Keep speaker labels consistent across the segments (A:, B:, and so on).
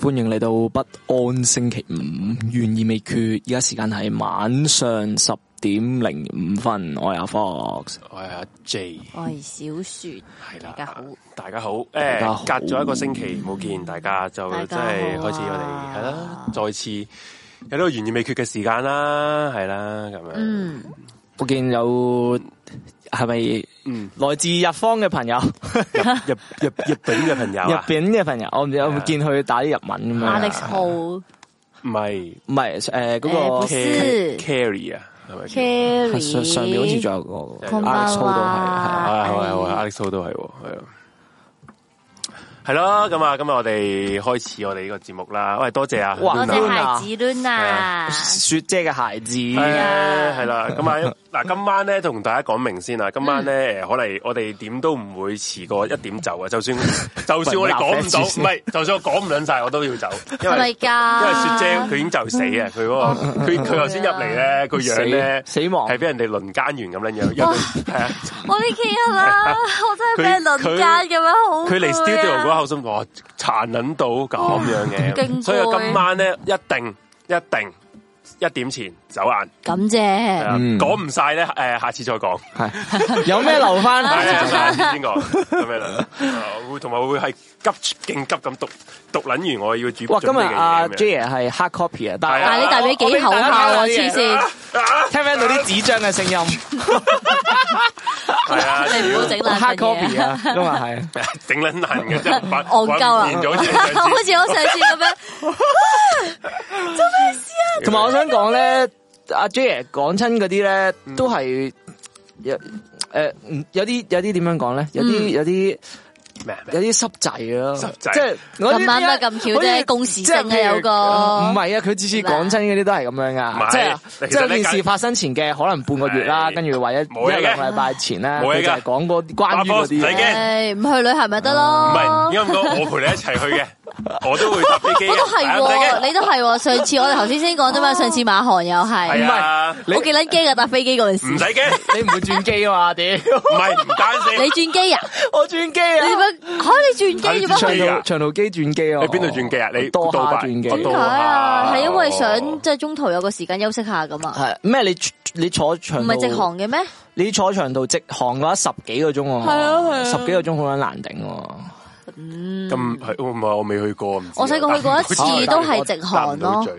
A: 歡迎嚟到不安星期五，懸意未決。而家時間係晚上十點零五分，我係阿 Fox。
B: 我係阿 J，
C: 我係小雪，
B: 係啦，
C: 大家好，
B: 大家好，
A: 大家好
B: 誒，隔咗一個星期冇見，大家就
C: 大
B: 真
C: 家好啊
B: 係開始我哋係啦，再次有呢個懸而未決嘅時間啦，係啦，咁樣，
C: 嗯，
A: 我見有係咪
B: 嗯
A: 來自日方嘅朋友，
B: 日日日 本嘅朋友
A: 日
B: 啊，
A: 本嘅朋友，我唔知有
B: 係
A: 冇
B: 啊
A: 見佢打啲日文咁
C: 壓力
A: 樣。
C: 浩
B: 唔係
A: 唔係诶嗰
C: 誒
A: 個
C: 不是
B: Car- Carrie 啊，係咪叫？
A: 係
C: Carrie
A: 上上面好似仲有個 Alex
B: 空
C: 巴
A: 都係
C: 哇
A: 係啊
B: 啊，係啊，係啊，Alex 都係喎，係啊。係咯，咁啊，今日我哋開始我哋呢個節目啦。喂，多謝啊，
A: 哇
C: 我
B: Luna
C: 隻孩子 Luna，
A: 雪姐嘅孩子。
B: 係
C: 啊
B: 係啦，咁啊，嗱，今晚咧同大家講明先啦，今晚咧誒，可能我哋點都唔會遲過一點走 啊，就算就算我哋講唔到，唔係，就算我講唔撚晒，我都要走，因
C: 係咪
B: 為因為雪姐
C: 㗎？
B: 佢已經就死啊，佢嗰個佢佢頭先入嚟咧個樣咧
A: 死死亡
B: 係俾人哋輪奸完咁樣樣，因為係啊，
C: 我呢期啊啦，我真係俾人輪奸咁樣好啊
B: 佢嚟 studio 嗰
C: 嗰
B: 口心哇殘撚到咁樣
C: 勁
B: 嘅，所以我
C: 攰
B: 今晚咧一定一定一點前走眼，
C: 咁
B: 係
C: 啫，
B: 啊
A: 嗯
B: 講唔晒咧誒，下次再講。
A: 係有咩留 翻？
B: 系啊，邊個咁樣啦？啊會同埋會係急勁急咁讀讀撚完，我要煮
A: 哇！今日阿
B: 阿
A: J 爺係 hard copy 啊，但係
B: 係啊
C: 但係你大髀幾口炮啊，黐線！
A: 聽唔聽到啲紙張嘅聲音
B: 係啊，
C: 你唔好整爛
A: ？hard
C: 份
A: copy
C: 嘢啊，
A: 啊，咁啊係。
B: 整撚爛嘅真係揾
C: 戇鳩
B: 揾
C: 啊
B: 唔見咗好似
C: 好
B: 上次
C: 似我上次咁樣，
A: 同埋我想講咧，阿 J 爺講親嗰啲咧，
B: 嗯
A: 都係有诶，嗯有啲有啲點樣講咧？有
C: 嗯
A: 啲有啲
B: 咩啊咩
A: 有啲濕滯咯，
B: 濕滯
A: 即係我
C: 咁啱得咁巧啫，共時性啊有個
A: 唔，係啊，佢次次講真嗰啲都係咁樣
B: 唔
A: 噶，
B: 係
A: 即係
B: 其實
A: 即係
B: 咧
A: 件事發生前嘅可能半個月啦，
B: 係
A: 跟住或者
B: 冇嘢嘅
A: 一兩個禮拜前咧，
B: 冇嘢
A: 佢
B: 嘅
A: 就係講嗰啲關於嗰
B: 打波
A: 啲
B: 唔使驚
A: 嘢。
C: 唉唔去旅行咪得
B: 唔
C: 咯
B: 係，。應該咁講，我陪你一齊去嘅，我都會搭飛機嘅。
C: 我都係
B: 係啊唔使
C: 喎，
B: 驚
C: 你都係喎。上次我哋頭先先講啫嘛，上次馬航又
B: 係
C: 係，
B: 啊，
A: 你
C: 我幾撚驚啊！搭飛機嗰陣時，
B: 唔使驚，
A: 你唔會轉機啊嘛？ 屌，
B: 唔係唔單止
C: 你轉機啊？
A: 我轉機
C: 你點
A: 啊！
C: 樣？嚇你轉機做
B: 係
A: 長
C: 乜？
B: 你轉機啊
A: 途長途機轉機啊！
B: 你邊度轉機啊你
A: 多
B: 杜
A: 哈
B: 拜
A: 轉機。
B: 我
C: 點
B: 杜
C: 解
B: 拜
C: 啊？係因為
B: 哦
C: 想即係中途有個時間休息下咁啊？
A: 係咩？你你坐長
C: 唔
A: 途
C: 係直航嘅咩？
A: 你坐長途直航嘅話，十幾個鐘喎。
C: 係啊係啊
A: 十幾個鐘好撚難頂喎。
B: 咁係我唔係我未去過，唔知啊
C: 我細個去過一
A: 次
C: 都係直航咯
B: 搭唔到嘴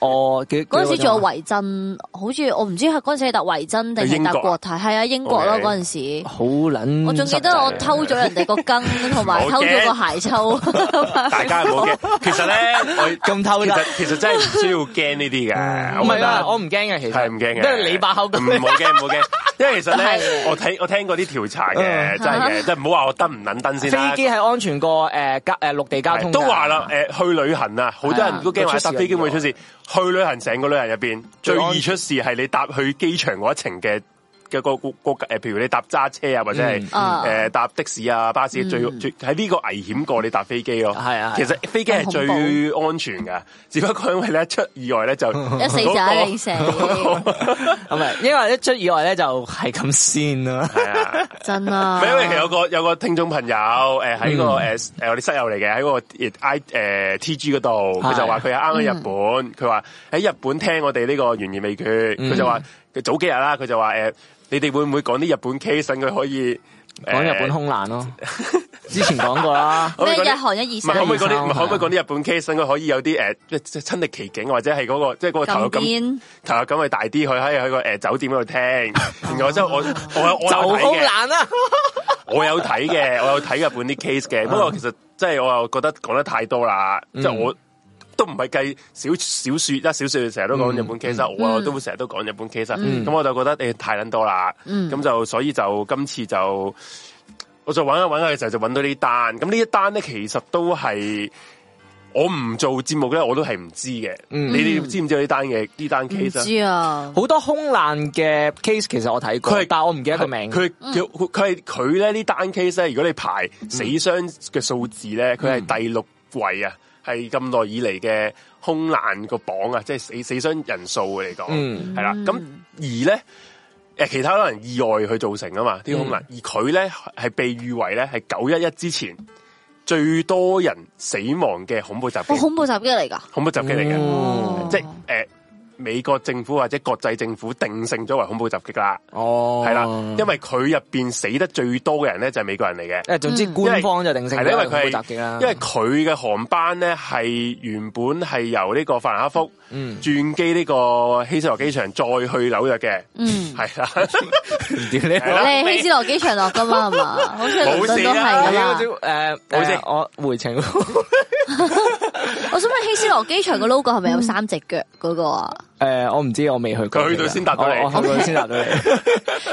A: 哦，幾
C: 嗰陣時仲有
A: 為
C: 維珍，好似我唔知係嗰陣時係搭維珍定係
B: 英國
C: 搭
B: 啊
C: 國泰，係啊英國咯
B: OK 嗯
C: 嗰陣時。
A: 好撚。
C: 我仲記得我偷咗人哋個羹，同
B: 唔
C: 埋
B: 好
C: 偷咗
B: 驚
C: 個鞋抽。
B: 大家唔好驚。其實咧，我
A: 咁偷
B: 其
A: 得
B: 實其實真係唔需要驚呢啲
A: 唔
B: 嘅，我覺
A: 係啊，
B: 得
A: 我唔驚嘅，其實
B: 係唔驚嘅，嗯
A: 因為你把口咁
B: 唔好驚唔好驚，因為其 實咧，
C: 係
B: 我睇我聽過啲調查嘅，
A: 嗯
B: 真係嘅，即係唔好話我登唔撚登先啦
A: 飛。機係安全過誒交誒陸地交通啊
B: 係
A: 㗎。
B: 都話啦，誒去旅行啊，好多人都驚話搭飛機會出事。去旅行成個旅行入邊，最
A: 啊最安
B: 易出事係你搭去機場嗰一程嘅。嘅個個個誒，譬如你搭揸車啊，或者係
A: 嗯
C: 嗯
B: 誒搭的士啊、巴士，最最喺呢個危險過你搭飛機咯。
A: 係啊係啊
B: 其實飛機係最安全㗎，只不過因為咧出意外咧就
C: 一死就一定死，
A: 唔係，啊因為一出意外咧就係咁先啦。
B: 係啊。
C: 真
B: 唔
C: 啊！
B: 係因為其實有個有個聽眾朋友誒喺個誒誒我哋室友嚟嘅喺個 I 誒 T G 嗰度，佢就話佢係啱啱日本，佢話喺日本聽我哋呢個懸而未決，佢就話佢早幾日啦，佢就話誒你哋會唔會講啲日本 case 等佢可以呃
A: 講日本
B: 誒
A: 空難咯，之前講過啦。
B: 可唔可以講
C: 咩
B: 啲
C: 日韓一二
B: 唔係可
C: 三
B: 唔可以講啲
A: 二
B: 唔
A: 三
B: 係可唔可以講啲日本 case 等佢可以有啲誒呃即即親歷其境或者係嗰個即係嗰個投入
C: 咁
B: 感
C: 癲，
B: 投入感係大啲，佢喺喺個誒酒店嗰度聽，然後之後我我
A: 就
B: 我有睇
A: 空
B: 嘅。
A: 難啦，
B: 我有睇嘅，我有睇日本啲 case 嘅，
C: 啊
B: 不過其實即係我又覺得講得太多啦，
C: 嗯
B: 即係我都唔係計小小說啦，小說成日都
C: 嗯
B: 講日本 case，啊我啊都成日都講日本 case，啊咁我就覺得誒太撚多啦，
C: 嗯
B: 咁就所以就今次就我就揾下揾下嘅時候就揾到呢單，咁呢一單咧其實都係。我唔做節目咧，我都係唔知嘅。你哋知唔知道呢單嘅呢單
C: 嗯唔
B: case 啊？
C: 知啊，
A: 好多空難嘅 case 其實我睇過
B: 佢係，
A: 但我唔記得個名。
B: 佢叫佢係佢咧呢單 case 咧，如果你排死傷
A: 嗯
B: 嘅數字咧，佢係第六位啊，係咁耐以嚟嘅空難個榜啊，即係死死傷人數嚟講，
A: 嗯
B: 係啦。咁而咧，誒其他可能
A: 嗯
B: 意外去造成啊嘛，啲空難，而佢咧係被譽為咧係九一一之前。最多人死亡嘅恐怖襲
C: 我
B: 擊，
C: 恐怖襲擊嚟㗎，
B: 恐怖襲擊嚟嘅。
A: 哦
B: 即系诶、呃美國政府或者國際政府定性咗為恐怖襲擊啦，
A: 哦，
B: 係啦、因為佢入边死得最多嘅人咧就係美國人嚟嘅，
A: 诶，总之官方就定性
B: 係啦因為佢
A: 恐怖襲擊啦
B: 係，因為佢嘅航班咧係原本係由呢個法蘭克福
A: 嗯，
B: 轉機呢個希斯羅機場再去紐約嘅，
C: 嗯。
B: 係啦，
A: 屌 你
B: 係啦
C: 你喺希斯羅機場落㗎嘛，係 嘛？好似倫敦都係㗎
B: 啊
A: 呢
C: 啦
A: 個。招诶，
B: 好先
A: 誒我回程，
C: 我想問希斯羅機場個 logo 係咪有三隻腳嗰個啊？
A: 诶，我唔知，我未去過。
B: 佢去到先答到你
A: 我我去 到先答到你。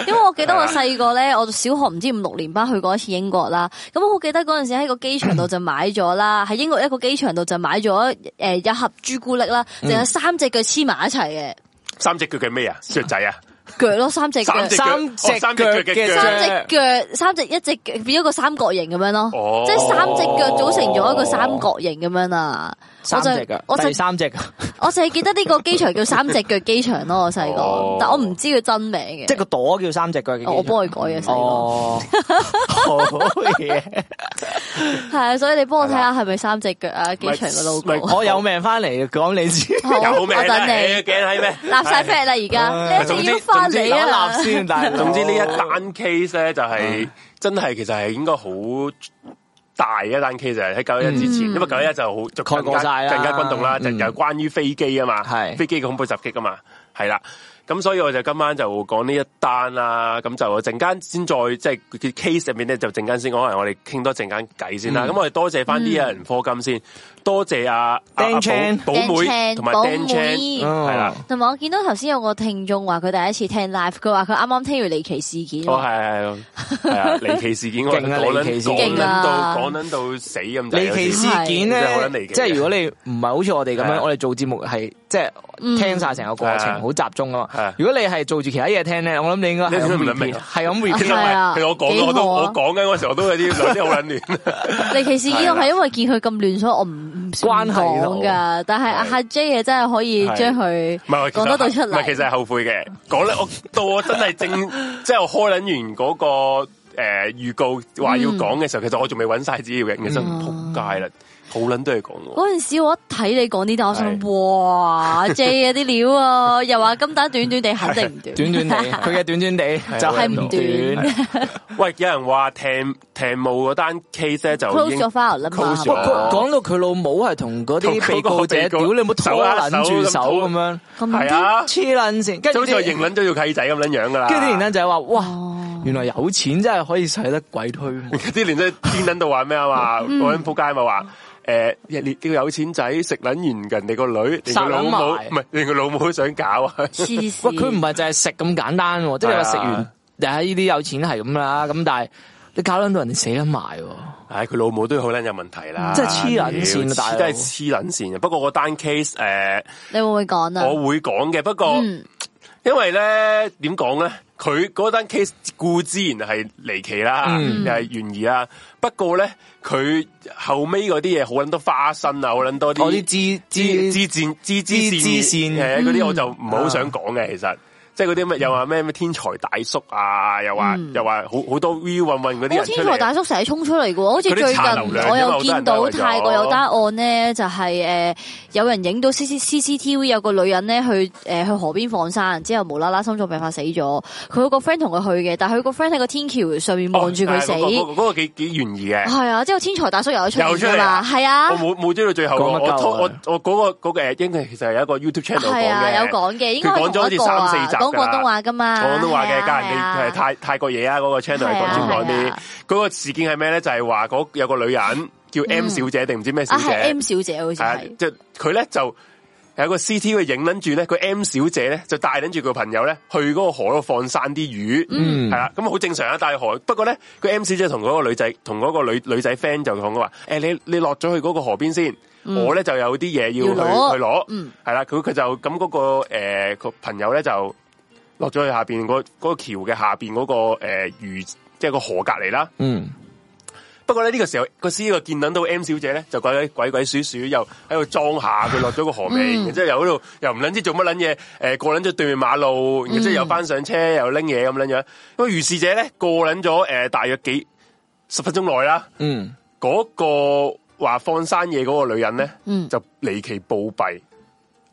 C: 因為我記得我
A: 啊
C: 細個咧，我小學唔知五六年班去過一次英國啦。咁我好記得嗰陣時喺個機場度就買咗啦，喺英國一個機場度就買咗誒一盒朱古力啦，
A: 嗯
C: 就有三隻腳黐埋一齊嘅
B: 三隻腳嘅咩啊？雀仔啊？
C: 腳咯，三隻腳，
B: 三隻腳
A: 三隻
B: 哦三隻腳嘅
A: 腳
B: 腳
C: 三隻腳，三隻一隻腳變咗個三角形咁樣咯，
B: 哦
C: 即係三隻腳組成咗一個三角形咁樣啊。
A: 三隻噶，
C: 我就
A: 第三 隻㗎，
C: 我淨係記得呢個機場叫三隻腳機場咯，我細個
B: 哦，
C: 但我唔知佢真名嘅，
A: 即係個朵叫三隻腳嘅機場。
C: 哦我幫佢改嘅細個，
A: 哦，好嘢！
C: 係啊，所以你幫我睇下係咪三隻腳啊機場嘅
B: 唔係
C: logo。
A: 我有命翻嚟，講你 知。
C: 好，
B: 有
C: 我
B: 咩咧？
C: 等你。
B: 驚閪咩？
C: 立晒 flag 啦，而
A: 唉
C: 哎家你一定要
A: 總
C: 翻
A: 之
C: 嚟 啊！
A: 立先，但
B: 总之呢一單 case 咧就係
A: 啊
B: 真係其實係應該好大嘅一單 case 嚟喺九一一之前，
C: 嗯
B: 因為九一一就好就
A: 蓋
B: 更
A: 過晒
B: 加
A: 啦
B: 更加轟動啦，就
A: 嗯
B: 有關於飛機啊嘛，
A: 係
B: 飛機嘅恐怖襲擊啊嘛，係啦。咁所以我就今晚就講呢一單啦，咁就陣間先再即係 case 入面咧，就陣間先講，可能我哋傾多陣間偈先啦。
A: 嗯
B: 咁、我哋多謝翻啲人科金先，多謝阿阿
A: Dan
B: 阿
A: Chan
B: 寶寶妹同埋 Dan Chan
C: 妹
A: 哦
B: 係啦，
C: 同埋我見到頭先有個聽眾話佢第一次聽 live，佢話佢啱啱聽完離奇事件喎，
B: 哦，系系系啊！ 離奇事件我
A: 勁啊
B: 講
A: 離奇
B: 捻
A: 事
B: 講
A: 件
B: 捻
C: 勁啊
B: 到講捻到死咁滯
A: 離
B: 有
A: 奇
B: 時
A: 事件啊
B: 真係好撚
A: 咧
B: 離，奇
A: 即係如果你唔係好似我哋咁
B: 係
A: 樣，
B: 啊
A: 我哋做節目係即係
C: 嗯
A: 聽晒成個過
B: 係
A: 程，
B: 啊
A: 好集中啊
B: 係
A: 嘛
B: 啊。
A: 如果你係做住其他嘢聽咧，我諗你應該係
B: 你
A: 咁
B: 聽唔明啊
A: repeat，係咁
B: 其
A: repeat
B: 實唔
C: 係啊
B: 係，其實我講我都
C: 幾好啊
B: 我講緊嗰時候我都有啲有啲好撚 亂。
C: 離奇事件我係因為見佢咁亂，所以我唔唔
A: 關係咯
C: 講噶。但係阿
B: 係
C: 黑 J 嘅真係可以
B: 係
C: 將佢
B: 唔係
C: 講得到出
B: 唔係其
C: 嚟。
B: 實係後悔嘅。講咧，我到我真係正 即係我開捻完嗰個诶预告話要講
A: 嗯
B: 嘅時候，其實我仲未揾晒資料嘅，其實仆
C: 嗯
B: 街啦，好撚都係講我。
C: 嗰陣時我一睇你講呢啲，我想
B: 係
C: 哇 J 啊啲料啊，又話金蛋短短地，肯定唔短。
A: 短短地，佢嘅短短地
B: 啊
A: 就係
C: 係唔
A: 短
C: 短。
B: 喂，有人話艇艇務嗰單 case 咧就
C: close
B: 已
C: 咗
B: 經
C: file 啦嘛
B: close
A: 不
B: 咗
A: 過講到佢老母係同嗰
B: 同
A: 啲
B: 嗰個
A: 被告者，
B: 被
A: 屌
B: 告啊
A: 你冇拖撚住手咁樣，
C: 咁
B: 係
C: 癲
B: 啊，
A: 黐撚線。跟
B: 就
A: 住
B: 好似我認捻咗做契仔咁樣樣噶啦。
A: 跟住啲連登仔話：哇，
C: 哦
A: 原來有錢真係可以使得鬼推磨。
B: 啲連真癲撚到話咩啊嘛，
A: 嗯
B: 嗰人仆街咪話。诶，日列啲有錢仔食撚完人哋個女，連
A: 殺
B: 佢
A: 撚
B: 老母
A: 埋
B: 唔係，連佢老母都想搞啊！
C: 黐線
A: 喂，佢唔係就係食咁簡單喎，即係你話食
B: 係
A: 完
B: 啊，
A: 但係呢啲有錢係咁啦，咁但係你搞撚到人哋死得埋喎，
B: 唉，佢老母都好撚有問題啦，
A: 真係黐撚線啊大佬
B: 真係黐撚線啊！不過嗰單 case 诶，
C: 你會唔會講啊？
B: 我會講嘅，不過
C: 嗯
B: 因為咧點講咧，佢嗰單 case 固之然係離奇啦，
A: 嗯
B: 又係懸疑啦。不過咧，佢後尾嗰啲嘢好撚多花生啊，好撚多
A: 哦我啲支支
B: 支支箭支支
A: 支支
B: 線
A: 線
B: 誒嗰啲我就唔係好想講
C: 嗯
B: 嘅，其實即係嗰啲咩又話咩咩天才大叔啊，又話
C: 嗯
B: 又話好好多 V 運運嗰啲
C: 我
B: 人
C: 天
B: 出
C: 台
B: 嚟，啊
C: 大叔成日衝出嚟嘅喎，好似
B: 嗰啲
C: 最
B: 刷流量
C: 近
B: 啫
C: 我
B: 嘛
C: 有
B: 好多
C: 見
B: 人都係
C: 到
B: 為咗
C: 泰國有單案呢，就係呃有人影到 C C C C T V 有個女人呢去呃去河邊放生，之後無啦啦心臟病發死咗。佢有個 friend 同佢去嘅，但係佢個 friend 喺個天橋上面望住佢死。
B: 哦係嗰個嗰個幾幾懸疑嘅。
C: 係啊，之後天才大叔又有出
B: 又出
C: 現㗎
B: 嚟
C: 嘛，
B: 啊
C: 係啊
B: 我。冇冇追到最後喎，
A: 講乜鳩
B: 我
A: 啊
B: 拖我我嗰個嗰個誒，應該其實係有一個 YouTube channel 講
C: 係啊，有
B: 嘅，
C: 講嘅，應該係
B: 佢講咗好
C: 同
B: 似
C: 一個
B: 三
C: 啊，
B: 四集㗎啦
C: 講廣東話㗎嘛，
B: 講都話嘅，
C: 係
B: 家
C: 啊
B: 人哋係。
C: 係啊
B: 泰泰國嘢啊，嗰個 channel 係
C: 係啊
B: 講專講
C: 係
B: 啲
C: 啊
B: 嗰個事件係咩咧？就係話嗰有個女人叫 M 小姐定唔知咩小
C: 嗯啊，係
B: 姐
C: M 小姐好似
B: 係啊
C: 係，
B: 即係佢咧就有個 C T 嘅影撚住咧，佢 M 小姐咧就帶撚住佢個朋友咧去嗰個河度放生啲魚，
A: 嗯
B: 係啦，咁好正常啊，帶河。不過咧，佢 M 小姐同嗰個女仔，同嗰個女女仔 friend 就講佢話：，誒、你你落咗去嗰個河邊先，我咧就有啲嘢要
C: 嗯要
B: 去
C: 攞
B: 去攞，
C: 嗯
B: 係啦，佢佢就咁嗰、個誒個、朋友咧就落咗去下邊嗰嗰個橋嘅下邊嗰、個誒、呃、魚，即係個河隔離啦。
A: 嗯，
B: 不過咧呢、個時候個司個見撚到 M 小姐咧，就鬼鬼鬼鬼祟祟，又喺度裝下佢落咗個河尾，
C: 嗯
B: 然之後又喺度又唔撚知做乜撚嘢，誒、過撚咗對面馬路，
C: 嗯
B: 然之後又翻上車又拎嘢咁撚樣。咁如是者咧過撚咗誒大約幾十分鐘內啦，
A: 嗯，
B: 嗰、嗰、個話放生嘢嗰個女人咧，
C: 嗯
B: 就離奇暴斃，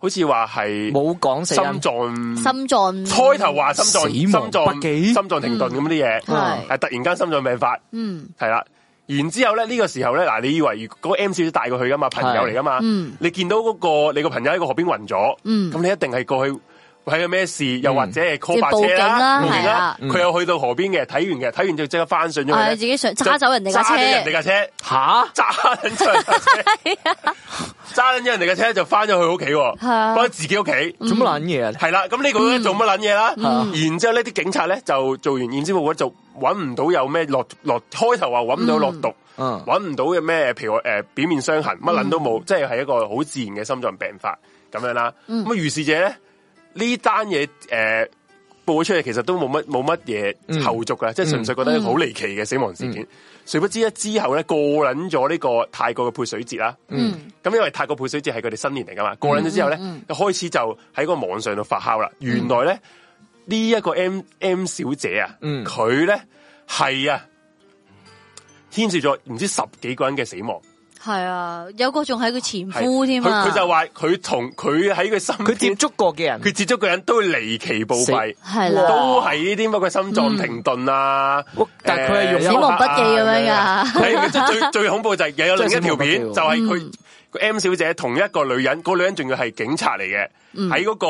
B: 好似話係
A: 冇講死
B: 心
A: 因
B: 臟
C: 心臟
B: 開頭話心臟心
A: 死亡
B: 臟
A: 不記
B: 心臟停頓咁啲嘢，
C: 係
B: 係突然間心臟病發，
C: 嗯
B: 係啦。然之後咧，呢、個時候咧，嗱，你以為嗰個 M 小姐大過佢噶嘛，朋友嚟噶嘛，
C: 嗯
B: 你見到嗰、個你個朋友喺個河邊暈咗，
C: 嗯
B: 咁你一定係過去睇有咩事，又或者係 call 白
C: 即係報
B: 車
C: 警啦
B: 啦，報警
C: 係啊
B: 啦，佢又去到河邊嘅，睇完嘅，睇完就即刻翻上咗去
C: 係啊自己上
B: 就
C: 揸走人哋架
B: 揸
C: 車
B: 咗人哋架車。
A: 吓，
B: 揸緊咗人架車， 揸緊咗人哋嘅車就翻咗佢屋企喎，
C: 係啊嗯
B: 翻咗自己屋企，
A: 做乜捻嘢啊？
B: 係啦。咁呢個咧做乜撚嘢啦？
A: 嗯
B: 然之後呢啲警察咧就做完驗屍報告就揾唔到有咩落落，開頭話揾唔到落毒，
A: 嗯，
B: 揾唔到嘅咩皮外誒呃表面傷痕，乜撚都冇，即係係一個好自然嘅心臟病發咁樣啦。
A: 嗯
B: 咁啊，如是者咧呢單嘢誒。報咗出嚟其實都冇乜冇乜嘢後續啊
A: 嗯
B: 噶，即係純粹覺得一個好離奇嘅死亡事件。誰不知咧之後咧過撚咗呢個泰國嘅潑水節啦，
C: 嗯
B: 咁因為泰國潑水節係佢哋新年嚟噶嘛，過撚咗之後咧，
C: 嗯
B: 開始就喺個網上度發酵啦。原來咧呢一個 M M 小姐啊，
A: 嗯
B: 佢咧係啊牽涉咗唔知十幾個人嘅死亡，
C: 係啊，有個仲係佢前
B: 係
C: 夫添啊，
B: 佢佢就話佢同佢喺佢身邊
A: 佢接觸過嘅人
B: 佢接觸嘅人都離奇暴斃。
C: 係
A: 哇
C: 啦，
B: 都係呢啲乜鬼心臟停頓啊
A: 哇！嗯但係佢係用
B: 誒
A: 死
C: 亡筆記咁樣 㗎
B: 啊係即係最最恐怖就係又有另一條片，
A: 真係死亡筆記喎
B: 就係佢個
C: 嗯
B: M 小姐同一個女人，嗰個女人仲要係警察嚟嘅，
C: 嗯
B: 喺嗰個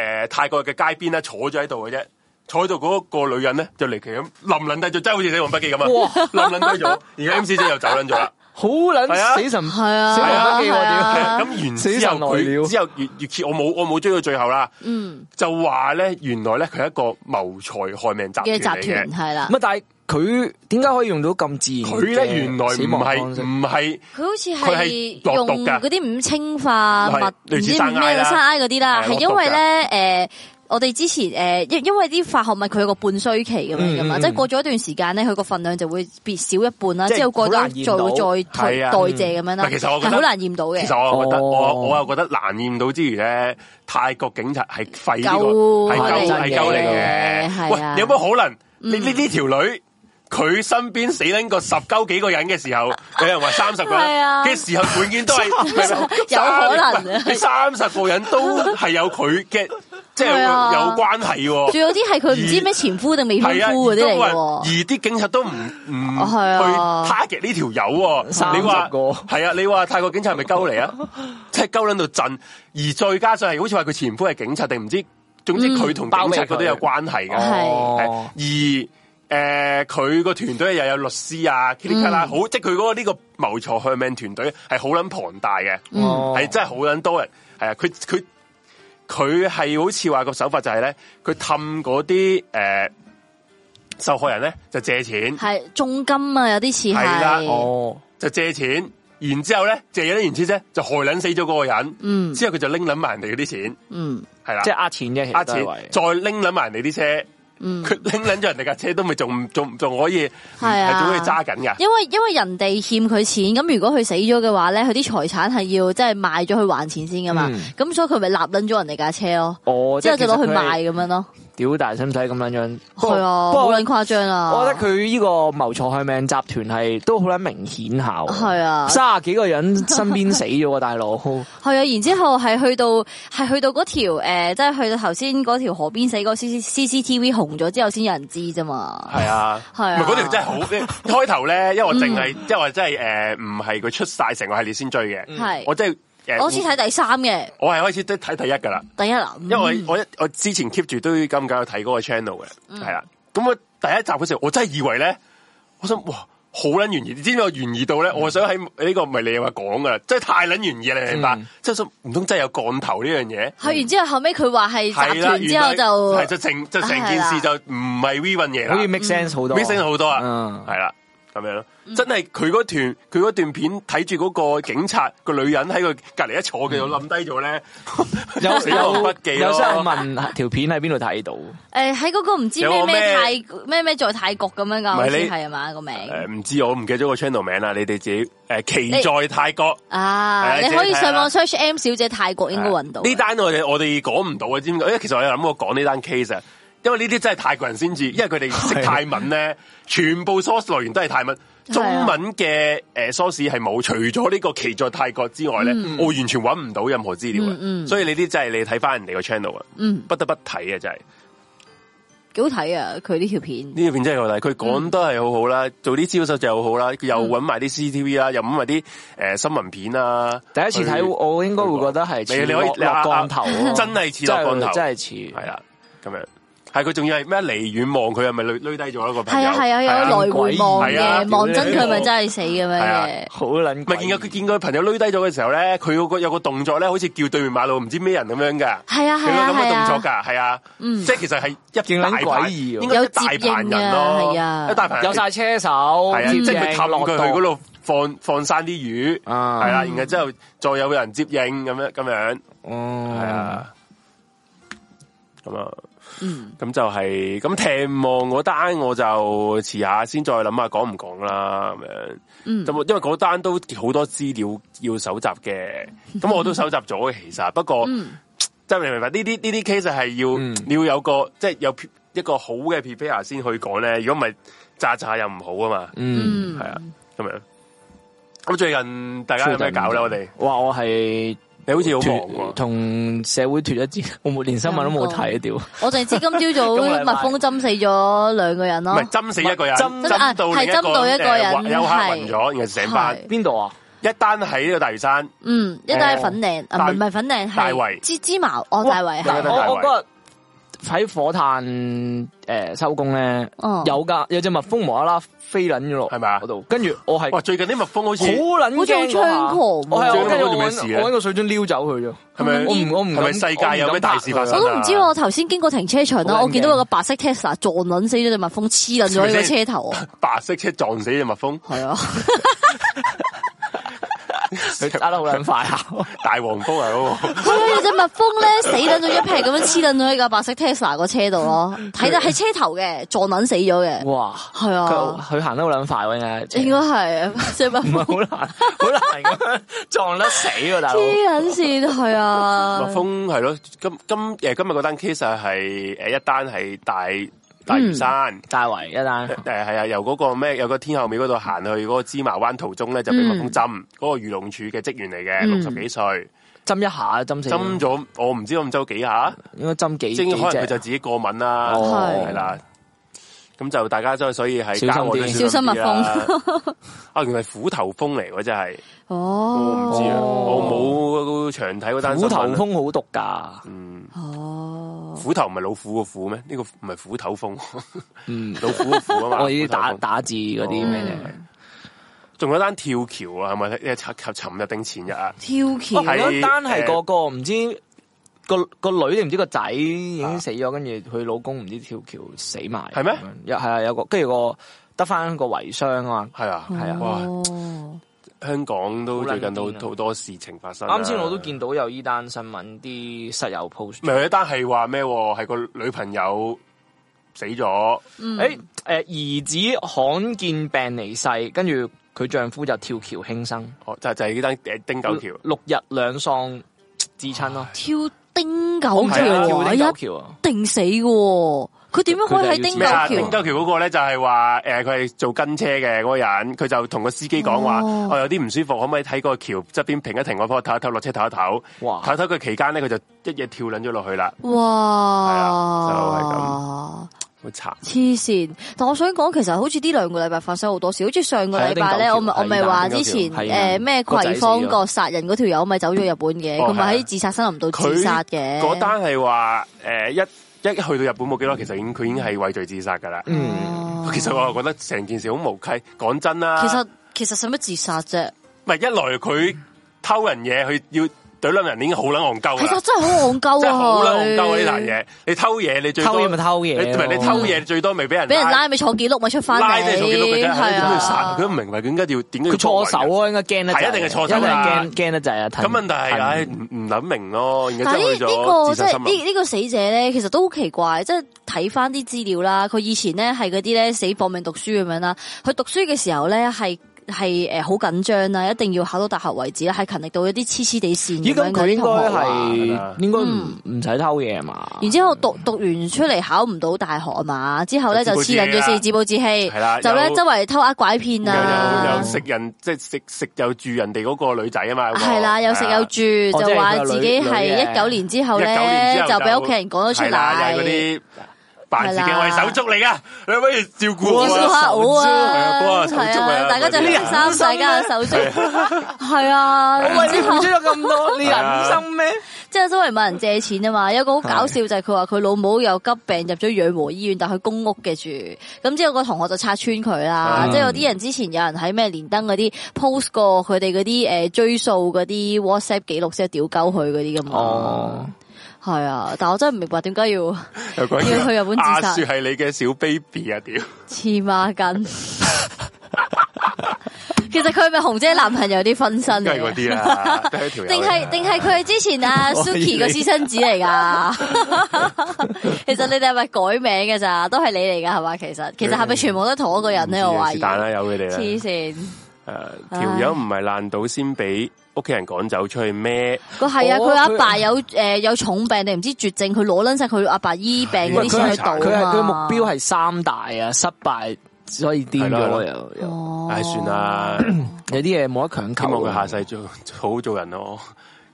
B: 誒泰國嘅街邊咧坐咗喺度嘅啫。坐喺度嗰個女人咧就離奇咁冧撚低咗，真係好似死亡筆記咁啊！冧撚低咗，而家 M 小姐又走撚咗啦。
A: 好捻
B: 係啊
A: 死神，
C: 係啊
A: 死亡筆記
C: 係
A: 喎
C: 啊
A: 屌
B: 係啊，咁
A: 死
B: 完之後
A: 神來了
B: 佢之後越越揭，我冇我冇追到最後啦。
C: 嗯
B: 就話咧，原來咧佢係一個謀財害命
C: 嘅
B: 集團嚟
C: 集團
B: 嘅。啊
C: 係啦
A: 乜？，但係佢點解可以用到咁自
C: 嗯
A: 然嘅
B: 佢咧原來唔
A: 死亡
B: 係
A: 方式？
B: 唔係
C: 佢好似
B: 佢
C: 係
B: 係落
C: 用
B: 毒㗎
C: 嗰啲五氰化
B: 係
C: 物，唔
B: 類似
C: 知
B: 山埃
C: 咩
B: 啦
C: 山埃嗰啲啦，
B: 係
C: 係
B: 落
C: 因
B: 毒
C: 為
B: 㗎
C: 咧诶。誒我哋之前诶，因因為啲化學物佢有個半衰期咁樣噶嘛，
A: 嗯嗯
C: 即係過咗一段時間咧，佢個份量就會變少一半啦，
A: 即係
C: 之後過
A: 好難
C: 咗
A: 驗
C: 再
A: 到
C: 會再退
B: 係啊
C: 代謝咁樣啦，
B: 但其實我覺
C: 係
B: 得
C: 好難驗到嘅。
B: 其實我又覺得
A: 哦
B: 我我又覺得難驗到之餘咧，泰國警察係廢呢個
C: 夠
B: 係夠
A: 真嘅
B: 係夠嚟嘅。
C: 係啊嗯
B: 喂，有冇可能你呢呢條女？佢身邊死撚個十鳩幾個人嘅 時候，有人話三十個
C: 係啊
B: 人嘅時候，滿件都係
C: 有可能啊
B: 三十個人都係有佢嘅，即係有
C: 係啊
B: 有關係喎。
C: 仲有啲係佢唔知咩前夫定未婚
B: 係啊，
C: 夫嗰
B: 而
C: 啲
B: 都
C: 嚟嘅
B: 話而
C: 喎，
B: 啲警察都唔唔
C: 係啊
B: 去 target 呢條友喎。
A: 30
B: 你話
A: 個
B: 係啊？你話泰國警察係咪鳩 嚟啊？即係鳩撚到震，而再加上係好似話佢前夫係警察定唔知，總之佢同警察佢都有關係嘅。
C: 嗯係
A: 哦
B: 係而誒，呃佢個團隊又有律師啊、k i t
C: 嗯
B: 啦，好即係佢嗰個呢個謀財害命團隊係好撚龐大嘅，
C: 嗯
A: 哦
B: 係真係好撚多人。係啊，佢佢佢係好似話個手法就係咧，佢氹嗰啲誒受害人咧就借錢，
C: 係重金啊，有啲似
B: 係啦
C: 係，
A: 哦，
B: 就借錢，然之後咧借咗啲然之啫，就害撚死咗嗰個人，
C: 嗯
B: 之後佢就拎撚埋人哋嗰啲錢，
C: 嗯
B: 係啦，
A: 即係呃錢啫，其
B: 呃
A: 實都
B: 錢
A: 係為，
B: 再拎撚埋人哋啲車。
C: 嗯。
B: 佢拎捻咗人哋架車都咪仲仲仲可以
C: 係啊
B: 係仲可以揸緊噶，
C: 因為因為人哋欠佢錢，咁如果佢死咗嘅話咧，佢啲財產係要即係賣咗去還錢先噶嘛，
B: 嗯
C: 咁、所以佢咪立撚咗人哋架車咯，
A: 哦，
C: 之後就攞去
A: 賣。
C: 賣咁樣咯，
A: 屌，但係使唔使咁樣樣？不過
C: 係
A: 不
C: 啊，
A: 過
C: 好撚誇張啊！
A: 我覺得佢呢個謀財害命集團係都好撚明顯下喎，
C: 係啊
A: 卅幾個人身邊死咗喎，大 佬，
C: 係啊，然之后系去到系去到嗰條诶，即係去到頭先嗰條河邊死嗰個 C C C T V 紅咗之後先有人知啫嘛，
B: 係啊，
C: 係啊
B: 唔係嗰條真係好。開頭咧，因為我淨係，因為我真係诶，唔係佢出晒成個系列先追嘅，
C: 係
B: 嗯我真係诶，
C: 我先
B: 誒
C: 睇嗯第三嘅
B: 我係開始都睇第一噶啦，
C: 第一啦，
B: 因為我我一我之前 keep 住都咁緊有睇嗰個 channel 嘅，
C: 嗯
B: 係啦。咁我第一集嗰時候，我真係以為咧，我想哇。好撚懸疑，你知唔知我懸疑到咧？我想喺呢個唔係你話講噶啦，真係太撚懸疑啦，你明
A: 嗯
B: 白？即係想唔通真係有降頭呢樣嘢？
C: 係然之后後尾佢話係集團之後就啊
B: 系就成就成件事就唔係 V 運嘢啦
A: 好似 make sense 好多
B: ，V 升好多啊
A: 嗯，
B: 係啦咁樣咯，
C: 嗯
B: 真係佢嗰段佢嗰段片睇住嗰個警察個女人喺佢隔離一坐
A: 嗯
B: 嘅，就冧低咗咧，
A: 有
B: 死亡筆記咯
A: 有新問條片喺邊度睇到？
C: 诶喺嗰個唔知咩
B: 有個
C: 咩
B: 咩
C: 泰咩咩在泰國咁樣噶，
B: 唔係
C: 好似
B: 你
C: 係啊嘛個名
B: 诶唔知我唔記得咗個 channel 名啦，你哋自己诶奇在泰國。
C: 啊，
B: 係
C: 你
B: 即係
C: 可以
B: 睇下
C: 上網 search M 小姐泰國應該揾到
B: 啊呢單我哋我哋講唔到啊，知唔知？因為其實我有諗過講呢單 case 啊，
C: 啊
B: 因為呢啲真係泰國人先至，因為佢哋識泰文咧，全部 source 來源都係泰文。中文嘅诶 source 係冇，除咗呢個奇在泰國之外咧，我完全揾唔到任何資料
C: 嗯嗯
B: 嘅。所以你啲真係你睇翻人哋個 channel 啊，
C: 嗯，
B: 不得不睇啊！真係
C: 幾好睇啊！佢呢條片，
B: 呢條片真係好睇，佢講得係好好啦，
C: 嗯
B: 做啲資料搜集又好啦，又揾埋啲 CCTV 啦，又揾埋啲诶新聞片啊。
A: 第一次睇，
B: 去
A: 我應該會覺得係似
B: 你你可以
A: 落
B: 你啊
A: 落降頭咯，
B: 真係似
A: 真
B: 落
A: 係
B: 降頭，啊
A: 真係似
B: 系。啦，咁樣係佢仲要係咩？離遠望佢係咪累累低咗一個朋
C: 係
B: 友？
C: 啊係啊，有
B: 係
C: 來回望
B: 係啊
C: 嘅，望真佢咪真係死咁樣
B: 係啊
C: 嘅。
A: 好撚
B: 唔
A: 鬼
B: 係見佢佢見佢朋友攣低咗嘅時候咧，佢有個有個動作咧，好似叫對面馬路唔知咩人咁樣噶，
C: 係啊
B: 佢有個咁嘅
C: 係
B: 動
C: 啊
B: 作
C: 係啊，
B: 㗎，係啊，即係其實係一大
A: 勁撚詭
B: 排，
A: 異喎
B: 應該一大排人咯，
C: 有接應㗎係啊
B: 一大排人
A: 有晒車手，
B: 係啊，
A: 接
B: 即係佢
A: 應
B: 氹
A: 落
B: 佢去
A: 檔
B: 嗰度放放生啲魚，
A: 啊
B: 係
C: 嗯
B: 啦，然後之後再有人接應咁樣咁樣，
A: 哦，
B: 係，啊，
A: 嗯
B: 咁啊。
C: 嗯，
B: 咁就係咁踢望嗰單，我就遲下先再諗下講唔講啦咁樣。
C: 嗯
B: 咁因為嗰單都好多資料要搜集嘅，咁我都搜集咗嘅其實，不過
C: 嗯
B: 即係你明白呢啲呢啲 case 係要、
A: 嗯
B: 你要有個即係有一個好嘅 prepare 先去講咧，如果唔係炸炸又唔好啊嘛，
A: 嗯。
C: 嗯，
B: 係啊咁樣。咁最近大家有咩搞咧？我哋
A: 哇！我係
C: 嗯
B: 你好似好忙
A: 脱
B: 喎，
A: 同社會脱一節，我冇連新聞都冇睇啊！屌，
C: 我淨係知今朝早
A: 今個禮拜
C: 蜜蜂針死咗兩個
B: 唔
C: 人咯
B: 係，針死一個人，
A: 針
B: 針到
C: 啊
B: 另
C: 係
B: 一個
C: 針到一個人
B: 誒有客
C: 係
B: 暈咗，然後成班。
C: 係
A: 邊度啊？
B: 一單喺呢個大嶼山，
C: 嗯，一單係粉嶺，啊
B: 大
C: 唔係唔係粉嶺，
B: 大
C: 係
B: 圍
C: 芝芝麻，哦，大圍
B: 大
C: 係
B: 圍
A: 我我嗰日喺火炭誒收工咧，
C: 哦
A: 有噶有隻蜜蜂無啦啦飛撚咗落，
B: 係咪啊
A: 嗰度，跟住我係
B: 哇！最近啲蜜蜂好似
A: 好撚
C: 好似好
A: 驚嗰下
C: 猖狂喎
A: 我係我跟住我
B: 最緊要嗰件事
A: 揾
B: 啊
A: 我揾個水樽撩走佢 啫。
B: 係咪
A: 我唔我唔
B: 係咪
A: 敢
B: 世界有咩大事發生
C: 我
B: 啊？
C: 都唔知喎，我頭先經過停車場啦，
A: 好撚
C: 我見到有
A: 驚
C: 個白色 Tesla 撞撚死咗隻蜜蜂，黐撚咗喺個車頭 啊！
B: 白色車撞死隻蜜蜂，
C: 係啊，
A: 佢打得好撚快啊！
B: 大黃蜂啊 嗰
C: 係啊，有隻蜜蜂咧死撚咗一劈咁樣黐撚咗喺架白色 Tesla 個車度咯，睇到喺車頭嘅撞撚死咗嘅，
A: 哇！
C: 係
A: 佢
C: 啊，
A: 佢行得好撚快喎，應該
C: 應該 係隻蜜
A: 唔
C: 蜂
A: 係好難，好 難咁樣撞得死喎，大佬。
C: 黐撚線係
B: 個
C: 啊，
B: 蜜蜂係咯。今今誒今日嗰單 case 係誒一單係大大嶼山。
C: 嗯
A: 大圍一單
B: 誒係啊，由嗰個咩有個天后廟嗰度行去嗰個芝麻灣途中咧，就俾蜜蜂針，嗰、個漁農處嘅職員嚟嘅，
C: 嗯
B: 六十幾歲，
A: 針一下針死咗，
B: 針咗我唔知咁周幾下，
A: 應該針幾
B: 即係
A: 幾
B: 可能佢就
A: 隻。啊
B: 自己過敏啦，
A: 哦
B: 係啦。咁就大家真係所以係
A: 小心啲
B: 交往都
C: 小心蜜
B: 蜂。 啊，原來虎頭蜂嚟喎，真係 我唔
C: 哦，
B: 知啊，
A: 哦
B: 我冇長睇嗰單新
A: 虎
B: 聞啊
A: 頭。蜂好毒㗎，
B: 嗯，
C: 哦，
B: 虎頭唔係老虎個虎咩？呢個唔係虎頭蜂，
A: 嗯，
B: 老虎個虎啊嘛。
A: 我呢啲打
B: 虎頭蜂
A: 打字嗰
B: 哦
A: 啲咩
C: 哦
A: 嚟？
B: 仲有一單跳橋啊，係咪？誒，尋尋日定前日啊？
C: 跳
A: 哦
C: 橋
B: 係
A: 嗰單係個個唔知個個女定唔知個仔已經死咗，跟住佢老公唔知跳橋死埋，
B: 係咩
A: 咁樣？有係啊，有個跟住個得翻個遺孀啊嘛。
B: 係啊，
A: 係啊
B: 哇！
C: 哦
B: 香港都最近都
A: 好撚癲啊
B: 好多事情發生啊。
A: 啱先我都見到有依單新聞，啲室友 post
B: 咪有一單係話咩喎？係個女朋友死咗，
A: 诶诶，誒兒子罕見病離世，跟住佢丈夫就跳橋輕生，
B: 哦，就就係呢單誒丁九橋。
A: 六日兩喪至親咯。
C: 跳丁九
B: 係啊
C: 橋
A: 跳
C: 啊，
A: 呢
C: 一
A: 九橋啊！
C: 定死嘅喎。佢點樣可以喺丁
B: 咩啊？丁
C: 九
B: 九
C: 橋？
B: 橋嗰個咧就係話，诶、佢係做跟車嘅嗰個人，佢就同個司機講話，
C: 哦
B: 我、有啲唔舒服，可唔可以睇個橋側邊停一停，我幫我唞一唞，落車唞一唞。
A: 哇
B: 唞一唞佢期間咧，佢就一嘢跳撚咗落去啦，
C: 哇
B: 啊！好慘。
C: 黐線！但我想講，其實好似呢兩個禮拜發生好多事，好似上個禮拜
A: 係
C: 咧，
A: 啊
C: 我咪
A: 丁九橋
C: 我咪話之前
A: 係啊丁九橋係啊
C: 誒咩
A: 個仔
C: 葵芳個殺人嗰條友咪走咗日本嘅，
B: 哦
C: 佢
B: 係
C: 咪
B: 啊
C: 喺自殺森林度
B: 佢
C: 自殺嘅。
B: 嗰單係話，诶、一一去到日本冇幾耐，其實已經佢已經係畏罪自殺噶啦。
A: 嗯，
B: 其實我又覺得成件事好無稽。講真啦，
C: 哦其實其實使乜自殺啫？
B: 唔係一來佢偷人嘢，佢要懟冧人已經好撚戇鳩
C: 其實
B: 啦。
C: 真係好戇鳩啊！
B: 真係好撚戇鳩啊！
C: 佢
B: 呢壇嘢，你偷嘢你最多
A: 偷嘢咪偷嘢
B: 你唔係你
A: 咯
B: 偷嘢最多咪俾人
C: 俾人拉咪坐記錄咪出翻嚟，
B: 拉低做記錄嘅啫，點
C: 係
B: 解要殺佢？
C: 啊，
B: 佢都唔明白點解要點解要
A: 佢錯手
B: 幫
A: 啊，應
B: 人
A: 該驚得滯，
B: 係一定係錯手
A: 一定係
B: 啦
A: 驚驚得滯啊！
B: 咁問題係，唉，
A: 係
B: 唔唔諗明咯，然
C: 但
B: 後
C: 係
B: 之後
C: 呢
B: 去
C: 呢
B: 咗
C: 個
B: 自殺
C: 即係
B: 新
C: 呢
B: 聞，
C: 呢個死者咧，其實都好奇怪，即係睇翻啲資料啦。佢以前咧係嗰啲咧死搏命讀書咁樣啦。佢讀書嘅時候咧係係诶好緊張啊啦，一定要考到大學為止啦，係勤力到有啲黐黐地線
A: 咦，咁
C: 咁樣
A: 佢
C: 嘅
A: 應該
C: 同學啊
A: 係應該唔唔使偷嘢啊嘛？
C: 然之後讀讀完出嚟考唔到大學啊嘛，之後咧就
B: 就
C: 黐
B: 自暴自棄
C: 撚咗線，自暴自
B: 係
C: 棄，
B: 啦，
C: 就咧
B: 有
C: 周圍偷呃拐騙
B: 又又
C: 啊
B: 又，食人，即系食食又住人哋嗰個女仔啊嘛，有個
C: 係啦，有食有
A: 哦
C: 住，
A: 即係
C: 就話
A: 佢個
C: 自
A: 女
C: 己
A: 女
C: 係
A: 嘅
C: 一九年之
B: 19
C: 後
B: 年之
C: 咧
B: 後
C: 就俾屋企人講咗出
B: 係啦有嗰
C: 嚟。
B: 啲扮自己
C: 係啦
B: 喂手足嚟噶，你不如照顧我
C: 照顧
B: 啊
C: 下我啊，
B: 手足啊手
C: 係
B: 足啊
C: 大家就
B: 嗰啲
C: 開
B: 啊
C: 心，大家手足，係啊。
A: 喂，你
C: 之
A: 付
C: 後
A: 出咗咁多，你忍心咩？
C: 即係周圍問人借錢啊嘛，有個好搞笑就係佢話佢老母有急病入咗養和醫院，但佢公屋嘅住，咁之後個同學就拆穿佢啦，
B: 嗯
C: 即係有啲人之前有人喺咩連登嗰啲 post 過佢哋嗰啲诶追數嗰啲 WhatsApp 記錄，即係屌鳩佢嗰啲噶嘛，
A: 哦，
C: 係啊，但我真係唔明白點解要
B: 有個人
C: 要去日本自殺
B: 阿雪係你嘅小 baby 啊，屌！
C: 黐孖筋。其實佢係咪紅姐男朋友啲分身
B: 梗
C: 嚟
B: 係嗰
C: 嘅？
B: 啲啦，都係一條友嚟
C: 定
B: 㗎
C: 係定系佢之前 阿 Suki 個私生子嚟噶？其實你哋係咪改名嘅咋？都係你嚟噶係嘛？其實其實係咪全部都同一個人咧？我
B: 唔知啊
C: 懷
B: 是但
C: 疑。
B: 啦，有佢哋啦。
C: 黐線，
B: 诶，条友唔係爛到先俾屋企人趕走出去咩？
C: 佢係啊！
A: 哦
C: 佢阿爸有诶有重病定唔知絕症，佢攞撚晒佢阿爸醫病嗰
A: 喂
C: 啲
A: 佢
C: 錢
A: 係啊
C: 去賭啊
A: 佢係佢
C: 嘛。
A: 目標係三大啊，失敗所以癲咗
B: 係咯
A: 又
B: 係咯
A: 又
C: 哦
B: 唉，算 啦，
A: 有啲嘢冇得強
B: 希
A: 求。啊
B: 望佢下世做 好好做人咯。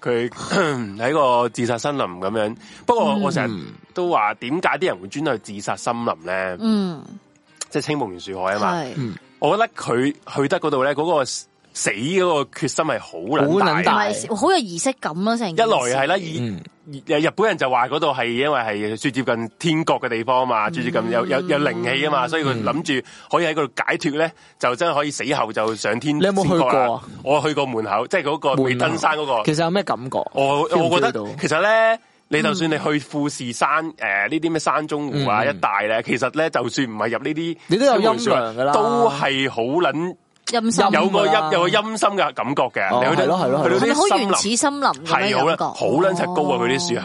B: 佢 喺個自殺森林咁樣，不過
C: 嗯
B: 我成日都話點解啲人會專去自殺森林咧？
C: 嗯，
B: 即係青木原樹海啊嘛。
C: 係。
B: 我覺得佢去得嗰度咧，嗰、個死嗰個決心係好
A: 好撚
B: 撚
A: 大
B: 大。
C: 唔係好有儀式感咯，成
B: 一
C: 件
B: 來
C: 事
B: 係啦，以
A: 嗯
B: 日本人就話嗰度係因為係最接近天國嘅地方嘛，最接近有有有靈氣啊嘛，所以佢諗住可以喺嗰度解脱咧，就真係可以死後就上天。
A: 你有冇去過啊？
B: 我去過門口，即係嗰個
A: 門口
B: 美登山嗰、個。
A: 其實有咩感覺？
B: 我我覺得
A: feel 唔 feel 到
B: 其實咧，你就算你去富士山誒呢啲咩山中湖啊
A: 嗯
B: 一帶咧，其實咧就算唔係入呢啲，
A: 你都有陰涼㗎啦
B: 都係好撚
C: 陰森
B: 有個
C: 㗎啦
B: 陰有個陰森嘅感覺嘅。
A: 哦
B: 你去
A: 係
B: 到
A: 咯係咯係
B: 去
A: 咯
B: 到
C: 係咪好
B: 啲森
C: 原
B: 林
C: 始森林咁
B: 係
C: 樣哦
B: 好
C: 感
B: 撚
C: 覺？
B: 好撚尺高啊！佢啲樹
C: 係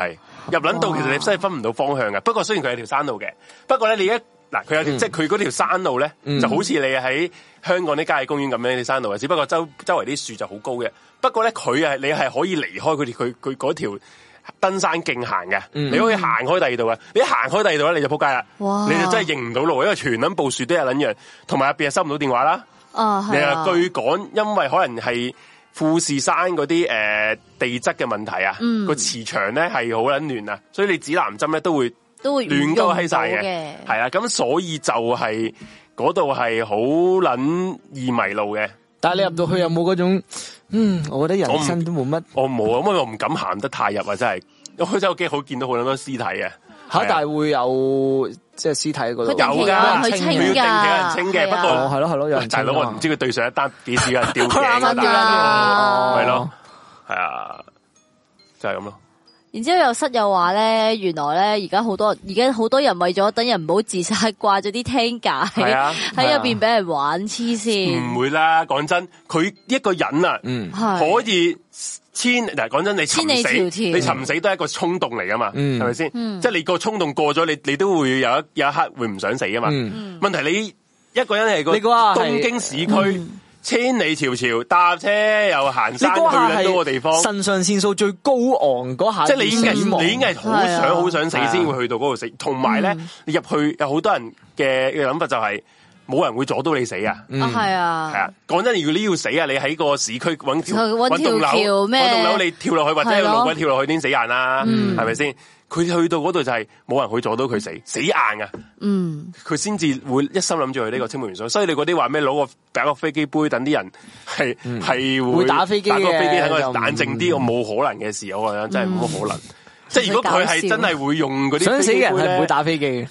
B: 係入撚到，其實你真係分唔到方向嘅。啊不過雖然佢係條山路嘅，不過咧你一嗱佢有條即係佢嗰條山路咧，就好似你喺香港啲郊野公園咁樣啲山路啊，只不過周周圍啲樹就好高嘅。不過咧佢係你係可以離開佢哋佢佢嗰條。登山徑行嘅，你可以行開第二度嘅。你一行開第二度咧，你就仆街啦，
C: 哇
B: 你就真係認唔到路，因為全撚部樹都有撚樣，同埋入邊係收唔到電話啦。
C: 啊，
B: 你
C: 係啊
B: 話據講，因為可能係富士山嗰啲誒地質嘅問題啊，個磁場咧係好撚亂啊，所以你指南針咧都會
C: 都會
B: 亂鳩閪晒嘅，
C: 嘅，
B: 係啊，咁所以就係嗰度係好撚易迷路嘅。
A: 但係你入到去有冇嗰種？嗯，我覺得人生都冇乜
B: 我冇啊，因為我唔敢行得太入啊，真係。我真係驚好見到好撚多屍體嘅，
A: 嚇，
B: 係
A: 但
B: 啊
A: 係會有即係屍體嗰度
C: 佢定期
B: 有㗎
C: 人去
A: 清
C: 清啊
A: 㗎
B: 佢要定期有人
C: 㗎，
B: 清嘅不過
A: 哦，係咯係咯，有人
B: 大佬
A: 清㗎
B: 我唔知佢對上一單幾時有人吊 頸
A: 啱啱
B: 啊，
A: 吊
B: 係
C: 啊
B: 係咯啊，就係咁咯。
C: 然之後有室友話咧，原來咧而家好多而家好多人為咗等人唔好自殺，掛咗啲聽架
B: 係
C: 喺
B: 啊
C: 喺入邊俾人玩黐線，
B: 唔會啦，講真，佢一個人啊，
A: 嗯
B: 可
C: 係
B: 以千嗱，講真，你
C: 千里迢
B: 尋死，
C: 迢
B: 你尋死都係一個衝動嚟噶嘛，
A: 嗯
B: 係咪先？即係你個衝動過咗，你你都會有一有一刻會唔想死噶嘛。
A: 嗯
B: 問題你一個人係個
A: 你嗰下係嗯
B: 東京市區。千里迢迢搭車又行
A: 你
B: 山去
A: 嗰下
B: 撚
A: 係
B: 到個地方，
A: 腎上腺素最高昂嗰下，
B: 即係你已經係
A: 死亡
B: 你已經係好
C: 係
B: 想
C: 啊
B: 好想死先會去到嗰度死，同埋咧
A: 嗯
B: 你入去有好多人嘅嘅諗法就係冇人會阻到你死啊。
C: 啊係
B: 系
C: 啊
B: 啊，，講真，如果你要死啊，你喺個市區揾條
C: 搵
B: 揾
C: 條
B: 棟
C: 橋
B: 樓，
C: 咩
B: 揾棟樓你跳落去或者
C: 係
B: 有
C: 咯嗯
B: 路鬼跳落去，先死硬啦，係咪先？佢去到嗰度就係冇人去阻到佢死，死硬啊！
C: 嗯，
B: 佢先至會一心諗住去呢個青木元素，所以你嗰啲話咩攞個擺個飛機杯等啲人係係會
A: 嗯會打飛機
B: 打個飛機
A: 嘅
B: 喺
A: 就
B: 度
A: 唔
B: 冷靜啲，我冇可能嘅事，我覺得真係冇乜可
C: 嗯
B: 能。即係如果佢係真係會用嗰啲
A: 想死嘅人
B: 飛
A: 係
B: 機杯呢
A: 唔會，打飛機嘅，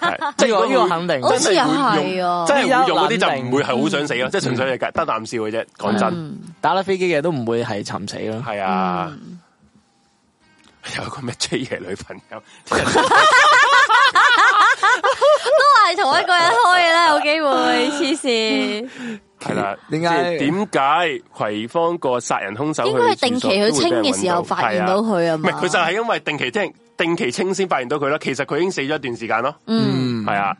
B: 係即係如果
A: 呢個
B: 會
A: 肯定
C: 好似
B: 真係會
C: 係啊
B: 用，真係會用嗰啲就唔會係好想死咯，
C: 嗯
B: 即係純粹係得啖笑嘅啫。講真，
A: 打得飛機嘅都唔會係尋死咯。
B: 係啊，
C: 嗯
B: 有個咩 J 嘅女朋 友，
C: 都係同一個人開嘅啦，有機會黐線。
B: 嗯係啦，
A: 點解
B: 即係點解葵芳個殺人兇手
C: 應該係
B: 去
C: 定期
B: 廁
C: 去
B: 所
C: 清
B: 都會俾人
C: 嘅時候
B: 搵
C: 發現到佢啊
B: 唔
C: 嘛
B: 係佢就係因為定期清定期清先發現到佢啦。其實佢已經死咗一段時間咯，
C: 嗯，
B: 係啊。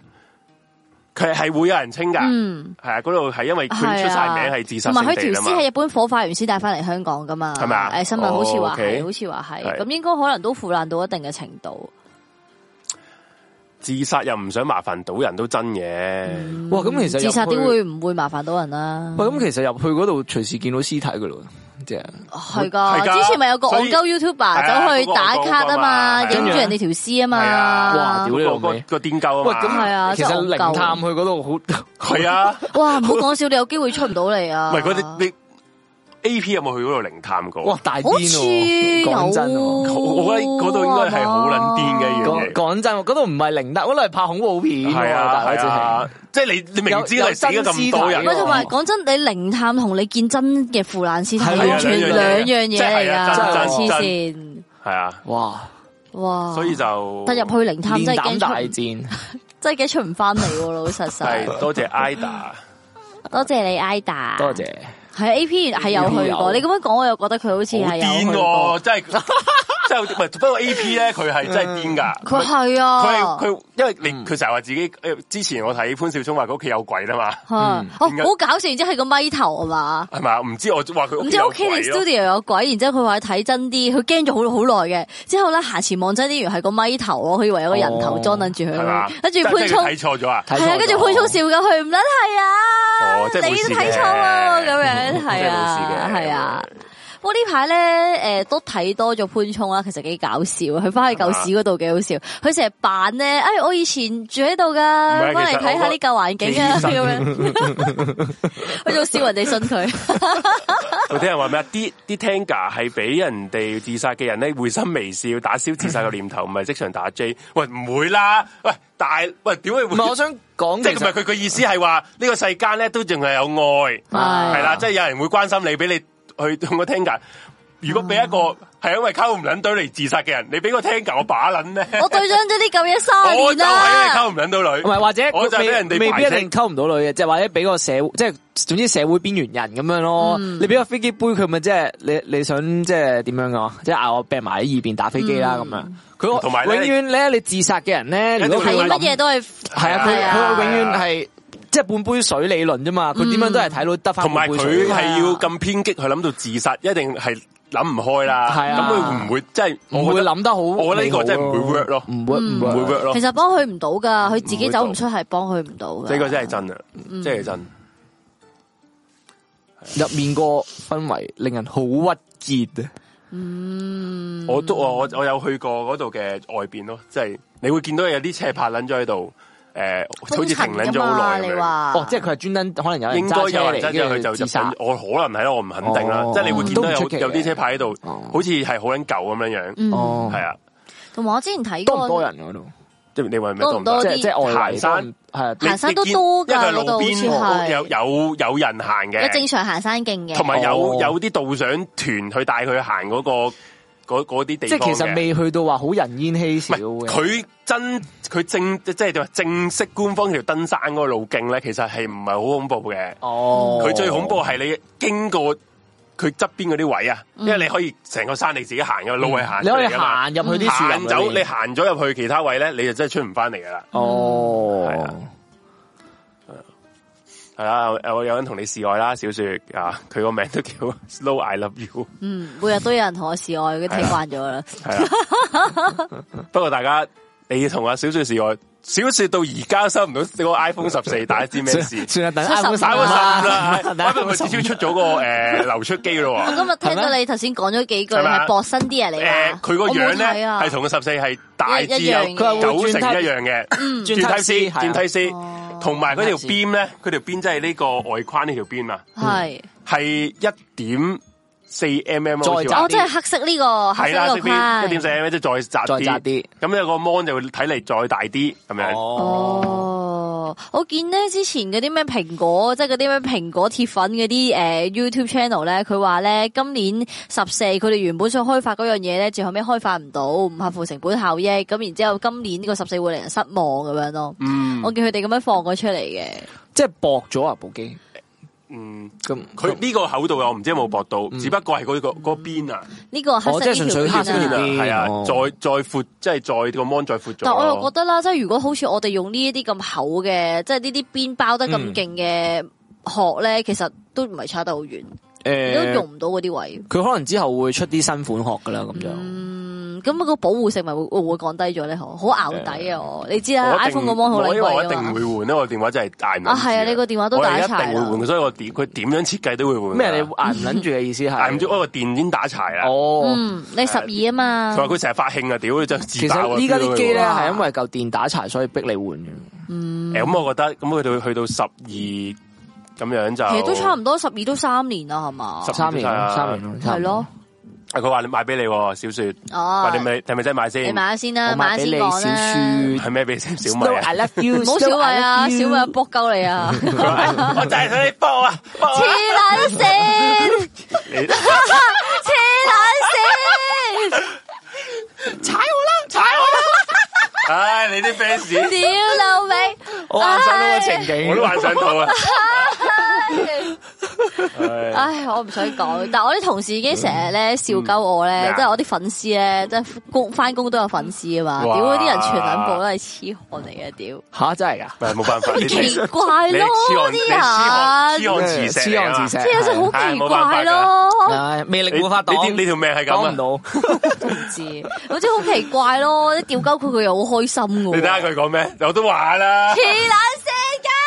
B: 佢係會有人清㗎，係
C: 嗯，
B: 啊，嗰度係因為佢
C: 係啊
B: 出晒名係自殺
C: 同
B: 聖
C: 埋佢條
B: 地啊
C: 屍喺
B: 嘛，
C: 日本火化完先帶翻嚟香港噶嘛，
B: 係咪啊
C: 誒新聞好似
B: 哦
C: 話
B: ，OK
C: 係，好似話係，
B: 係
C: 咁應該可能都腐爛到一定嘅程度。
B: 自殺又唔想麻煩到人都真嘅，
A: 哇，咁其實入去
C: 自殺點會唔會麻煩到人啊啦？
A: 喂，咁其實入去嗰度隨時見到屍體噶咯，即係
C: 係噶，
B: 係㗎
C: 之前咪有個
B: 所
C: 戇
B: 以
C: 鳩 YouTuber
B: 係啊
C: 走去打卡啊嘛，
B: 嗰個戇鳩啊嘛
C: 影住人哋條屍啊
B: 係啊
A: 哇
C: 嘛
A: 屌。
B: 嗰
A: 你老
B: 個
A: 味
B: 個個癲鳩
A: 喂
B: 啊嘛，
C: 係啊
A: 咁，其實
C: 真係戇鳩
A: 靈探去嗰度好
B: 係啊，
C: 哇，唔好講笑，你有機會出唔到嚟啊！
B: 唔係嗰啲你 A P 有冇去嗰度靈探過？
A: 哇大癲
C: 好
A: 喎，
C: 似有，
A: 講真啊喎。
B: 我我覺得嗰度應該係好撚癲
C: 啊
B: 嘅一樣
A: 講講真，嗰度唔係靈探，嗰度係拍恐怖片喎，
B: 系啊，
A: 大佬
B: 係
A: 真係
B: 啊，即係你你明知
A: 有有
B: 你死咗咁多人
A: 真屍體喎
C: 喂，同埋講真，你靈探同你見真嘅腐爛屍體
A: 係啊
C: 係完全
A: 兩樣嘢
C: 兩樣嘢嚟
B: 真係啊
A: 真
C: 㗎，
A: 真
C: 黐
B: 真
C: 線！
B: 係啊，
A: 哇！
C: 哇！
B: 所以就
C: 哦但入去靈探
A: 練
C: 真係
A: 膽
C: 驚
A: 大
C: 出唔，
A: 戰，
C: 真係驚出唔翻嚟喎，老實實。
B: 係多謝 IDA，
C: 多謝你，Ida。
A: 多。謝。
C: 係 A P 係有去
A: 有
C: 過，你咁樣講，我又覺得佢好似
B: 好
C: 係有
B: 癲
C: 去
B: 喎，。
C: 過
B: 真係 真係好癲唔係不過 A P 咧佢係真係癲㗎，
C: 佢係
B: 佢
C: 啊，
B: 係佢因為你佢成日話自己誒之前我睇潘少聰話佢屋企有鬼啦嘛，
C: 係哦，
B: 嗯點解
C: 好搞笑，然之後係個咪頭啊嘛。
B: 係嘛？唔知我話佢
C: 唔
B: 屋企
C: 知
B: 有
C: 屋企定
B: 鬼咯，
C: studio 有鬼，然之後佢話睇真啲，佢驚咗好好耐嘅。之後咧行前望真啲，原來係個咪頭咯，佢以為有個人頭裝撚住
B: 哦係嘛
C: 佢，？跟住
B: 即係
C: 潘
B: 即係佢
C: 聰
B: 睇錯咗啊！
A: 睇錯
C: 係啊，跟住
A: 咗
C: 潘聰笑緊佢唔撚係啊
B: 哦，即係冇
C: 你
B: 事
C: 都睇錯喎，
B: 嘅
C: 咁 樣
B: 真
C: 係
B: 係冇事
C: 啊，
B: 嘅
C: 係啊。不過呢排咧，誒都睇多咗潘聰啊啦，其實幾搞笑。佢翻去舊市嗰度幾好笑，佢成日扮咧，哎，我以前住喺度噶，
B: 唔係
C: 翻嚟
B: 其實
C: 睇下
B: 我
C: 呢舊環境啊，
B: 其
C: 咁
B: 實
C: 樣。佢仲笑人哋信 佢。
B: 有啲人話咩啊？啲啲 Tenga 係俾人哋自殺嘅人咧，會心微笑，打消自殺嘅念頭，唔係即場打 J。喂，唔會啦！喂，大喂，點會
A: 唔
B: 會？
A: 係，我想講
B: 即
A: 其
B: 係唔
A: 實
B: 係佢個意思係話呢個世間咧都仲係有愛，
C: 係
B: 係啦，即係有人會關心你，俾你去同個 Tenga。如果俾一
C: 嗯
B: 個係因為溝唔撚到嚟自殺嘅人，你俾個 Tenga 我把撚咧，
C: 我對準咗啲咁嘢三
B: 我
C: 年
B: 就係因為
C: 啦，
B: 溝唔撚到女
A: 唔。係或者
B: 我就係俾
A: 未
B: 人哋
A: 未必一
B: 排斥
A: 定溝唔到女嘅，即係或者俾個社會即係總之社會邊緣人咁樣咯。
B: 嗯
A: 你俾個飛機杯佢咪即係你你想即係點樣噶？即係啊嗌我病埋喺二邊打飛機啦咁樣。佢
B: 嗯同埋
A: 永
B: 咧
A: 遠咧你自殺嘅人咧，如果佢
C: 係
A: 諗
C: 乜嘢都係
A: 係啊，佢
C: 係啊
A: 佢永遠係即係半杯水理論啫嘛。佢點樣都係睇到得翻
B: 同埋
A: 半杯
B: 佢
A: 水。啊
B: 係要咁偏激去諗到自殺，一定係諗唔開啦。
A: 係啊
B: 咁佢會唔會即係？
A: 唔
B: 我
A: 會
B: 覺得
A: 諗得好美好咯，
B: 我覺得呢個真係唔會 work 咯
A: 唔 work 唔
B: 唔會
A: work
B: work 咯。
C: 其
B: 呢
C: 實幫佢唔到噶，佢自己走唔出係幫佢唔到噶。
B: 個真係真啊，
C: 嗯
B: 真係真。
A: 入面個氛圍令人好鬱結啊！
C: 嗯
B: 我都我我我有去過嗰度嘅外邊咯，即係你會見到有啲車泊撚咗喺度，誒，好
C: 封
B: 似停
C: 塵
B: 撚
C: 㗎
B: 咗
C: 嘛，
B: 好耐
C: 啊你
B: 咁樣。
C: 話
A: 哦，即係佢係專登，可能有人
B: 啊應該
A: 揸車
B: 有人
A: 嚟，
B: 真咗佢
A: 跟
B: 就
A: 住自
B: 入
A: 殺
B: 緊，。我可能係咯，我唔肯定啦
A: 哦。
B: 即係你會見到
A: 都
B: 有
A: 唔出奇嘅
B: 有啲車泊喺度，
A: 哦
B: 好似係好撚舊咁樣
C: 嗯
B: 樣，
A: 哦，
B: 係啊。
C: 同埋我之前睇
A: 多唔
C: 過
A: 多人啊嗰度？
B: 即係你話咩多唔
C: 多唔
B: 多
C: 多？
A: 即係即係外圍
B: 行山
A: 係啊，
B: 你
C: 行山
B: 你
C: 都
B: 見
C: 多㗎
B: 因為佢路
C: 嗰度好似
B: 邊
C: 係
B: 有有有人行
C: 有
B: 嘅，
C: 正常行山徑嘅，
B: 同埋有
A: 哦
B: 有啲導賞團去帶佢行嗰個嗰嗰啲地
A: 即
B: 方
A: 係其實
B: 嘅
A: 未去到話好人煙稀
B: 唔
A: 少
B: 係
A: 嘅。
B: 佢真佢正即係點啊正式官方條登山嗰個路徑咧，其實係唔係好恐怖嘅。
A: 哦，
B: 佢最恐怖係你經過佢側邊嗰啲位啊，因為你可以成個山你自己行嘅路係行
A: 嗯你
B: 出
A: 可以
B: 嚟噶嘛。
A: 行入去啲樹
B: 行
A: 林
B: 走
A: 裏
B: 你
A: 面
B: 行咗入去其他位咧，你就真係出唔翻嚟噶啦。係啊
A: 哦，
B: 係啦，有有有人同你示愛啦，小雪啊，佢個名都叫 Slow I Love You，
C: 嗯，每日都有人同我示愛，佢睇慣咗啦。
B: 係啦。啊不過大家你同阿小雪示愛，小雪到而家收唔到個 iPhone 十四，大家知咩事
A: 算？算啦，等啊
C: 七十
A: iPhone
C: 啊五
A: 十
B: 打個
A: 啦
B: 十五 啦，iPhone 佢
A: 15
B: 至少出咗個誒流出機咯
C: 哦我
B: 喎。
C: 今日聽到你頭先講咗幾句
B: 係咪啊
C: 係薄身啲人嚟
B: 誒，
C: 㗎，
B: 佢個樣
C: 啊我冇睇
B: 咧
C: 啊
B: 係同個十四係大致
C: 一一樣
B: 有
C: 嘅佢係
A: 會
B: 九
A: 轉
B: 成
A: 梯
B: 一樣嘅，嗯
A: 轉
B: 轉
A: 梯
B: 梯 C，
A: C，係啊
B: 轉梯 C，
C: 哦
B: 同埋嗰條
A: 轉梯 C
B: 邊咧，佢條邊即係呢個外框呢條邊啊，
C: 係，
B: 係一點四 mm
A: 再
B: 好似
A: 窄
B: 話
A: 啲
C: 哦，即係黑色呢個黑
B: 係
C: 色
B: 啦，
C: 呢個
B: 呢邊一點
C: 框
B: 四，mm 即係再窄
A: 再窄啲，
B: 咁有個 mon 就會睇嚟再大啲咁樣。
A: 哦，
C: 哦，我見咧之前嗰啲咩蘋果，即係嗰啲咩蘋果鐵粉嗰啲誒 YouTube channel 咧，佢話咧今年十四佢哋原本想開發嗰樣嘢咧，最後尾開發唔到，唔合乎成本效益，咁然之後今年呢個十四會令人失望咁樣咯。
B: 嗯，
C: 我見佢哋咁樣放咗出嚟嘅，
A: 即係薄咗啊部機，
B: 嗯，
A: 咁嗯
B: 佢呢個厚度我唔知有冇薄到，只不過係嗰個嗰邊啊，
C: 呢個黑
A: 哦即係
C: 色呢
A: 純粹
C: 條
A: 黑
B: 嗰
A: 色呢
C: 片
B: 邊
A: 條
C: 啊
B: 啊，
A: 邊
B: 係啊，
A: 哦
B: 再再闊，即係再個 mon 再闊咗。
C: 但我又覺得啦，即係如果好似我哋用呢一啲咁厚嘅，即係呢啲邊包得
B: 嗯
C: 咁勁嘅殼咧，其實都唔係差得好遠，你都
A: 诶，
C: 用唔到嗰啲位。
A: 呃佢可能之後會出啲新款殼噶啦，咁樣。
C: 嗯，咁個保護性咪會會唔會降低咗咧？好好熬底啊！我你知啦
B: 我一定
C: ，iPhone 個 mon 好
B: 我因為我一
C: 靚貴啊
B: 定
C: 嘛。
B: 會換咧，我電話真係大唔撚
C: 啊，係啊，
B: 住
C: 你個電話都打
B: 我一定
C: 柴啊
B: 會
C: 啦。
B: 換，所以我點佢點樣設計都會換㗎。啊
A: 咩？啊你挨唔捻住嘅意思係？
B: 捱唔住，我個電已經打柴啦。
A: 哦，
C: 嗯，你十二啊嘛
B: 佢。話佢成日發興啊，屌真係自
A: 其
B: 爆啊！
A: 實依家啲機咧
C: 哇
A: 係因為嚿電打柴，所以逼你換嘅。
B: 誒咁，我覺得咁佢到去到十二咁樣就
C: 其實都差唔多，十二都三年啦，係嘛？
B: 十
A: 三年
B: 係
A: 咯，
B: 啊
A: 三年咯，差唔
C: 係
A: 多
C: 咯，，
B: 啊佢話你買俾你喎，小雪，
C: 哦
B: 話，你咪係咪真係買先？
C: 你買下先啦，
A: 我
C: 買
A: 買
C: 下
A: 俾
C: 先
A: 你
C: 講
A: 小
C: 啦。
A: 書
B: 係咩俾先？小米
A: No,
B: 啊
A: I love you，
C: 唔好小
A: 偉
C: 慧啊，小慧卜鳩你 啊！
B: 佢話我就係想你幫啊，幫
C: 黐
B: 啊！
C: 撚線，
B: 你
C: 黐撚線，
B: 唉，你啲 fans
C: 屌老味！
A: 我幻想到個情景，
B: 我都幻想到啊！唉
C: 唉，我唔想講，但我啲同事已經成日咧笑鳩我咧
B: 嗯，
C: 即係我啲粉絲咧，即係工翻工都有粉絲啊嘛！屌
B: 哇
C: 嗰啲人全撚部都係痴漢嚟嘅，屌
A: 吓真係㗎。
B: 唔係冇辦法，你
C: 奇
B: 你
C: 怪
B: 你
C: 咯
B: 痴漢你痴漢
C: 啲
A: 痴
B: 痴漢磁石
C: 人，
B: 嚟啊
A: 漢磁石
C: 即係有時好
B: 唉
C: 奇
B: 冇辦法
C: 怪
B: 㗎
C: 咯。
A: 唉，魅力
B: 你
A: 冇法
B: 你
A: 擋，
B: 啲你條命係咁
A: 擋
B: 啊！
A: 唔到。
C: 知，我真係好奇怪咯！啲吊鳩佢，佢又好開心嘅喎。
B: 你睇下佢講咩，我都話啦
C: 黐。撚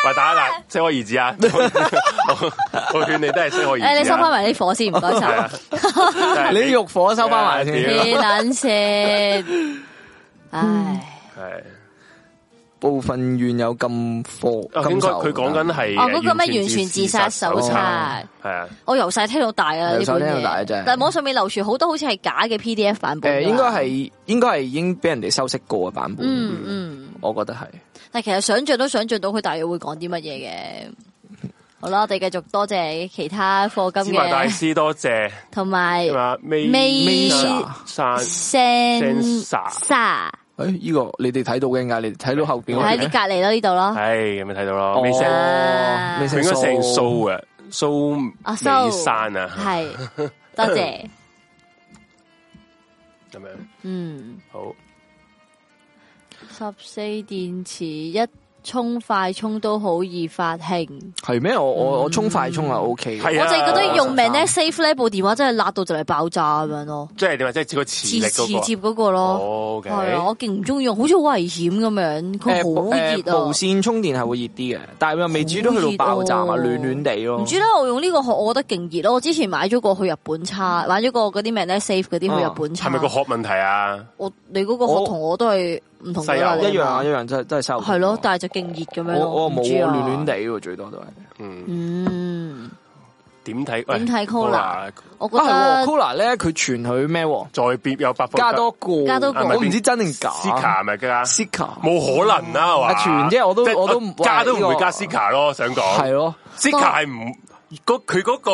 B: 喂，打嗱，識我兒子 啊！我我勸你都係識我
C: 線
B: 兒
C: 嘅！誒，你
B: 子
C: 收翻
B: 啊。
C: 埋啲火先，唔該
B: 係
C: 晒
B: 啊。真係啊
A: 你啲欲火收翻埋
B: 屌
A: 先，
C: 黐撚線，唉，
B: 係
A: 部分院有禁貨
B: 哦，
A: 禁
B: 應該
A: 售。
B: 佢講緊係
C: 哦，嗰個咩完全自殺手冊。
B: 係啊，
C: 我由細聽到大啊！
A: 哦
C: 呢
A: 由細
C: 本嘢
A: 聽到大啊真係
C: 但係網上面流傳好多好似係假嘅 PDF 版本㗎。
A: 诶，应该系应该系已經俾人哋修飾過嘅版本，
C: 嗯嗯，
A: 我覺得係。
C: 但其實想像都想像到佢大約會講啲乜嘢嘅。好啦，我哋繼續多謝其他課
B: 芝
C: 金
B: 麻大
C: 嘅，
B: 師多謝，
C: 同埋
B: 啊，May
C: May
A: Mesa
B: 山
C: Sen
B: Sensa
C: Sa
A: 诶，呢個你哋睇到嘅，嗌你哋睇到後边
C: 喺
A: 嗰
C: 啲
A: 啲
C: 隔離咯，呢度咯。
B: 唉，咁咪睇到咯，
A: 哦
B: 美山
C: 啊
A: 未
B: 佢
A: 成
B: 應該
A: 數
B: 姓蘇啊，蘇
C: 啊
B: 美山啊，
C: 係多謝，
B: 咁樣
C: 嗯，
B: 好，
C: 十四電池一充快充都好易發興。
A: 係咩？我我我充快充啊，OK 嘅。
B: 係
C: 我
B: 啊
C: 就係覺得用命咧
A: 啊
C: save 呢部電話真係辣到就嚟爆炸咁樣咯，
B: 即係點啊？即係個磁
C: 磁
B: 力
C: 磁
B: 嗰
C: 接嗰個
B: 個
C: 咯，
B: 哦
C: 係啊，
B: ，OK，
C: 我勁唔中意用，好似好危險咁樣，佢
A: 誒
C: 好
A: 無誒
C: 熱啊
A: 呃無。線充電係會熱啲嘅，但係又未至於都去到爆炸啊，
C: 好熱哦
A: 暖暖地咯。
C: 唔知咧，我用呢個殼，我覺得勁熱咯。我之前買咗個去日本叉，買咗個嗰啲咩咧 save 嗰啲去日本
B: 係
C: 叉。
B: 咪個殼問題啊？
C: 我你嗰個殼同我都係唔同嘅啦，
B: 西
A: 一
B: 柚
A: 樣啊，一樣真係真係收唔到。啊
C: 係咯，但係就勁熱咁樣咯。
A: 我我
C: 唔知
A: 冇
C: 啊
A: 啊，暖暖地。喎，最多都係。
B: 嗯，
C: 嗯，
B: 點睇？
C: 點睇 Cola？
B: Cola？
C: 我覺
A: 啊係喎
C: 得
A: ，Cola 咧佢傳佢咩喎？
B: 再變有百分
A: 加多個，啊
C: 加多個
A: 我唔知真定假。
B: Sika 咪加
A: Sika
B: 冇可能啊啦，係嘛？
A: 阿全啫我都
B: 即係
A: 我都唔
B: 加都唔
A: 哇呢
B: 會
A: 個
B: 加 Sika 咯，想講
A: 係咯，
B: Sika 係唔嗰佢嗰個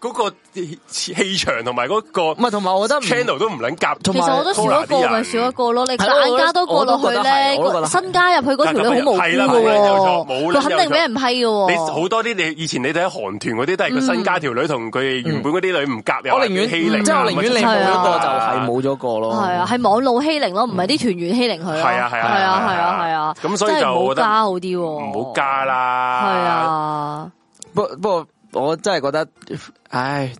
B: 嗰個氣場同埋嗰個
A: 唔係同埋我覺得唔
B: channel 都唔撚夾，
A: 同
C: 其
A: 埋
C: 實我都少一個
B: Cola 啲
C: 咪
B: 人
C: 少一個咯。你
A: 係咯
C: 夾硬加多個落去
A: 我都
C: 咧，
A: 覺得係我都覺得
C: 個
A: 係
C: 新加入去嗰條女好無辜
B: 係啦冇理由冇
C: 嘅喎，
B: 理由
C: 佢肯定俾人批嘅
B: 你
C: 喎。
B: 好多啲你以前你睇韓團嗰啲都係個身家條女同佢原本嗰啲女唔夾，又
A: 我
B: 話
A: 寧願
B: 欺凌啊，
A: 即係我寧願你冇咗個
C: 係
A: 就係
B: 啊
A: 冇咗個咯。
C: 係啊，係網路欺凌咯，唔係啲團員欺凌佢咯。
B: 係啊係啊
C: 係啊，係
B: 係啊
C: 啊，係啊。
B: 咁所以就
C: 真係唔好
B: 我覺得
C: 加好啲喎，
B: 唔好加
C: 係
B: 啦。，
C: 啊，
A: 不不過我真係覺得，唉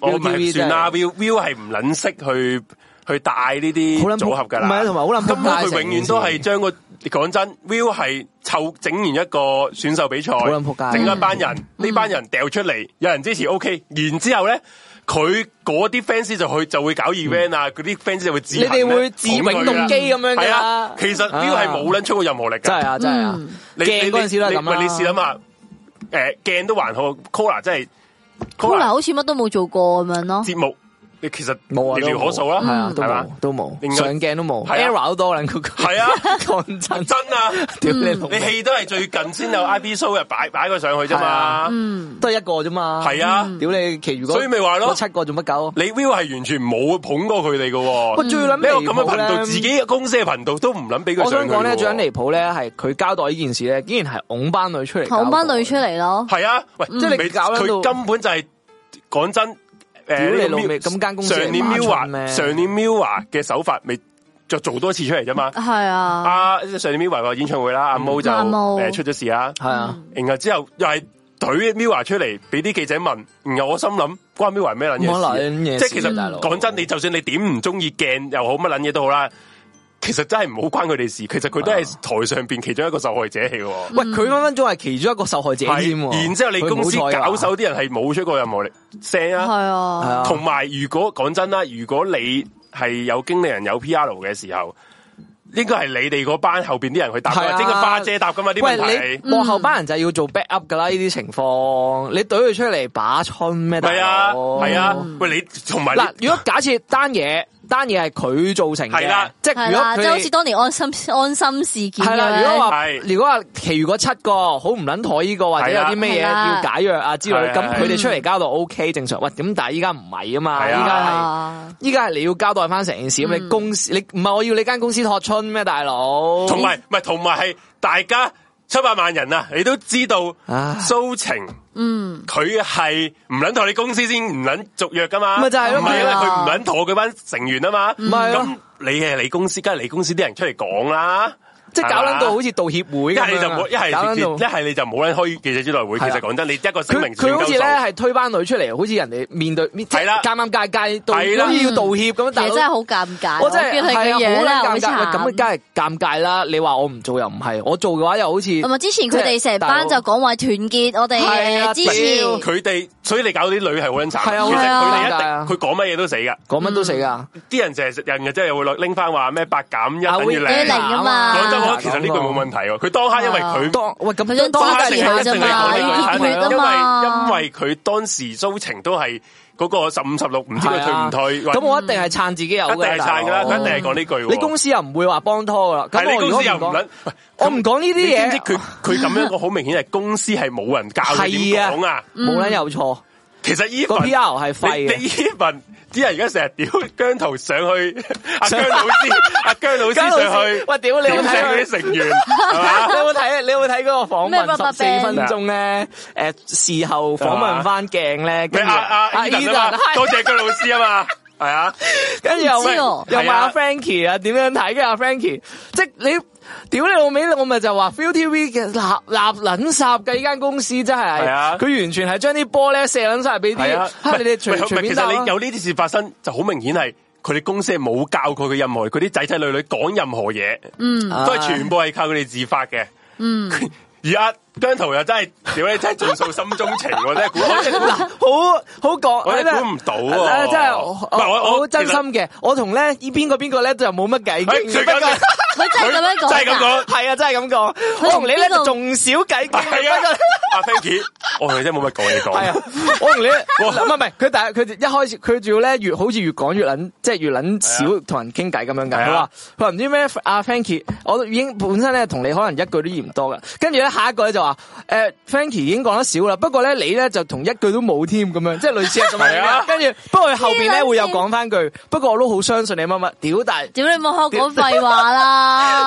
B: 我咪
A: ，ViuTV
B: Oh 算啦
A: 真係
B: ，Will Will 係唔撚識去去帶呢啲
A: 好撚
B: 組合㗎啦，
A: 唔係啊同埋好撚
B: 根本
A: 仆街
B: 佢永遠都係將個講真，Will 係湊整完一個選秀比賽，
A: 好撚仆街嗯
B: 整一班人，呢班人掉出嚟，有人支持 OK，然之後咧。佢嗰啲 fans 就去就會搞 event 啊，嗰啲 fans 就會自行呢
A: 嗯你哋會自永
B: 捧佢啦
A: 動機咁樣
B: 啊係
A: 㗎
B: 啊
A: 啦，。
B: 其實 Will 係冇撚出過任何力㗎，
A: 真係啊，真係啊
C: 嗯，
B: 你
A: 鏡嗰陣時都係
B: 你
A: 咁啊啦
B: 你喂你試諗下，誒鏡都還好，Cola 真係
C: Cola 好似乜都冇做過咁樣咯。
B: 節目你其實
A: 冇啊，
B: 寥寥可數啦，嗯
A: 系啊，
B: 係
A: 都
B: 嘛？
A: 冇，都冇，
B: 另外
A: 上鏡都冇
B: 係啊
A: ，error 都多撚佢。
B: 係啊，
A: 講真，
B: 真啊！
A: 屌你
C: 嗯
A: 老
B: 你
A: 母，
B: 戲都係最近先有 IB show 嘅擺擺佢上去啫
A: 係啊
B: 嘛，
C: 嗯，
A: 都係一嗯個啫嘛。
B: 係啊，
A: 屌你，其餘嗰
B: 所以咪話咯
A: 嗰七個做乜狗？
B: 啊你 Will 係完全冇捧過佢哋嘅喎，
A: 喂，最撚
B: 呢個咁嘅
A: 離譜
B: 頻
A: 咧
B: 道，自己公司嘅頻道都唔撚俾佢
A: 我想
B: 上去嘅喎。
A: 講咧，最撚離譜咧係佢交代呢件事咧，竟然係拱班女出嚟交代，
C: 同班女出嚟咯，
B: 系啊，喂，
A: 嗯即係你
B: 未
A: 搞得
B: 佢
A: 到
B: 根本就係講真，诶，
A: 屌你老
B: 呢個
A: 味
B: Miu-
A: 咁間公司嚟
B: 上年
A: 馬
B: m i
A: 春
B: u a
A: 咩
B: 上年 m i u a 嘅手法咪就做多次出嚟啫嘛。
C: 系啊，
B: 啊，上年 m i u a 個演唱會啦，阿毛就
A: 嗯
C: 阿毛
B: 诶出咗事啦，
A: 係啊，
C: 嗯
B: 然後之後又係懟 m i u a 出嚟，俾啲記者問，然後我心諗關 m i u a 咩撚
A: 冇
B: 嘢
A: 撚
B: 事？
A: 嘢
B: 即
A: 事啊，
B: 係其實
A: 大佬
B: 講真，你就算你點唔中意鏡又好，乜撚嘢都好啦。其實真係唔好關佢哋事，其實佢都係
A: 啊
B: 台上邊其中一個受害者嚟嘅喎。
A: 喂，佢分分鐘係其中一個受害者
B: 係
A: 添喎。
B: 然之後你公司搞手啲人係冇出過任何力聲
C: 系
B: 啊。
A: 係
C: 啊，
A: 啊，
B: 同埋如果講真啦，如果你係有經理人有 P.R. 嘅時候，應該係你哋嗰班後邊啲人去答㗎嘛，
A: 係啊
B: 即係個花姐答噶嘛啲問
A: 喂，
B: 題。
A: 你幕後班人就係要做 back up 噶啦，呢啲情況你懟佢出嚟把春咩？
B: 係啊，係
A: 係
B: 啊，喂你同埋
A: 哦嗱，
B: 你
A: 如果假設單嘢單嘢係佢造成嘅，
B: 係啦
A: 即係
C: 系
A: 如果佢
C: 啦，即系好
A: 哋
C: 似當年安心安心事件
A: 係
C: 咁
A: 啦，如果
C: 樣，
A: 話
B: 係
A: 如果話其餘嗰七個好唔撚妥呢個，或者
B: 係
A: 有
B: 啦
A: 啲咩嘢
C: 係啦
A: 要解約啊之類，
B: 係
A: 咁
B: 係
A: 佢哋出嚟交代 O K 正常。喂，咁但係依家唔係啊嘛，
B: 係啊
A: 依
C: 係
A: 家係。
C: 啊，嗯
A: 依家係你要交代翻成件事，咁你公司你唔係我要你間公司托春咩，大佬？
B: 同埋唔係同埋係大家七百萬人啊，你都知道
A: 唉
B: 蘇晴。
C: 嗯。
B: 佢係唔撚妥你公司先唔撚續約噶嘛？
A: 咪就係咯
B: 唔係因為
C: 係
B: 佢唔
C: 啊
B: 撚妥佢班成員啊嘛。
A: 咪係咯
B: 咁你係你公司，梗係你公司啲人出嚟講啦。
A: 即係搞撚到好
B: 似
A: 似道歉會
B: 一
A: 咁
B: 係你就
A: 樣
B: 冇，
A: 啊，
B: 一係
A: 搞
B: 你
A: 撚
B: 一
A: 到
B: 係你就冇撚開記者招待會。其
A: 係啊
B: 實講真，你一個聲
A: 佢
B: 明
A: 佢好似咧
B: 算夠數
A: 係推班女出嚟，好似人哋面對面即
B: 係啦
A: 係尷尷尬尬道，
B: 係啦
A: 好似要道歉 咁，
C: 其
A: 但
C: 實
A: 係
C: 真係好尷尬，
A: 我真係
C: 見佢
A: 係
C: 嘅
A: 啊，
C: 樣
A: 好
C: 咧好
A: 撚尷尬，咁
C: 慘
A: 梗。係尷尬啦！你話我唔做又唔係，我做嘅話又好似
C: 同埋之前佢哋成班就
A: 即係
C: 講話團結，我哋
A: 係啊
C: 誒支持
A: 屌
B: 佢哋，所以你搞啲女係好撚慘。
A: 係啊
B: 其實佢哋
A: 係啊
B: 一定佢講乜嘢都死噶。
A: 講乜都啊死噶，
B: 啲人成日人嘅真係會拎翻話咩八減一
A: 阿
B: 等於
A: Will-
B: 零。
C: 等於零
B: 講
C: 啊嘛
B: 真，我覺得其實呢句冇問題喎。佢當刻因為佢
A: 當喂咁
C: 佢想
A: 當
C: 打
A: 下
C: 字
A: 就
C: 下
A: 一定
C: 啫
A: 係
C: 嘛
A: 講
C: 要
A: 呢句
C: 熱
A: 係
C: 血
A: 啊
C: 啊嘛
B: 因為因為佢當時蘇晴都係嗰個十五十六，唔知佢退唔退，
A: 咁我
C: 嗯
A: 一定係撐自己有
B: 或者一定係撐㗎啦，
A: 大佬
B: 佢一定係講呢句喎。
A: 你公司又唔會話幫拖噶啦，
B: 係
A: 咁
B: 你
A: 我如
B: 公
A: 果
B: 司又唔
A: 唔講
B: 撚，喂
A: 我唔講呢啲
B: 你知唔知
A: 嘢，啊
B: 佢佢咁樣個好明顯係公司係冇人教佢點講啊。
A: 冇撚有錯，
B: 其實依
A: 個
B: 份
A: PR 係廢啊
B: 你你
A: 嘅。
B: 依份啲人而家成日屌姜圖上去，阿姜老 師，阿姜老師
A: 姜老師
B: 上去，
A: 喂屌你
B: 點
A: 我睇
B: 醒佢
A: 佢
B: 啲成員係嘛？
A: 你有冇睇？啊你有冇睇嗰個訪
C: 咩八
A: 問
C: 八
A: 十四
C: band？
A: 分鐘咧？诶，事後訪問翻鏡咧，
B: 咩
A: 跟住
B: 啊啊阿
A: Ethan，
B: Eden 啊 嘛，
A: 係
B: 多謝姜老師啊嘛，係啊。
A: 跟住又
C: 唔知喎
A: 又問
B: 係啊
A: 阿 Frankie 啊，點樣睇嘅阿 Frankie？即係你屌你老味，我咪就話 Feel TV 嘅垃垃撚圾嘅呢間公司真係，
B: 係啊
A: 佢完全係將啲波咧射撚晒俾
B: 系
A: 啲，
B: 啊，
A: 啊你哋
B: 唔
A: 隨
B: 係唔係
A: 隨便
B: 其實
A: 得啦
B: 你有呢啲事發生，就好明顯係佢哋公司係冇教過佢任何，佢啲仔仔女女講任何嘢，
C: 嗯
A: 啊
B: 都係全部係靠佢哋自發嘅。
C: 嗯，
B: 而阿姜圖又真係，屌你真係盡訴心中情喎，真係估 嗱，
A: 好好講，
B: 我真係估唔到喎
A: 啊真係
B: 唔
A: 我
B: 係我我
A: 我好真心嘅，我同咧依邊個邊個咧就冇乜偈
B: 哎
A: 傾，
B: 最
A: 不過
B: 緊要
C: 佢真係咁樣講
B: 真係咁 講，
A: 係啊，真係咁講，我同你咧就仲少偈傾，不
B: 係啊
A: 過。，
B: 阿 Fanky，我同你真係冇乜講嘢
A: 系啊
B: 講，，
A: 我同你唔 係唔係，佢但係佢一開始佢仲要咧越好似越講越撚，即係越撚少同人傾偈咁樣㗎。
B: 啊係啊
A: 佢話佢話唔知咩阿 Frankie，我已經本身咧同你可能一句都嫌多㗎。跟住咧下一個咧就話誒 Frankie 已經講得少啦，不過咧你咧就同一句都冇添咁樣，即係類似係咁樣
B: 係啊
A: 㗎。跟住不過佢後邊
C: 黐撚
A: 咧
C: 線
A: 會有講翻句，不過我都好相信你乜乜屌，但係
C: 屌你冇口講廢話啦！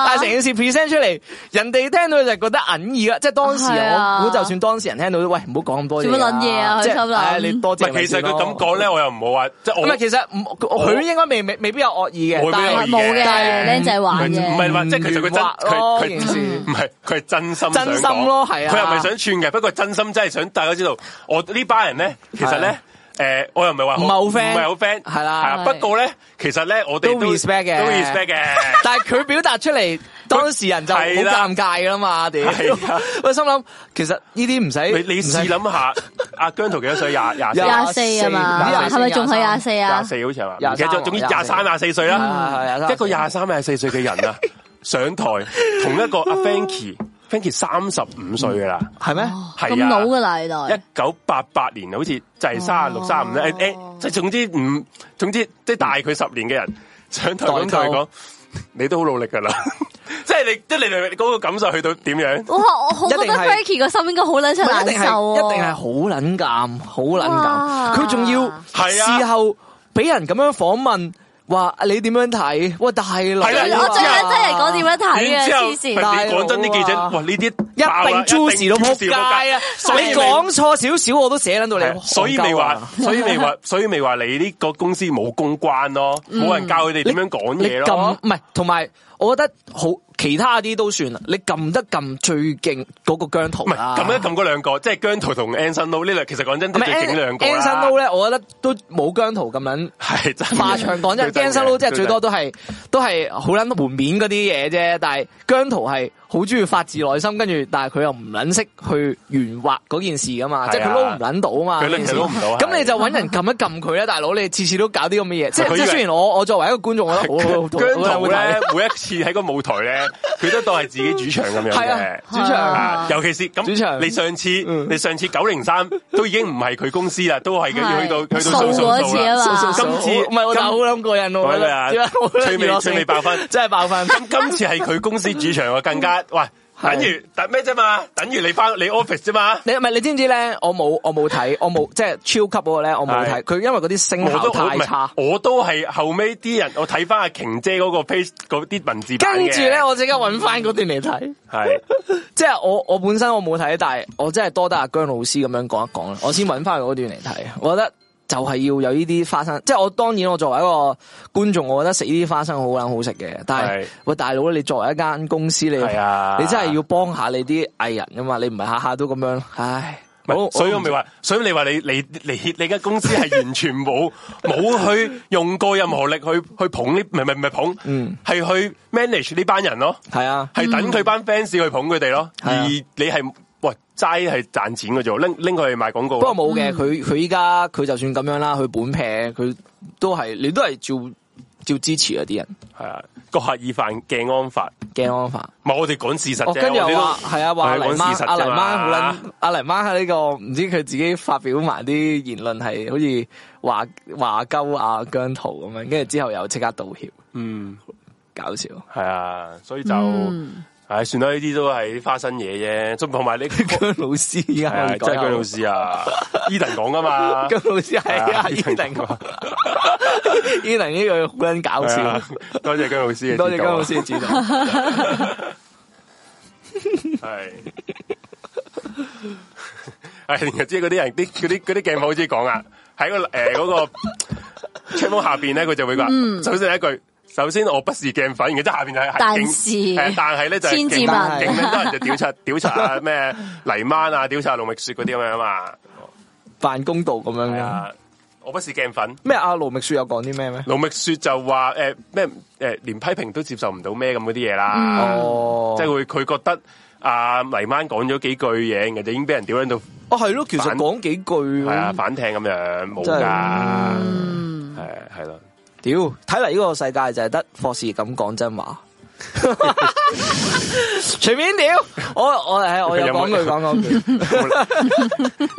A: 但係成件事 present 出嚟，人哋聽到就覺得隱意啦，即係當時
C: 係啊
A: 我估就算當事人聽到都喂唔好講咁多嘢啦，
C: 做乜撚嘢啊
A: 即係
C: 佢心諗
A: 唉你多
B: 唔
A: 謝
B: 係
A: 咪
B: 其實
A: 算
B: 佢
A: 咯
B: 咁講咧，我又唔好話，即係
A: 唔
B: 我
A: 係，其實唔佢應該未未未必有惡意
B: 我
A: 嘅，
B: 會
A: 但係
B: 咩
C: 但係
B: 嘢
C: 冇嘅，
A: 但係
C: 僆仔玩
B: 唔係
C: 嘅，
B: 唔係，即係其實佢真
A: 咯
B: 佢
A: 件
B: 佢
A: 事
B: 唔係佢係真心想講
A: 真心咯係啊
B: 佢又唔係想串嘅，不過真心真係想大家知道，我呢班人咧，其實
A: 係
B: 咧
A: 啊。
B: 诶、我又唔係話
A: 唔係好 friend
B: 唔係好 friend，
A: 係啦
B: 係啊
C: 係
B: 不過咧，其實咧，我哋
A: 都 respect 嘅
B: 都 respect 嘅。
A: 但係佢表達出嚟，當事人就好
B: 係啦
A: 尷尬噶啦嘛，屌！
B: 係啊
A: 我心諗其實呢啲唔使
B: 你你
A: 唔使
B: 試諗下，阿姜濤幾多歲？廿廿四
A: 廿
C: 廿四啊嘛，
A: 廿四
C: 係咪仲係廿四
B: 廿
C: 啊？
B: 四好似係嘛？
A: 廿
B: 唔記得
A: 三
B: 咗，
A: 啊
B: 總之
A: 廿
B: 廿
A: 四
B: 三廿四歲啦。
A: 係係廿三
B: 啊一個廿三廿四歲嘅人啊，上台同一個阿 Fanky Frankie 三十五岁噶啦，
A: 系咩？
B: 係啊
C: 咁老噶啦，原
B: 一
C: 來
B: 九八八年好似就係三十六、三十五咧，誒誒即係總之唔，總之即係大佢十年嘅 人上台咁同佢
A: 代
B: 講，
A: 溝
B: 你都好努力噶啦， 即係你即係你哋嗰個感受去到點樣？
C: 哇！我好覺
A: 一
C: 得
A: 定係
C: Frankie 個心應該好撚出
A: 唔係一
C: 難
A: 定
C: 受
A: 係
C: 喎
A: 一定係好撚尷，好撚
C: 哇
A: 尷。佢仲要
B: 係啊
A: 事後俾人咁樣訪問，話你點樣睇？喂，大佬啊，
B: 係啦
C: 我最
B: 之
C: 想
B: 後
C: 真係講點樣睇啊！
B: 然之後
C: 黐
B: 咪
C: 線，
A: 大
B: 你
A: 佬啊
B: 講真啲記者，哇呢啲
A: 一
B: 爆啦
A: 并 juice 到扑街啊！
B: 所以
A: 你講錯少少，我都寫撚到
B: 係
A: 你。
B: 所以未
A: 話
B: 話，所以 未話，所以未話你呢個公司冇公關咯，冇人教佢哋點樣講
A: 你
B: 嘢
A: 撳
B: 咯。
A: 唔係，同埋我覺得好其他啲都算啦。你撳得撳最勁嗰個姜
B: 唔
A: 圖
B: 係
A: 啦，
B: 撳一撳嗰兩個，即係姜圖同 Anson Lo 呢兩，其實講真都
A: 唔
B: 最勁
A: 係
B: 兩
A: An-
B: 個啦
A: Anson Lo 咧，我覺得都冇姜圖咁撚。
B: 係真嘅
A: 化長講真
B: 嘅
A: ，Anson Lo 即係
B: 嘅
A: 最多都係都係好撚門面嗰啲嘢啫，但係姜圖係好中意發自內心，跟住但係佢又唔撚識去圓滑嗰件事噶嘛，
B: 係啊
A: 即係佢撈唔撚到啊嘛，
B: 佢
A: 嗰件事
B: 佢撈唔到啊
A: 咁你就揾人撳一撳佢啦，大佬，你次次都搞啲咁嘅嘢，即
B: 佢
A: 係
B: 以
A: 即
B: 為
A: 係雖然我我作為一個觀眾，我覺得好好
B: 姜
A: 好
B: 圖
A: 好
B: 咧
A: 睇，，
B: 每一次喺個舞台咧，佢都當係自己主場咁樣
A: 係啊
B: 嘅，。
A: 主
C: 啊
A: 場
B: 啊尤其是
A: 主
B: 咁，
A: 場
B: 你上次
A: 嗯
B: 你上次九零三都已經唔係佢公司啦，都係嘅，要去到
C: 係
B: 去到數
C: 數
B: 數
C: 嗰
B: 數
C: 次啊
B: 啦。
C: 嘛
B: 數今次
A: 唔係我
B: 今
A: 但係好撚過癮
B: 過
A: 喎，
B: 癮啊
A: 點解好撚
B: 趣味
A: 娛樂性
B: 趣味爆分
A: 真係爆分，
B: 咁今次係佢公司主場啊，更加喂，
A: 係
B: 等於等咩啫嘛？等於你翻你 office 啫嘛。
A: 你唔係你知唔知咧？我冇我冇睇，我冇即係超級嗰個咧，我冇
B: 係
A: 睇。佢因為嗰啲聲
B: 我都
A: 效
B: 我
A: 太
B: 唔係
A: 差，，
B: 我都係後尾啲人，我睇翻阿瓊姐嗰個 page 嗰啲文字版嘅
A: 跟住咧我即刻揾翻嗰段嚟睇。
B: 係
A: 即係我我本身我冇睇，但係我真係多得阿姜老師咁樣講一講啦，我先揾翻嗰段嚟睇。我覺得就係要有呢啲花生，即係我當然我作為一個觀眾，我覺得食呢啲花生好撚好食嘅。但係
B: 係
A: 喂大佬，你作為一間公司，你
B: 係啊，
A: 你真係要幫下你啲藝人噶嘛？你唔係下下都咁樣，唉。
B: 唔係所以我
A: 哦唔
B: 咪話，所以你話你你你你間公司係完全冇冇去用過任何力去去捧呢，唔係唔係唔係捧，係、
A: 嗯
B: 去 manage 呢班人咯，
A: 係啊，
B: 係等佢班 fans 去捧佢哋咯，
A: 係啊
B: 而你係喂齋係賺錢嘅啫喎，拎拎佢去賣廣告
A: 不過
B: 咯，
A: 冇嘅，佢佢依家佢就算咁樣啦，佢本撇佢都係你都係照照支持嗰啲人
B: 係啊，個客意犯鏡安法，
A: 嘅安法。
B: 唔係我哋講事實
A: 哦，
B: 啫，
A: 跟住
B: 我哋
A: 又
B: 都
A: 話係啊，話
B: 我
A: 阿
B: 哋
A: 黎
B: 講
A: 媽
B: 事實
A: 阿黎
B: 啫
A: 媽
B: 嘛
A: 好撚，阿黎媽喺呢個唔知佢自己發表埋啲言論係好似話話鳩阿姜濤咁樣，跟住之後又即刻道歉，
B: 嗯。
A: 搞笑。
B: 系啊，所以就，
C: 嗯
B: 唉，算啦，呢啲都係啲花生嘢啫。咁同埋你，係
A: 姜老師依家
B: 啊，
A: 可以
B: 真係姜老
A: 講下。
B: 師啊，Eden 講噶嘛，
A: 姜老師係 啊
B: 係啊
A: ，Eden
B: 講啊
A: Eden 呢句好撚搞
B: 係
A: 笑
B: 啊，多謝姜老師嘅指導啊，
A: 多謝姜老師嘅指導。
B: 係。系，然後知嗰啲人，啲嗰啲嗰啲鏡頭好似講啊，喺個诶嗰個窗風下边咧，佢就會話，首先第一句，首先我不是鏡粉，然後之後下边就係
C: 但
B: 勁
C: 是
B: 係但係咧就係
C: 千字
B: 勁
A: 文
B: 勁撚多人就屌柒屌柒啊咩黎曼啊，屌柒龍覓雪嗰啲咁樣啊嘛，
A: 辦公道咁樣
B: 係
A: 嘅。
B: 啊，我不是鏡粉。
A: 咩？阿盧覓雪有講啲咩咩？
B: 盧覓雪就話誒咩誒連批評都接受唔到咩咁嗰啲嘢啦，
A: 哦
B: 嗯即係會佢覺得啊黎曼講咗幾句嘢，然後就已經俾人屌喺度，
A: 哦，係咯，其實
B: 反
A: 講幾句
B: 係啊反艇咁樣冇
A: 真
B: 㗎，
A: 係
B: 係係咯，
A: 屌，睇嚟呢個世界就係得霍士咁講真話。 隨便屌，我我係我有
B: 有冇
A: 講句講講句，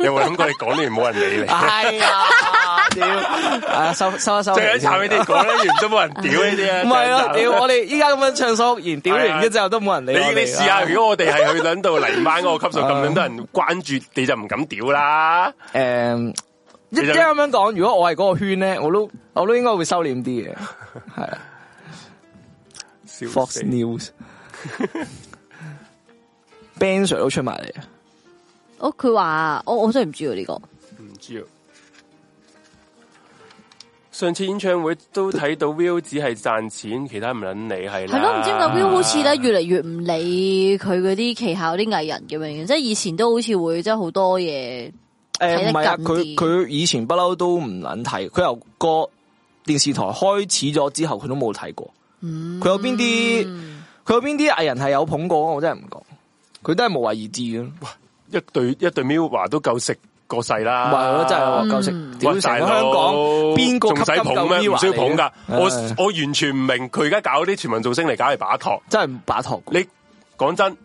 B: 有冇諗過你講完冇人理你？
A: 係啊，屌，啊收收一收
B: 最緊
A: 皮先，
B: 慘呢啲講咧完都冇人屌呢啲啊！
A: 唔係啊，
B: 真係
A: 屌，我哋依家咁樣暢所欲言，屌
B: 係啊
A: 完之後都冇人理
B: 你
A: 我哋
B: 你試下，
A: 啦
B: 如果我哋係去撚到黎曼嗰個級數咁撚多人關注，你就唔敢屌啦。
A: 诶，一
B: 其實
A: 一咁樣講，如果我係嗰個圈咧，我都我都應該會收斂啲嘅，係啊。
B: 笑
A: Fox
B: 死
A: News。Ben Sir 都出埋嚟，
C: 哦，佢話我我真係唔知喎呢個。
B: 唔知啊。上次演唱會都睇到 Will 只係賺錢，其他唔撚理係啦。
C: 係咯，唔知點解 Will 好似咧越嚟越唔理佢嗰啲旗下嗰啲藝人咁樣，即係以前都好似會即係好多嘢，睇
A: 誒
C: 得
A: 唔係啊，
C: 近
A: 佢
C: 啲
A: 佢以前不嬲都唔撚睇，佢由個電視台開始咗之後，佢都冇睇過。
C: 嗯
A: 佢有邊啲佢有邊啲藝人係有捧過，我真係唔講，佢都係無為而治嘅，
B: 一對一對 Miu 華都夠食個世啦。
A: 咪係咯，真係話夠
C: 嗯
A: 食。屌
B: 喂
A: 成
B: 大
A: 個
B: 佬
A: 香港邊個
B: 仲
A: 吸
B: 使
A: 金
B: 捧
A: 夠
B: 咩？唔
A: Viva
B: 需要捧㗎。
A: 嚟
B: 我
A: 嘅唉
B: 我完全唔明佢而家搞啲全民造星嚟搞嚟把托。
A: 真係唔把托。
B: 你講真，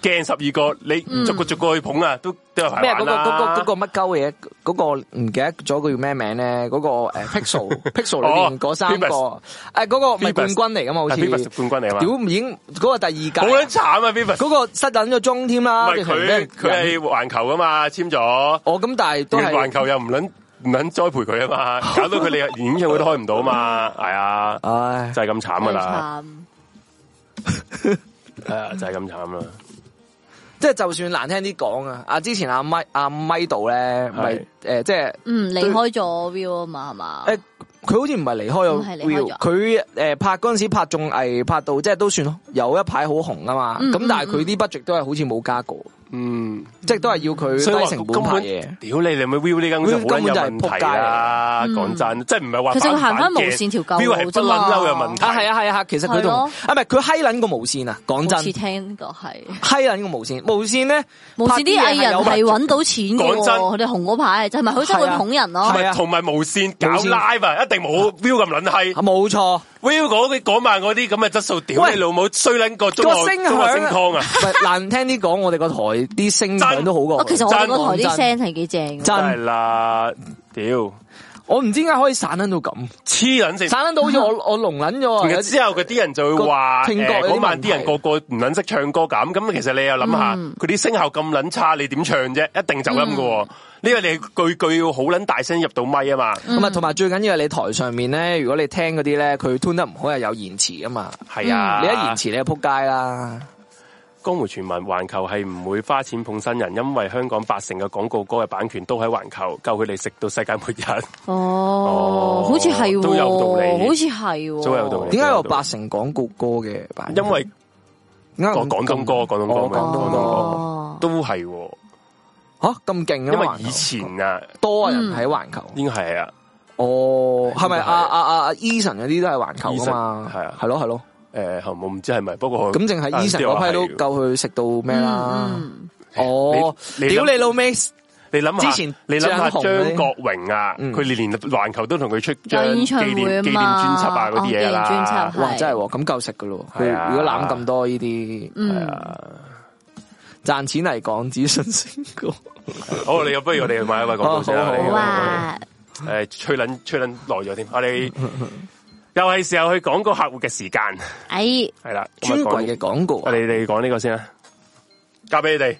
B: 镜十二个，你逐个逐个去捧啊，都都有排
A: 咩
B: 玩
A: 嗰個
B: 啦。
A: 嗰個嗰個乜鳩嘢？嗰個唔記得咗佢叫咩名咧？嗰個 誒 Pixel Pixel 裏面嗰三個，誒
B: 哦 Phoebus
A: 嗰個咪冠
B: Phoebus
A: 軍嚟噶嘛？好似
B: 係 Phoebus 冠軍嚟嘛
A: 屌已經嗰個第二屆，
B: 好撚慘啊 v i v a
A: 嗰個失撚咗鐘添啦。
B: 唔係佢佢系环球噶嘛，簽咗，
A: 我哦咁，但係都
B: 佢
A: 係
B: 環球又唔撚唔撚栽培佢啊嘛，搞到佢哋演唱會都開唔到嘛，係啊，
A: 唉，
B: 就係咁啊慘噶啦，
C: 慘
B: 係啊，就係咁慘啦，
A: 即係就算難聽啲講啊，啊之前阿咪阿咪度咧，咪
B: 係
A: 誒即係。
C: 嗯，離開咗 Will 啊嘛，係嘛？
A: 诶，佢好似唔係離開
C: 唔係
A: 咗
C: 離開
A: Will，
C: 咗
A: 佢诶拍嗰阵时拍綜藝拍到即係都算有一排好紅啊嘛。
C: 嗯
A: 咁但係
C: 嗯
A: 佢啲 budget 都係好似冇加過，
B: 嗯，
A: 即係都係要
B: 所以
A: 佢
B: 話
A: 低成本
B: 根
A: 拍
B: 本
A: 嘢。
B: 屌你，你咪 Will 呢間公司好撚
A: Will 根
B: 有
A: 本就係
B: 問題啦，
C: 仆街嚟
B: 講真，即係唔係話
C: 其實佢行翻無線條舊
B: Will
C: 路
B: 係
C: 啫
B: 不
C: 嘛
B: 撚嬲有問題
A: 啊，係啊，係啊，係其實佢同
C: 係咯
A: 啊，唔係佢閪撚個無線啊，講
C: 好
A: 真，
C: 似聽過係。
A: 閪撚個無線，無線咧，
C: 無線啲藝人係揾到錢嘅
B: 講真
C: 喎，佢哋紅嗰排就係咪佢真係會捧人咯？
A: 係啊
B: 同埋無線搞
A: 無線
B: live 啊，一定冇 Will 咁撚閪
A: 啊冇錯。
B: ，Will 嗰啲嗰晚嗰啲咁嘅質素，屌
A: 喂
B: 你老母，衰撚過中
A: 個
B: 學
A: 聲響
B: 中學升湯啊！
A: 喂 難聽啲講，我哋個台啲聲響都好過
C: 哦，
A: 佢。
C: 其實我哋嗰台啲
A: 講真
C: 聲係幾正㗎，
A: 真
B: 真系啦，屌
A: 我唔知點解可以散撚到咁，
B: 黐撚線！
A: 散撚到好似
C: 嗯
A: 我我聾撚咗 啊
B: 然
A: 有
B: 後
A: 啲！
B: 之後佢啲人就會話
A: 個聽覺
B: 誒
A: 有啲
B: 嗰晚啲人
A: 問
B: 個
A: 題
B: 個唔撚識唱歌咁，咁其實你又諗下，
C: 嗯
B: 佢啲聲效咁撚差，你點唱啫？一定走音
A: 嗯
B: 噶喎，呢個你句句要好撚大聲入到咪啊嘛，
C: 嗯
A: 咁啊，同埋最緊要係你台上面咧，如果你聽嗰啲咧，佢 tune 得唔好係有延遲噶嘛。
B: 係啊，
A: 嗯你一延遲，你就扑街啦。
B: 江湖傳聞，環球係唔會花錢捧新人，因為香港八成嘅廣告歌嘅版權都喺環球，夠佢哋食到世界末 日，
C: 哦
B: 哦，
C: 好似係喎，
B: 都有道理
C: 好似係喎，
B: 都有道理
A: 點解哦有八成廣告歌嘅版權？
B: 因為
A: 因為
B: 講廣東歌廣東歌
A: 哦
B: 咪
A: 廣東歌
C: 哦，
B: 都係喎，
A: 吓咁勁啊！
B: 因為
A: 環球
B: 以前啊，
A: 多人喺環球，
B: 應該係啊，
A: 哦，係咪
B: 應該
A: 啊
B: 係
A: 啊啊啊 Eason 嗰啲都係環球噶嘛？
B: Eason，係啊哦啊
A: 係咯係咯。
B: 誒，我唔知係咪，不過
A: 咁淨係 Eason 嗰批都夠佢食到咩啦？
C: 嗯
A: 哦，
B: 你你諗
A: 屌你老味！
B: 你諗下，
A: 之前
B: 你諗下
A: 張紅
B: 張
A: 嗰啲
B: 國榮啊，
A: 嗯
B: 佢連連環球都同佢出張
C: 有演唱
B: 紀
C: 會
B: 念紀念專
C: 嘛
B: 輯啊嗰啲嘢
C: 哦紀念專
B: 啦
C: 輯，
A: 哇，
C: 係
A: 真係喎，咁夠食噶咯。佢
B: 係啊
A: 如果攬咁多呢啲
B: 係
C: 嗯，
B: 啊。
A: 賺錢嚟講，只信星哥。
B: 好，你不如我哋買一位廣告先啦
A: 好好。
B: 你
C: 好啊，
B: 誒吹撚吹撚耐咗添， 我哋又係時候去講個客戶嘅時間，
C: 哎，
B: 係啦。咁啊
A: 專
B: 講
A: 櫃嘅廣告
B: 我
A: 啊。
B: 哋你講呢個先啦，交俾你哋。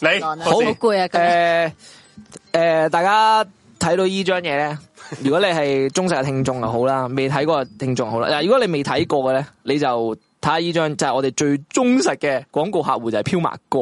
C: 你好
B: 好
C: 攰啊，咁
A: 诶诶，呃大家睇到依張嘢咧，如果你係忠實嘅聽眾又好啦，未睇過嘅聽眾好啦。嗱，如果你未睇過嘅咧，你就睇下依張就係我哋最忠實嘅廣告客戶就係飄麥哥。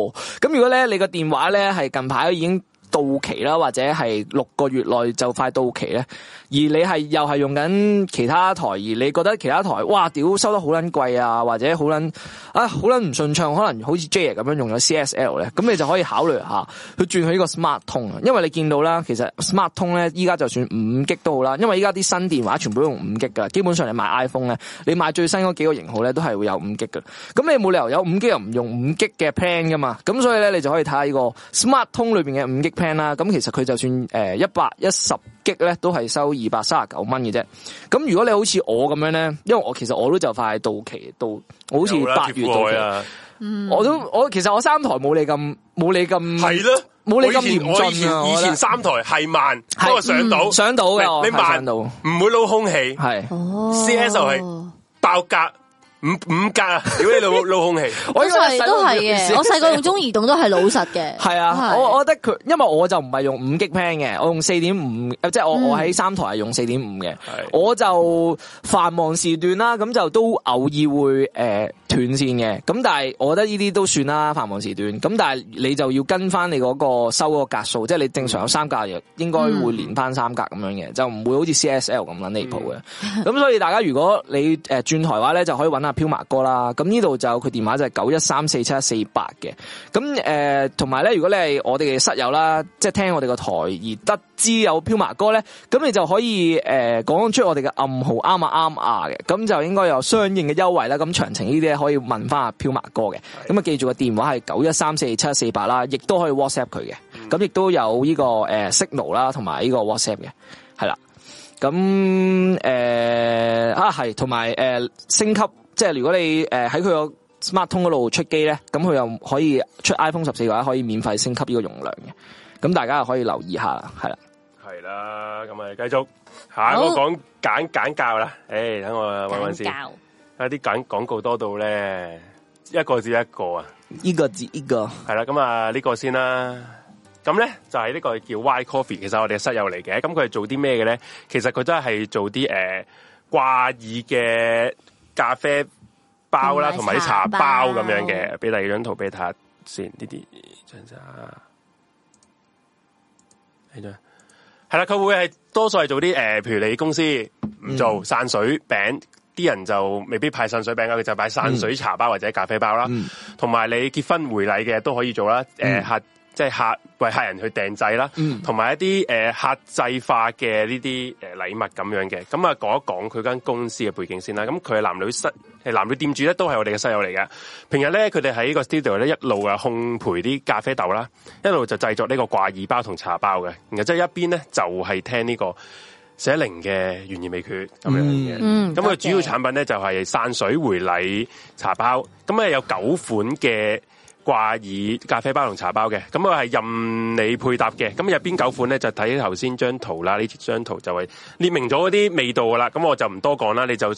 A: 咁如果咧你個電話咧係近排已經到期啦，或者係六個月內就快到期咧，而你係又係用緊其他台，而你覺得其他台哇屌收得好撚貴啊，或者好撚啊好撚唔順暢，可能好似 J 咁樣用咗 CSL 咧，咁你就可以考慮下佢轉去呢個 Smart 通啊，因為你見到啦，其實 Smart 通咧依家就算五 G 都好啦，因為依家啲新電話全部都用五 G 噶，基本上你買 iPhone 咧，你買最新嗰幾個型號咧都係會有五 G 噶，咁你冇理由有五 G 又唔用五 G 嘅 plan 噶嘛，咁所以咧你就可以睇下呢個 Smart 通裏面嘅五 G plan 啦，咁其實佢就算誒一百一十 G 咧都係收二百三十九蚊嘅啫，咁如果你好似我咁樣咧，因為我其實我都就快到期到，我好似
B: 有啦
A: 八月
B: 貼
A: 到
B: 過
A: 期。
B: 啊，
C: 嗯
A: 我都我其實我三台冇你咁冇你咁
B: 係咯。
A: 冇你咁
B: 我以前
A: 嚴峻啊
B: 我
A: 我覺得
B: 以前以前三台係慢，不
A: 係
B: 過上到
A: 嗯上到嘅，我
B: 你
A: 係
B: 慢
A: 上到
B: 唔會撈空氣，
A: 係。
C: 哦
B: CS 又係爆格五五格啊！屌你老母撈空氣。
A: 我
C: 我細都係嘅，我細個用中移動都係老實 嘅，
A: 系啊，
C: 係
A: 我我覺得佢，因為我就唔係用五 G plan 嘅，我用四點五，即
C: 嗯
A: 係我我喺三台係用四點五嘅，我就繁忙時段啦，咁就都偶爾會诶斷線嘅，咁但係我覺得呢啲都算啦，繁忙時段，咁但係你就要跟翻你嗰個收嗰個格數，即係你正常有三格，嗯應該會連翻三格咁樣嘅，就唔會好似 CSL 咁撚離譜嘅。咁所以大家如果你誒轉台話咧，就可以揾阿飄麻哥啦。咁呢度就佢電話就係九一三四七四八嘅。咁誒同埋咧，如果你係我哋嘅室友啦，即係聽我哋個台而得知有飄麻哥咧，咁你就可以誒、呃、講出我哋嘅暗號啱啊啱啊嘅，咁就應該有相應嘅優惠啦。咁詳情呢啲咧可以問翻阿飄麻哥嘅。咁啊，記住個電話係九一三四七四八啦，亦都可以 WhatsApp 佢嘅。咁亦都有呢、個誒、呃 Signal 啦，同埋呢個 WhatsApp 嘅，係啦。咁呃誒、呃啊係，同埋誒升級，即係如果你誒喺佢個 Smart 通嗰度出機咧，咁佢又可以出 iPhone 十四嘅話，可以免費升級呢個容量嘅。咁大家又可以留意下啦，係啦。
B: 系啦，咁啊，繼續下一個
C: 好
B: 講簡簡教啦。诶，等我揾揾先，
C: 教
B: 有啲簡廣告多到咧，一個接一個啊。
A: 呢個字呢個
B: 系啦，咁啊呢個先啦。咁咧就係呢個叫 Y Coffee，其實我哋嘅室友嚟嘅。咁佢係做啲咩嘅咧？其實佢都係做啲诶掛耳嘅咖啡包啦，同
C: 同
B: 埋
C: 埋
B: 啲茶
C: 茶
B: 包
C: 包
B: 咁樣嘅。俾第二張圖俾你睇下先，呢啲張咋？呢張係啦，佢會係多數係做啲诶、呃譬如你公司唔做散水餅，啲人就未必派散水餅㗎，佢就擺散水茶包或者咖啡包啦。同埋你結婚回禮嘅都可以做啦，诶、客即係客為客人去訂製啦，同埋、一啲诶、呃客製化嘅呢啲呃诶禮物咁樣嘅。咁啊講一講佢間公司嘅背景先啦。咁佢係男女室係男女店主咧，都係我哋嘅室友嚟嘅。平日咧佢哋喺個 studio 咧一路啊烘焙啲咖啡豆啦，一路就製作呢個掛耳包同茶包嘅。然後即係一邊咧就係、聽呢、個。寫靈嘅懸而未決咁樣嘅，
C: 嗯
B: 咁啊佢主要
C: 多謝
B: 產品咧就係、散水回禮茶包，咁咧有九款嘅掛耳咖啡包同茶包嘅，咁啊係任你配搭嘅，咁啊入邊九款咧就睇頭先張圖啦，呢張圖就係列明咗啲味道噶啦，咁我就唔多講啦，你就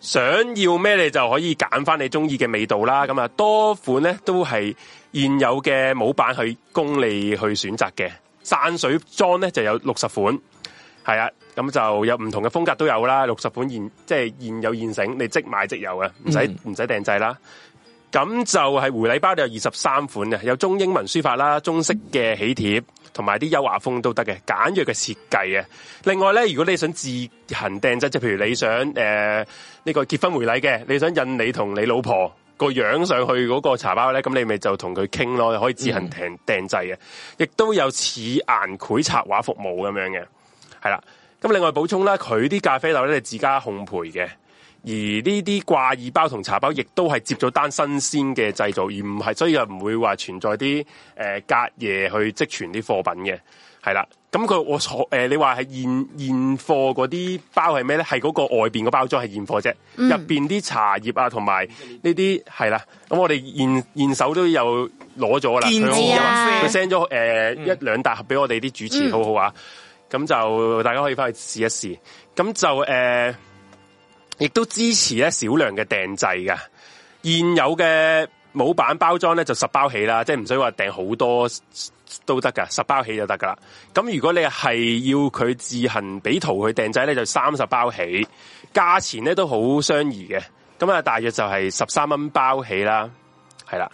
B: 想要咩你就可以揀翻你中意嘅味道啦，咁啊多款咧都係現有嘅模板去供你去選擇嘅，散水裝咧就有六十款。系啊，咁就有唔同嘅風格都有啦，六十款現即係現有現成，你即買即有嘅，唔使唔使訂製啦。咁就係回禮包就有二十三款嘅，有中英文書法啦、中式嘅喜帖，同埋啲優雅風都得嘅，簡約嘅設計嘅。另外咧，如果你想自行訂製，即係譬如你想诶呢個結婚回禮嘅，你想印你同你老婆個樣上去嗰個茶包咧，咁你咪就同佢傾咯，可以自行訂訂製嘅，亦都有似顏繪插畫服務咁樣嘅。系啦。咁另外補充啦，佢啲咖啡豆咧係自家烘焙嘅，而呢啲掛耳包同茶包亦都係接咗單新鮮嘅製造，而唔係所以又唔會話存在啲诶隔夜去積存啲貨品嘅，係啦。咁佢我所诶、你話係現現貨嗰啲包係咩咧？係嗰個外邊個包裝係現貨啫，入邊啲茶葉啊，同埋呢啲係啦。咁我哋現現手都有攞咗啦，
A: 見
B: 佢
C: 字啊
B: 佢 send 咗誒一兩大盒俾我哋啲主持，好好啊！咁就呃大家可以翻去試一試。咁就誒，呃亦、都支持咧少量嘅訂製嘅。現有嘅模板包裝咧就十包起啦，即係唔使話訂好多都得噶，十包起就得噶啦。咁如果你係要佢自行俾圖去訂製咧，就三十包起，價錢咧都好相宜嘅。咁啊，大約就係十三蚊包起啦，係啦。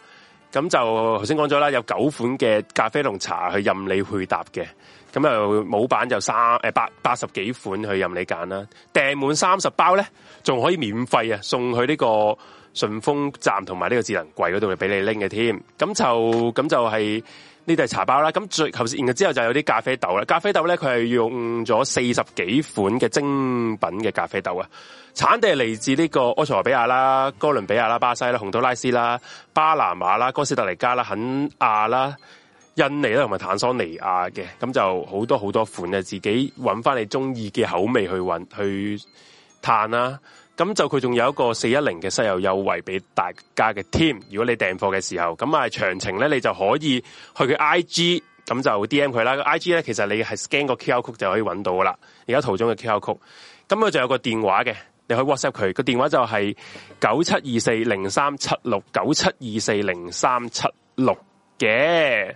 B: 咁就頭先講咗啦，有九款嘅咖啡同茶去任你配搭嘅。咁又冇版就三誒八八十幾款去任你揀啦，訂滿三十包咧，仲可以免費啊送去呢個順豐站同埋呢個智能櫃嗰度俾你拎嘅添。咁就咁就係呢啲係茶包啦。咁最頭先然之後就有啲咖啡豆啦，咖啡豆咧佢係用咗四十幾款嘅精品嘅咖啡豆啊，產地係嚟自呢個埃塞俄比亞啦、哥倫比亞啦、巴西啦、洪都拉斯啦、巴拿馬啦、哥斯達黎加啦、肯亞啦。印尼啦，同埋坦桑尼亞嘅，咁就好多好多款嘅，自己揾翻你中意嘅口味去揾去嘆啦。咁就佢仲有一個四一零嘅室友優惠俾大家嘅添。如果你訂貨嘅時候，咁啊詳情咧你就可以去佢 I G，咁就 D M 佢啦。I G 咧其實你係 scan 個 Q R code 就可以揾到噶啦。而家圖中嘅 Q R code，咁佢就有個電話嘅，你可以 WhatsApp 佢。個電話就係九七二四零三七六九七二四零三七六嘅。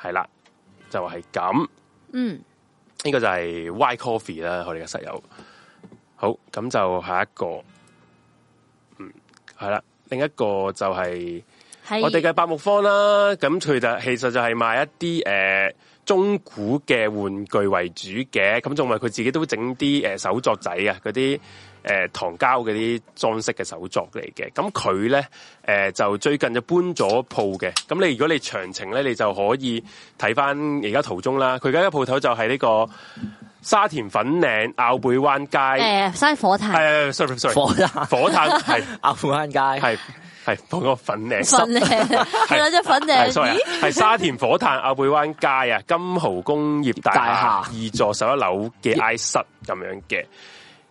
B: 系啦，就係咁。
C: 嗯，
B: 呢、個就係 Y Coffee 啦，我哋嘅室友。好，咁就下一個，嗯，係啦，另一個就係
C: 係
B: 我哋嘅百木坊啦。咁佢就其實就係賣一啲诶、呃中古嘅玩具為主嘅，咁仲埋佢自己都整啲诶手作仔啊，嗰啲诶糖膠嗰啲裝飾嘅手作嚟嘅。咁佢咧诶就最近就搬咗鋪嘅。咁你如果你詳情咧，你就可以睇翻而家途中啦。佢而家嘅鋪頭就係呢個沙田粉嶺坳背灣街。
C: 诶山火炭
B: 係係係 sorry sorry，
A: 火炭
B: 火炭係
A: 阿富汗街
B: 係係放個粉 嶺。
C: 粉咧，系啦，即粉
B: 系
C: 咧，
B: 哎 sorry，啊
C: 咦，
B: 系沙田火炭坳背灣街啊，金豪工業大
A: 大
B: 廈二座十一樓嘅 I 室咁樣嘅。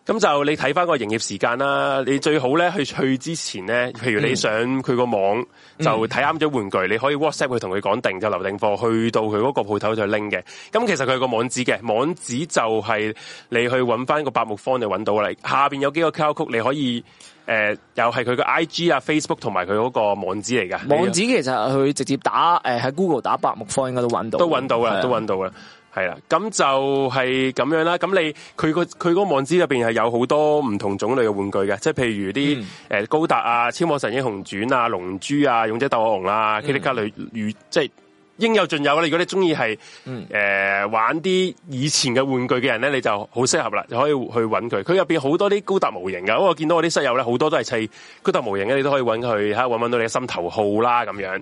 B: 咁就你睇翻個營業時間啦，你最好咧去去之前咧，譬如你上佢個網就睇啱咗玩具，你可以 WhatsApp 佢同佢講定就留定貨，去到佢嗰個鋪頭就拎嘅。咁其實佢有個網址嘅，網址就係你去揾翻個百木坊就揾到啦。下邊有幾個 QR code 你可以誒、又係佢個 IG 啊、Facebook 同埋佢嗰個網址嚟㗎。
A: 網址其實佢直接打诶喺 Google 打百木方應該都揾到，
B: 都揾到
A: 係
B: 啦，
A: 啊
B: 都揾到啦，系啦，咁就係咁樣啦。咁你佢個佢嗰個網址入边係有好多唔同種類嘅玩具嘅，即係譬如啲
A: 嗯
B: 诶高達啊、超魔神英雄傳啊、龍珠啊、勇者鬥惡龍
A: 嗯
B: 啊、K 力卡類如即係應有盡有啦。如果你中意係
A: 嗯
B: 诶玩啲以前嘅玩具嘅人咧，你就好適合啦，就可以去揾佢。佢入边好多啲高達模型噶，因為我見到我啲室友咧好多都係砌高達模型嘅，你都可以揾佢，睇下揾唔揾到你嘅心頭號啦咁樣。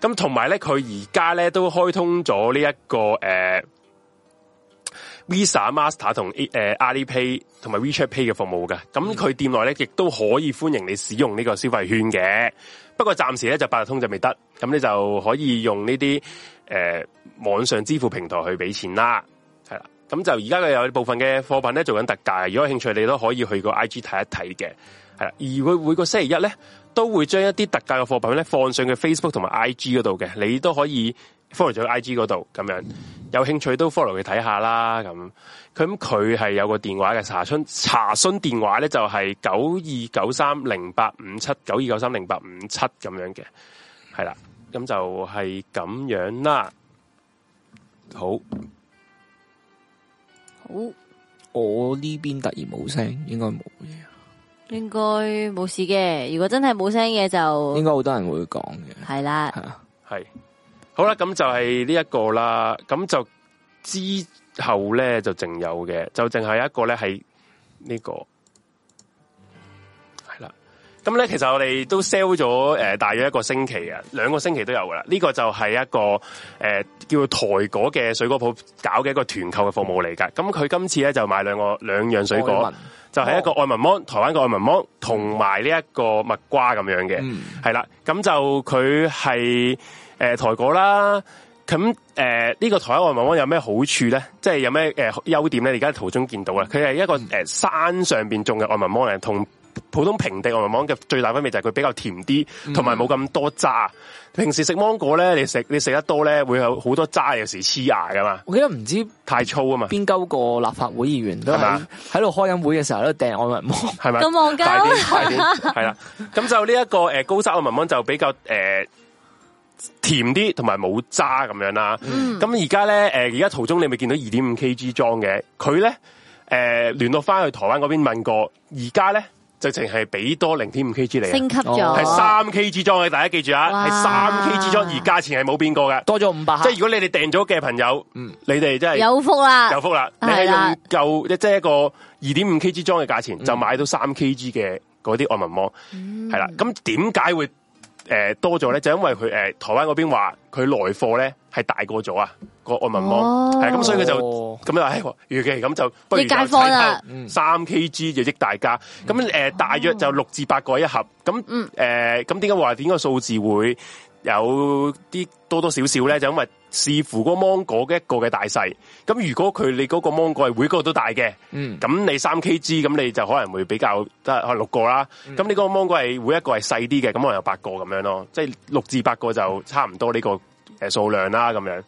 B: 咁同埋咧，佢而家咧都開通咗呢一個诶、呃 Visa、Master 同诶 Alipay 同埋 WeChat Pay 嘅服務嘅。咁佢店內咧亦都可以歡迎你使用呢個消費券嘅。不過暫時咧就八達通就未得，咁你就可以用呢啲诶網上支付平台去俾錢啦。係啦，咁就而家佢有部分嘅貨品咧做緊特價，如果有興趣你都可以去個 IG 睇一睇嘅。係啦，而佢每個星期一咧都會將一啲特價嘅貨品咧放上佢 Facebook 同埋 IG 嗰度嘅，你都可以 follow 咗佢 IG 嗰度咁樣。有興趣都 follow 佢睇下啦，咁咁佢係有個電話嘅查詢查詢電話咧就係九二九三零八五七九二九三零八五七咁樣嘅，係啦，咁就係咁樣啦。好，
C: 好，
A: 我呢邊突然冇聲，應該冇嘢，
C: 应该冇事嘅。如果真系冇声嘅就
A: 應該好多人會講嘅，
C: 系啦，
A: 係啊，
B: 係好啦，咁就係呢一個啦，咁就之後咧就淨有嘅，就淨係一個咧係呢個係啦。咁咧，其實我哋都 sell 咗诶，大約一個星期啊，兩個星期都有噶啦。呢、個就係一個诶、呃叫做台果嘅水果鋪搞嘅一個團購嘅服務嚟㗎。咁佢今次咧就賣兩個兩樣水
A: 愛
B: 果
A: 文，
B: 就係一個愛文芒，台灣嘅愛文芒，同埋呢一個蜜瓜咁樣嘅。
A: 嗯
B: 係啦、咁就佢係诶台果啦。咁誒呢個台灣外文網有咩好處咧？即係有咩誒、呃、優點咧？你而家途中見到啦，佢係一個誒、呃山上邊種嘅外文網嚟，同普通平地外文網嘅最大分別就係佢比較甜啲，同埋冇咁多渣。平時食芒果咧，你食你食得多咧，會有好多渣，有時黐牙噶嘛，
A: 我記得唔知
B: 太粗啊嘛，
A: 邊鳩個立法會議員都
B: 係
A: 喺
B: 嘛
A: 喺度開緊會嘅時候喺度掟愛文芒，
B: 係咪？
C: 咁戇鳩
B: 大啲，大啲，係 啦。咁就呢、一個誒、呃高沙嘅文文就比較誒。呃甜啲同埋冇渣咁樣啦。
C: 嗯
B: 咁而家咧，誒而家途中你咪見到二點五 kg 裝嘅，佢咧誒聯絡翻去台灣嗰邊問過，而家咧就淨係俾多零點五 kg 你
C: 升
B: 啊，
C: 級咗，
A: 哦
B: 係三 kg 裝嘅，大家記住啊，
C: 哇
B: 係三 kg 裝，而價錢係冇變過 嘅。
A: 多咗五百克
B: 即係，如果你哋訂咗嘅朋友，你哋真係
C: 嗯有福啦，
B: 有福啦！你係
C: 係啦嗯
B: 用夠即係一個二點五 kg 裝嘅價錢，就買到三 kg 嘅嗰啲愛文芒，係啦。咁點解會诶、呃多咗咧？就因為佢诶、呃台灣嗰邊話佢來貨咧係大過咗啊個愛文芒，
C: 哦
B: 係咁、所以佢就
A: 哦
B: 咁就唉，預期咁就不如
C: 益街坊啦
B: 三 kg 就益大家。咁诶、呃大約就六至八個一盒。咁诶咁點解話點解數字會？有啲多多少少咧，就因為視乎嗰個芒果嘅一個嘅大細。咁如果佢你嗰個芒果係每個都大嘅，
A: 嗯
B: 咁你三 K G 咁你就可能會比較得可能六個啦。咁你嗰個芒果係每一個係細啲嘅，咁可能有八個咁樣咯，即係六至八個就差唔多呢個誒數量啦咁樣。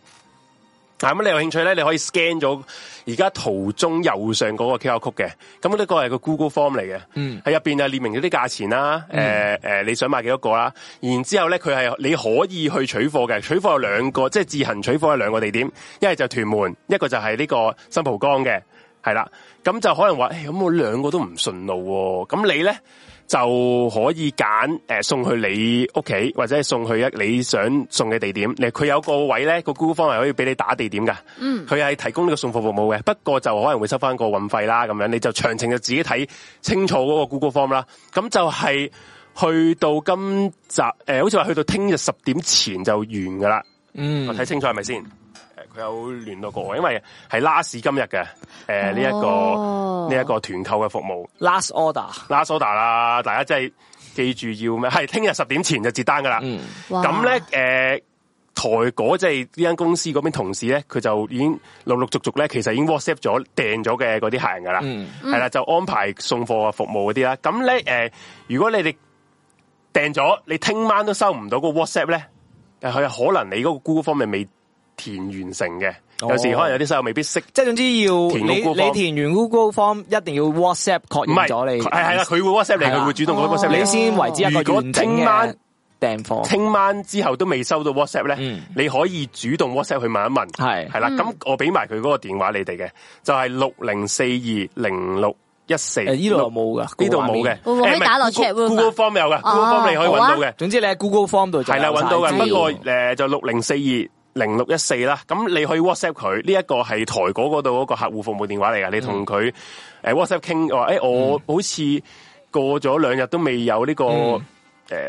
B: 啊咁你有興趣咧，你可以 scan 咗而家圖中右上嗰個 QR code 嘅，咁呢個係個 Google Form 嚟嘅，
A: 嗯
B: 喺入邊啊列明咗啲價錢啦，誒、誒、你想買幾多個啦，然之後咧佢係你可以去取貨嘅，取貨有兩個，即係自行取貨有兩個地點，一係就屯門，一個就係呢個新蒲崗嘅，係啦，咁就可能話，誒、咁我兩個都唔順路喎、咁你咧？就可以揀誒、呃送去你屋企，或者係送去一你想送嘅地點。你佢有個位咧，個 Google 方係可以俾你打地點噶。嗯，佢係提供呢個送貨服務嘅，不過就可能會收翻個運費啦咁樣。你就詳情就自己睇清楚嗰個 Google Form 啦。咁就係去到今集誒、呃好似話去到聽日十點前就完噶啦。
A: 嗯
B: 我睇清楚係咪先？呃佢有聯絡過我，因為係 last 今日嘅誒呢一
C: 哦
B: 個呢一個團購嘅服務。
A: ，last order，
B: 拉蘇達啦，大家 真係記住要咩？係聽日十點前就截單噶啦。
A: 嗯
C: 哇
B: 咁咧，誒、台嗰即係呢間公司嗰邊同事咧，佢就已經陸陸續續咧，其實已經 WhatsApp 咗訂咗嘅嗰啲客人噶啦，
A: 嗯
B: 係啦，就安排送貨啊、服務嗰啲啦。咁咧诶，如果你哋訂咗，你聽晚都收唔到個 WhatsApp 咧，誒佢可能你嗰個 Google 方面未填完成嘅，
A: 哦
B: 有時可能有啲細路未必識。
A: 即系总之要
B: 填
A: 你
B: Google
A: 你
B: form
A: 填完 Google Form 一定要 WhatsApp 確
B: 唔
A: 認
B: 係，
A: 咗你，
B: 係係啦，佢會 WhatsApp 你，
A: 係啦啊
B: 佢會主動
C: 哦
B: WhatsApp
A: 你
B: 你。
A: 先為之一個
B: 如果
A: 完整
B: 聽
A: 嘅
B: 晚
A: 訂貨。
B: 聽晚之後都未收到 WhatsApp 咧，
A: 嗯
B: 你可以主動 WhatsApp 去問一問。
A: 係
B: 係啦，
C: 嗯
B: 咁我俾埋佢嗰個電話你哋嘅，就係六零四二零六一四。
A: 誒呢度有冇㗎
B: 呢度冇嘅。
C: 會唔會可以
B: 誒唔係
C: 打落 chat room 啊
B: Google Form 有嘅
C: 哦
B: ，Google Form 你可以揾到嘅。
A: 總之你喺 Google Form 度就
B: 係啦，
A: 有晒
B: 揾到
A: 資
B: 嘅。
A: 料
B: 不過誒就六零四二。零六一四啦，咁你可以 WhatsApp 佢，呢一個係台嗰嗰度嗰個客戶服務電話嚟㗎。你
A: 嗯
B: 同佢誒 WhatsApp 傾話，誒我好似過咗兩日都未有呢個誒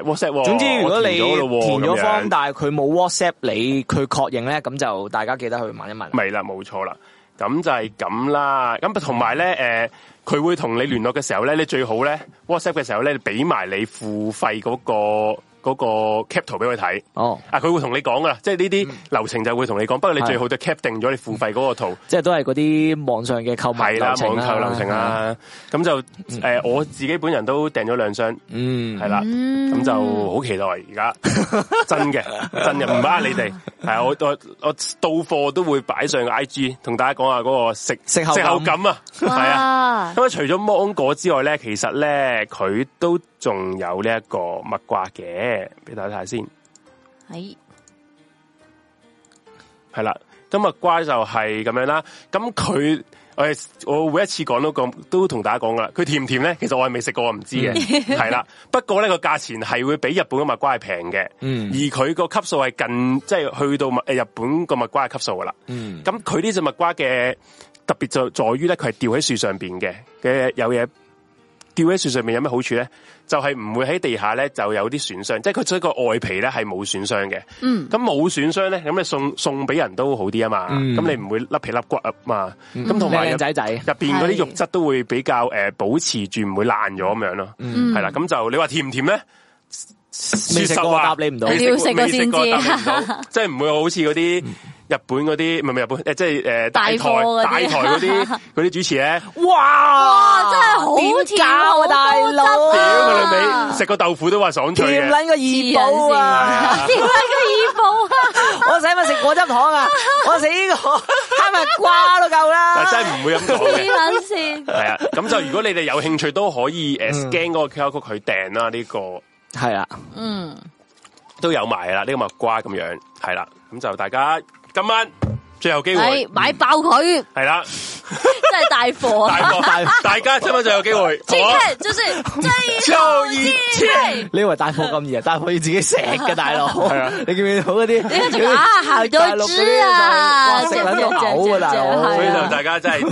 B: WhatsApp 喎。
A: 嗯總之如果
B: 我
A: 你
B: 填咗咯喎
A: 填咗
B: 咁樣
A: form，但係佢冇 WhatsApp 你，佢確認咧，咁就大家記得去問一問。
B: 咪啦，冇錯啦，咁就係咁啦。咁啊同埋咧，诶、佢會同你聯絡嘅時候咧，你最好咧 WhatsApp 嘅時候咧，你俾埋你付費嗰、個嗰、個 cap 圖俾佢睇。
A: 哦，
B: 啊，佢會同你講噶啦，即係呢
A: 嗯
B: 啲流程就會同你講。不過你最好就 cap 定咗你付費嗰個圖。
A: 即係都係嗰啲網上嘅購物
B: 係
A: 嗯
B: 啦
A: 流，程啊
B: 網
A: 啦
B: 購流程。啊啦，咁就诶、我自己本人都訂咗兩箱，
A: 嗯，
B: 係啦，咁就好期待而家 真嘅，真嘅唔呃你 哋，係我我我到貨都會擺上 I G 同大家講下嗰個食
A: 食後感
B: 感啊，係啊。
C: 哇，
B: 咁啊，除咗芒果之外咧，其實咧佢都仲有呢一個蜜瓜嘅，俾大家睇下先。
C: 係
B: 系啦，咁蜜瓜就係咁樣啦。咁佢诶，我每一次講都講，都同大家講噶啦。佢甜唔甜咧？其實我係未食過，我唔知嘅。 係啦、不過咧個價錢係會比日本嘅蜜瓜係平嘅，
A: 嗯
B: 而佢個級數係近，即係去到蜜誒日本個蜜瓜嘅級數噶啦。
A: 嗯，
B: 咁佢呢只蜜瓜嘅特別就在於咧，佢係吊喺樹上邊嘅嘅有嘢。吊喺樹上面有咩好處咧？就係、唔會喺地下咧就有啲損傷，即係佢所以個外皮咧係冇損傷嘅。
C: 嗯，
B: 咁冇損傷咧，咁你送送俾人都好啲啊嘛，
A: 嗯
B: 咁、你唔會甩皮甩骨啊嘛，咁
A: 咁
B: 同
A: 同
B: 埋
A: 埋
B: 入
A: 嗯靚仔仔，
B: 入邊嗰啲
C: 係
B: 肉質都會比較誒、呃保持住唔會爛咗咁樣咯，
C: 嗯
B: 係啦、咁就你話甜唔甜咧？
A: 未
B: 未
A: 食過啊答你唔
B: 哎
A: 到。
C: 你要
B: 未食
C: 食過
B: 過
C: 先知
B: 答你唔 到即係唔會好似嗰啲日本嗰啲，唔係唔係日本，呃即係誒大
C: 大
B: 台
C: 貨嗰啲
B: 大台嗰啲 嗰啲主持咧，
A: 哇
C: 哇真係好
A: 點
C: 甜
A: 搞
C: 好
A: 啊，
C: 多
A: 大佬
C: 汁
B: 屌
C: 啊
B: 佢哋尾食個豆腐都話爽脆
A: 甜
B: 嘅，
A: 撚個二寶啊！
C: 點解個耳部啊？
A: 我使乜食果汁糖 啊？我食呢個哈密瓜都夠
B: 但
A: 啦。
B: 真係唔會咁講嘅
C: 黐。撚線，
B: 系啊，咁就如果你哋有興趣都可以诶 scan 嗰個 QR code 去訂啦，呢、個
A: 係啊啦，
C: 嗯，
B: 都有埋啦，呢、個蜜瓜咁樣係啦，咁就大家今晚最後機會
C: 係買爆 佢，
B: 係啦，
C: 真 係大貨
B: 大
C: 啊！
B: 鑊大家今晚最後機 會，
C: 即
B: 好啊
C: 係就是最
B: 超
C: 後
B: 熱
C: 機
B: 情
C: 會，
A: 你以為大貨咁易 啊？大貨要自己食嘅大 佬，
B: 啊
A: 你見唔見到嗰啲？
C: 你仲啊好多汁啊！
A: 哇食撚到嘔啊大佬
B: 所以
C: 係
B: 就
C: 啊
B: 大家真係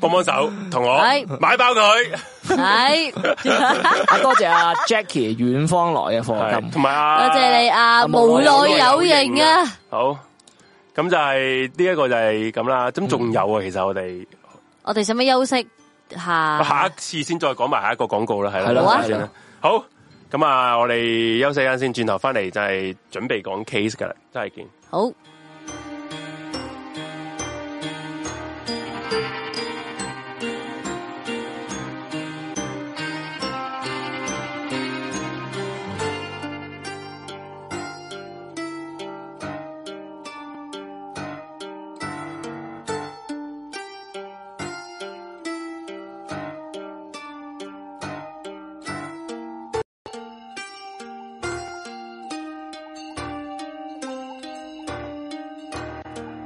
B: 幫幫手，同我
C: 係
B: 買爆佢，
C: 係
A: 啊多謝阿 Jackie 遠方來嘅貨
B: 係
A: 金。
B: 同埋啊，
C: 多謝你啊，
A: 啊
C: 無
A: 無
C: 奈
A: 奈
C: 有型啊！
B: 好，咁就係呢一個就係咁啦，咁仲有啊，其實我哋
C: 我哋使唔使休息下？
B: 下一次先再講埋下一個廣告啦，係
A: 係咯
B: 啦，等
C: 好啊
B: 陣先啦。好，咁啊，我哋休息一陣先，轉頭翻嚟就係準備講 case 噶啦，真係見。
C: 好。
D: Hãy subscribe cho kênh Ghiền Mì Gõ Để không bỏ lỡ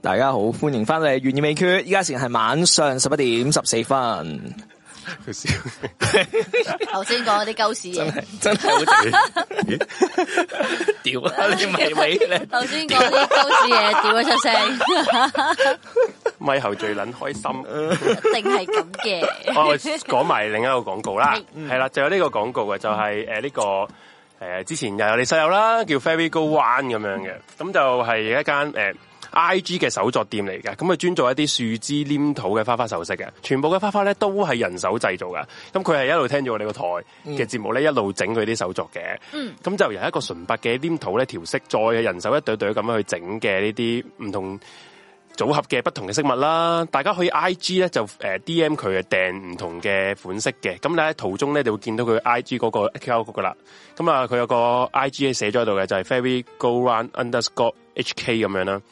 A: 大家好，欢迎翻嚟《悬而未决》，依家时间系晚上十一点十四分，
B: 佢笑，
C: 头先讲嗰啲鳩屎嘢，
A: 真系好屌，屌啊！你咪咪咧，
C: 头先講啲鳩屎嘢，屌咗出聲，
B: 咪後最撚開心。
C: 一定係咁嘅。
B: 哦我講埋另一個廣告啦
C: 係，
B: 係啦，就有呢個廣告嘅，就係誒呢個誒、呃之前又有你室友啦，叫 Fairy Go One 咁樣嘅，咁就係一間誒。呃 I G 嘅手作店嚟嘅，咁佢專做一啲樹枝黏土嘅花花首飾嘅，全部嘅花花咧都係人手製造嘅。咁佢係一路聽住我哋個台嘅節目咧，一路整佢啲手作嘅。
C: 嗯
B: 咁就由一個純白嘅黏土咧調色，再人手一對對咁樣去整嘅呢啲唔同組合嘅不同嘅飾物啦，大家可以 I G 咧就誒 D M 佢嘅訂唔同嘅款式嘅，咁你喺途中咧就會見到佢 I G 嗰個 Q R 嗰個啦，咁啊佢有個 I G 寫咗喺度嘅就係 Fairy Go Round Underscore H K 咁樣啦。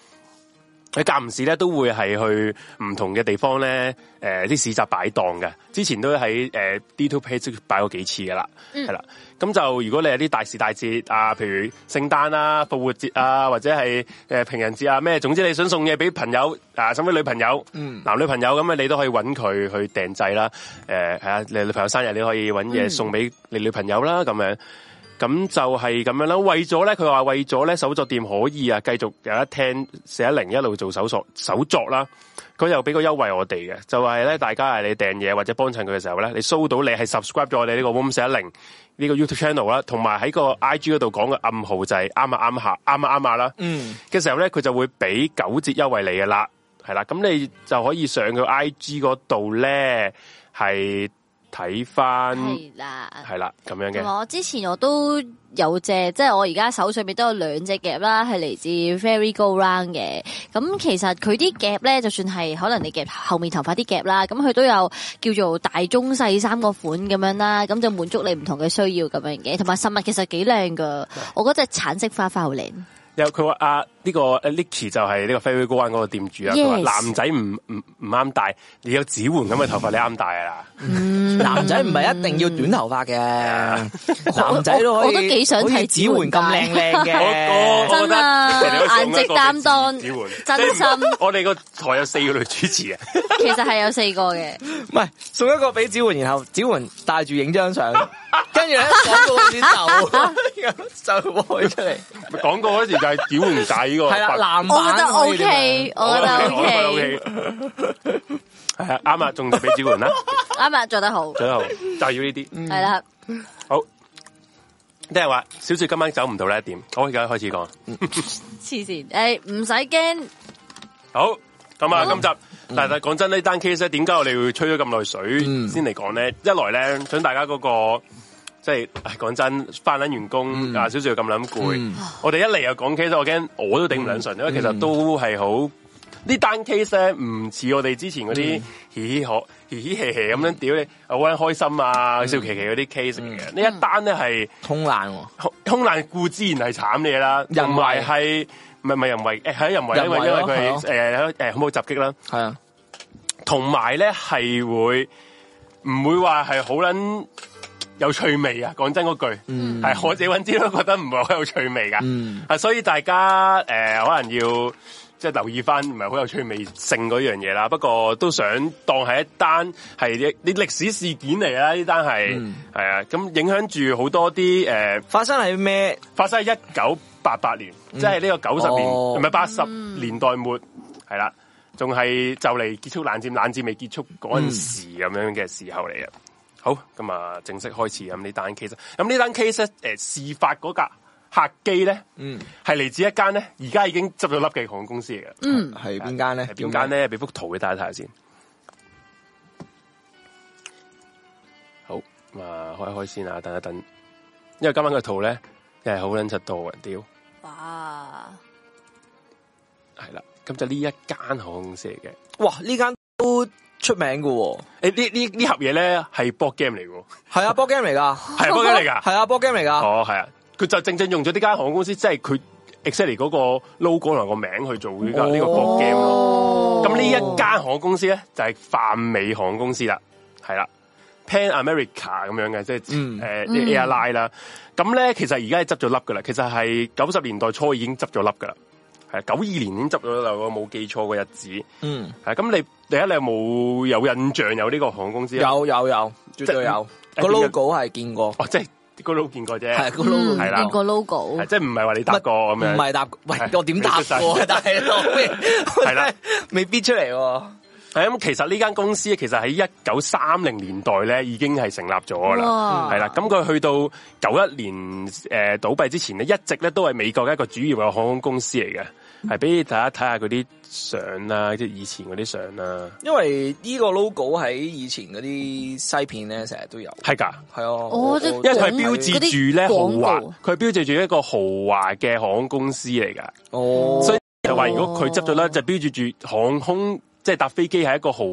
B: 佢間唔時咧都會係去唔同嘅地方咧，誒、啲市集擺檔嘅，之前都喺誒 D Two Page 擺過幾次噶啦，係啦、咁就如果你有啲大時大節啊，譬如聖誕啊、復活節啊，或者係誒、平人節啊咩，總之你想送嘢俾朋友啊，甚至女朋友、男女朋友咁啊，你都可以揾佢去訂製啦。誒係啊，你女朋友生日你可以揾嘢送俾你女朋友啦，咁樣。咁就係咁樣啦。為咗咧，佢話為咗咧手作店可以啊，繼續有一聽四一零一路做手作手作啦。佢又俾個優惠我哋嘅，就係咧大家係你訂嘢或者幫襯佢嘅時候咧，你 show 到你係 subscribe 咗我哋呢個 Room 四一零呢個 YouTube channel 啦，同埋喺個 IG 嗰度講嘅暗號就係啱啊啱下啱啊啱下啦。
A: 嗯，
B: 嘅時候咧，佢就會俾九折優惠你嘅啦，係啦，咁你就可以上佢 I G 嗰度咧，係睇翻
C: 係啦。
B: 係啦咁樣
C: 同
B: 嘅，
C: 埋我之前我都有隻，即係我而家手上面都有兩隻夾啦，係嚟自 Fairy Go Round 嘅。咁其實佢啲夾咧，就算係可能你夾後面頭髮啲夾啦，咁佢都有叫做大中細三個款咁樣啦，咁就滿足你唔同嘅需要咁樣嘅。同埋實物其實幾靚噶，我嗰隻橙色花花好靚。
B: 有佢話啊呢、個啊 Licky 就係呢個 Fairy 高灣嗰個店主啊，佢話
C: Yes
B: 男仔唔唔唔啱戴，你有指環咁嘅頭髮你啱戴啊啦，
A: 男仔唔系一定要短头发嘅，男仔都可以，
C: 我都幾想睇
A: 好似指環咁靓靓
B: 我我
A: 嘅。
B: 我覺
C: 真啊
B: 得人哋可以送一個
C: 顏值擔當
B: 指環，
C: 真
B: 即 係唔
C: 心
B: 我哋個台有四個女主持 啊，
C: 其實係有四個嘅，
A: 唔系送一个俾指環，然后指環戴住影张相，跟住咧廣告開始就就開出嚟，
B: 廣告嗰時就係指環戴呢個
A: 系啦，
B: 白
A: 男
C: 我覺
A: 版
C: 得
A: 可以點樣
C: OK，我覺得 OK，
B: 系啊，啱啊，仲就俾指環啦，
C: 啱啊，做得好，
B: 最後就係要呢啲。
C: 係啦。
B: 好，即系话小雪今晚走唔到呢一點，好，而家開始講。
C: 黐線，誒唔使驚，
B: 好，咁啊，今集但係講真呢單 case 咧，點解我哋會吹咗咁耐水先嚟講咧？一來咧，想大家嗰、個即係唉講真，翻撚完工啊，小雪又咁撚攰，我哋一嚟又講 case，我驚我都頂唔撚順，因為其實都係好。呢單 case 咧唔似我哋之前嗰啲嘻嘻可嘻嘻嘻嘻咁樣屌你，好撚開心啊，笑騎騎嗰啲 case 嚟嘅。呢一單咧係。
A: 通爛喎。
B: 空空難固之然係慘嘢啦，
A: 人為
B: 同埋係唔係唔係人為？誒係人為，
A: 人
B: 因
A: 為
B: 為
A: 咯
B: 因為佢
A: 係
B: 誒誒恐怖襲擊啦，
A: 系啊，
B: 同埋咧係會唔會話係好撚有趣味啊？講真嗰句，係、我自己揾資料都覺得唔係好有趣味噶，
A: 嗯
B: 啊所以大家誒、呃可能要。即係留意翻，唔係好有趣味性嗰樣嘢啦。不過都想當係一單係啲歷史事件嚟啦，呢單係
A: 嗯
B: 係啊，咁影響住好多啲誒、呃
A: 發生喺咩？
B: 發生喺一九八八年，即係呢個九十年
A: 哦
B: 唔係八十年代末，係啦，仲係就嚟結束冷戰，冷戰未結束嗰陣時咁樣嘅時候嚟嘅。好，咁啊，正式開始咁呢單 case。咁呢單 case 咧，誒事發嗰架客機咧，嗯，係嚟自一間咧，而家已經執咗笠嘅航空公司嚟嘅。
A: 嗯，系边间咧？
B: 啊係邊間？咧？俾幅圖俾大家睇下先。好，咁啊，開一開先啊，等一等，因為今晚嘅圖咧又係好撚柒多嘅，屌！
C: 哇！
B: 系啦，咁就呢一間航空公司嚟嘅。
A: 哇！呢間都出名噶，
B: 诶、呢呢呢盒嘢咧係 board game 嚟嘅
A: 係 啊，波 game 嚟㗎，
B: 喎，係 board game 嚟 㗎。
A: 係啊，波 game 嚟㗎。
B: 哦，係啊，佢就正正用咗呢間航空公司，即係佢 exactly 嗰個 logo 同埋個名去做呢個呢
A: 哦
B: 個 board game 咯。
C: 哦
B: 咁呢一間航空公司咧就係泛美航空公司啦，係啦，Pan America 咁樣嘅，即
A: 嗯
B: 係诶 airline 啦。咁咧其實而家係執咗笠㗎啦，其實係九十年代初已經執咗笠㗎啦。係九二年已經執咗啦，我冇記錯個日子。係
A: 嗯，
B: 咁你第一你有冇有印象有呢個航空公司？，
A: 有有有，絕對
B: 即
A: 有
B: 一
A: 個
B: 邊有
A: logo 系見過，
B: 哦，即係嗰度見過啫，
A: 係個 logo
C: 嗯，
B: 係啦
C: 見個 logo，
B: 係即係唔係話你搭過咁
A: 唔
B: 樣？
A: 係答，喂
B: 係
A: 我點答過啊，大 佬？係
B: 啦，
A: 未必出嚟喎。
B: 係咁，其實呢間公司其實喺一九三零年代咧已經係成立咗㗎啦。
C: 哇
B: 系啦，咁佢去到九一年诶、呃倒閉之前咧，一直咧都係美國嘅一個主要嘅航空公司嚟嘅，係俾大家睇下嗰啲相啦，即係以前嗰啲相啦，
A: 因為呢個 logo 喺以前嗰啲西片咧，成日都有，
B: 係㗎，
A: 係啊，
C: 哦即係
B: 因為佢係
C: 廣
B: 標誌住咧
C: 嗰
B: 豪
C: 啲
B: 華
C: 廣告，
B: 佢係標誌住一個豪華嘅航空公司嚟㗎，
A: 哦，
B: 所
A: 所
B: 以
A: 以
B: 就話如果佢執咗
C: 哦
B: 咧，就標誌住航空即係搭飛機係一個豪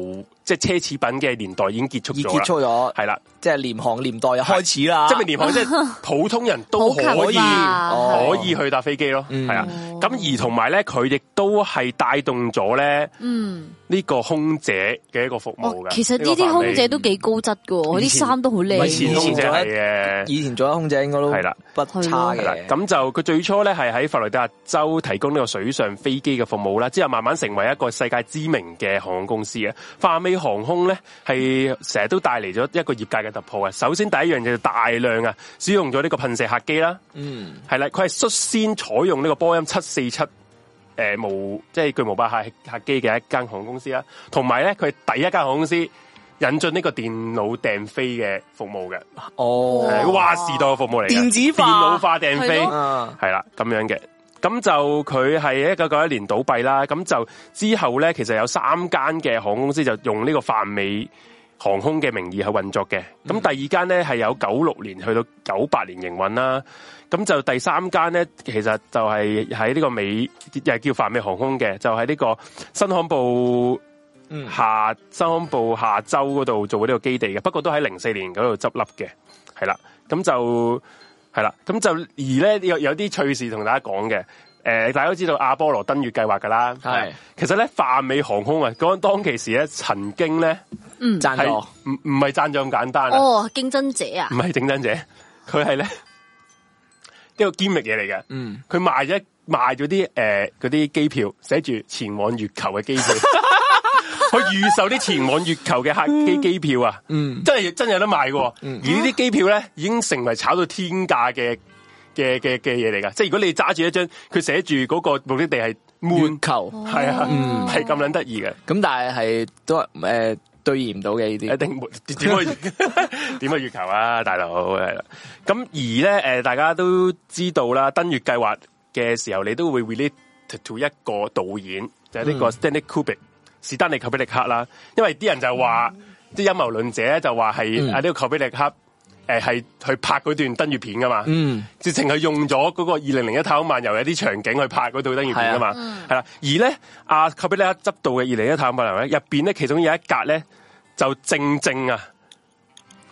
B: 即係奢侈品嘅年代已經結束
A: 已
B: 咗
A: 結
B: 啦，
A: 束咗，
B: 係啦，
A: 即係廉航年代又開始啦，
B: 即係廉航即 係普通人都
C: 普及
B: 可以。
C: 化
A: 哦
B: 可以去搭飛機咯，
A: 嗯
B: 係啊。
C: 哦
B: 咁而同埋咧，佢亦都係帶動咗咧
C: 嗯，
B: 呢個空姐嘅一個服務
C: 哇
B: 嘅。
C: 其實呢啲空姐都幾高質噶，我啲
A: 以前
C: 衫都好
B: 呢個範圍以
A: 以
B: 前
A: 前
B: 空
C: 靚。
B: 姐係嘅，
A: 以前做咗空姐應該都
B: 係啦，
A: 不差
B: 係啦
A: 嘅，。
B: 咁就佢最初咧係喺佛羅里達州提供呢個水上飛機嘅服務啦，之後慢慢成為一個世界知名嘅航空公司嘅。泛美航空咧係成日都帶嚟咗一個業界嘅突破啊！首先第一樣嘢就大量啊使用咗呢個噴射客機啦。
A: 嗯，
B: 系啦，佢係率先採用呢個波音七四七诶無即係巨無霸客客機嘅一間航空公司啦，同埋咧佢係第一間航空公司引進呢個電腦訂飛嘅服務嘅，
A: 哦，
B: 係話時代嘅服務嚟嘅，
A: 電子化
B: 電腦化訂飛
C: 係咯
A: 啊，
B: 係啦咁樣嘅。咁就佢係一九九一年倒閉啦，咁就之後咧，其實有三間嘅航空公司就用呢個泛美航空嘅名義去運作嘅。咁第二間咧係有九六年去到九八年營運啦。咁就第三間咧，其實就係喺呢個美又係叫泛美航空嘅，就喺呢個新罕布
A: 嗯，
B: 下新罕布下州嗰度做呢個基地嘅，不過都喺零四年嗰度執笠嘅，係啦，咁就係啦，咁就而咧有有啲趣事同大家講嘅，诶、大家都知道阿波羅登月計劃噶啦，
A: 係
B: 其實咧泛美航空啊，嗰當其時咧曾經咧
A: 贊
B: 係
A: 助
B: 唔唔係贊助咁簡單啊，
C: 哦，競爭者啊
B: 唔，係競爭者，佢係咧一個兼密嘢嚟嘅，
A: 嗯，
B: 佢賣咗賣咗啲诶嗰啲機票，寫住前往月球嘅機 票，佢預售啲前往月球嘅客機機票啊，
A: 嗯，
B: 真係真有得賣嘅喎。而呢啲機票咧已經成為炒到天價嘅嘅嘅嘅嘢嚟噶，即係如果你揸住一張佢寫住嗰個目的地係
A: 月
B: moon，
A: 球，
B: 係啊，
A: 嗯
B: 係咁撚得意嘅，
A: 咁但係係都诶兑现唔到嘅呢
B: 一
A: 啲，
B: 定冇點可以 點可以月球啊，大佬係啦。咁而咧诶、呃大家都知道啦，登月計劃嘅時候，你都會 relate to 一個導演，就係、呢
A: 嗯
B: 個 Stanley Kubrick 史丹利寇比力克啦。因為啲人就話，啲陰謀論者咧就話係
A: 嗯
B: 啊呢個寇比力克誒係、去拍嗰段登月片噶嘛。
A: 嗯，
B: 直情係用咗嗰個二零零一太空漫遊嘅啲場景去拍嗰套登月片啊嘛，係啦、而咧阿寇比利克執導嘅二零一太空漫遊咧，入邊咧其中有一格咧就正正啊，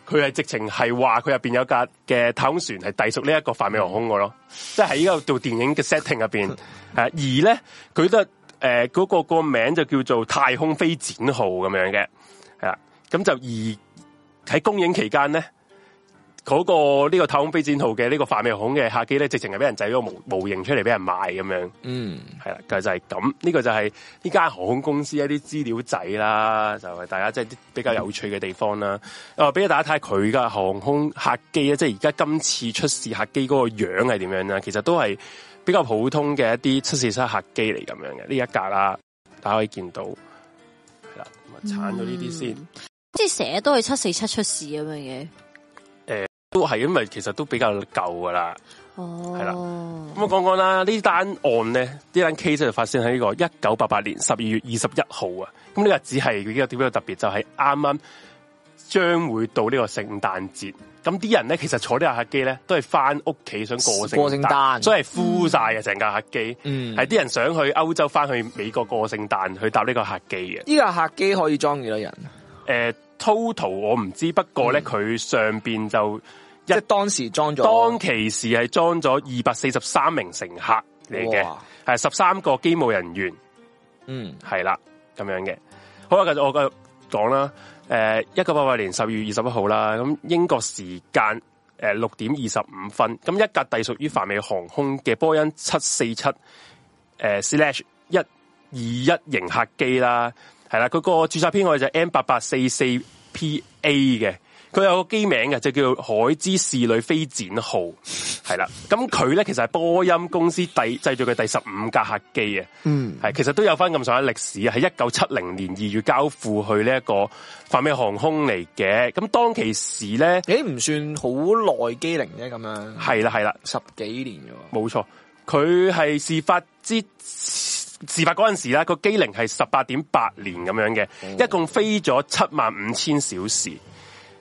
B: 佢係直情係話佢入邊有架嘅太空船係隸屬呢一個泛美航空嘅咯，即係喺呢個做電影嘅 setting 入邊，誒啊而咧佢都誒嗰、個、個名就叫做太空飛展號咁樣嘅，係啦，咁就而喺公映期間咧。嗰、個呢個太空飛展號嘅呢個泛美航空嘅客機咧，直情係俾人製咗個模模型出嚟俾人賣咁樣，
A: 嗯，
B: 係啦，就就係咁。呢、個就係呢間航空公司一啲資料仔啦，就係、大家即係啲比較有趣嘅地方啦。啊，俾大家睇下佢嘅航空客機咧，即係而家今次出事客機嗰個樣係點樣啦。其實都係比較普通嘅一啲七四七客機嚟咁樣嘅呢一架啦，大家可以見到係啦。咁啊，鏟咗呢啲
C: 嗯
B: 先。
C: 即係成日都係七四七出事咁樣嘅。
B: 都係因為其實都比較舊噶啦，係啦
C: 哦，
B: 咁我啊講講啦，呢單案咧，呢單 case 就發生喺呢個一九八八年十二月二十一號啊。咁呢個日子係呢個點樣特別，就係啱啱將會到呢個聖誕節。咁啲人咧，其實坐呢架客機咧，都係翻屋企想過聖
A: 過聖誕
B: 所以係 full 晒嘅成架客機。
A: 嗯
B: 係啲人想去歐洲翻去美國過聖誕，去搭呢個客機嘅。
A: 呢架客機可以裝幾多人？啊
B: 誒、total 我唔知，不
A: 嗯
B: 過咧佢、上邊就
A: 即係當時裝咗，
B: 當其時係裝咗二百四十三名乘客嚟嘅
A: 哇，
B: 係十三個機務人員。
A: 嗯
B: 系啦，咁樣嘅。好啦，繼續我繼續講啦。诶、一九八八年十二月二十一號啦，咁英國時間诶六点二十五分，咁一架隸屬於泛美航空嘅波音七四七诶 slash 一二一型客機啦，係啦，佢個註冊編號就 M 八八四四 PA 嘅。佢有個機名嘅，就叫海之仕女飛展號，係啦。咁佢咧其實係波音公司第製造嘅第十五架客機嘅，
A: 嗯，
B: 係其實都有翻咁上下歷史啊，係一九七零年二月交付去呢一個泛美航空嚟嘅。咁當其時咧，
A: 诶唔算好耐機齡啫，咁樣
B: 係啦係啦，
A: 十幾年嘅喎。
B: 冇錯，佢係事發之事發嗰陣時啦，個機齡係十八點八年咁樣嘅，
A: 哦
B: 一共飛咗七萬五千小時。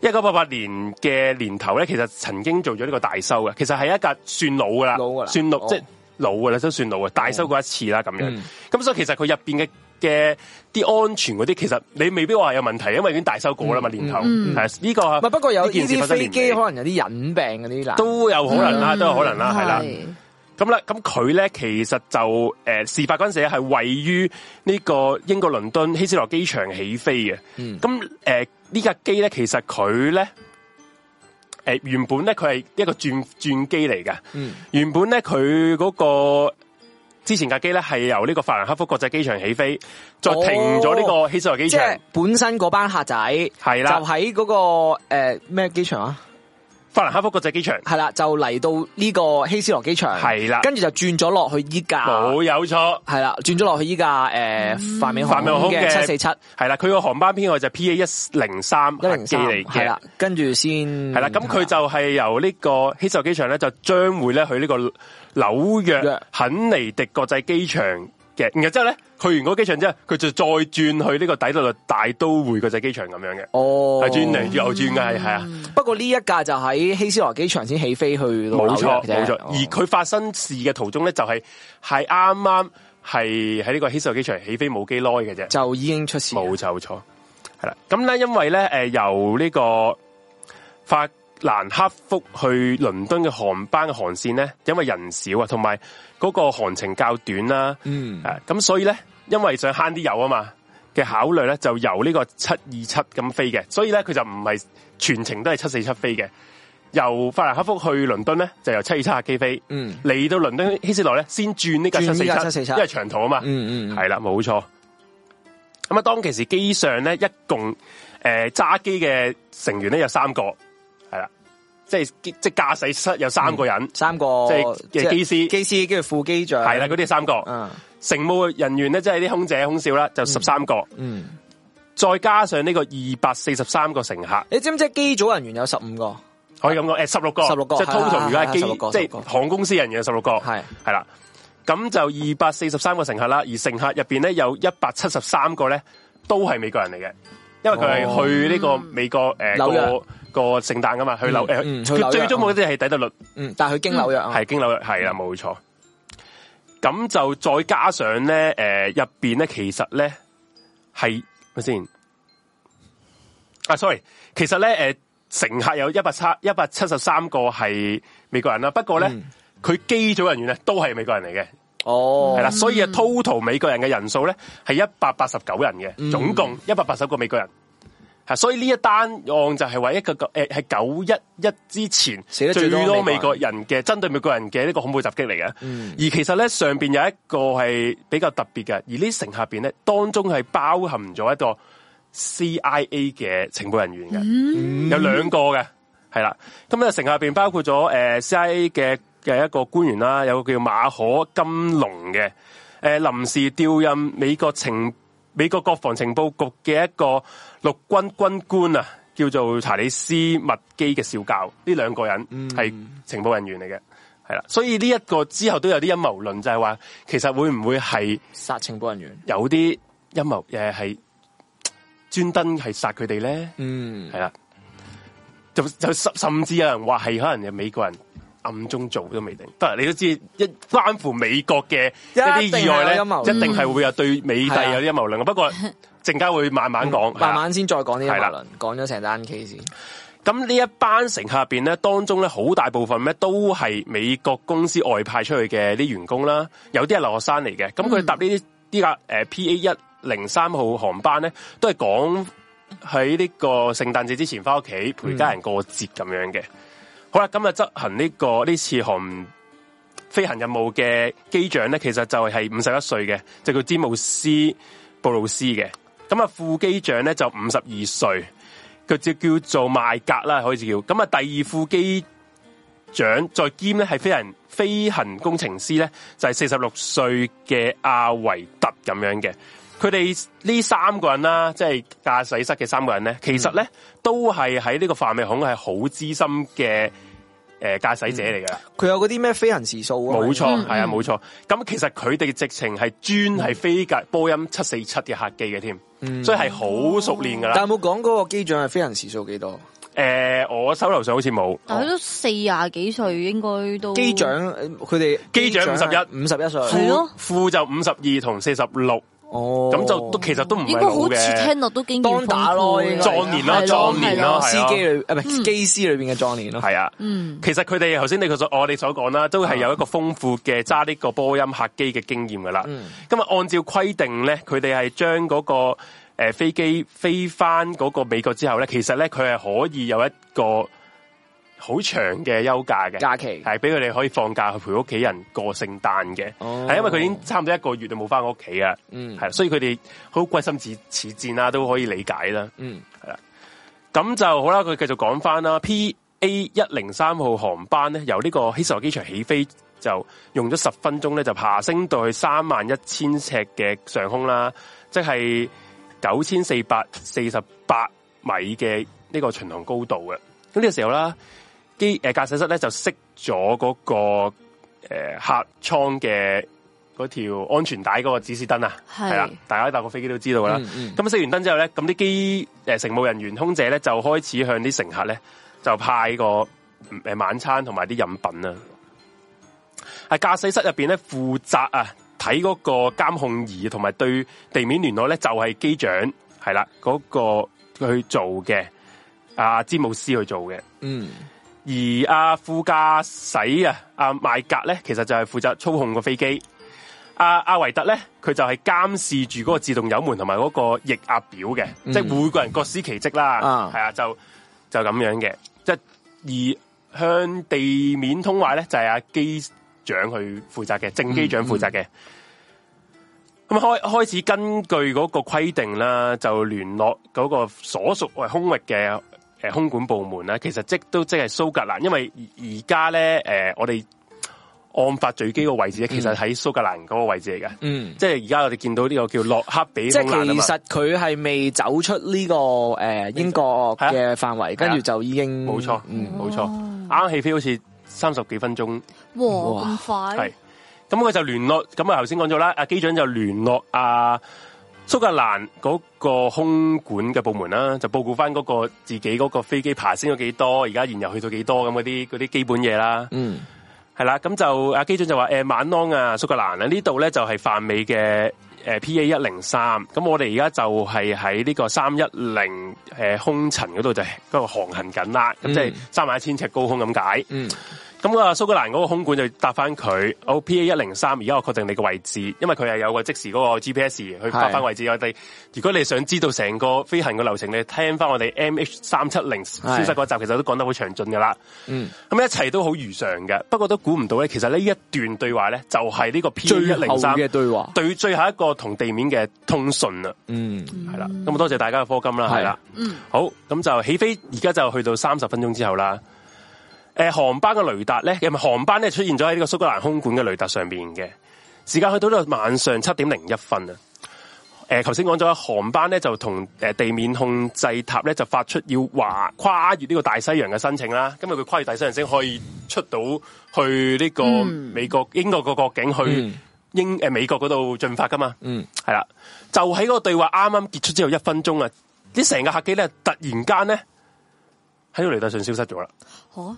B: 一九八八年嘅年頭咧，其實曾經做咗呢個大修嘅，其實係一架算老噶啦，
A: 老㗎啦
B: 算老、
A: 哦
B: 即係老噶啦，都算老啊，大修過一次啦咁樣。
A: 嗯
B: 咁、所以其實佢入邊嘅嘅啲安全嗰啲，其實你未必話有問題，因為已經大修過啦嘛，年頭
C: 嗯
B: 係啊呢個
A: 唔係不過有呢
B: 呢件事
A: 啲
B: 發生
A: 飛
B: 年
A: 機
B: 尾
A: 可能有啲隱病嗰啲啦，
B: 都有可能啦，
C: 嗯
B: 都有可能啦，係啦。
C: 係
B: 咁啦，咁佢咧其實就誒、呃事發嗰陣時咧係位於呢個英國倫敦希斯羅機場起飛嘅。
A: 嗯
B: 咁誒呢架機咧，其實佢咧誒原本咧佢係一個轉轉機嚟嘅。
A: 嗯
B: 原本咧佢嗰個之前架機咧係由呢個法蘭克福國際機場起飛，再停咗呢個希斯羅機
A: 哦即
B: 場，
A: 係本身嗰班客仔
B: 係
A: 就
B: 啦、
A: 喺嗰個诶咩機場啊？
B: 法蘭克福國際機場，
A: 係啦，就嚟到呢個希斯羅機場，
B: 係啦
A: 跟住就轉咗落去依架，
B: 冇有錯。
A: 係啦，轉咗落去依架诶泛美航
B: 泛美航
A: 空
B: 空
A: 嘅
B: 嘅
A: 七四七
B: 係啦，佢個航班編號就 P A 一零三
A: 一
B: 客
A: 零
B: 機
A: 三係
B: 嚟嘅
A: 啦。，跟住先
B: 系啦，咁佢就係由呢個希斯羅機場咧，就將會咧去呢個紐
A: 約
B: 約肯尼迪國際機場嘅，然後之後咧去完嗰個機場之後，佢就再轉去呢個底特律大都會國際機場咁樣嘅，
A: 哦嗯
B: 係轉嚟又轉嘅，係係啊，
A: 不過呢一架就喺希斯羅機場先起飛去到紐
B: 冇錯
A: 約
B: 冇
A: 啫哦
B: 錯。而佢發生事嘅途中咧，就係係啱啱係喺呢個希斯羅機場起飛冇幾耐嘅啫。
A: 就已經出事啦，
B: 冇錯冇錯，係啦。咁咧，因為咧，诶、由呢個法蘭克福去倫敦嘅航班嘅航線咧，因為人少啊，同埋嗰個航程較短啦，
A: 嗯
B: 诶、咁所以咧，因為想慳啲油啊嘛嘅考慮咧，就由呢個七二七咁飛嘅，所以咧佢就唔係全程都係七四七飛嘅。由法蘭克福去倫敦咧，就由七二七客機飛，
A: 嗯
B: 嚟到倫敦希斯羅咧，先轉呢架
A: 轉
B: 七
A: 呢架
B: 四
A: 747
B: 因為長途啊嘛，
A: 嗯嗯，
B: 系啦，冇錯。咁啊，當其時機上咧，一共诶揸機嘅成員咧有三個，係啦，即係即係駕駛室有三個人，
A: 三個
B: 即係機師
A: 機師跟住副機長
B: 係啦、嗰啲係三個。
A: 嗯
B: 乘務人員咧，即係啲空姐、空少啦，就十三個，
A: 嗯，
B: 再加上呢個二百四十三個乘客，
A: 你知唔知機組人員有十五個？
B: 可以咁講，诶，十六個，
A: 16個
B: 即係
A: 係啦
B: total 如果
A: 係啦
B: 係機，
A: 16個
B: 即
A: 16個
B: 係航空公司人員有十六個，
A: 係
B: 係啦。咁就二百四十三個乘客啦，而乘客入边咧有一百七十三個咧都係美國人嚟嘅，因為佢
A: 哦
B: 係去呢個美國诶
A: 紐約
B: 個個聖誕噶嘛，去紐诶，
A: 嗯嗯去紐
B: 佢
A: 約
B: 最終目的係抵得率
A: 嗯，但係佢經紐約啊，
B: 係經紐約，係啦，冇錯。咁就再加上咧，诶入边咧其實咧係咪先？啊，sorry，其實咧诶、呃乘客有一百七一百七十三個係美國人啦，不過咧
A: 嗯
B: 佢機組人員咧都係美國人嚟嘅。
A: 哦
B: 系啦，所以啊，total 美國人嘅人數咧係一百八十九人
A: 嗯
B: 嘅，總共一百八十個美國人。係，所以呢一單案就係話一個诶係九一一之前
A: 死得最
B: 最
A: 多
B: 多
A: 美
B: 美
A: 國
B: 國人嘅針對美國人嘅呢個恐怖襲擊嚟嘅。
A: 嗯
B: 而其實咧上边有一個係比較特別嘅，而呢乘客入边咧當中係包含咗一個 CIA 嘅情報人員嘅。有兩個嘅，係啦。咁咧乘客入边包括咗诶、呃 CIA 嘅嘅一個官員啦，有個叫馬可金龍嘅，呃诶、臨時調任美國情美國國防情報局嘅一個陸軍軍官啊，叫做查理斯麥基嘅少校，呢兩個人係情報人員嚟嘅。係啦，所以呢一個之後都有啲陰謀論，就係話其實會唔會係
A: 殺情報人員，
B: 有啲陰謀誒係專登係殺佢哋咧？
A: 嗯
B: 系啦，就就甚甚至有人话系可能有美國人暗中做都未定，不過你都知一關乎美國嘅一
A: 一
B: 啲
A: 定係
B: 意外咧，
A: 有陰謀論
B: 一定係會有對美帝有
A: 係啊嗯
B: 啲陰謀論嘅。不 過陣間會慢慢講，
A: 慢慢先再講呢一
B: 係啦
A: 輪，講咗成單 case，
B: 咁呢一班乘客入边咧，當中咧好大部分咧都係美國公司外派出去嘅啲員工啦，有啲係留學生嚟嘅。咁佢搭呢啲呢架诶 P A 一零三號航班咧，都係講呃喺呢個聖誕節之前翻屋企陪家人過節咁樣嘅。好啦，咁啊執行呢、個呢次航飛行任務嘅機長咧，其實就係五十一歲嘅，就叫詹姆斯布魯斯嘅。咁啊，副機長咧就五十二歲，佢就叫做麥格啦，可以叫。咁啊，第二副機長再兼咧係飛行飛行工程師咧，就係四十六歲嘅阿維特咁樣嘅。佢哋呢三個人啦，即係駕駛室嘅三個人咧，其實
C: 嗯
B: 咧都係喺呢個泛美孔係好資深嘅誒駕駛者嚟嘅。
A: 佢有嗰啲咩飛行時數啊？
B: 冇錯，
C: 嗯
B: 係啊，冇錯。咁其實佢哋直情係專係飛架
C: 嗯
B: 波音七四七嘅客機嘅添，所以係好熟練
C: 嗯
B: 噶啦。
A: 但有冇講嗰個機長係飛行時數幾多？
B: 誒、我手頭上好似冇，
C: 但佢都四廿幾歲，應該都
A: 機長呃佢哋啊
B: 機長
A: 五十一歲，
C: 係咯
B: 副副就五十二同四十六，
A: 哦，
B: 咁就都其實都唔
C: 應
B: 係
C: 該
B: 老
C: 好似
B: 嘅。
C: 聽落都經驗豐富
A: 當打咯應該
B: 壯年咯
C: 係
B: 壯年咯
C: 係
B: 係
A: 司
B: 啊
A: 機裏啊唔係機師裏邊嘅壯年咯，
B: 係啊，
C: 嗯，
B: 其實佢哋頭先你佢所我哋所講啦，都係有一個豐富嘅揸呢個波音客機嘅經驗噶啦。
A: 嗯
B: 咁啊，按照規定咧，佢哋係將嗰個誒飛機飛翻嗰個美國之後咧，其實咧佢係可以有一個好長嘅休假嘅
A: 假期
B: 係俾佢哋可以放假去陪屋企人過聖誕嘅。係、
A: 哦
B: 因為佢已經差唔多一個月就冇翻屋企啊。
A: 嗯
B: 係，所以佢哋好歸心似似戰啦，都可以理解啦。
A: 嗯，
B: 咁就好啦，佢繼續講翻啦。P A 一零三號航班咧，由呢個希斯羅機場起飛，就用咗十分鐘咧，就爬升到去三萬一千尺嘅上空啦，即係九千四百四十八米嘅呢個巡航高度嘅。咁呢個時候啦，機誒駕駛呃室咧就熄咗嗰個誒、呃客艙嘅嗰條安全帶嗰個指示燈啊，
C: 係
B: 係啦，大家搭過飛機都知道㗎啦。
A: 嗯嗯
B: 咁熄完燈之後咧，咁啲機誒乘務人員、空姐咧就開始向啲乘客咧就派個誒、呃晚餐同埋啲飲品啊。喺駕駛室入邊咧，負責啊睇嗰個監控儀同埋對地面聯絡咧，就係、機長係啦，嗰、個去做嘅，阿、啊詹姆斯去做嘅。
A: 嗯
B: 而阿副駕駛啊，阿麥格咧，其實就係負責操控個飛機。阿阿維特咧，佢就係監視住嗰個自動油門同埋嗰個液壓表嘅，即係每個人各司其職啦。
A: 嗯啊
B: 係啊，就就咁樣嘅。即係而向地面通話咧，就係、阿機長去負責嘅，正機長負責嘅。咁開開始根據嗰個規定啦，就聯絡嗰個所屬為空域嘅誒、呃空管部門啦。其實即都即係蘇格蘭，因為而而家咧誒，我哋案發墜機個位置咧，其實喺蘇格蘭嗰個位置嚟嘅。
A: 嗯，
B: 即係而家我哋見到呢個叫洛克比
A: 即
B: 空
A: 係
B: 難啊
A: 其
B: 嘛，
A: 實佢係未走出呢個誒英國嘅範圍，跟住就已經
B: 啊冇錯，
A: 嗯
B: 冇錯，啱起飛好似三十幾分鐘。
C: 哇
A: 哇
C: 咁快
B: 係，咁佢就聯絡，咁啊頭先講咗啦，阿機長就聯絡阿蘇格蘭嗰個空管嘅部門啦，就報告翻嗰個自己嗰個飛機爬升咗幾多，而家燃油去到幾多咁嗰啲嗰啲基本嘢啦，
A: 嗯
B: 係啦，咁就阿機長就話誒、晚安啊，蘇格蘭啊，呢度咧就係泛美嘅。誒 P A 一零三，咁我哋而家就係喺呢個三一零誒空層嗰度就嗰度航行緊啦，咁即係三萬一千尺高空咁解。
A: 嗯
B: 咁啊，蘇格蘭嗰個空管就答翻佢，我 P A 一零三，而家我確定你個位置，因為佢係有個即時嗰個 G P S 去發翻位置。我哋如果你想知道成個飛行嘅流程，你聽翻我哋 M H 三七零消失嗰集，其實都講得好詳盡噶啦。
A: 嗯，
B: 咁一切都好如常嘅，不過都估唔到咧，其實呢一段對話咧，就係呢個 P A 一
A: 最後
B: 零三
A: 嘅對話，
B: 對最後一個同地面嘅通啊訊啦。
A: 嗯
B: 系啦，咁啊多謝大家嘅科金啦，
A: 係
B: 係啦，
C: 嗯，
B: 好，咁就起飛，而家就去到三十分鐘之後啦。诶、航班嘅雷達咧，唔係航班咧出現咗喺呢個蘇格蘭空管嘅雷達上面嘅，時間去到呢度晚上七點零一分啊。诶、頭先講咗航班咧就同诶地面控制塔咧就發出要話跨越呢個大西洋嘅申請啦，因為佢跨越大西洋先可以出到去呢個美國、英國個國境去。
A: 嗯
B: 英诶、美國嗰度進發噶嘛，
A: 嗯，
B: 係啦，就喺嗰個對話啱啱結束之後一分鐘啊，啲成架客機咧突然間咧喺個雷達上消失咗啦，
C: 嚇
A: 嗯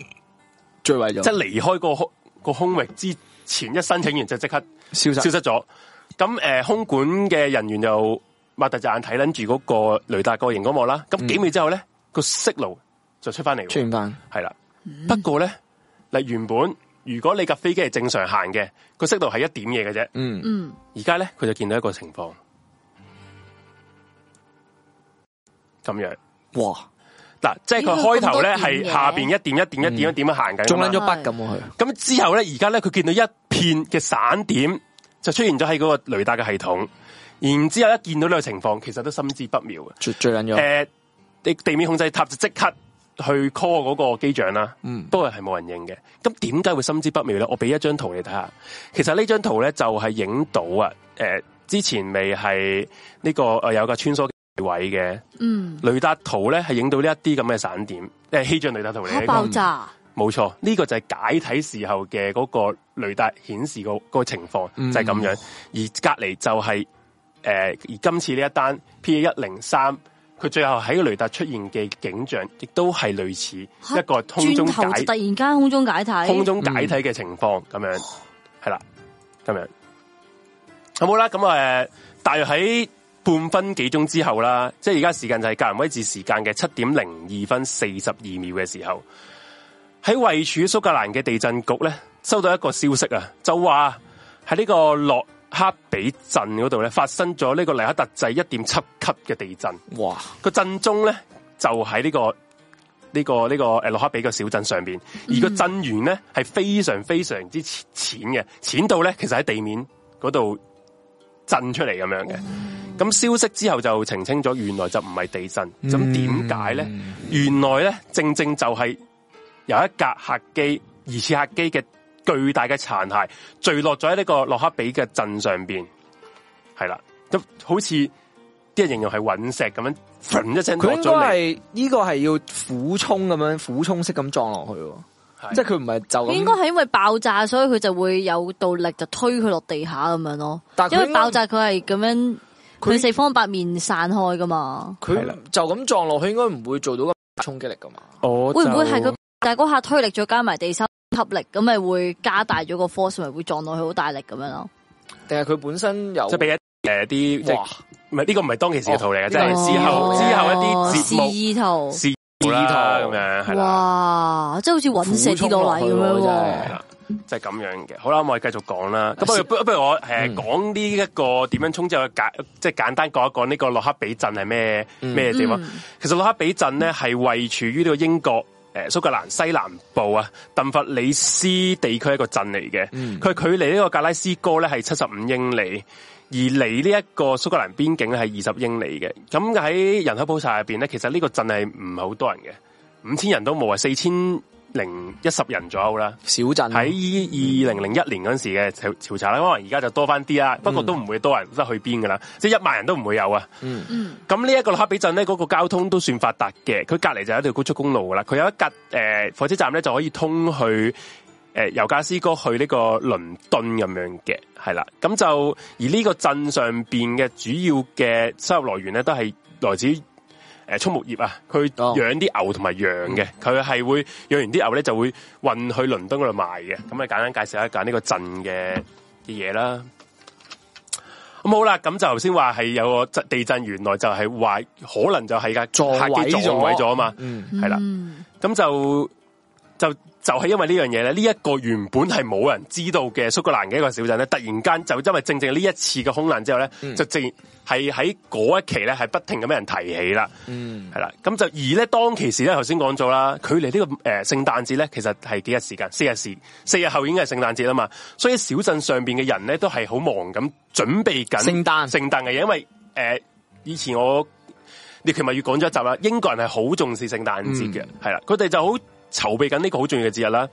A: 最為咗
B: 即係離開個空個空域之前一申請完就即刻
A: 消
B: 消
A: 失，
B: 失咗。咁诶、呃空管嘅人員就擘大隻眼睇撚住嗰個雷達個熒光幕啦，咁幾秒之後咧個息路就出翻嚟喎，
A: 嗯出現嗯翻，
B: 系啦。不過咧，嗱原本如果你架飛機係正常行嘅，個息路係一點嘢嘅啫。
A: 嗯
C: 嗯，
B: 而家咧，佢就見到一個情況，咁樣
A: 哇，
B: 嗱，即係佢
C: 咦
B: 開頭咧
C: 咁多嗯點
B: 係
C: 嘅
B: 下邊一點一點一點一點咁行緊㗎嘛，
A: 中捻咗筆咁喎佢。
B: 咁之後咧，而家咧佢見到一片嘅散點就出現咗喺嗰個雷達嘅系統，然之後一見到呢個情況，其實都心知不妙嘅。
A: 最最緊要，
B: 诶、地地面控制塔就即刻去 call 嗰個機長啦，
A: 嗯
B: 不過係冇人應嘅。咁點解會心知不妙咧？我俾一張圖你睇下，其實呢張圖咧就係影到啊，诶、之前咪係呢個诶、呃有架穿梭位嘅
C: 嗯，
B: 雷達圖咧，係影到呢一啲咁嘅散點，诶、氣象雷達圖嚟
C: 吓
B: 嘅。
C: 爆炸，
B: 冇錯，呢、個就係解體時候嘅嗰個雷達顯示個個情況
A: 嗯
B: 就係咁樣，而隔離就係呃而今次呢一單 P A 一零三，佢最後喺雷達出現嘅景象，亦都係類似一個空中
C: 轉頭
B: 解
C: 就突然間空中解體，
B: 空中解體嘅情況咁、樣，係啦，咁樣好冇啦，咁誒、呃大約喺半分幾鐘之後啦，即係而家時間就係格林威治時間嘅七點零二分四十二秒嘅時候，喺位處蘇格蘭嘅地震局咧，收到一個消息啊，就話喺呢個洛克比鎮嗰度咧，發生咗呢個黎克特制一點七級嘅地震。
A: 哇，
B: 個震中咧就喺呢、個呢、個呢、個誒洛克比個小鎮上邊，而個震源咧係非常非常之淺淺嘅，淺到咧其實喺地面嗰度震出嚟咁樣嘅。咁消息之後就澄清咗，原來就唔係地震。咁點解咧？原來咧正正就係有一架客機疑似客機嘅巨大嘅殘骸墜落咗喺呢個洛克比嘅鎮上邊，係啦，咁好似啲人形容係隕石咁樣，嘭一聲
A: 佢
B: 落
A: 應該
B: 咗嚟，
A: 係呢個係要俯衝咁樣，俯衝式咁撞落去喎，即係佢唔係就
C: 佢
A: 咁。
C: 應該係因為爆炸，所以佢就會有道力就推佢落地下咁樣咯。
A: 但係佢
C: 因為
A: 應該
C: 爆炸佢係咁樣，佢四方八面散開噶嘛。
B: 係啦
A: 佢就咁撞落去，應該唔會做到咁衝擊力噶嘛。
B: 我
C: 會唔會係佢但係嗰下推力再加埋地心吸力，咁咪會加大咗個 force，咪會撞落去好大力咁樣咯？
A: 定係佢本身有
B: 即係俾一誒啲即係
A: 哦哇
B: 唔係呢個唔係當其時嘅圖嚟嘅，
A: 哦
B: 即係之後
A: 哦
B: 之後一啲節
C: 示
B: 目
C: 意圖，
B: 示意啦
A: 示意圖
B: 咁樣係啦。
C: 哇！即係好似隕石跌落嚟
A: 俯
C: 咁樣
A: 衝落去喎真
B: 係
A: 係
C: 喎。
B: 啦，就係咁樣嘅。好啦，咁我哋繼續講啦。咁不
A: 是
B: 如不不如我誒
A: 嗯
B: 講呢一個點樣衝之後簡即係簡單講一講呢個洛克比鎮係咩咩地方。其實洛克比鎮咧係位處於呢個英國誒蘇格蘭西南部啊鄧弗里斯地區一個鎮嚟嘅。佢距離呢個格拉斯哥咧係七十五英里。而離呢一個蘇格蘭邊境咧係二十英里嘅，咁喺人口普查入邊咧，其實呢個鎮係唔係好多人嘅，五千人都冇啊，四千零一十人左右啦。
A: 小鎮啊
B: 喺二零零一年嗰陣時嘅調調查啦，可能而家就多翻啲啦，不過都唔會多人得去邊噶啦，即係一萬人都唔會有啊。
C: 嗯，
B: 咁呢一個洛克比鎮咧，嗰、個交通都算發達嘅，佢隔離就有一條高速公路噶啦，佢有一架誒、呃火車站咧就可以通去。誒由呃加斯哥去呢個倫敦咁樣嘅，係啦，咁就而呢個鎮上邊嘅主要嘅收入來源咧，都係來自於誒畜牧業啊，佢
A: 哦嗯
B: 養啲牛同埋羊嘅，佢係會養完啲牛咧就會運去倫敦嗰度賣嘅，咁啊簡單介紹一下呢個鎮嘅嘅嘢啦。咁好啦，咁就頭先話係有個質地震，原來就係話可能就係架
A: 撞毀
B: 客機
A: 咗
B: 撞毀咗啊嘛，
A: 嗯
B: 係啦、
C: 嗯
B: 咁就就就係因為呢樣嘢咧，呢、一個原本係冇人知道嘅蘇格蘭嘅一個小鎮咧，突然間就因為正正呢一次嘅空難之後咧，就正係喺嗰一期咧係不停咁俾人提起啦，
A: 嗯
B: 係啦，咁就而咧當其時咧，頭先講咗啦，距離呢、個誒聖誕節咧，其實係幾日時間，四日時四日後已經係聖誕節啦嘛，所以小鎮上邊嘅人咧都係好忙咁準備緊
A: 聖誕
B: 聖誕嘅嘢，因為誒、呃以前我你其咪要講咗一集啦，英國人係好重視聖誕節嘅，係啦、佢哋就好籌備緊呢個好重要嘅節日啦。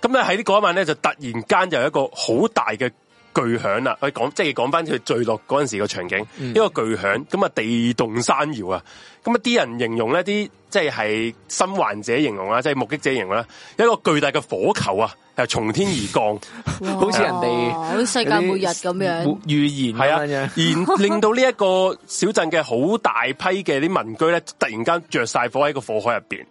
B: 咁咧喺呢嗰一晚咧，就突然間就有一個好大嘅巨響啦。佢講即係講翻佢墜落嗰陣時個場景，一個巨響咁啊，地動山搖啊。咁啊，啲人形容呢啲即係生還者形容啦，即係目擊者形容啦，有一個巨大嘅火球啊，係從天而降。
A: 好似人哋
C: 哇好似世界末日咁樣，
A: 預言
B: 係啊，
A: 咁樣。
B: 而令到呢一個小鎮嘅好大批嘅啲民居咧，突然間着晒火喺個火海入邊。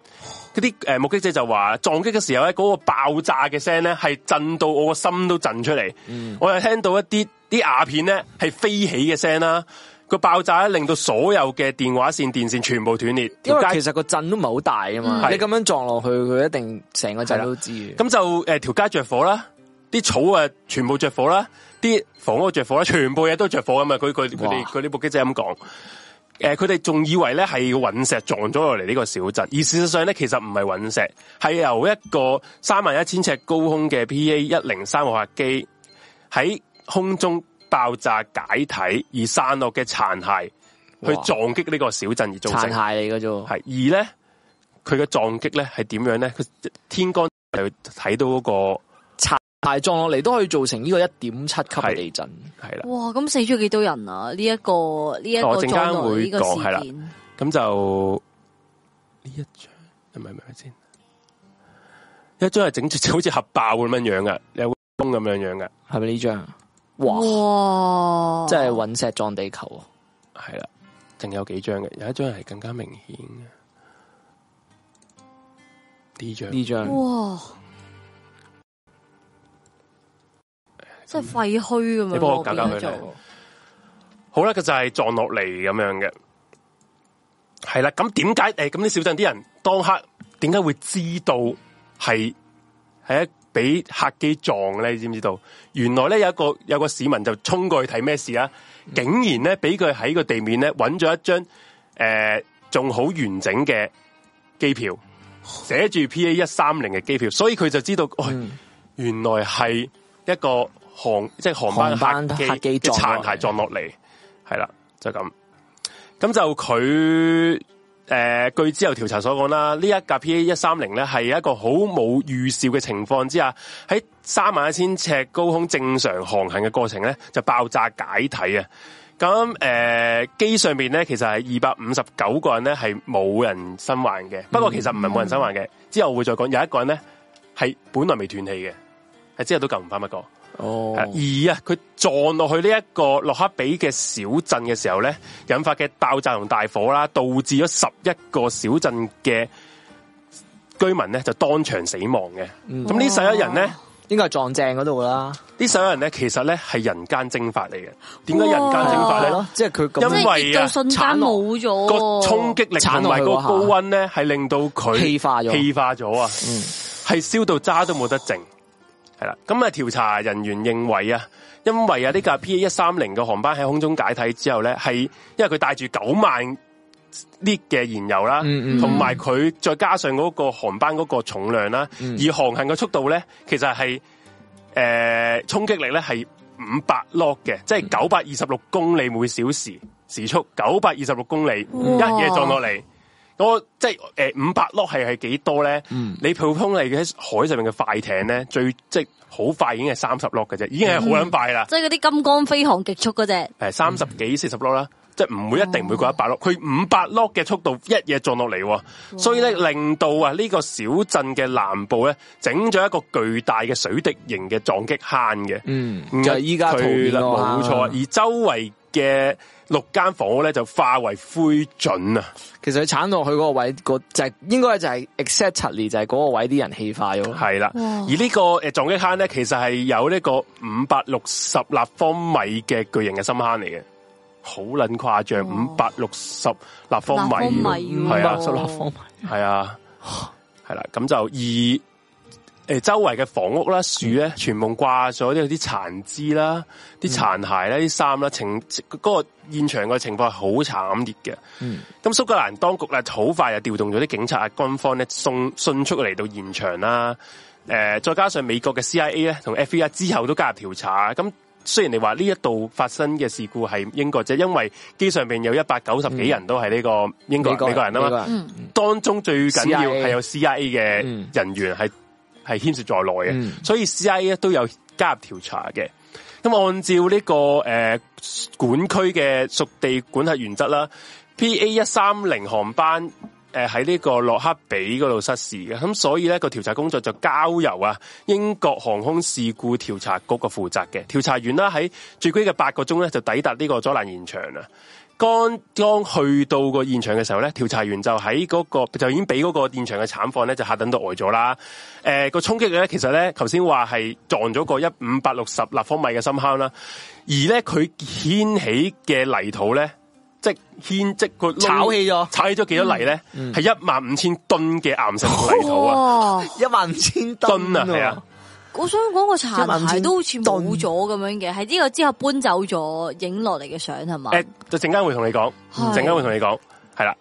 B: 嗰啲誒目擊者就話，撞擊嘅時候咧，嗰、個爆炸嘅聲咧，係震到我個心都震出嚟。
A: 嗯
B: 我又聽到一啲啲瓦片咧係飛起嘅聲啦，個爆炸啊咧令到所有嘅電話線、電線全部斷裂，
A: 因
B: 條
A: 為
B: 街
A: 其實個鎮都唔係好大啊嘛，
B: 嗯
A: 你咁樣撞落去，佢一定成個
B: 係啦
A: 鎮都知嘅。
B: 咁就诶条、街着火啦，啲草啊全部着火啦，啲房屋着火啦，全部嘢都着火咁嘛。佢佢佢哋
A: 哇
B: 佢啲目擊者咁講。诶，佢哋仲以為咧係隕石撞咗落嚟呢個小鎮，而事實上咧其實唔係隕石，係由一個三萬一千尺高空嘅 PA 一零三號客機喺空中爆炸解體而散落嘅殘骸
A: 哇
B: 去撞擊呢個小鎮而造
A: 殘
B: 成。
A: 骸嚟嘅啫喎，
B: 係而咧，佢嘅撞擊咧係點樣咧？佢天光就睇到嗰、個
A: 但係撞落嚟都可以造成呢個一點七級嘅地震。
B: 係啦，
C: 哇！咁死咗幾多人啊？呢、一個呢一、個
B: 我
C: 個
B: 哦陣間
C: 撞落嚟呢個
B: 會講係啦
C: 事件，
B: 咁就呢一張，唔係唔係唔係先，一張係整住好似核爆咁樣樣嘅，有個窿咁樣樣嘅，
A: 係咪呢張？哇！
C: 哇！
A: 真係隕石撞地球啊！
B: 係啦，仲有幾張嘅，有一張係更加明顯嘅，呢張
A: 呢張
C: 哇！真係廢墟咁樣喎，
B: 你幫我搞搞佢
C: 變咗
B: 啦好啦，佢就係撞落嚟咁樣嘅，係啦。咁點解诶？誒咁啲小鎮啲人當刻點解會知道係係一俾客機撞咧？你知唔知道？原來咧有一個有個市民就衝過去睇咩事啊！竟然咧俾佢喺個地面咧揾咗一張诶呃仲好完整嘅機
A: 哦
B: 票，寫住 P A 一三零嘅機票，所以佢就知道，喂、
A: 嗯
B: 原來係一個航即係航
A: 航
B: 班
A: 班
B: 機
A: 客機
B: 嘅
A: 撞落
B: 殘
A: 嚟
B: 骸撞落嚟，係啦，就咁。咁就佢诶、呃，據之後調查所講啦，呢一架 P A 一三零咧係一個好冇預兆嘅情況之下，喺三萬一千尺高空正常航行嘅過程咧，就爆炸解體啊！咁诶，機、上面咧其實係二百五十九個人咧係冇人生還嘅，不過其實唔係冇人生還嘅，之後會再講，有一個人咧係本來未斷氣嘅，係之後都救唔翻不過。
A: 哦
B: 啊，而啊，佢撞落去呢一個洛克比嘅小鎮嘅時候咧，引發嘅爆炸同大火啦，導致咗十一個小鎮嘅居民咧就當場死亡嘅。咁呢十一人咧，
A: 應該係撞正嗰度㗎啦。
B: 呢十一人咧其實咧係人間蒸發嚟嘅。點解人間蒸
A: 係
B: 發咧？
A: 咯，即係佢咁
B: 因
C: 即
A: 樣
B: 為啊
C: 係結構瞬間冇咗
B: 個衝
A: 哦
B: 擊力同埋個高温咧，係令到佢
A: 氣化咗嗯
B: 氣化咗啊！係燒到渣都冇得剩，係啦。咁啊，調查人員認為啊，因為啊呢架 P A 一三零嘅航班喺空中解體之後咧，係因為佢帶住九萬 lit 嘅燃油啦，
A: 嗯嗯
B: 同埋佢再加上嗰個航班嗰個重量啦，
A: 嗯
B: 而航行嘅速度咧，其實係诶衝呃擊力咧係五百 log 嘅，即係九百二十六公里每小時時速，九百二十六公里一嘢撞落嚟。我即係诶五百 log 係係幾多咧？你普通嚟嘅喺海上面嘅快艇咧，最即係好快已經係三十 log 嘅啫，已經係好撚快啦。
C: 即係嗰啲金剛飛航極速嗰只，
B: 诶三十幾四十 log 啦，即係唔會一定唔會過一百 log，佢五百 log 嘅速度一嘢撞落嚟喎，所以咧令到啊呢個小鎮嘅南部咧整咗一個巨大嘅水滴型嘅撞擊坑嘅，
A: 嗯
B: 嗯
A: 就係依家圖
B: 佢
A: 片
B: 啦，
A: 咯啊
B: 冇錯，啊
A: 嚇
B: 而周圍嘅六間房屋咧就化為灰燼啊，
A: 其實佢鏟落去嗰個位，個就係應該就係 exactly 就係嗰個位啲人氣化咗。
B: 係啦，
C: 哇
B: 而呢個誒撞擊坑咧其實係有呢個五百六十立方米嘅巨型嘅深坑嚟嘅。好撚誇張，五百六十立方
C: 立方
B: 米喎，
C: 米喎
B: 係啊，
A: 十立方米。
B: 系啊，系啦，咁就而诶、周圍嘅房屋啦、樹咧，全部掛咗啲啲殘枝啦、啲殘骸啦、啲衫啦，情嗰、個現場嘅情況係好慘烈嘅。
A: 嗯
B: 咁蘇格蘭當局咧，好快就調動咗啲警察啊、軍方咧，迅迅速嚟到現場啦。诶、再加上美國嘅 CIA 咧同 FBI 之後都加入調查，咁雖然你話呢一度發生嘅事故係英國啫，因為機上邊有一百九十幾人都係呢個英國嗯美國人啊嘛。
A: 嘛，
B: 當中最緊要
A: CIA
B: 係有 CIA 嘅
A: 嗯
B: 人員係係牽涉在內嘅，
A: 嗯
B: 所以 CIA 都有加入調查嘅。咁按照呢、個誒、呃管區嘅屬地管轄原則啦，PA 一三零航班誒喺呢個洛克比嗰度失事嘅，咁所以呢個調查工作就交由啊英國航空事故調查局嘅負責嘅調查員啦，喺最歸嘅八個鐘咧就抵達呢個災難現場啦。剛剛去到個現場嘅時候咧，調查員就喺嗰、個就已經俾嗰個現場嘅慘況咧就嚇等到呆咗啦。誒、個衝擊力咧，其實咧頭先話係撞咗個一五百六十立方米嘅深坑啦，而咧佢掀起嘅泥土咧，即係掀即係個窿
A: 炒起咗嗯
B: 炒起咗幾多泥咧？係一萬五千噸嘅岩石同泥土啊！
C: 哇！
A: 一萬五千
B: 噸啊，
A: 喎
B: 係啊，
C: 我想講個
A: 一萬五
C: 殘骸
A: 千
C: 都好似冇咗咁樣嘅，係呢個之後搬走咗影落嚟嘅相係嘛？
B: 诶，就陣間會同你講，
C: 係
B: 陣間會同你講，係啦。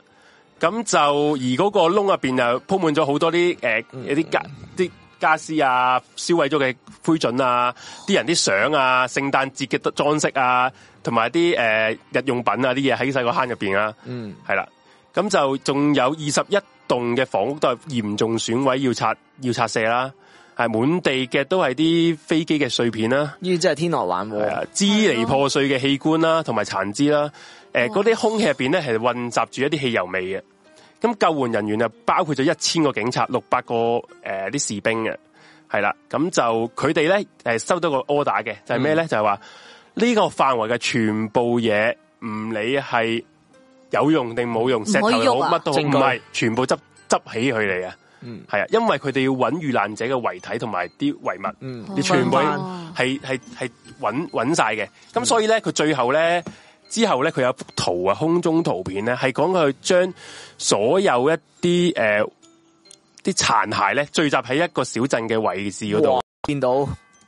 B: 咁就而嗰個窿入边又鋪滿咗好多啲诶，
C: 嗯
B: 有啲家啲家私啊，燒毀咗嘅灰烬啊，啲人啲相啊，聖誕節嘅裝飾啊，同埋啲诶日用品啊啲嘢喺晒個坑入边啊，
A: 嗯，
B: 係啦。咁就仲有二十一棟嘅房屋都係嚴重損毀，要拆要拆卸啦。係滿地嘅都係啲飛機嘅碎片啦、
A: 呢啲真係天羅玩
B: 系
A: 喎。
B: 啊，支離破碎嘅器官啦，同埋殘肢啦，诶、嗰啲空氣入边咧係混雜住一啲汽油味嘅。咁救援人員啊，包括咗一千個警察、六百個诶啲、士兵嘅，係啦。咁就佢哋咧诶收到個 order 嘅，就係咩咧？就係話呢個範圍嘅全部嘢，唔理係有用定冇用，
C: 可以
B: 石頭又
C: 喐
B: 好，
C: 啊
B: 乜都好，
A: 證
B: 唔
A: 據
B: 係全部執執起佢哋嘅。
A: 嗯
B: 係啊，因為佢哋要揾遇難者嘅遺體同埋啲遺物。
A: 嗯，
B: 你全部
C: 哦嗯
B: 係係係揾揾晒嘅。咁所以咧，佢最後咧之後咧，佢有幅圖啊，空中圖片咧，係講佢將所有一啲诶啲殘骸咧聚集喺一個小鎮嘅位置嗰度
A: 哇，見到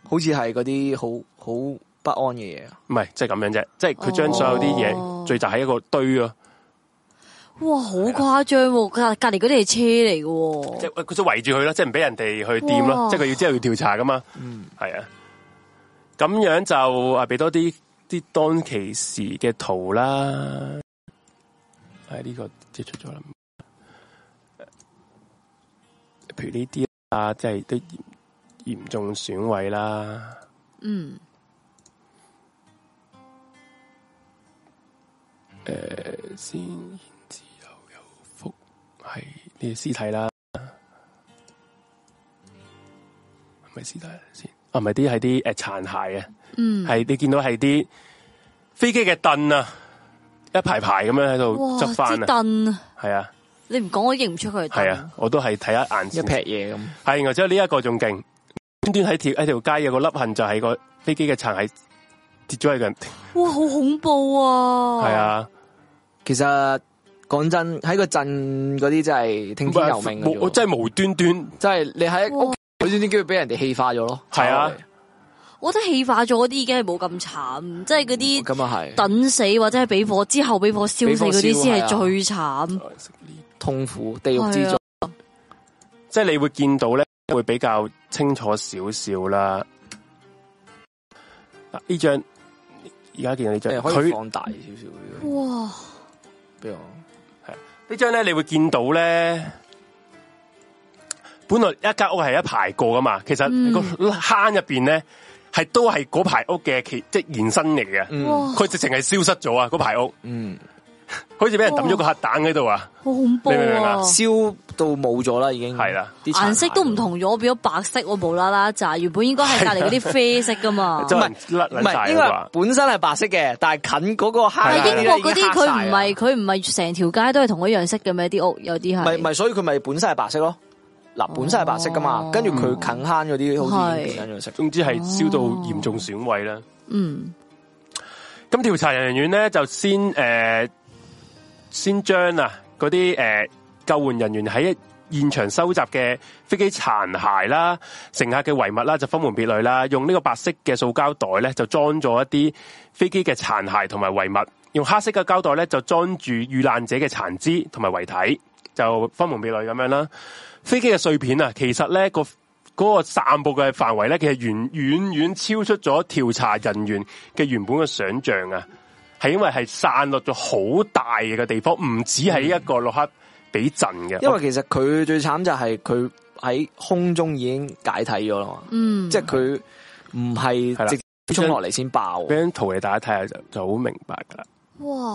A: 好似係嗰啲好好不安嘅嘢啊。
B: 唔係即係咁樣啫，即係佢將所有啲
C: 哦
B: 嘢聚集喺一個堆咯，
C: 哇，好誇張喎！隔隔離嗰啲係車嚟嘅喎，
B: 即係佢就圍住佢啦，即係唔俾人哋去掂咯
C: 哇，
B: 即係佢要之後要調查噶嘛，
A: 嗯，
B: 係啊，咁樣就啊俾多啲啲當其時嘅圖啦，係呢、個即係出咗啦。譬如呢啲啊，即係都嚴嚴重損毀啦。
C: 嗯，
B: 诶、先然之後有幅係呢啲屍體啦，係咪屍體先？啊，唔係啲係啲诶殘骸啊，
C: 嗯
B: 係你見到係啲飛機嘅凳啊，一排排咁樣喺度
C: 哇，
B: 執翻
C: 啲
B: 啊，
C: 凳
B: 係啊，
C: 你唔講我認唔出佢係凳
B: 係啊，我都係睇一眼
A: 一
B: 先
A: 劈。嘢咁。
B: 系，然後之後呢一個仲勁，端端喺條喺條街有個凹痕，就係個飛機嘅殘骸跌咗喺近，
C: 哇，好恐怖啊！
B: 係，啊，
A: 其實講真，喺個鎮嗰啲真係聽天由命嘅
B: 啊無
A: 啫喎。
B: 我真係無端端
A: 即係你喺
C: 哇
A: 屋企，無端端叫俾人哋氣化咗咯。
B: 係
A: 炒
B: 啊
A: 落嚟
C: 我覺得氣化咗嗰啲已經係冇咁慘，即係嗰啲
A: 咁啊係
C: 等死或者係俾火之後俾火燒死嗰啲先係最慘。
A: 痛苦地獄之
C: 係
A: 中
C: 啊。
B: 即係你會見到咧，會比較清楚少少啦。啊呢張而家見到呢張，
A: 誒可以
B: 佢
A: 放大少少呢個
C: 哇！
A: 俾我。
B: 呢張咧，你會見到咧，本來一間屋係一排過噶嘛，其實
C: 嗯
B: 個坑入边咧係都係嗰排屋嘅其即係延伸嚟嘅。
A: 嗯
C: 哇
B: 佢直情係消失咗啊！嗰排屋
A: 嗯，
B: 好似俾人抌咗個核彈喺度啊！
C: 好恐怖
B: 你明唔明啊
C: 啊！
A: 燒到冇咗啦，已經
B: 係啦，
A: 啲殘骸啊
C: 顏色都唔同咗，變咗白色喎，無啦啦炸，原本應該係隔離嗰啲啡色噶 嘛。
B: 真
A: 係
B: 係啊甩
A: 哦唔
B: 甩
A: 係，
B: 晒啊
A: 應該係
B: 啦
A: 本身係白色嘅，但係近嗰個
B: 係
A: 黑
C: 但
B: 啦
C: 係
A: 色
C: 英
A: 咧
C: 國
A: 已
C: 嗰
A: 經
C: 啲
A: 黑晒啊
C: 佢唔
A: 啦
C: 係佢唔係成條街都係同一樣色嘅咩？啲屋有啲
A: 咪
C: 係
A: 咪，所以佢咪本身係白色咯。嗱，本身係白色噶嘛
C: 哦，
A: 跟住佢近坑嗰啲好似已經變緊咗色。
B: 總之係燒到嚴重損毀啦。
C: 嗯
B: 咁調查人員咧就先誒、呃先將啊嗰啲誒救援人員喺現場收集嘅飛機殘骸啦、乘客嘅遺物啦，就分門別類啦，用呢個白色嘅塑膠袋咧就裝咗一啲飛機嘅殘骸同埋遺物，用黑色嘅膠袋咧就裝住遇難者嘅殘肢同埋遺體，就分門別類咁樣啦。飛機嘅碎片啊，其實咧個嗰個散布嘅範圍咧，其實遠遠遠超出咗調查人員嘅原本嘅想像啊，係因為係散落咗好大嘅個地方，唔止係一個洛克比鎮嘅，
A: 因為其實佢最慘就係佢喺空中已經解體咗啦嘛，
C: 嗯，
A: 即係佢唔係
B: 係啦
A: 直接衝落嚟先爆。
B: 俾張圖嚟大家睇下就就好明白噶啦。
C: 哇，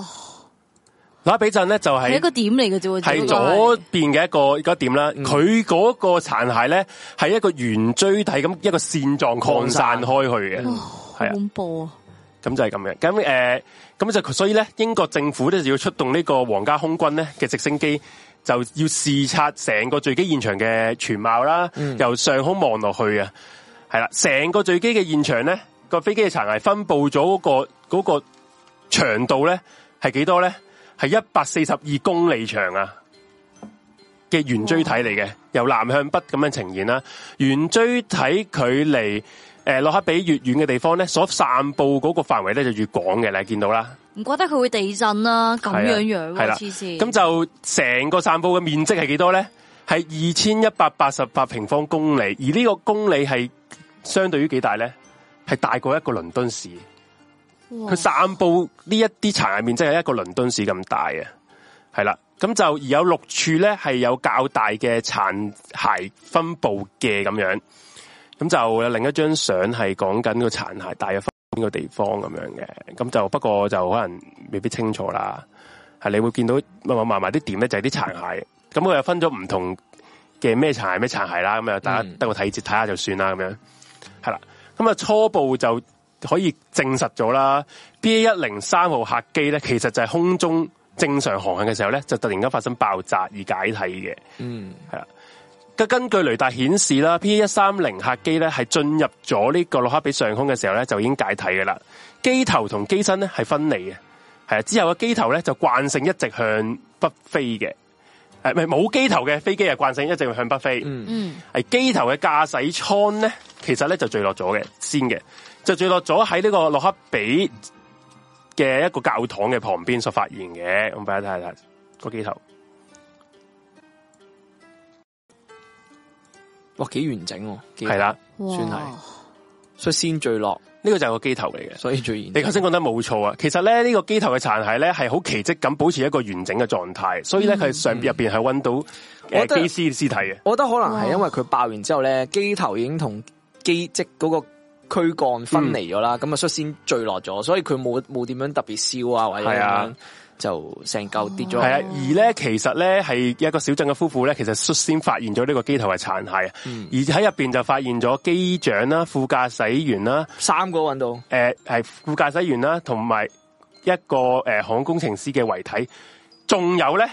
B: 洛克比鎮咧就
C: 係一
B: 喺
C: 個啊點嚟嘅啫喎，
B: 係
C: 只不過
B: 左
C: 係
B: 邊嘅一個一個點啦，佢嗰個殘骸咧係一個圓錐體咁一個線狀擴散開去嘅，
C: 好
B: 係啊。
C: 恐怖啊！
B: 咁就係咁嘅。咁诶，咁、就所以咧，英國政府咧就要出動呢個皇家空軍咧嘅直升機，就要視察成個墜機現場嘅全貌啦，由上空望落去啊，係啦，成個墜機嘅現場咧，個飛機嘅殘骸分布咗嗰、個嗰、個長度咧係幾多咧？係一百四十二公里長啊！嘅圓錐體嚟嘅，由南向北咁樣呈現啦。圓錐體距離誒洛克比越遠嘅地方咧，所散佈嗰個範圍咧就越廣嘅，你見到啦。
C: 唔怪得佢會地震啦，咁
B: 係啦
C: 樣
B: 係
C: 樣喎
B: 啦
C: 黐線。
B: 咁就成個散佈嘅面積係幾多咧？係二千一百八十八平方公里，而呢個公里係相對於幾大咧？係大過一個倫敦市。
C: 哇
B: 佢散布呢一啲殘骸面積係一個倫敦市咁大嘅，係啦。咁就而有六處咧係有較大嘅殘骸分布嘅咁樣。咁就有另一張相係講緊個殘骸大約分邊個地方咁樣嘅。咁就不過就可能未必清楚啦。係你會見到密密麻麻啲點咧，就係啲殘骸。咁佢又分咗唔同嘅咩殘骸咩殘骸啦。咁啊，大家
A: 嗯
B: 得個睇字睇下就算啦。咁樣係啦。咁啊，初步就可以證實咗啦。B 一零三號客機咧，其實就係空中正常航行嘅時候咧，就突然間發生爆炸而解體嘅。
A: 嗯，
B: 根根據雷達顯示啦，P 一三零客機咧係進入咗呢個洛克比上空嘅時候咧，就已經解體嘅啦。機頭同機身咧係分離嘅，係啊。之後嘅機頭咧就慣性一直向北飛嘅，誒唔係冇機頭嘅飛機係慣性一直向北飛。
C: 嗯
B: 係機頭嘅駕駛艙咧，其實咧就墜落咗嘅先嘅，就墜落咗喺呢個洛克比嘅一個教堂嘅旁邊所發現嘅。咁大家睇下睇下個機頭，
A: 哇，几完整喎，幾
B: 係，啦，
C: 哇
A: 算係所以先墜落，
B: 呢、個就係個機頭嚟嘅。
A: 所以最完
B: 你
A: 整。
B: 頭先講得冇錯啊，其實咧呢、個機頭嘅殘骸咧係好奇蹟咁保持一個完整嘅狀態，所以咧佢上邊入邊係揾到
A: 嗯我覺
B: 誒
A: 得
B: 機師屍體嘅，
A: 我覺得可能係因為佢爆完之後
B: 哦
A: 咧，機頭已經同機即嗰個軀幹分離咗啦，
B: 嗯
A: 咁啊率先墜落咗，所以佢冇冇點樣特別燒啊，或者
B: 係
A: 咁
B: 啊
A: 樣就成嚿跌咗。
B: 係啊，而咧其實咧係一個小鎮嘅夫婦咧，其實率先發現咗呢個機頭嘅殘骸，啊
C: 嗯
B: 而喺入邊就發現咗機長啦、副駕駛員啦、
A: 三個揾到，
B: 誒係副駕駛員啦，同埋一個誒、呃航空工程師嘅遺體，仲有咧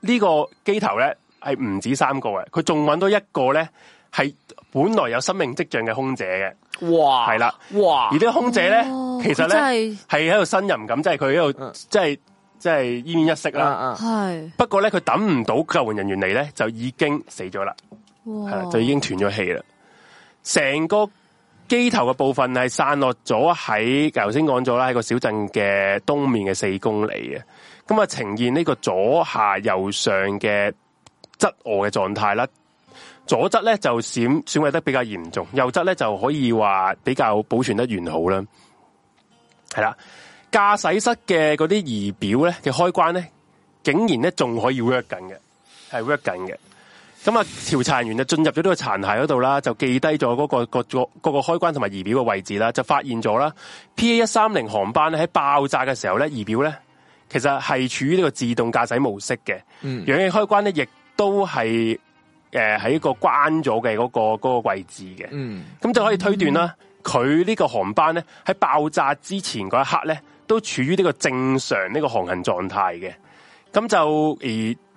B: 呢、個機頭咧係唔止三個嘅，佢仲揾到一個咧係本來有生命跡象嘅空姐嘅。
A: 哇，
B: 係啦，
A: 哇
B: 而，呢個空姐咧
C: 啊哦，
B: 其實
C: 佢真
B: 咧
C: 係
B: 係喺度呻吟咁，即係佢喺度
A: 嗯
B: 即係即係奄奄一息
A: 啊
B: 啦。
A: 啊，
C: 係
B: 不過咧，佢等唔到救援人員嚟咧，就已經死咗啦，係啦
C: 哇，，
B: 就已經斷咗氣啦。成個機頭嘅部分係散落咗喺頭先講咗啦，喺個小鎮嘅東面嘅四公里嘅，咁啊呈現呢個左下右上嘅側卧嘅狀態啦。左側咧就閃損毀得比較嚴重，右側咧就可以話比較保存得完好啦。係啦，駕駛室嘅嗰啲儀表咧嘅開關咧，竟然咧仲可以 work 緊嘅，係 work 緊嘅。咁啊，調查員就進入咗呢個殘骸嗰度啦，就記低咗嗰、個、個、個、個開關同埋儀表嘅位置啦，就發現咗啦。P A 一三零航班咧喺爆炸嘅時候咧，儀表咧其實係處於呢個自動駕駛模式嘅，
A: 嗯
B: 氧氣開關咧亦都係誒喺個關咗嘅嗰個嗰個位置嘅。
A: 嗯，
B: 咁就可以推斷啦。佢呢個航班咧喺爆炸之前嗰一刻咧，都處於呢個正常呢個航行狀態嘅。咁就而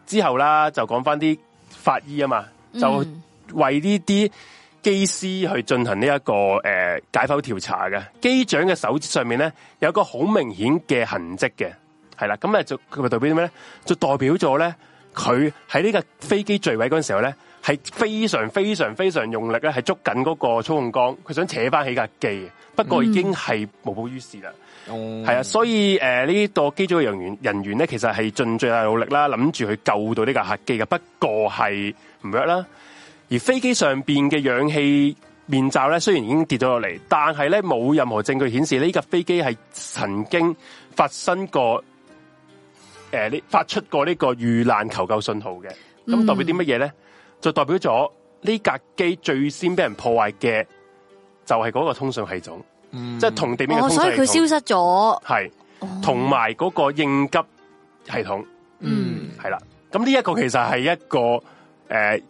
B: 之後啦，就講翻啲法醫啊嘛，就
C: 嗯
B: 為呢啲機師去進行呢、一個誒、呃解剖調查嘅。機長嘅手指上面咧有一個好明顯嘅痕跡嘅，係啦。咁啊就佢咪代表啲咩咧？就代表咗咧佢喺呢個飛機墜毀嗰陣時候咧，係非常非常非常用力咧，係捉緊嗰個操控桿，佢想扯翻起架機嘅。不過已經係無補於事啦。
C: 嗯
A: 係
B: 係啊，，所以誒呢個機組嘅人員人員咧，其實係盡最大努力啦，諗住去救到呢架客機嘅，不過係唔 work 啦。而飛機上邊嘅氧氣面罩咧，雖然已經跌咗落嚟，但係咧冇任何證據顯示呢架飛機係曾經發生過誒呢、發出過呢個遇難求救信號嘅。
C: 嗯
B: 咁代表啲乜嘢咧？就代表咗呢架機最先俾人破壞嘅，就係嗰個通訊系統，即係同地面嘅通
C: 哦，
B: 訊
C: 所
B: 系
C: 以
B: 統。
C: 佢消失咗，
B: 系，同埋嗰個應急系統
A: 嗯
B: 係啦。咁呢一個其實係一個诶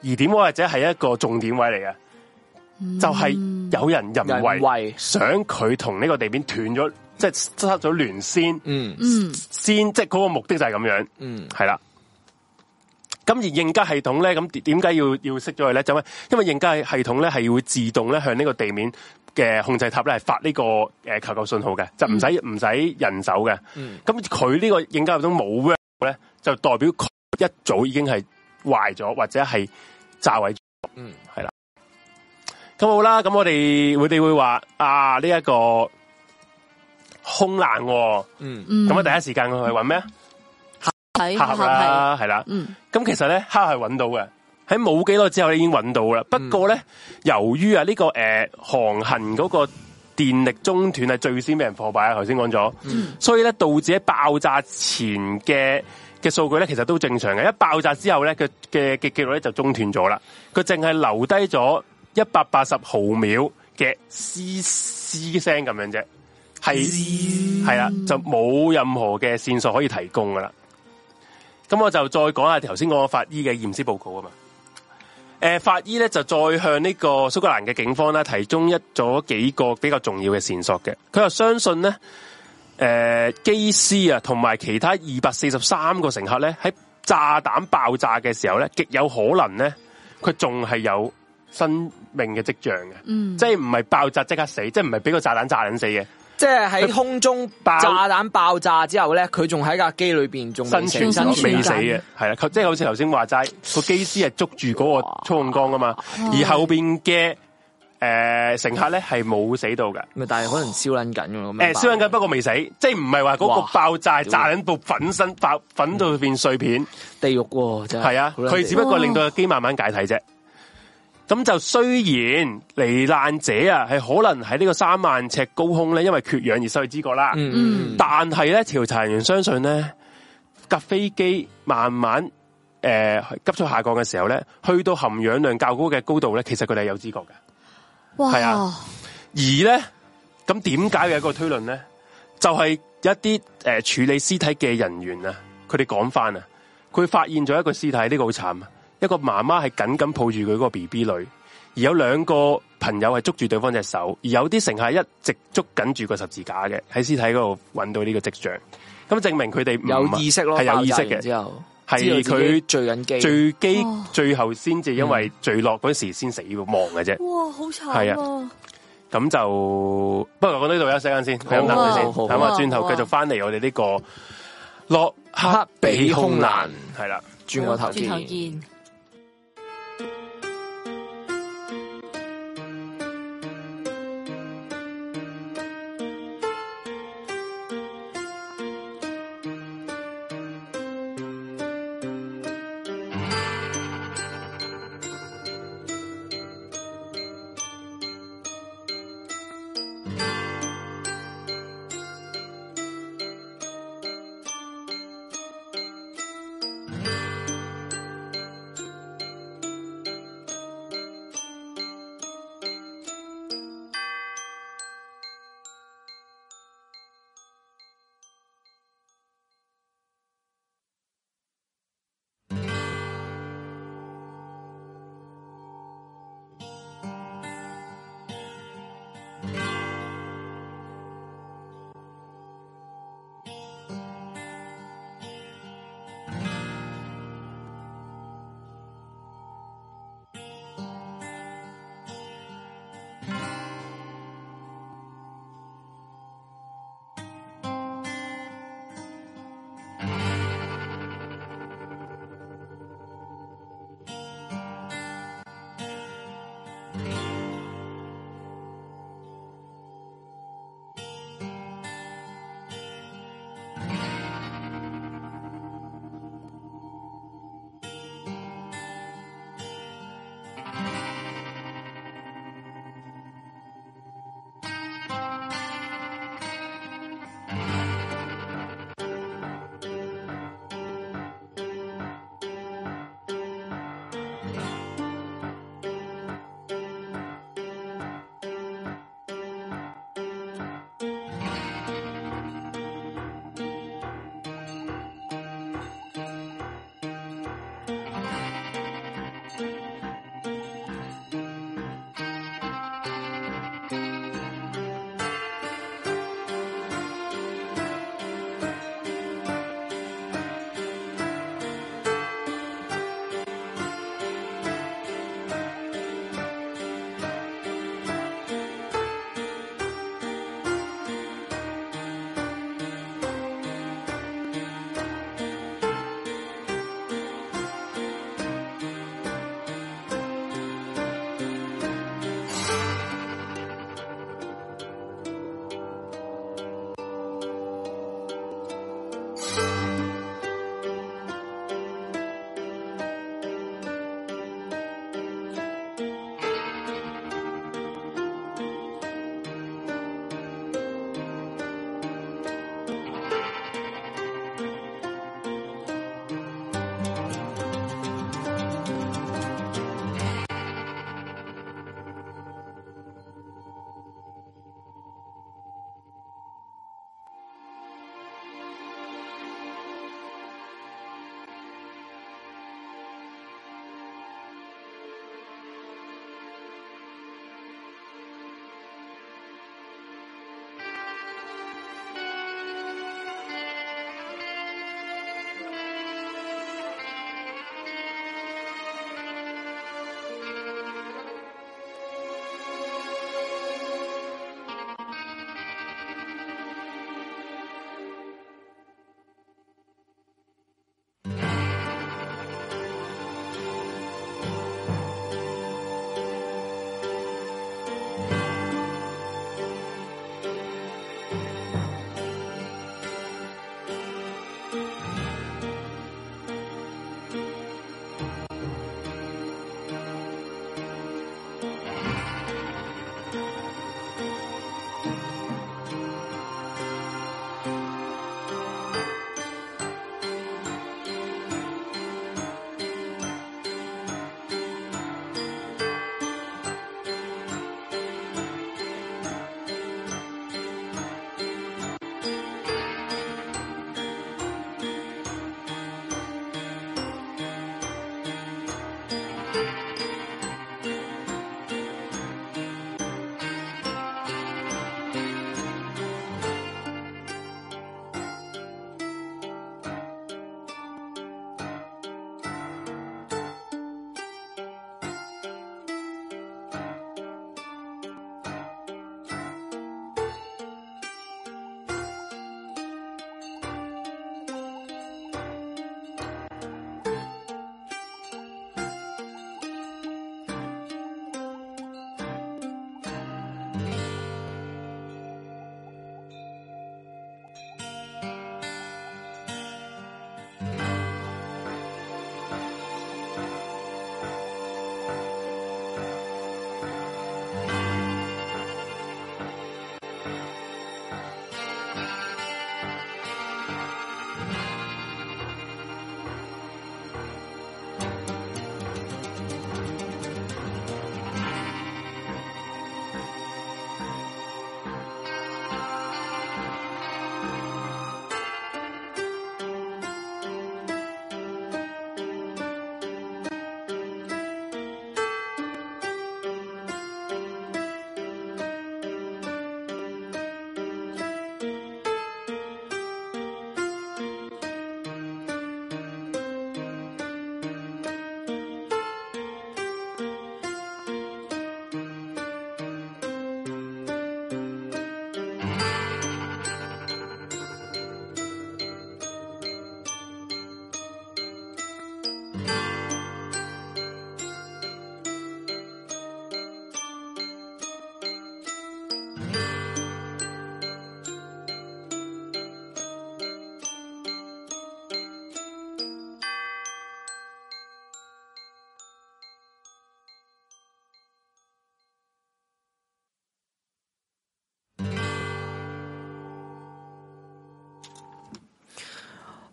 B: 疑點位或者係一個重點位嚟嘅，就係有人人
A: 人
B: 為
A: 為，
B: 想佢同呢個地面斷咗，即係失咗聯先，
A: 嗯
C: 嗯
B: 先即係嗰個目的就係咁樣。
A: 嗯
B: 系啦。咁而應急系統咧，咁點點解要要熄咗佢咧？就因為因為應急系統咧係會自動咧向呢個地面嘅控制塔咧係發呢、個誒、呃求救信號嘅，就唔使唔使人手嘅。
A: 嗯
B: 咁佢呢個應急系統冇 work 咧，就代表佢一早已經係壞咗或者係炸毀咗。
A: 嗯，
B: 係啦。咁好啦，咁我哋我哋會話啊呢一、個空難喎，
A: 嗯，
C: 嗯，
B: 咁啊啊第一時間去揾咩？
C: 睇
B: 黑
C: 下
B: 盒
C: 係，
B: 啦，係啦。
C: 嗯
B: 咁其實咧，黑係揾到嘅，喺冇幾耐之後咧已經揾到啦。不過咧，由於啊呢、個诶、呃航行嗰個電力中斷係最先俾人破敗啊，頭先講咗，所以咧導致喺爆炸前嘅嘅數據咧，其實都正常嘅。一爆炸之後咧，佢嘅嘅記錄咧就中斷咗啦，佢淨係留低咗一百八十毫秒嘅嘶嘶聲咁樣啫，係係啦，就冇任何嘅線索可以提供噶啦。咁我就再講下頭先講個法醫嘅驗屍報告啊嘛。誒、法醫咧就再向呢個蘇格蘭嘅警方啦提供一咗幾個比較重要嘅線索嘅。佢又相信咧，誒、機師啊同埋其他二百四十三個乘客咧喺炸彈爆炸嘅時候咧，極有可能咧佢仲係有生命嘅跡象嘅，
C: 嗯，
B: 即係唔係爆炸即刻死，即係唔係俾個炸彈炸撚死嘅。
A: 即系喺空中
B: 爆
A: 炸弹爆炸之后咧，佢仲喺架机里边仲
B: 生
A: 未
B: 存
A: 死
B: 咗
C: 生存
B: 未
C: 緊
B: 死嘅，系啦，即系好似頭先話齋，個機師係捉住嗰個操控杆噶嘛，而後边嘅诶乘客咧係冇死到嘅，
A: 咪但系可能烧捻紧咁樣
B: 诶燒緊
A: 爆
B: 緊不過未死，即系唔係話嗰
A: 哇
B: 個爆炸係炸緊部粉身爆粉到變碎片，
A: 地狱喎，真
B: 係啊，佢只不過
C: 哇
B: 令到個機慢慢解體啫。咁就雖然罹難者啊係可能喺呢個三萬尺高空咧，因為缺氧而失去知覺啦，
A: 嗯嗯
B: 但系咧，調查人員相信咧，架飛機慢慢诶、呃急速下降嘅時候咧，去到含氧量較高嘅高度咧，其實佢哋係有知覺嘅。
C: 哇，
B: 係啊而咧，咁點解有一個推論咧？就係一啲诶、呃、处理屍體嘅人員啊，佢哋講翻啊，佢發現咗一個屍體，呢、個好慘啊！一個媽媽係緊緊抱住佢嗰個 B B 女，而有兩個朋友係捉住對方隻手，而有啲乘客一直捉緊住個十字架嘅，喺屍體嗰度揾到呢個跡象，咁證明佢哋唔
A: 有意識咯，
B: 係有意
A: 爆炸
B: 識
A: 完
B: 嘅，
A: 之后知道
B: 係
A: 自己
B: 佢
A: 醉緊機
B: 最基
C: 哦
B: 最後先至因
A: 嗯
B: 為墜落嗰時先死亡嘅啫。
C: 哇，好慘
B: 係
C: 啊，
B: 咁就不過講到呢度休息間先，
A: 好
B: 飲啖水
A: 好
B: 先，
A: 好
B: 咁啊
C: 好
B: 轉頭繼續翻嚟我哋呢個洛克比空難係啦。
A: 轉個頭
C: 轉頭
A: 見。
C: 見。
D: Hãy subscribe cho kênh Ghiền Mì Gõ Để không bỏ lỡ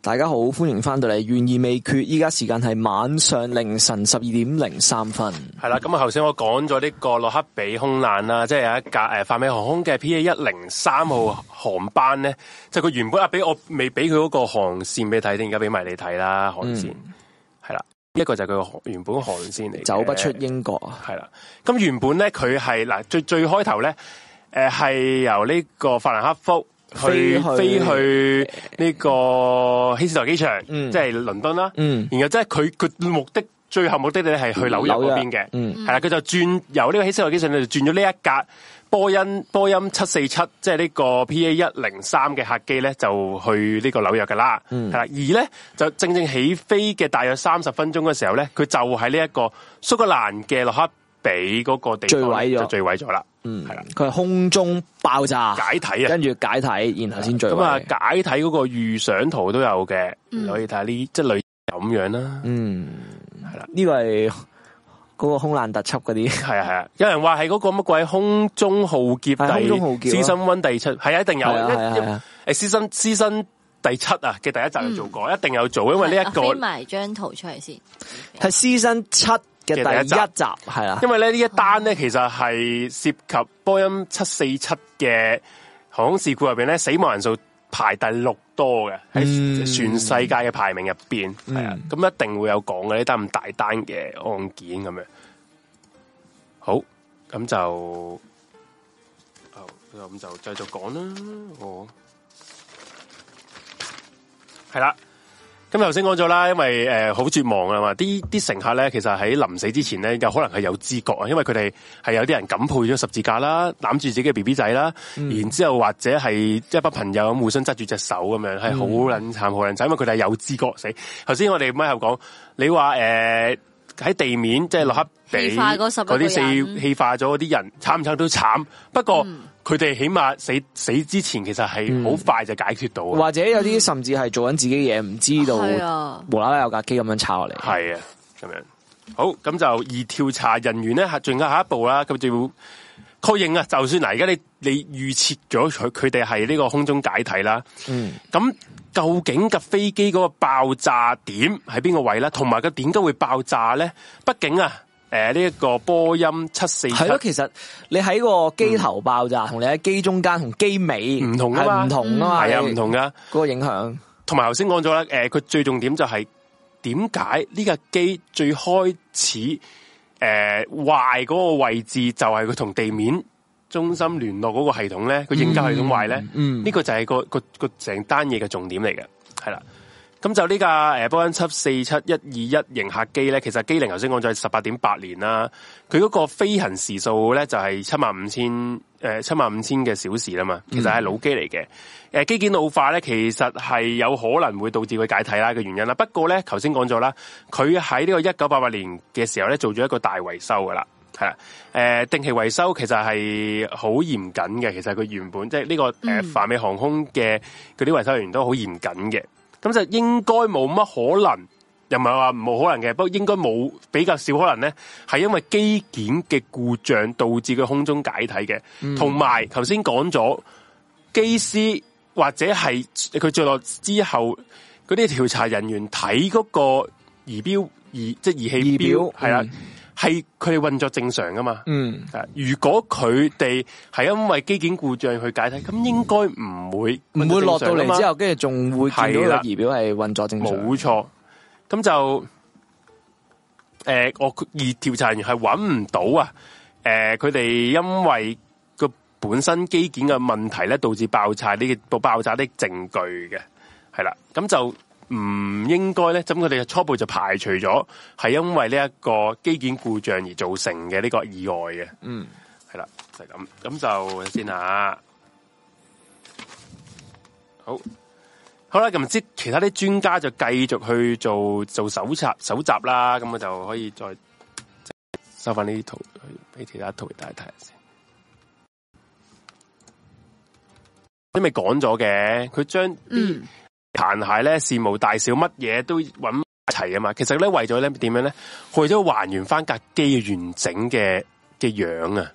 A: 大家好，欢迎翻到嚟，悬意未决。依家时间系晚上凌晨十二点零三分。
B: 系啦，咁啊，頭先我講咗呢個洛克比空難啦，即係有一架诶泛美航空嘅 P A 一零三號航班咧，就佢原本啊俾我未俾佢嗰個航線俾睇，定而家俾埋你睇啦航線，係啦、呢一個就係佢個航原本航線嚟嘅，
A: 嗯走不出英國啊！
B: 系啦，咁原本咧佢係嗱最最開頭咧，诶、係由呢個法蘭克福
A: 飛
B: 去
A: 去
B: 飛去呢個希斯羅機場，
A: 嗯
B: 即係倫敦啦。
A: 嗯
B: 然後即係佢佢目的最後目的地係去紐約嗰邊嘅，
A: 嗯
B: 係啦，佢就轉由呢個希斯羅機場咧就轉咗呢一架波音波音七四七，即係呢個 PA 一零三嘅客機咧，就去呢個紐約噶啦，
A: 嗯
B: 係啦、而咧就正正起飛嘅大約三十分鐘嘅時候咧，佢就喺呢一個蘇格蘭嘅洛克比嗰個地方
A: 墜毀咗
B: 就墜毀咗啦，
A: 嗯，
B: 係啦，
A: 佢系空中爆炸，
B: 解體啊！
A: 跟住解體，然後先最
B: 咁啊，
A: 位。
B: 解體嗰個預想圖都有嘅，
C: 嗯
B: 可以睇下呢，即係類似咁樣啦。
A: 嗯，
B: 係啦
A: 呢個係嗰個空難特輯嗰啲，
B: 系啊系啊，有人话系嗰个乜鬼空中浩劫
A: 係空中浩
B: 第
A: 劫啊
B: 私生温第七，系啊一定有
A: 係啊係啊係
B: 一
A: 啊，
B: 诶私生私生第七啊嘅第一集有做
A: 嗯
B: 过，一定有做，因为呢一
C: 飛
B: 个
C: 啊埋張圖出嚟先，
A: 係 season 七嘅
B: 嘅第
A: 第一
B: 一集
A: 集，係啦
B: 因，为咧呢一单咧其实系涉及波音七四七嘅航空事故入边咧，死亡人数排第六多嘅喺
A: 嗯
B: 全世界嘅排名入边，系啊
A: 嗯，
B: 咁一定会有讲嘅呢单咁大单嘅案件咁样。好，咁就。好咁就繼續講啦。我係啦，咁頭先講咗啦，因為诶好、絕望啊嘛，啲啲乘客咧，其實喺臨死之前咧，有可能係有知覺啊，因為佢哋係有啲人緊配咗十字架啦，攬住自己嘅 B B 仔啦，然之後或者係一班朋友咁互相執住隻手咁樣，係好撚慘好撚慘，因為佢哋係有知覺死。頭先我哋咪後講，你話诶喺地面即係落黑俾
C: 氣化嗰
B: 嗰啲
C: 16個人
B: 四氣化咗嗰啲人，慘唔慘都慘。不過
A: 嗯
B: 佢哋、起碼死死之前，其實係好快就解決到啊。
A: 或者有啲甚至係做緊自己嘢，唔知
C: 係
A: 道
C: 啊，
A: 無啦啦有架機咁樣抄落嚟。
B: 係啊，咁樣好咁就而調查人員咧，下進行下一步啦，咁就要確認啊。就算嗱，而家你你預設咗佢佢哋係呢個空中解體啦，
A: 嗯，
B: 咁究竟架飛機嗰個爆炸點喺邊個位咧？同埋佢點解會爆炸咧？畢竟啊，誒呢一個波音七四七
A: 係咯，其實你喺個機頭爆炸，同你喺機中間同機尾
B: 唔同㗎嘛
A: 係唔同啊嘛，
B: 係啊
A: 你
B: 唔同噶。
A: 嗰個影響。
B: 同埋頭先講咗啦，诶、佢最重點就係點解呢架機最開始诶坏嗰個位置就係佢同地面中心聯絡嗰個系統咧，佢應急系統壞咧，呢、
A: 嗯
B: 個就係個個個成單嘢嘅重點嚟嘅，係啦。咁就呢架誒波音七四七一二一型客機咧，其實機齡頭先講咗係十八點八年啦，佢嗰個飛行時數咧就係七萬五千誒七萬五千嘅小時啦嘛，其實係老機嚟嘅。誒、機件老化咧，其實係有可能會導致佢解體啦嘅原因啦。不過咧，頭先講咗啦，佢喺呢個一九八八年嘅時候咧做咗一個大維修噶啦。係啦，誒、呃定期維修其實係好嚴謹嘅，其實佢原本即係呢、呃個誒、
A: 嗯
B: 泛美航空嘅嗰啲維修員都好嚴謹嘅，咁就應該冇乜可能，又唔係話冇可能嘅，不過應該冇比較少可能咧，係因為機件嘅故障導致佢空中解體嘅，
A: 嗯
B: 同埋頭先講咗機師或者係佢墜落之後嗰啲調查人員睇嗰個儀表儀即係儀器
A: 儀
B: 表
A: 表
B: 係啦
A: 嗯，
B: 係佢哋運作正常噶嘛。
A: 嗯，
B: 係啊如果佢哋係因為機件故障去解體，咁應該唔會
A: 唔會落到
B: 正常㗎啊嘛
A: 嚟之後，跟住仲會見到
B: 係
A: 個
B: 啦
A: 儀表係運作正常。
B: 冇錯，咁就诶、我而調查員係揾唔到啊！诶、佢哋因為個本身機件嘅問題咧，導致爆炸呢個爆炸的證據嘅，係啦，咁就唔應該咧，咁佢哋初步就排除咗係因為呢一個機件故障而造成嘅呢個意外嘅，
A: 嗯，
B: 係啦，就係咁、咁就先啊。好，好啦，咁唔知其他啲專家就繼續去做做搜查搜集啦，咁我就可以再即係收翻呢啲圖去俾其他圖大家睇下先。都未講咗嘅，佢將
C: 嗯，
B: 殘骸咧事無大小乜嘢都揾埋一齊啊嘛。其實咧為咗咧點樣咧，為咗還原翻架機嘅完整嘅嘅樣啊，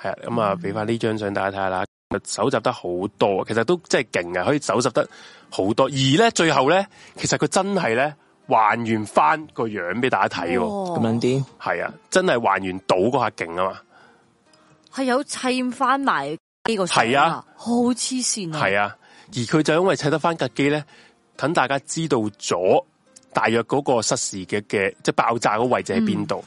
B: 係啊咁啊，俾翻呢張相大家睇下啦。搜集得好多啊，其實都真係勁啊，可以搜集得好多。而咧最後咧，其實佢真係咧還原翻個樣俾大家睇
C: 哦
B: 喎，
A: 咁样啲，
B: 係啊，真係還原到嗰下勁啊嘛，
C: 系有砌翻埋呢个相
B: 係啊，
C: 好黐线啊！
B: 係啊。而佢就因為砌得翻架機咧，等大家知道咗大約嗰個失事嘅嘅即系爆炸嗰個位置喺邊度。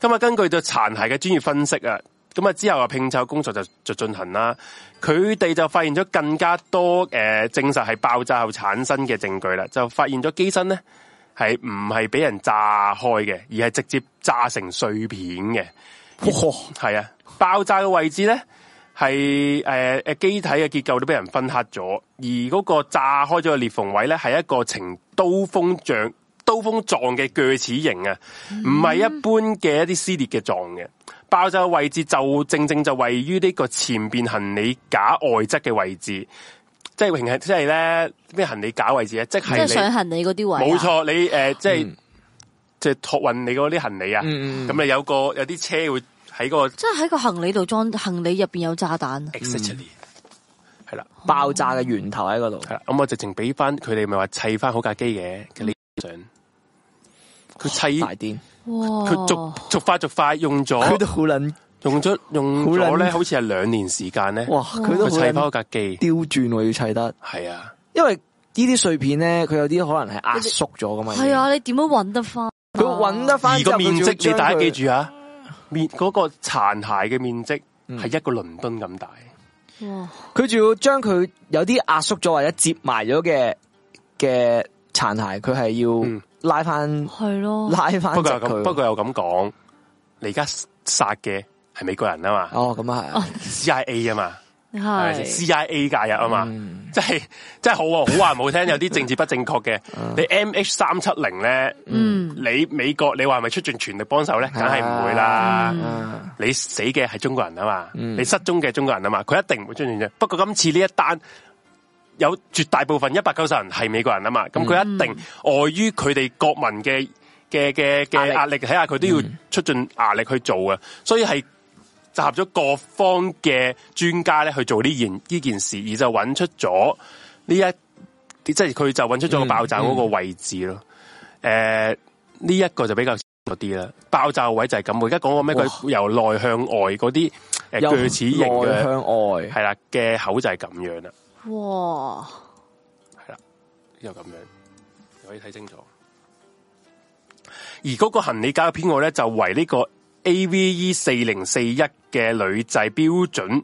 B: 咁啊，根據對殘骸嘅專業分析啊，咁啊之後啊拼湊工作就就進行啦。佢哋就發現咗更加多誒、呃、證實係爆炸後產生嘅證據啦，就發現咗機身咧係唔係俾人炸開嘅，而係直接炸成碎片嘅。係啊，爆炸嘅位置咧係誒誒機體嘅結構都俾人分黑咗，而嗰個炸開咗嘅裂縫位咧係一個呈刀鋒像。刀鋒狀嘅鋸齒形啊，唔係一般嘅一啲撕裂嘅狀嘅。爆炸嘅位置就正正就位於呢個前邊行李架外側嘅位置，即係平係即係咧咩行李架位置啊咧，即係
C: 即系
B: 你
C: 上行李嗰啲位啊，
B: 冇錯，你诶、呃即係即係托運你嗰啲行李啊，咁、
A: 嗯嗯嗯嗯
B: 你有個有啲車會喺嗰個
C: 即系喺个行李度装，行李入边有炸啊弹。
B: exactly 係啦
A: 爆炸嘅源頭喺嗰度，
B: 係啦，咁我直情俾翻佢哋咪話砌翻好架機嘅嘅呢張相，佢砌
A: 大癲，
C: 哇！
B: 佢逐
C: 哦
B: 逐塊逐塊 用
A: 佢
B: 咗
A: 都好撚，
B: 用咗用
A: 好
B: 咗咧，
A: 撚
B: 好似係兩年時間咧，
A: 哇！佢都
B: 哦
A: 好
B: 佢砌翻嗰
A: 撚
B: 架機，
A: 刁轉喎，要砌得，
B: 係啊。
A: 因為呢啲碎片咧，佢有啲可能係壓縮咗噶嘛，
C: 系啊，你点样搵得翻？
A: 已經，佢揾得翻
B: 而
A: 之
B: 個
A: 後
B: 面
A: 佢
B: 積，
A: 仲
B: 你
A: 要
B: 大家
A: 將
B: 記
A: 佢
B: 住啊，面嗰、個殘骸嘅面積
A: 嗯
B: 係一個倫敦咁大，
C: 哇！
A: 佢仲要將佢有啲壓縮咗或者接埋咗嘅嘅殘骸，佢係
B: 嗯
A: 要拉翻
C: 系咯，
A: 拉翻
B: 不過又
A: 佢。
B: 咁，不過又咁講，你而家殺嘅係美國人啊嘛
A: 哦，咁啊
B: ，CIA 啊嘛，係咪先
C: 系
B: ？CIA 介入啊嘛，即係即係好啊，好話唔好聽，有啲政治不正確嘅，你 MH 三七零咧，
C: 嗯，
B: 你美國你話係咪出盡全力幫手咧？梗係唔會啦。
A: 係
C: 嗯
A: 啊，
B: 你死嘅係中國人啊嘛，
A: 嗯
B: 你失蹤嘅係中國人啊嘛，佢一定唔會出現啫。不過今次呢一單有絕大部分一百九十人係美國人啊嘛，咁
A: 嗯
B: 佢一定礙於佢哋國民嘅嘅嘅嘅
A: 壓嗯
B: 壓力，睇下佢都要出盡壓力去做啊。所以係集合咗各方嘅專家咧去做呢件呢件事，而就揾出咗呢一即係佢就揾出
A: 嗯
B: 咗個爆炸嗰個位置咯。诶、呢、一個就比較嗰啲啦，爆炸位就係咁。我而家講過咩？
A: 哇
B: 佢由內向外嗰啲诶
A: 由
B: 锯齒形
A: 內
B: 嘅
A: 向外，
B: 係啦嘅口就係咁樣啦，
C: 哇！
B: 又咁樣，你可以睇清楚。而嗰個行李架嘅編號咧，就為呢個 AVE 四零四一嘅女製標準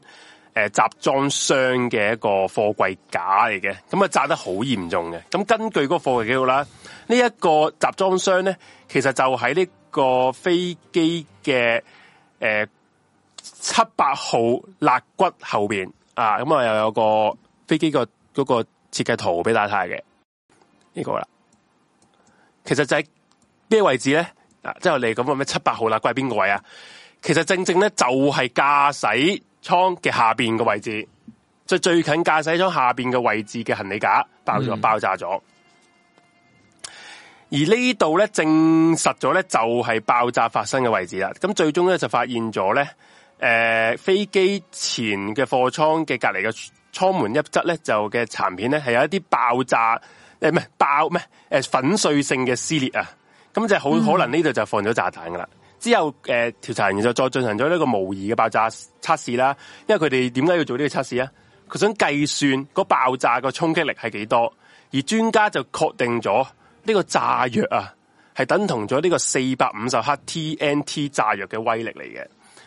B: 诶、呃集裝箱嘅一個貨櫃架嚟嘅，咁啊炸得好嚴重嘅。咁根據嗰個貨櫃記錄啦，呢、一個集裝箱咧，其實就喺呢個飛機嘅诶七八號肋骨後边啊，咁啊又有個飛機個嗰個設計圖俾大家睇嘅，呢、個啦，其實就係咩位置咧？啊，即係我哋咁話咩七八號肋骨係邊個位啊？其實正正咧就係駕駛艙嘅下邊嘅位置，即係最近駕駛艙下邊嘅位置嘅行李架爆咗、爆炸咗。而呢度咧證實咗咧就係爆炸發生嘅位置啦。咁最終咧就發現咗咧，誒、飛機呃前嘅貨艙嘅隔離嘅艙門一側咧就嘅殘片咧係有一啲爆炸誒唔係爆咩誒粉碎性嘅撕裂啊。咁就好可能呢度就放咗炸彈噶啦。之後誒、呃、調查人員就再進行咗呢個模擬嘅爆炸測試啦。因為佢哋點解要做呢個測試啊？佢想計算個爆炸個衝擊力係幾多，而專家就確定咗呢個炸藥啊係等同咗呢個四百五十克 TNT 炸藥嘅威力嚟嘅，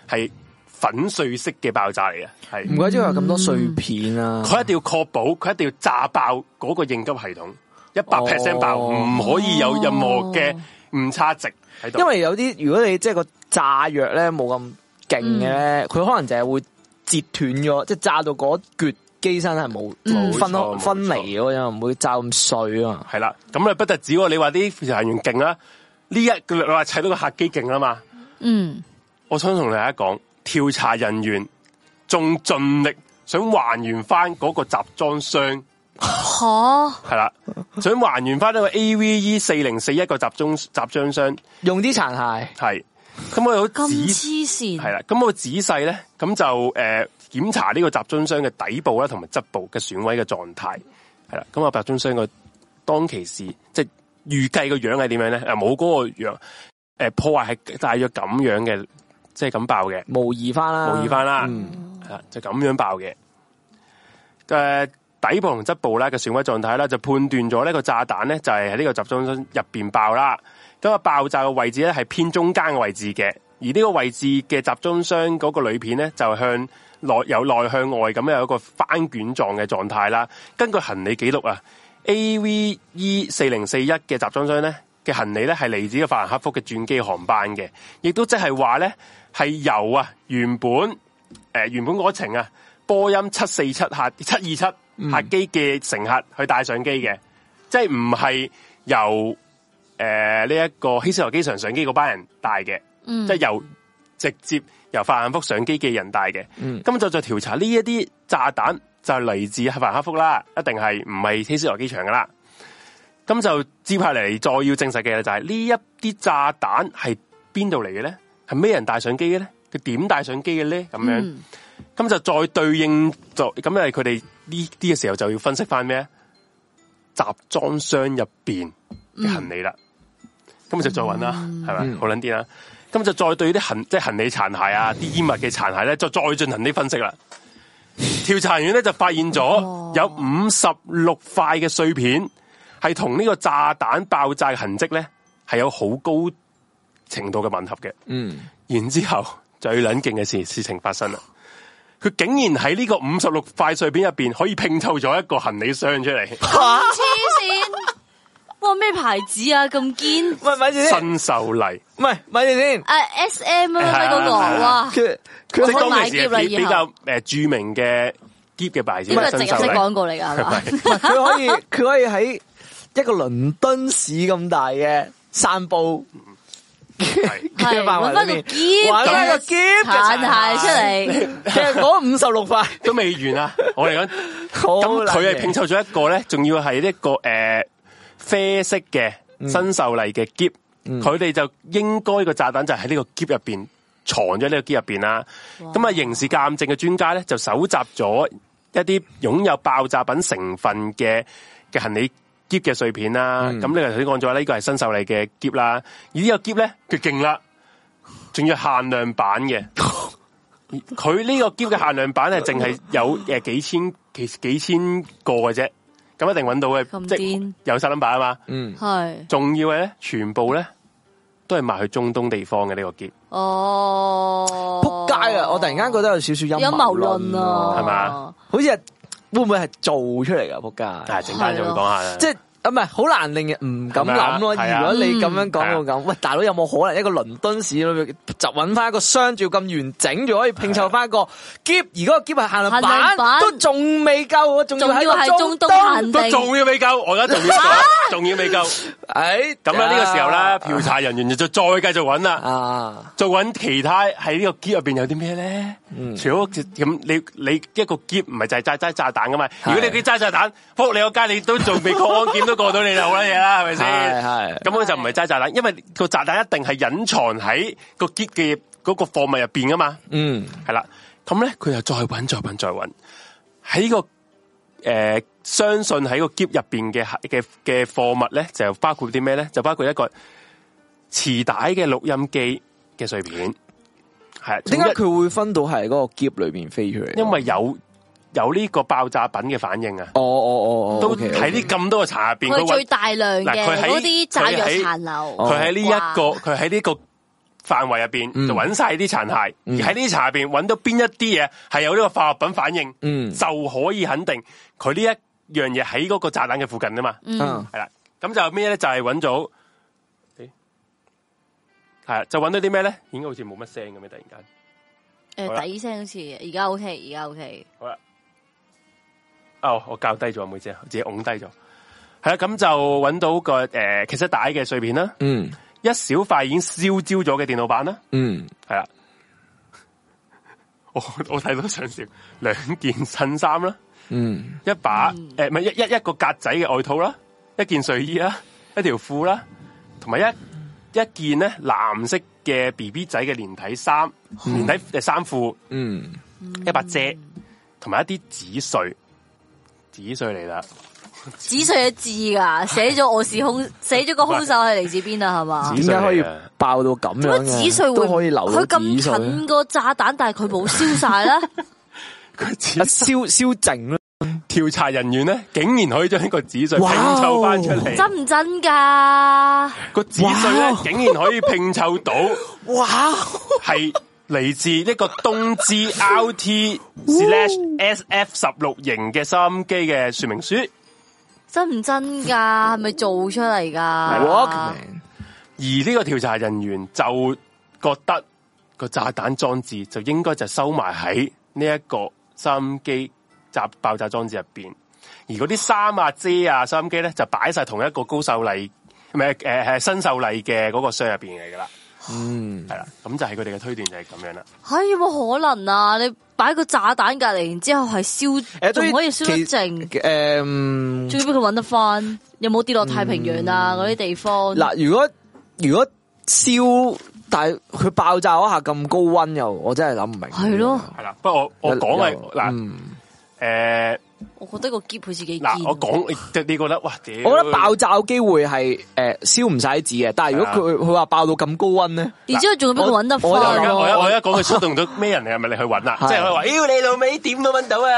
B: 係粉碎式嘅爆炸嚟嘅，係。
A: 唔怪之佢有咁多碎片啊！
B: 佢一定要確保，佢一定要炸爆嗰個應急系統，一百 percent 爆，
A: 哦
B: 唔可以有任何嘅誤差值喺度。
A: 因為有啲如果你即係個炸藥咧冇咁勁嘅咧，佢可能就係會截斷咗，即係炸到嗰橛機身係冇
B: 嗯
A: 分
B: 冇錯冇錯
A: 分離嗰陣，唔會炸咁碎啊嘛。
B: 係啦，咁啊不特止喎，你話啲調查人員勁啦，呢一你話砌到個客機勁啦嘛，
C: 嗯，
B: 我想同大家講，調查人員仲盡力想還原翻嗰個集裝箱。
C: 吓，
B: 係啦，想 E 還原翻呢個 AVE 四零四一個集中集裝箱
A: 用啲殘骸。
B: 係咁我好仔
C: 咁
B: 細
C: 黐線，
B: 係啦，咁我仔細咧，咁就诶检、檢查呢個集樽箱嘅底部啦，同埋側部嘅損毀嘅狀態，係啦，咁啊集樽箱個當其時即係預計個樣係點樣咧？啊冇嗰個樣，诶、破壞係大約咁樣嘅，即係咁爆嘅，
A: 模擬翻啦，
B: 模擬翻啦
A: 嗯
B: 係啦，就咁樣爆嘅。嘅、底部同側部啦嘅損毀狀態啦，就判斷咗呢個炸彈咧就係喺呢個集裝箱入边爆啦。咁啊，爆炸嘅位置咧係偏中間嘅位置嘅，而呢個位置嘅集裝箱嗰個鋁片咧就向內由內向外咁樣有一個翻卷狀嘅狀態啦。根據行李記錄啊，AVE 四零四一嘅集裝箱咧嘅行李咧係嚟自嘅法蘭克福嘅轉機航班嘅，亦都即係話咧係由啊原本。诶、原本嗰程啊，波音七四七客七二七客機嘅乘客去帶上機嘅，即系唔係由诶呢一個希斯羅機場上機嗰班人帶嘅，
C: 嗯
B: 即係由直接由法蘭克福上機嘅人帶嘅。咁、
C: 嗯
B: 就再調查呢一啲炸彈就嚟自法蘭克福啦，一定係唔係希斯羅機場噶啦。咁就接下嚟再要證實嘅就係呢一啲炸彈係邊度嚟嘅咧？係咩人帶上機嘅咧？佢點帶上機嘅咧？咁樣。
C: 嗯
B: 咁就再對應就咁，因為佢哋呢啲嘅時候就要分析翻咩集裝箱入邊
C: 嗯
B: 嘅行李啦。咁、就再揾啦，係咪？好撚啊啲啦。咁就再對啲行即係行李殘骸啊、啲衣物嘅殘骸咧，就再進行啲分析啦。調查員咧就發現
C: 哦
B: 咗有五十六塊嘅碎片係同呢個炸彈爆炸嘅痕跡咧係有好高程度嘅吻合嘅。
A: 嗯，
B: 然之 后最冷勁嘅事事情發生啦，佢竟然喺呢個五十六塊碎片入边可以拼湊咗一個行李箱出 嚟，
C: 黐線，哇咩牌子啊咁堅？
A: 喂，咪住先，
B: 新秀麗，
A: 唔係咪住先，
C: 诶 S M
B: 係
C: 啊
B: 啊
C: 咪嗰個
B: 係啊係啊
C: 哇，
A: 佢
B: 即
A: 佢
B: 係
C: 可以
B: 當
C: 買
B: 其時
C: 喼啦
B: 係比
C: 以後
B: 比較诶著名嘅喼嘅牌子
C: 呢個
B: 啦，
C: 係
B: 新
C: 植
B: 秀
C: 入式
B: 麗
C: 廣告嚟㗎係嘛？
A: 佢可以佢可以喺一個倫敦市咁大嘅散步
B: 係
A: 嘅範
C: 係搵翻
A: 圍
C: 個
A: 裏面，
C: 夾
A: 搵翻個夾嘅
C: 殘骸出
A: 殘骸
C: 嚟，
A: 其實嗰五十六塊，
B: 都未完啊！我哋講
A: 好
B: 咁佢係
A: 撚
B: 拼湊咗一個咧，仲要係一個诶、呃啡色嘅新秀麗嘅喼，佢哋、就應該個炸彈就喺呢個喼入边藏咗呢個喼入边啦。咁啊，刑事鑑證嘅專家咧就搜集咗一啲擁有爆炸品成分嘅嘅行李。喼嘅碎片啦，咁你頭先講咗啦，呢個係新秀麗嘅喼啦，而呢個喼咧佢勁啦，仲要限量版嘅，佢呢個喼嘅限量版係淨係有诶几千幾幾千個嘅啫，咁一定揾到嘅，
C: 咁
B: 即係
C: 癲
B: 有晒 number 啊嘛。
A: 嗯，
C: 係
B: 仲要嘅咧，全部咧都係賣去中東地方嘅呢個喼，
C: 哦，
A: 仆街啊！我突然間覺得有少少陰
C: 有
A: 謀
C: 謀
A: 論
C: 論啊，
B: 係嘛？
A: 好似係會唔會係做出嚟㗎？仆街
B: 但，係陣間就會講下啦。
A: 即係啊唔係好難令人唔敢諗咯。
B: 係咪啊係啊
A: 如果你咁樣
B: 嗯
A: 講到咁，喂大佬有冇可能一個倫敦市裏面就揾翻一個商照咁完整，就可以拼湊翻一 個 g 而嗰個 g 係限量
C: 限量
A: 版
C: 版
A: 都仲未夠，我仲要
C: 仲要
A: 喺
C: 係
A: 個
C: 中
A: 中
C: 東
A: 東。
C: 限
B: 都
C: 定，
B: 仲要未夠，我而家仲要講，仲要未夠。
A: 诶，
B: 咁啊啦，呢個時候啦，調查人員就再繼續揾啦。
A: 啊，
B: 再揾其他喺呢個箧入边有啲咩咧？
A: 嗯
B: 除咗咁，你你一個箧唔係就係齋齋炸彈噶嘛？如果你啲齋炸彈，扑你個街，你都仲未過安檢都過到你就好啦嘢啦，係咪
A: 係
B: 先？
A: 係
B: 咁佢就唔係齋炸彈，因為個炸彈一定係隱藏喺個箧嘅嗰個貨物入边噶嘛。
A: 嗯，
B: 係啦，咁咧佢又再揾再揾再揾，喺個诶、呃相信喺個箧入边嘅嘅嘅货物咧，就包括啲咩咧？就包括一個磁帶嘅錄音機嘅碎片，係啊
A: 点解
B: 總之
A: 佢會分到係嗰個 g 裏边飛出嚟？
B: 因為有有呢個爆炸品嘅反應啊，
A: 哦哦哦哦，
B: 都
A: OK，OK
B: 喺啲咁多嘅茶入边，
C: 佢
B: 佢
C: 係最
B: 揾
C: 大量
B: 嗱
C: 嘅
B: 佢喺
C: 嗰啲炸藥
B: 佢喺
C: 殘留，
A: 哦
B: 佢喺呢一
C: 哇
B: 個佢喺呢個範圍入边
A: 嗯
B: 就揾晒啲殘骸，
A: 嗯
B: 而喺呢啲殘入边揾到邊一啲嘢係有呢個化學品反應。
A: 嗯
B: 就可以肯定佢呢一樣嘢喺嗰個炸彈嘅附近啊嘛，
A: 嗯
B: 係啦。咁就咩咧？就係揾到，係啊，就揾到啲咩咧？應該好似冇乜聲咁樣，突然間。
C: 诶
B: 好啦
C: 底聲好似而家 OK，而家 OK，
B: 好啦，哦，我校低咗，妹姐，我自己拱低咗。係啦，咁就揾到個诶，其實帶嘅碎片啦，
A: 嗯
B: 一小塊已經燒焦咗嘅電腦板啦，
A: 嗯，
B: 係啦。 我 我睇到上少兩件襯衫啦。
A: 嗯
B: 一把诶，唔系、一一一个格仔嘅外套啦，一件睡衣啦，一条裤啦，同埋一一件咧藍色嘅 B B 仔嘅連體衫、連體誒衫褲、
A: 嗯，
B: 一把遮，同埋一啲紙碎，紙碎 嚟啦。
C: 紙碎嘅字噶，寫咗我是凶，寫咗個兇手係嚟自邊啊？係嘛
B: 紙？
A: 點解可以
B: 紙碎嚟嘅
A: 爆到咁
C: 點
A: 樣
C: 解
A: 嘅？
C: 紙碎會
A: 都可以留
C: 佢
A: 到紙
C: 咁
A: 碎
C: 近個炸彈，但係佢冇燒 晒啦。
B: 佢
A: 啊
B: 紙
A: 燒燒淨啦，
B: 調查人員咧，竟然可以將呢個紙碎拼
A: 哇哦
B: 湊翻出嚟，
C: 真唔真噶？
B: 個紙碎咧
A: 哇哦
B: 竟然可以拼湊到。
A: 哇！
B: 系嚟自一个東芝 RT slash SF 十六型嘅收音機嘅說明書，
C: 真唔真噶？係咪做出嚟噶
A: Walkman
B: 而呢個調查人員就覺得個炸彈裝置就應該就收埋喺呢一個收音機炸爆炸裝置入邊，而嗰啲衫啊、遮啊、收音機咧就擺晒同一個高秀麗唔係誒係新秀麗嘅嗰個箱入邊嚟噶啦，
A: 嗯，
B: 係啦，咁就係佢哋嘅推斷就係咁樣啦。
C: 吓有冇可能啊？你擺個炸彈隔離，然之後係燒，
A: 誒
C: 仲可以燒得
A: 其
C: 淨，
A: 誒嗯
C: 仲要俾佢揾得翻？有冇跌落太平洋啊？嗰啲地方
A: 嗱，如果如果燒，但係佢爆炸嗰下咁高温又，我真係諗唔明。
C: 係咯，
B: 係啦，不過我我講係
A: 又
B: 嗱
A: 哦嗯
B: 誒。
C: 我覺得個劫佢自己
B: 嗱，
C: 堅
B: 我講你即係你覺得哇，屌！
A: 我覺得爆炸嘅機會係诶燒唔晒啲紙嘅，但係如果啊佢佢話爆到咁高温咧，
C: 然之後仲要俾佢揾得啊
A: 我
B: 我而
A: 就
B: 家
C: 翻，
B: 我一我一講佢出動咗咩人嚟，係咪你去揾啦？即係佢話：妖你老味，點都揾到啊！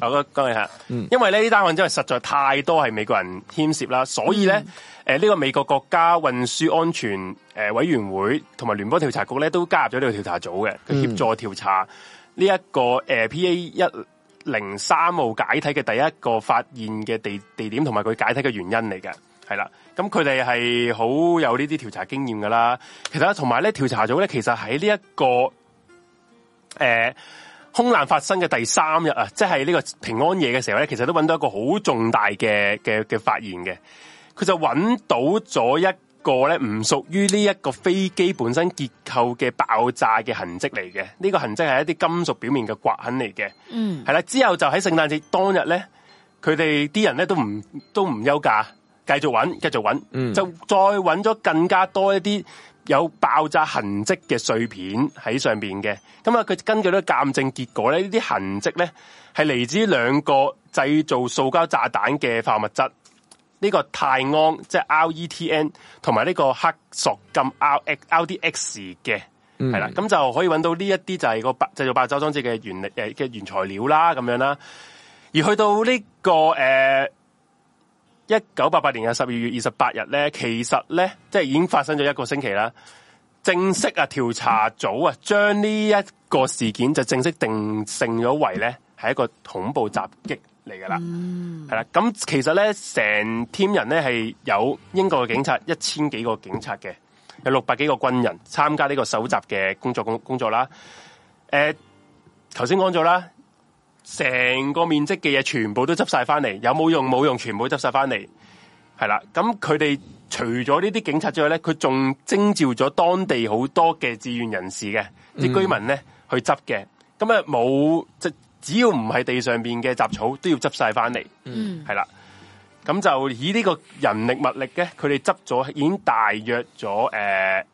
B: 我講你下，因為呢呢單案真係實在太多係美國人牽涉啦，所以咧誒呢個美國國家運輸安全誒委員會同埋聯邦調查局咧都加入咗呢個調查組嘅，佢協助調查呢一個誒 P A 一。零三號解體嘅第一個發現嘅地地點同埋佢解體嘅原因嚟嘅，係啦。咁佢哋係好有呢啲調查經驗噶啦。其實同埋咧，調查組咧，其實喺呢一個誒空難發生嘅第三日啊，即係呢個平安夜嘅時候咧，其實都揾到一個好重大嘅嘅嘅發現嘅。佢就揾到咗一個咧唔屬於呢一個飛機本身結構嘅爆炸嘅痕跡嚟嘅。呢、個痕跡係一啲金屬表面嘅刮痕嚟嘅。
C: 嗯，
B: 係啦，之後就喺聖誕節當日咧，佢哋啲人咧都唔都唔休假，繼續揾，繼續揾，
A: 嗯
B: 就再揾咗更加多一啲有爆炸痕跡嘅碎片喺上邊嘅。咁啊，佢根據呢個鑑證結果咧，呢啲痕跡咧係嚟自兩個製造塑膠炸彈嘅化學物質。呢個泰安即係 RETN 同埋呢個黑索金 RX RDX 嘅，係啦、咁就可以揾到呢一啲就係個白製造白酒裝置嘅原力誒嘅原材料啦，咁樣啦。而去到呢、個誒一九八八年嘅十二月二十八日咧，其實咧即係已經發生咗一個星期啦。正式啊，調查組啊，將呢一個事件就正式定性咗為咧係一個恐怖襲擊嚟噶啦。系啦，咁其實咧，成 team 人咧係有英國嘅警察一千幾個警察嘅，有六百幾個軍人參加呢個搜集嘅工作工工作啦。诶、頭先講咗啦，成個面積嘅嘢全部都執晒翻嚟，有冇用冇用，全部都執晒翻嚟。係啦，咁佢哋除咗呢啲警察之外咧，佢仲徵召咗當地好多嘅志願人士嘅，啲居民咧去執嘅。咁啊冇即只要唔係地上邊嘅雜草，都要執晒翻嚟。
C: 嗯，
B: 系啦。咁就以呢個人力物力嘅，佢哋執咗已經大約咗诶、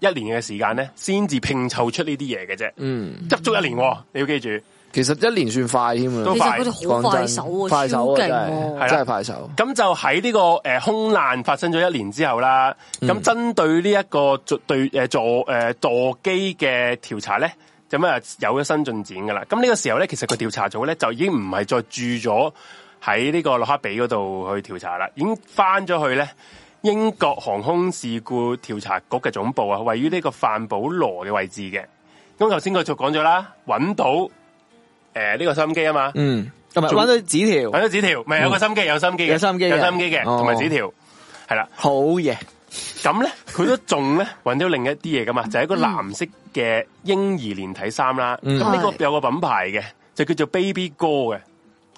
B: 一年嘅時間咧，先至拼湊出呢啲嘢嘅啫。
A: 嗯，
B: 執足一年、喎，你要記住，
A: 其實一年算快添啊
B: 都
C: 其
B: 快
C: 實佢哋好快手啊，
A: 快
C: 超
A: 手啊，
C: 勁
A: 真
C: 喎
A: 係
B: 係啦
A: 真係快手。
B: 咁就喺呢、個个呃空難發生咗一年之後啦，咁針對呢一個座對诶座诶座機嘅調查咧，咁啊有咗新進展噶啦。咁呢個時候咧，其實個調查組咧就已經唔係再住咗喺呢個洛克比嗰度去調查啦，已經翻咗去咧英國航空事故調查局嘅總部啊，位於呢個范保羅嘅位置嘅。咁頭先佢就講咗啦，揾到诶呢、個收音機啊嘛。
A: 嗯，唔係揾到紙條，
B: 揾咗紙條，咪有個心機，有心機嘅，
A: 嗯有心機嘅
B: 有心機嘅，
A: 哦
B: 同埋紙條，係啦。
A: 好嘢，
B: 咁咧，佢都仲咧揾到另一啲嘢噶嘛，就係一個藍色嘅嬰兒連體衫啦。咁
A: 嗯
B: 呢個
C: 係
B: 有個品牌嘅，就叫做 Baby 哥嘅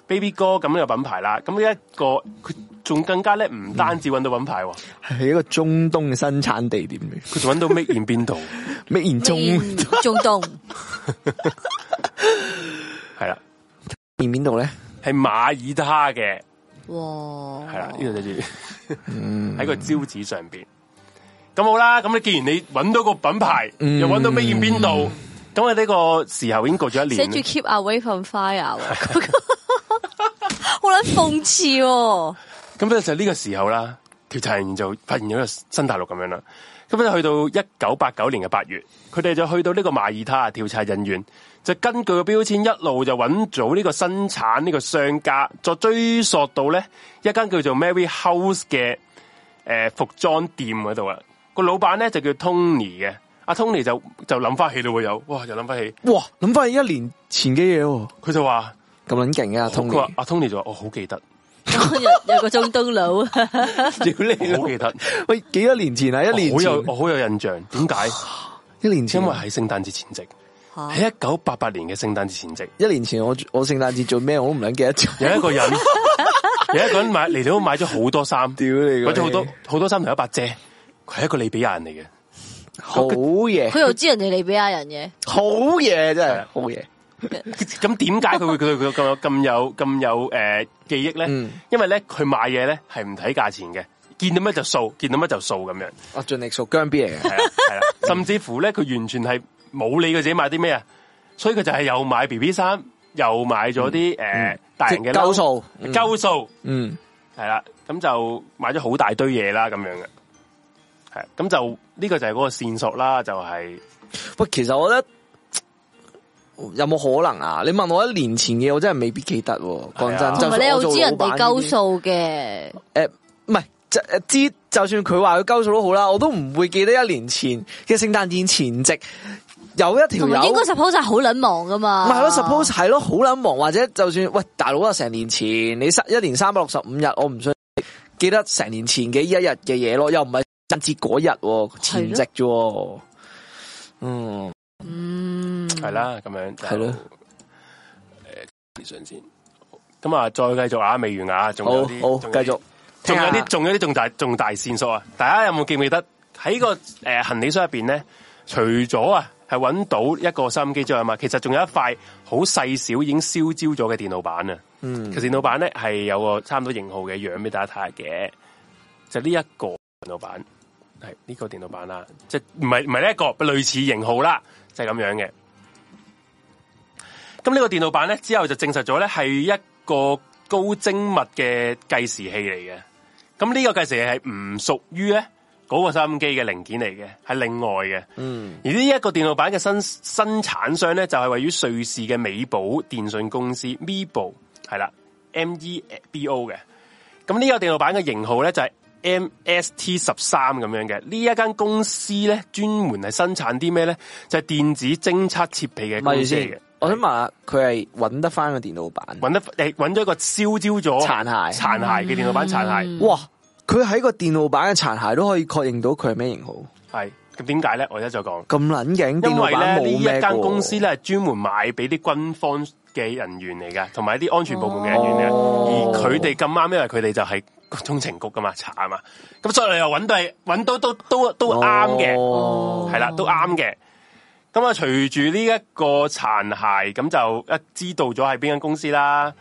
B: Baby 哥咁呢個品牌啦。咁呢一個佢仲更加咧，唔單止揾到品牌喎，
A: 係一個中東嘅生產地點嚟，
B: 佢仲揾到 Make in 邊度，
A: 咩然中
C: 嗯仲 凍，
B: 係啦，
A: 面邊度咧？
B: 係馬爾他嘅，
C: 哇！
B: 哦 係啦，呢度就住喺個招紙上邊。咁好啦，咁你既然你揾到個品牌，又揾到咩嘢邊度，咁喺呢個時候已經過咗一
C: 写
B: 年
C: 住
B: 啦。
C: keep away from fire，喎 好捻讽刺 喎。
B: 咁咧就呢個時候啦，調查人員就發現咗個新大陸咁樣啦。咁咧去到一九八九年嘅八月，佢哋就去到呢個馬爾他調查人員，就根據個標籤一路就揾咗呢個生產呢個商家，再追溯到咧一間叫做 Mary House 嘅诶、呃服裝店嗰度啊。個老闆咧就叫 Tony 嘅，阿 Tony 就就諗翻起咯喎，又哇又諗翻起，
A: 哇，谂翻一年前嘅嘢喎，
B: 佢就話
A: 咁捻劲啊
B: 佢話
A: ，Tony！
B: 阿 Tony 就話我好記得，
C: 有有 个中東 佬，
A: 屌你
B: 我
A: 老
B: 好記得，
A: 喂，几多年前啊？一年
B: 哦我好有
A: 前，
B: 我好有印象，點解？
A: 一年前
B: 因
A: 啊，
B: 為係聖誕節前夕，
C: 嚇
B: 喺一九八八年嘅聖誕節前 夕，
A: 一年前我我圣诞节做咩我都唔捻记得 咗。
B: 有一個人有一個人買嚟到買咗好多衫，
A: 屌你個
B: 買咗好多
A: 氣
B: 好多衫同一把遮，佢係一個利比亞 人嚟嘅。
A: 好嘢，
C: 佢又知人哋利比亞人嘅，
A: 好嘢真系好嘢。
B: 咁點解 佢會佢佢咁有咁有咁有诶记忆咧？
A: 嗯
B: 因為咧佢買嘢咧係唔睇價錢嘅，見到乜就掃，見到乜就掃咁 樣。
A: 我盡力屬姜 B 嚟 嘅，
B: 系啦，系啦，甚至乎咧，佢完全係冇理佢自己買啲咩啊，所以佢就係又買 B B 衫，又買咗啲诶大人嘅
A: 即係鳩數
B: 褸鳩數
A: 嗯，
B: 系啦，咁就買咗好大堆嘢啦，咁樣嘅，系咁就呢、個就係嗰個線索啦，就係
A: 喂，其實我覺得有冇可能啊？你問我一年前嘅，我真係未必記得喎。講
B: 係
A: 真，
B: 啊
A: 就
C: 同埋你
A: 算我
C: 又
A: 做
C: 知人
A: 老闆
C: 哋鳩
A: 呢
C: 數嘅，
A: 啲，誒呃唔係就誒知，就算佢話佢鳩數都好啦，我都唔會記得一年前嘅聖誕節前夕有一條
C: 同埋
A: 友
C: 應該。suppose 係好撚忙噶嘛。
A: 唔係咯，suppose 係咯，好撚忙，或者就算喂大佬啊，成年前你三一年三百六十五日，我唔信記得成年前嘅一日嘅嘢咯，又唔係甚至嗰日喎前夕啫喎，嗯。
C: 嗯，
B: 係啦，咁樣就
A: 係咯。
B: 誒上先，咁啊，再繼續啊，未完啊，仲有啲，
A: 好好
B: 仲
A: 繼續，聽
B: 有啲仲有
A: 下
B: 啲仲有啲重大重大線索啊！大家有冇記唔記得喺個诶、呃行李箱入边咧？除咗啊係揾到一個收音機之外嘛，其實仲有一塊好細小已經燒焦咗嘅電腦板啊！嗯，其實電腦板咧係有個差唔多型號嘅樣俾大家睇下嘅，就呢、一個電腦板係呢、個電腦板啦，即係唔係唔係呢一個類似型號啦，就係咁樣嘅。咁呢個電腦板咧之後就證實咗咧係一個高精密嘅計時器嚟嘅。咁呢個計時器係唔屬於咧嗰個收音機嘅零件嚟嘅，係另外嘅。嗯，而呢一個電腦板嘅生生產商咧就係、位於瑞士嘅美寶電信公司 Mebo 係啦，M E B O 嘅。咁呢個電腦板嘅型號咧就係 MST 十三咁樣嘅。呢一間公司咧專門係生產啲咩咧？就係、電子偵測設備
A: 咪
B: 嘅
A: 住
B: 公司嚟嘅
A: 先。，我想問下佢係揾得翻個電腦版，
B: 揾得诶揾咗一個燒焦咗
A: 殘骸
B: 殘骸嘅電腦板殘骸，
A: 哇！佢喺個電腦版嘅殘骸都可以確認到佢係咩型號，
B: 係咁點解咧？我而家再講，
A: 咁撚影電
B: 因
A: 腦
B: 為
A: 版
B: 咧
A: 冇咩
B: 呢一
A: 間
B: 間公司咧係專門買俾啲軍方嘅人員嚟嘅，同埋一啲安全部門嘅人員嚟嘅，
A: 哦
B: 而佢哋咁啱，因為佢哋就係中情局噶嘛查啊嘛，咁所以你又揾到係揾到都都都啱嘅。
A: 嘅
B: 系啦，都啱嘅。咁啊，隨住呢一個殘骸，咁就一知道咗係邊間公司啦。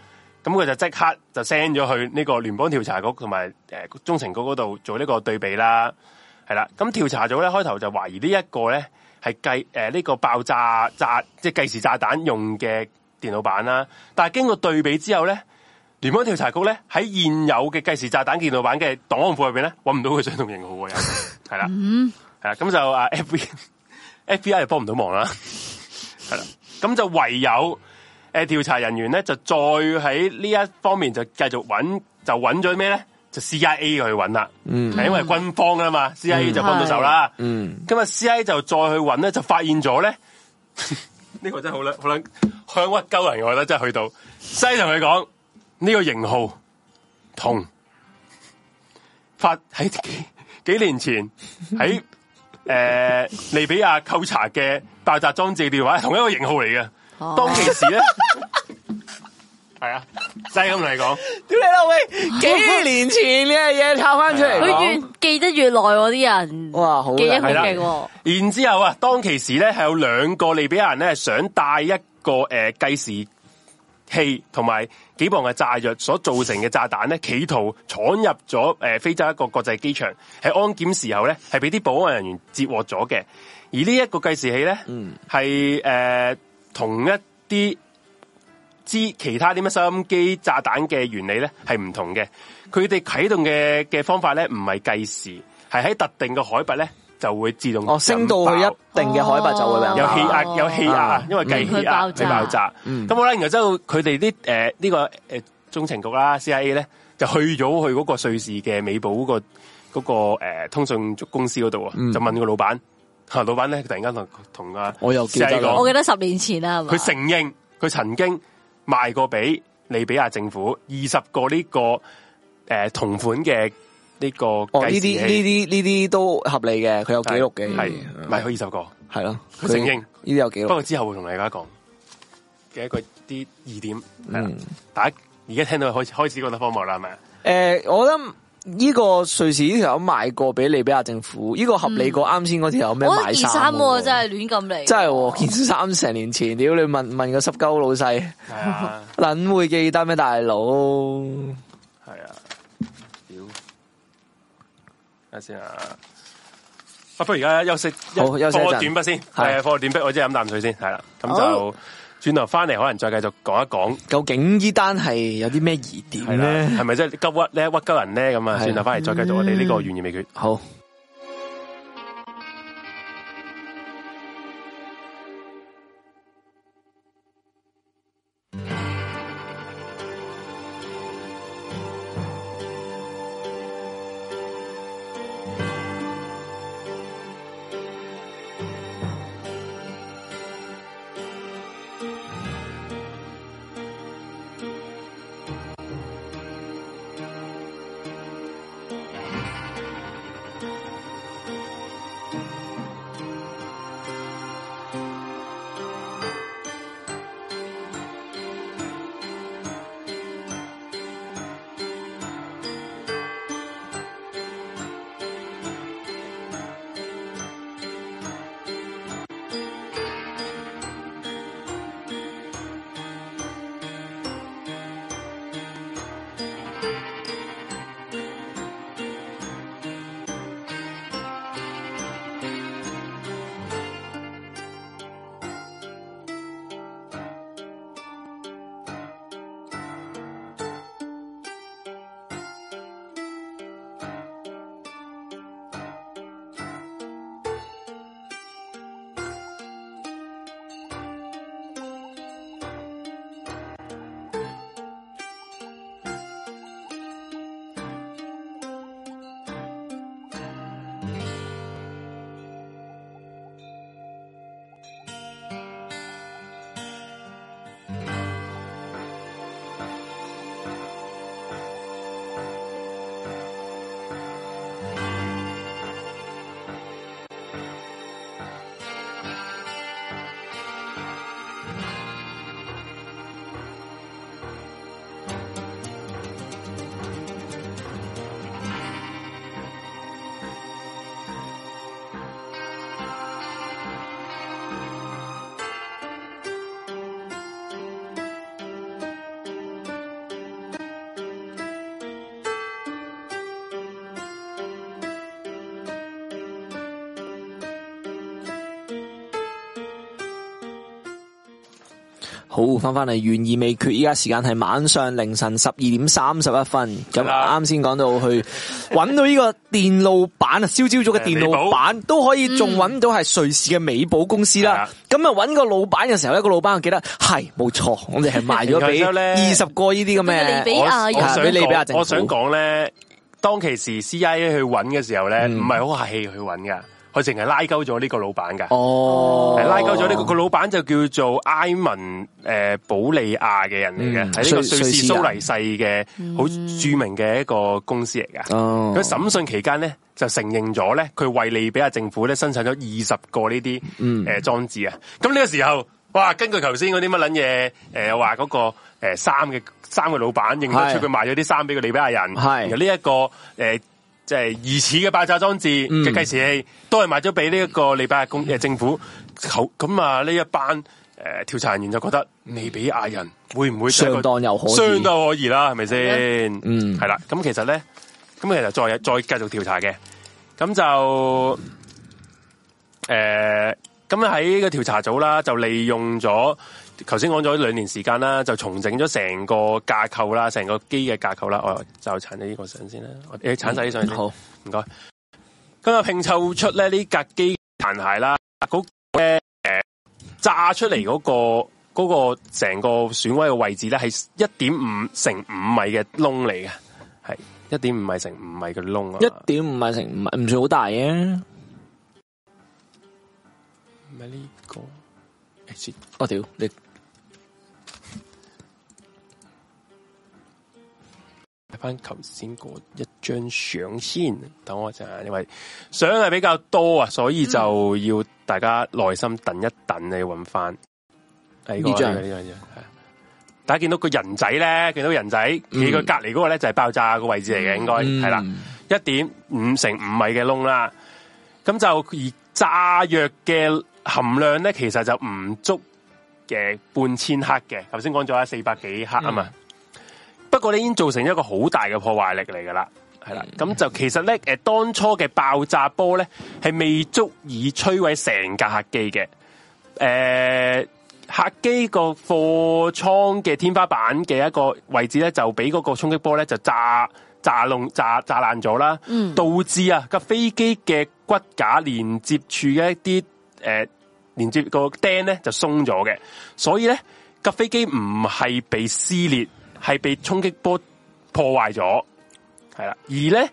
B: 咁佢就即刻就 send 咗去呢個聯邦調查局同埋诶中情局嗰度做呢個對比啦。係啦，咁調查組咧開頭就懷疑呢一個咧係計诶呢個爆炸炸即係計時炸彈用嘅電腦板啦。但係經過對比之後咧，聯邦調查局咧喺現有嘅計時炸彈電腦板嘅檔案庫入边咧揾唔到佢相同型號嘅，係啦。系啦，咁就啊 FBI FBI 又幫唔到忙啦，係啦，咁就唯有诶调查人員咧就再喺呢一方面就繼續揾，就揾咗咩咧？就 CIA 去揾啦，嗯，因為軍方啦嘛，CIA 就幫到手啦，
A: 嗯，
B: 咁啊 CIA 就再去揾咧，就發現咗咧， 呢個真係好撚好撚向屈鳩人，我覺得真係去到西同佢講呢個型號同發喺幾幾年前喺诶利比亞扣查嘅爆炸裝置電話係同一個型號嚟嘅，
C: 哦
B: 當其時 咧係啊，西咁同你講。
A: 屌你老味，幾年前嘅嘢抄翻出 嚟
C: 佢
A: 講
C: 越，記得越耐喎，啲人
A: 哇好
C: 記憶好
A: 係
B: 啦
C: 勁喎。
B: 然之后呃啊，當其時咧係有兩個利比亞人咧係想帶一個诶计、計時氣同埋幾磅嘅炸藥所造成嘅炸彈咧，企圖闖入咗誒非洲一個國際機場，喺安檢時候咧係俾啲保安人員截獲咗嘅。而呢一個計時器咧，係誒同一啲之其他啲咩收音機炸彈嘅原理咧係唔同嘅。佢哋啟動嘅嘅方法咧唔係計時，係喺特定嘅海拔咧就會自動
A: 哦，升到去
B: 引
A: 一
B: 爆
A: 定嘅海拔就會俾人
B: 有
A: 打
B: 氣壓
C: 哦
B: 有氣壓
A: 嗯，
B: 因為計氣
C: 佢
B: 壓
C: 爆
B: 你
C: 炸
B: 爆炸。
A: 嗯
B: 咁好啦，然後之後佢哋啲誒呢個誒中情局啦、CIA 咧就去咗去嗰個瑞士嘅美寶嗰個嗰個誒通訊公司嗰度啊，
A: 嗯
B: 就問個老闆嚇，老闆咧突然間同同啊
A: 我又記得
B: CIA
A: 啦
C: 我
B: 講，
C: 記得十年前啦，係嘛？
B: 佢承認佢曾經賣過俾利比亞政府二十個呢個誒同款嘅呢個
A: 哦，
B: 計
A: 呢啲
B: 時器
A: 呢啲呢啲都合理嘅，佢有記錄嘅，
B: 係唔係佢二十個？
A: 系咯，
B: 佢承認
A: 呢啲有記
B: 不
A: 錄，
B: 過之後會同大家講嘅一個啲疑點，係啦
A: 嗯。
B: 大家而家聽到開始開始覺得荒謬啦，係咪啊？
A: 诶、我覺得呢個瑞士呢條友賣過俾利比亞政府，呢、個合理過啱先嗰條友咩
C: 我
A: 賣
C: 件
A: 衫
C: 衫
A: 喎
C: 喎真係亂咁嚟，
A: 真係喎，件衫成年前，屌你問問個濕鳩老細，
B: 係 啊，
A: 撚會記得咩大佬？
B: 係啊，屌！睇下先啊，啊，不如而家休息，
A: 好休息一陣
B: 放個短筆先，係啊，放個短筆，我即係飲啖水先，係啦，咁就轉頭翻嚟，可能再繼續講一講，
A: 究竟呢單係有啲咩疑
B: 係
A: 點
B: 啦，
A: 咧？
B: 係咪真係急屈咧，屈鳩人咧咁
A: 係
B: 啊？
A: 啊
B: 轉頭翻嚟再繼續我哋呢個懸疑未決。
A: 好。好，翻翻嚟，悬而未決。依家時間係晚上凌晨十二點三十一分。咁
B: 啦
A: 啱先講到去揾到呢個電路板啊，燒焦咗嘅電路板都可以仲揾到係瑞士嘅美寶公司
B: 嗯
A: 啦。咁啊揾個老闆嘅時候，一個老闆我記得係冇錯，我哋係賣咗俾
B: 然後之後呢
A: 二十個呢啲咁
C: 俾利比
A: 嘅。
B: 我
C: 亞人
B: 我想
A: 俾利比亞政
B: 講，
A: 府
B: 我想講咧，當其時 CIA 去揾嘅時候咧，
A: 嗯
B: 唔係好客氣去揾噶，佢淨係拉鳩咗呢個老闆噶。
A: 哦，
B: 係拉鳩咗呢個個老闆就叫做埃文誒保利亞嘅人嚟嘅，
A: 嗯
B: 係呢
A: 瑞
B: 個瑞士
A: 瑞士
B: 蘇
A: 人
B: 黎世嘅好著名嘅一個公司嚟㗎。
A: 哦
B: 佢審訊期間咧，就承認咗咧，佢為利比亞政府咧生產咗二十個呢啲
A: 嗯
B: 誒裝置啊。咁呢個時候，哇！根據頭先嗰啲乜撚嘢誒話嗰個誒衫嘅衫嘅老闆認得出佢賣咗啲衫俾個利比亞人，
A: 係
B: 然後呢、一個誒。呃即係疑似嘅爆炸裝置
A: 嗯
B: 呃嘅計時器，都係賣咗俾呢一個利比亞公誒政府。好咁啊，呢一班诶调查人員就覺得嗯利比亞人會唔會就係個
A: 相當有可疑
B: 相當可疑啦，係咪先？
A: 嗯
B: 係啦。咁其實咧，咁其實再再繼續調查嘅，咁就诶，呃咁喺個調查組啦，就利用咗頭先講咗兩年時間啦，就重整咗成個架構啦，成個機嘅架構啦。我就鏟咗呢個相先啦，我你鏟晒啲相先，
A: 嗯好，
B: 唔該。咁啊，拼湊出咧呢架機殘骸啦，嗰咧诶炸出嚟嗰、個嗰、個成個損毀嘅位置咧，係一點五乘五米嘅窿嚟嘅，係一點五米乘五米嘅窿啊！
A: 一点五米乘五米唔算好大嘅。
B: 唔係呢個，誒切
A: 我哦屌你！
B: 睇翻頭先嗰一張相先，等我一陣啊，因為相係比較多啊，所以就要大家耐心等一等，你要揾翻呢個
A: 呢張
B: 呢個呢張係大家見到個人仔咧，見到人仔企佢隔離嗰個咧就係爆炸個位置嚟嘅，應該哎
A: 嗯
B: 係啦，一點五乘五米嘅窿啦。咁就而炸藥嘅含量咧，其實就唔足嘅半千克嘅，頭先講咗啦，四百幾克啊嘛。不過咧已經造成一個好大嘅破壞力嚟噶啦，係啦。咁就其實咧，誒當初嘅爆炸波咧係未足以摧毀成架客機嘅。誒、客機個貨倉嘅天花板嘅一個位置咧，就俾嗰個衝擊波咧就炸炸弄炸炸爛咗啦，
C: 嗯
B: 導致啊架飛機嘅骨架連接處嘅一啲誒、呃、連接個釘咧就鬆咗嘅，所以咧架飛機唔係被撕裂，係被衝擊波破壞咗，係啦，而咧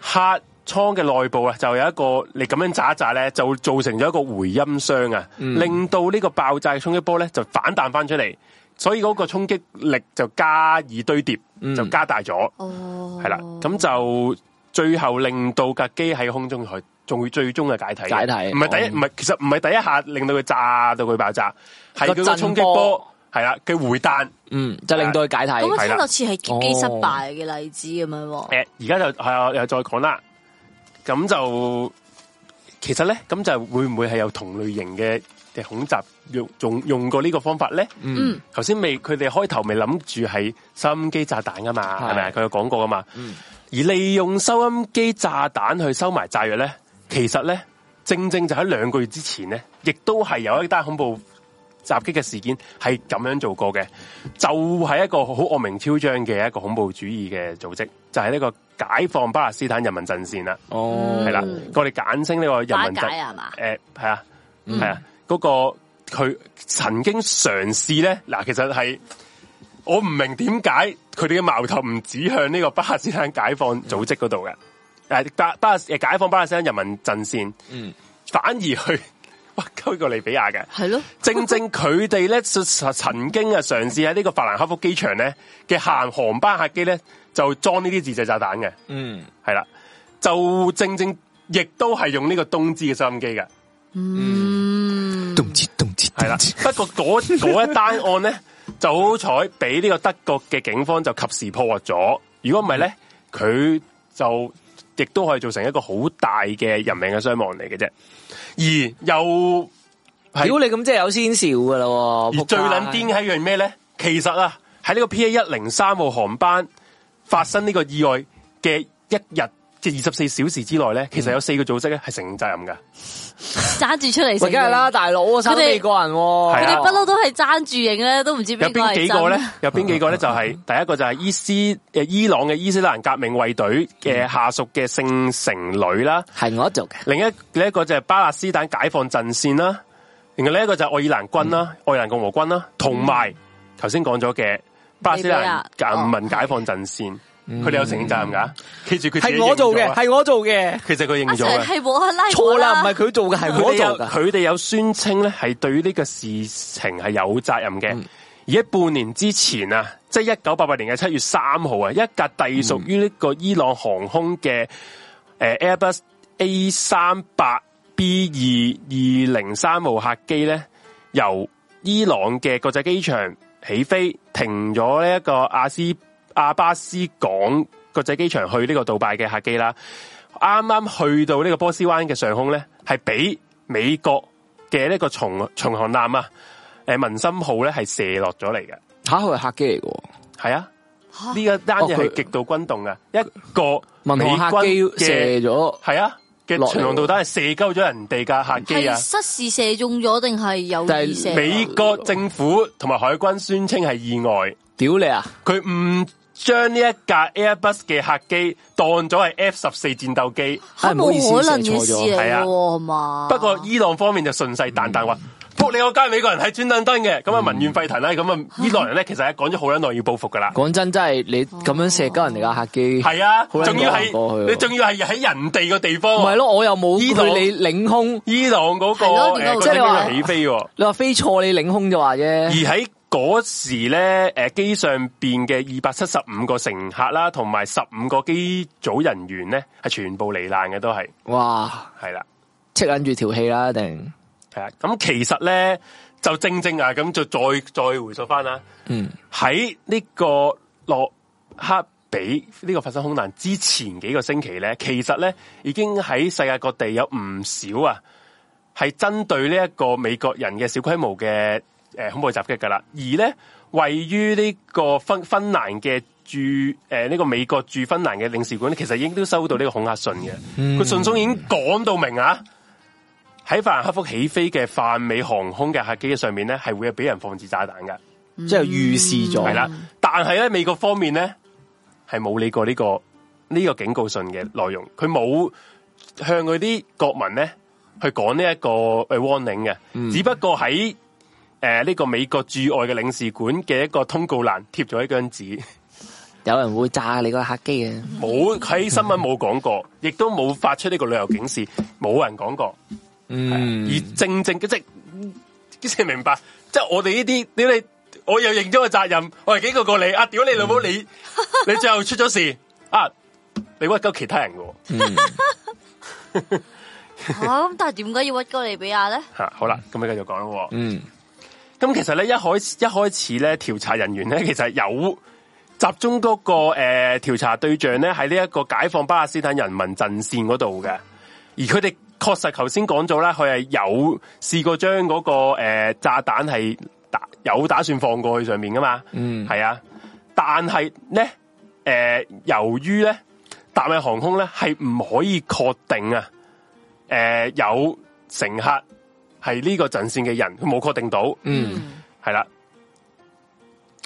B: 客。倉嘅內部啊，就有一個你咁樣炸一炸咧，就造成咗一個回音箱啊，令到呢個爆炸嘅衝擊波咧就反彈翻出嚟，所以嗰個衝擊力就加以堆疊，就加大咗。
C: 哦，
B: 系啦，咁就最後令到架機喺空中去，仲會最終嘅解體
A: 解
B: 嘅。
A: 體
B: 唔係第一，
A: 哦
B: 唔係其實唔係第一下令到佢炸到佢爆炸，係佢
A: 個
B: 個
A: 震
B: 衝擊波係啦，佢回彈。
A: 嗯，就令到佢解
C: 咁
A: 體。
C: 我
B: 係啦
C: 聽落似係劫機失敗嘅例子咁樣喎。
B: 诶、而家就係啊，又再講啦。咁就其實咧，咁就會唔會係有同類型嘅嘅恐襲用用用過呢個方法咧？
C: 嗯，
B: 頭先未，佢哋開頭未諗住係收音機炸彈噶嘛，
A: 係
B: 係咪啊？佢有講過噶嘛。
C: 嗯
B: 而利用收音機炸彈去收埋炸藥咧，其實咧正正就喺兩個月之前咧，亦都係有一單恐怖襲擊嘅事件係咁樣做過嘅，就係、一個好惡名昭彰嘅一個恐怖主義嘅組織，就係、呢個解放巴勒斯坦人民陣線啦，
A: 哦，
B: 係啦、我哋簡稱呢個人
C: 打
B: 民陣
C: 嗯解。啊嘛，
B: 诶，系啊，系啊，嗰、個佢曾經嘗試咧，嗱，其實係我唔明點解佢哋嘅矛頭唔指向呢個巴勒斯坦解放組織嗰度嘅，诶、巴巴勒斯誒解放巴勒斯坦人民陣線，
A: 嗯，
B: 反而去 屈鳩個利比亞嘅。
C: 係咯，
B: 正正佢哋咧曾經啊嘗試喺呢個法蘭克福機場咧嘅行航班客機咧就裝呢啲自製炸彈嘅，
A: 嗯，
B: 係啦，就正正亦都係用呢個東芝嘅收音機嘅。
C: 嗯，
A: 動切動切
B: 系啦， 不過嗰嗰一單案咧， 就好彩俾呢個德國嘅警方就及時破獲咗。如果唔係咧，佢就亦都可以造成一個好大嘅人命嘅傷亡嚟嘅啫。而又係
A: 屌你咁即係有先兆噶啦喎，
B: 而最撚癲嘅係一樣咩咧？其實啊，喺呢個 P A 一零三號航班發生呢個意外嘅一日嘅二十四小時之內咧，其實有四個組織咧係承認責任㗎。
C: 揸住出嚟
A: 喂，
C: 食。
A: 梗係啦，大佬啊，三
C: 佢哋
A: 美國人喎，
B: 係
C: 佢
B: 啊
C: 哋不嬲都係爭住影咧，都唔知
B: 有
C: 邊個
B: 邊
C: 係
B: 幾個
C: 真啊
B: 咧？有邊幾個咧？ 就係、第一個就係伊斯誒伊朗嘅伊斯蘭革命衛隊嘅下屬嘅聖城旅啦，
A: 係我做嘅，
B: 另一另一個就係巴勒斯坦解放陣線啦，另外呢一個就係愛爾蘭軍
A: 嗯
B: 啦、愛爾蘭共和軍啦，同埋頭先講咗嘅巴勒斯坦人民解放陣線，佢哋有承認責任㗎。記嗯住佢自己
A: 係我做嘅，
B: 認咗啊，
A: 係我做嘅，
B: 其實佢認
C: 阿
B: 咗嘅。
C: Sir 係冇拉啊
A: 錯
C: 我
A: 啦，唔係佢做嘅，係我
B: 佢哋有
A: 做嘅，
B: 佢哋有宣稱咧，係對呢個事情係有責任嘅。而喺半年之前啊，即係一九八八年嘅七月三號啊，一架隸屬於呢個伊朗航空嘅诶 Airbus A 三八 B 二二零三號客機咧，由伊朗嘅國際機場起飛，停咗呢一個阿斯阿巴斯港國際機場去呢個杜拜嘅客機啦。啱啱去到呢個波斯灣嘅上空咧，係俾美國嘅呢個巡巡航艦啊，誒、诶文心號咧係射落咗嚟嘅，
A: 吓佢係客機嚟嘅
B: 係啊，
C: 吓
B: 呢一單嘢
A: 哦佢
B: 係極度轟動嘅，一個
A: 喎，民
B: 美
A: 航客
B: 軍
A: 機
B: 嘅
A: 射咗，
B: 係啊嘅
A: 落嚟
B: 巡航導彈係射鳩咗人哋架客機啊
C: 係。失事射中咗定係有
A: 但係
C: 意射？
B: 美國政府同埋海軍宣稱係意外，
A: 屌你啊！
B: 佢唔將呢一架 Airbus 嘅客機當咗係 F 十四戰鬥機。
C: 嚇
A: 哎唔好
C: 冇
A: 意思
C: 可能嘅
A: 射
C: 事
A: 錯咗
B: 係
C: 嚟嘅
B: 啊
C: 喎，係嘛？
B: 不
A: 哦
B: 過伊朗方面就順勢
A: 嗯
B: 彈彈話：，仆你個街，美國人係專登登嘅。咁啊民怨沸騰啦，咁啊伊朗人咧其實係講咗好撚耐要報復噶啦。
A: 講真，真係你咁
C: 哦
A: 樣射鳩人哋架客機，
B: 係啊，
A: 好撚
B: 仲要
A: 多人過去
B: 係
A: 喎
B: 你仲要係喺人哋個地方
A: 唔係
B: 喎。
A: 咯？我又冇
B: 伊
A: 去
B: 朗
A: 你領空，
B: 伊朗嗰個
C: 係咯點解
B: 誒個
C: 會即
B: 飛
C: 係你
A: 話
B: 機起飛喎。
A: 你話飛錯你領空就話
B: 而
A: 啫。
B: 喺嗰時咧，誒機上邊嘅二百七十五個乘客啦，同埋十五個機組人員咧，係全部罹難嘅，都係
A: 哇，
B: 係啦，
A: 戚緊住條氣啦，一定
B: 係啊。咁其實咧，就正正啊，咁就再再回溯翻啦。
A: 嗯，
B: 喺呢個洛克比呢個發生空難之前幾個星期咧，其實咧已經喺世界各地有唔少啊，係針對呢一個美國人嘅小規模嘅誒恐怖襲擊㗎啦。而咧位於呢個芬芬蘭嘅駐誒呢、個美國駐芬蘭嘅領事館咧，其實已經都收到呢個恐嚇信嘅。佢信中已經講到明啊，喺法蘭克福起飛嘅泛美航空嘅客機上面咧，係會俾人放置炸彈嘅。
A: 即係預示咗
B: 系啦，但系咧美國方面咧係冇理過呢、個呢、個警告信嘅內容，佢冇向佢啲國民咧去講呢一個诶 warning 嘅，只不過喺诶呢個美國駐外嘅領事館嘅一個通告欄貼咗一張紙，
A: 有人會炸你個客機嘅。
B: 冇喺新聞冇講過，亦都冇發出呢個旅遊警示，冇人講過。
A: 嗯
B: 而，正正嘅即係即係明白，即係我哋呢啲屌你，我又認咗個責任，我係警告過你啊！屌你老母，你你最後出咗事啊！你屈鳩其他人嘅喎
C: 嚇咁，但係點解要屈哥利比亞咧？
B: 吓，好啦，咁你繼續講咯喎。
A: 嗯，
B: 咁其實咧一開一开始咧，調查人員咧其實有集中嗰、個个诶调、調查對象咧喺呢一個解放巴勒斯坦人民陣線嗰度嘅，而佢哋確實頭先講咗啦，佢係有試過將嗰、個个呃炸彈係打有打算放過去上面噶嘛，
A: 嗯
B: 係啊，但係咧诶，由於咧達美航空咧係唔可以確定啊，诶、有乘客係呢個陣線嘅人，佢冇確定到，
A: 嗯，
B: 系啦，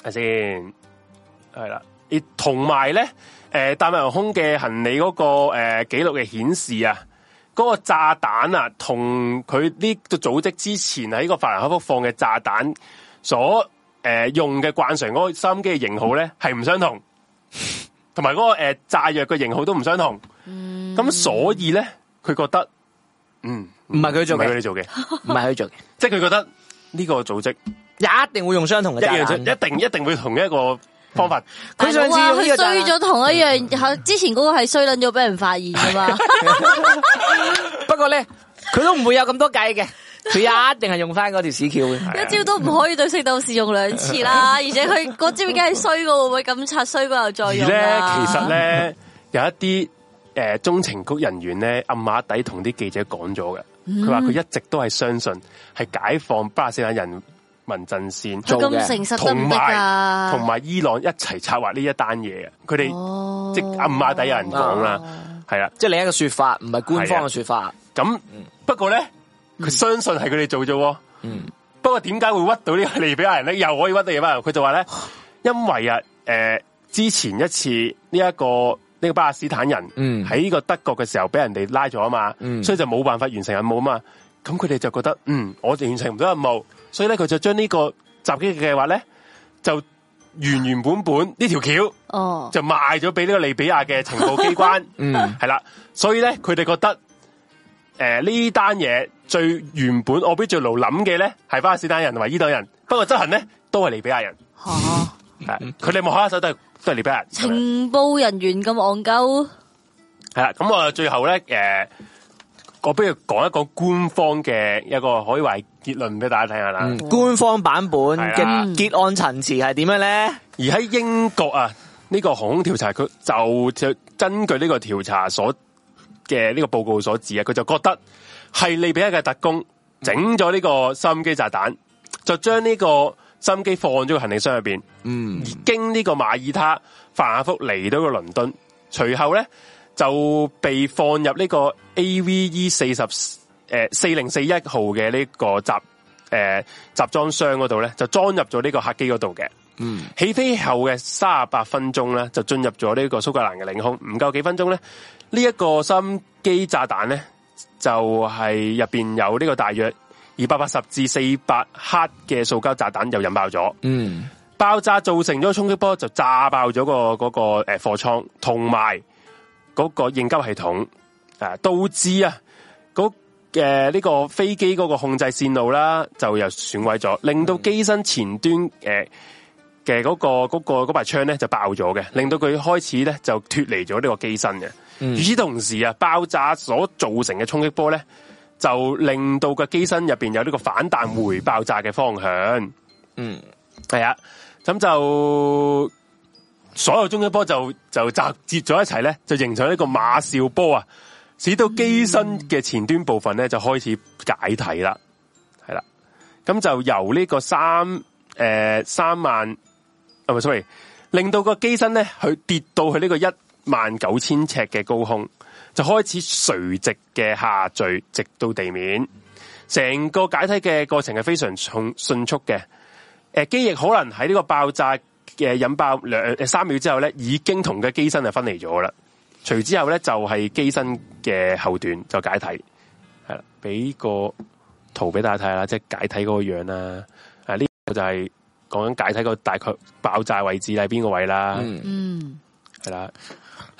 B: 系先，系啦，而同埋咧，诶、呃，大馬航空嘅行李嗰、個个诶记录嘅顯示啊，嗰、個炸彈啊，同佢呢個組織之前喺個法蘭克福放嘅炸彈所诶、呃用嘅慣常嗰個收音機嘅型號咧，係唔相同，同埋嗰個诶、呃炸藥嘅型號都唔相同，咁、所以咧，佢覺得，嗯，
A: 嗯唔係佢做
B: 唔係佢
A: 嘅，
B: 哋做嘅，
A: 唔係佢做嘅，
B: 即係佢覺得呢個組織。
A: 一定會用相同嘅
B: 一
A: 炸
B: 樣就
A: 彈。
B: 一定一定會同一個方法，
A: 佢上次
C: 大佬啊
A: 用呢
C: 佢
A: 個炸彈
C: 衰咗同一樣，之前嗰個係衰撚咗俾人發現 噶嘛。
A: 不過咧，佢都唔會有咁多計嘅，佢一定係用翻嗰條屎橋嘅。
C: 一招都唔可以對聖鬥士用兩次 啦，而且佢嗰招已經係衰過，會唔會咁拆衰過又再
B: 而咧
C: 用啊
B: 其實咧有一啲诶、呃中情局人員咧暗馬底同啲記者講咗嘅，佢話佢一直都係相信係解放巴勒斯坦人民陣線
A: 做
C: 佢
A: 嘅
C: 咁誠實得
B: 同
C: 唔得
B: 埋
C: 㗎？
B: 同埋伊朗一齊策劃呢一單嘢嘅，佢哋、
C: 哦
B: 即係暗馬底有人講啦，係啦、
A: 即係另一個說法，唔係官方嘅說法。
B: 咁不過咧佢相信係佢哋做啫喎。
A: 嗯，
B: 不過點解會屈到呢個利比亞人咧？又可以屈到利比亞人？佢就話咧，因為啊，诶、之前一次呢、一個呢、個巴勒斯坦人
A: 嗯
B: 喺呢個德國嘅時候俾人哋拉咗啊嘛，
A: 嗯
B: 所以就冇辦法完成任務啊嘛。咁佢哋就覺得，嗯，我哋完成唔到任務，所以咧佢就將呢個襲擊嘅計劃咧就原原本本呢條橋
C: 哦，
B: 就賣咗俾呢個利比亞嘅情報機關。
A: 嗯，
B: 系啦，所以咧佢哋觉得诶呢单嘢最原本我俾最勞諗嘅咧係巴勒斯坦人同埋伊朗人，不過執行咧都係利比亞人，
C: 嚇
B: 係佢哋幕後黑手都係都係利比亞人。
C: 情報人員咁戇鳩，
B: 系啦，咁我最後咧诶、呃我不如講一講官方嘅一個可以話係結論俾大家聽下啦。
A: 嗯官方版本
B: 係啦
A: 嘅結案陳詞係點樣咧？
B: 而喺英國啊，呢、個航空調查佢就就根據呢個調查所嘅呢個報告所指啊，佢就覺得係利比亞嘅特工整咗呢個收音機炸彈，就將呢個心機放咗個行李箱入邊，
A: 嗯
B: 而經呢個馬爾他、法蘭克福嚟到個倫敦，隨後咧就被放入呢個 AVE 四十誒四零四一號嘅呢個集誒、呃集裝箱嗰度咧，就裝入咗呢個客機嗰度嘅。
A: 嗯，
B: 起飛後嘅三十八分鐘咧，就進入咗呢個蘇格蘭嘅領空。唔夠幾分鐘咧，呢、一個心機炸彈咧，就係入邊有呢個大約二百八十至四百克嘅塑膠炸彈又引爆咗，
A: 嗯，
B: 爆炸造成咗衝擊波，就炸爆咗、個嗰、個誒貨倉同埋嗰個應急系統，誒導致啊嗰誒呢個飛機嗰個控制線路啦，就又損毀咗，令到機身前端誒。嘅嗰、個嗰、個嗰把槍咧就爆咗嘅，令到佢開始咧就脱離咗呢個機身嘅。與此同時啊，爆炸所造成嘅衝擊波咧，就令到個機身入邊有呢個反彈回爆炸嘅方向。
A: 嗯，
B: 係啊，咁就所有衝擊波就就集結咗一齊咧，就形成一個馬兆波啊，使到機身嘅前端部分咧就開始解體啦，係啦，咁就由呢個三誒三萬，啊唔係 sorry，令到個機身咧去跌到去呢個一萬九千尺嘅高空，就開始垂直嘅下墜，直到地面。成個解體嘅過程係非常迅迅速嘅。誒機呃翼可能喺呢個爆炸嘅引爆兩誒三秒之後咧，已經同嘅機身就分離咗啦。隨之後咧就係、機身嘅後段就解體，係啦，俾個圖俾大家睇啦，即係解體嗰個樣啦。啊，呢個就係講緊解體個大概爆炸位置喺邊個位啦，
A: 嗯，
C: 嗯，
B: 係啦、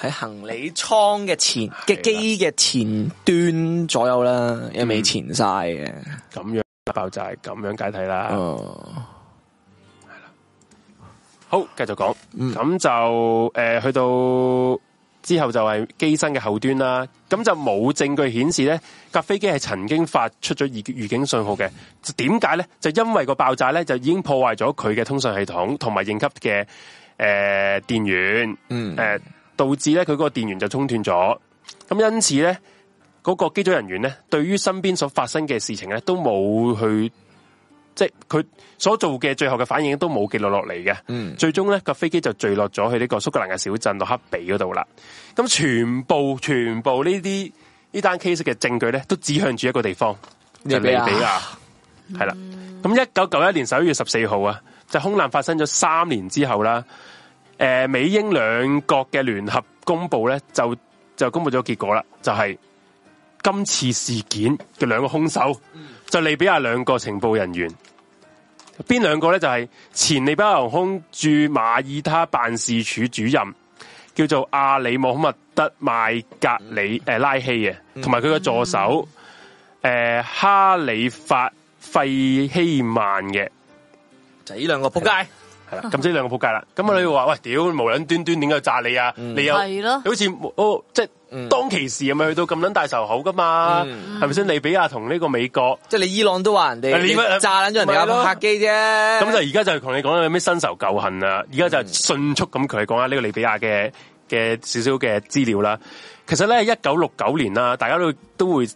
A: 喺行李倉嘅前嘅機嘅前端左右啦，又
B: 嗯
A: 未前晒嘅，
B: 咁樣爆炸係咁樣解體啦。
A: 哦，
B: 好，繼續講，咁、
A: 嗯
B: 就诶、呃去到之後就係機身嘅後端啦，咁就冇證據顯示咧架飛機係曾經發出咗預預警信號嘅。就點解咧？就因為個爆炸咧就已經破壞咗佢嘅通訊系統同埋應急嘅诶、呃、電源，
A: 嗯，
B: 诶、導致咧佢嗰個電源就中斷咗。咁因此咧，嗰、個機組人員咧，對於身邊所發生嘅事情咧，都冇去，即係佢所做嘅最後嘅反應都冇記錄落嚟嘅。
A: 嗯，
B: 最終咧個飛機就墜落咗去呢個蘇格蘭嘅小鎮洛克比嗰度啦。咁全部全部呢啲呢單 case 嘅證據咧，都指向住一個地方，就
A: 利
B: 係啊
A: 比
B: 利
A: 亞
B: 比亞。係啦，咁一九九一年十一月十四號啊，就空難發生咗三年之後啦。诶、美英兩國嘅聯合公佈咧，就就公佈咗結果啦，就係今次事件嘅兩個兇手，就利比亞兩個情報人員。邊兩個咧？就係前利比亞航空駐馬爾他辦事處主任，叫做阿里姆克麥德麥格里诶、拉希嘅，同埋佢嘅助手诶、誒呃哈里法費希曼嘅。
A: 就呢兩個仆街，
B: 系啦，咁即係兩個仆街啦。咁啊你會話喂，屌無撚端端點解炸你啊？
A: 嗯
B: 你又
C: 係咯
B: 你好似冇哦，即係當其時係咪去到咁撚大仇口噶嘛？
A: 嗯
B: 係咪先？利比亞同呢個美國，
A: 即係你伊朗都話人哋
B: 你咪
A: 你炸撚咗人哋架啊
B: 咪咯
A: 客機啫，
B: 咁
A: 咁
B: 就而家就同你講有咩新仇舊恨啦。而家就迅速咁同你講啊下呢個利比亞嘅嘅少少嘅資料啦。其實咧，一九六九年啦，大家都都會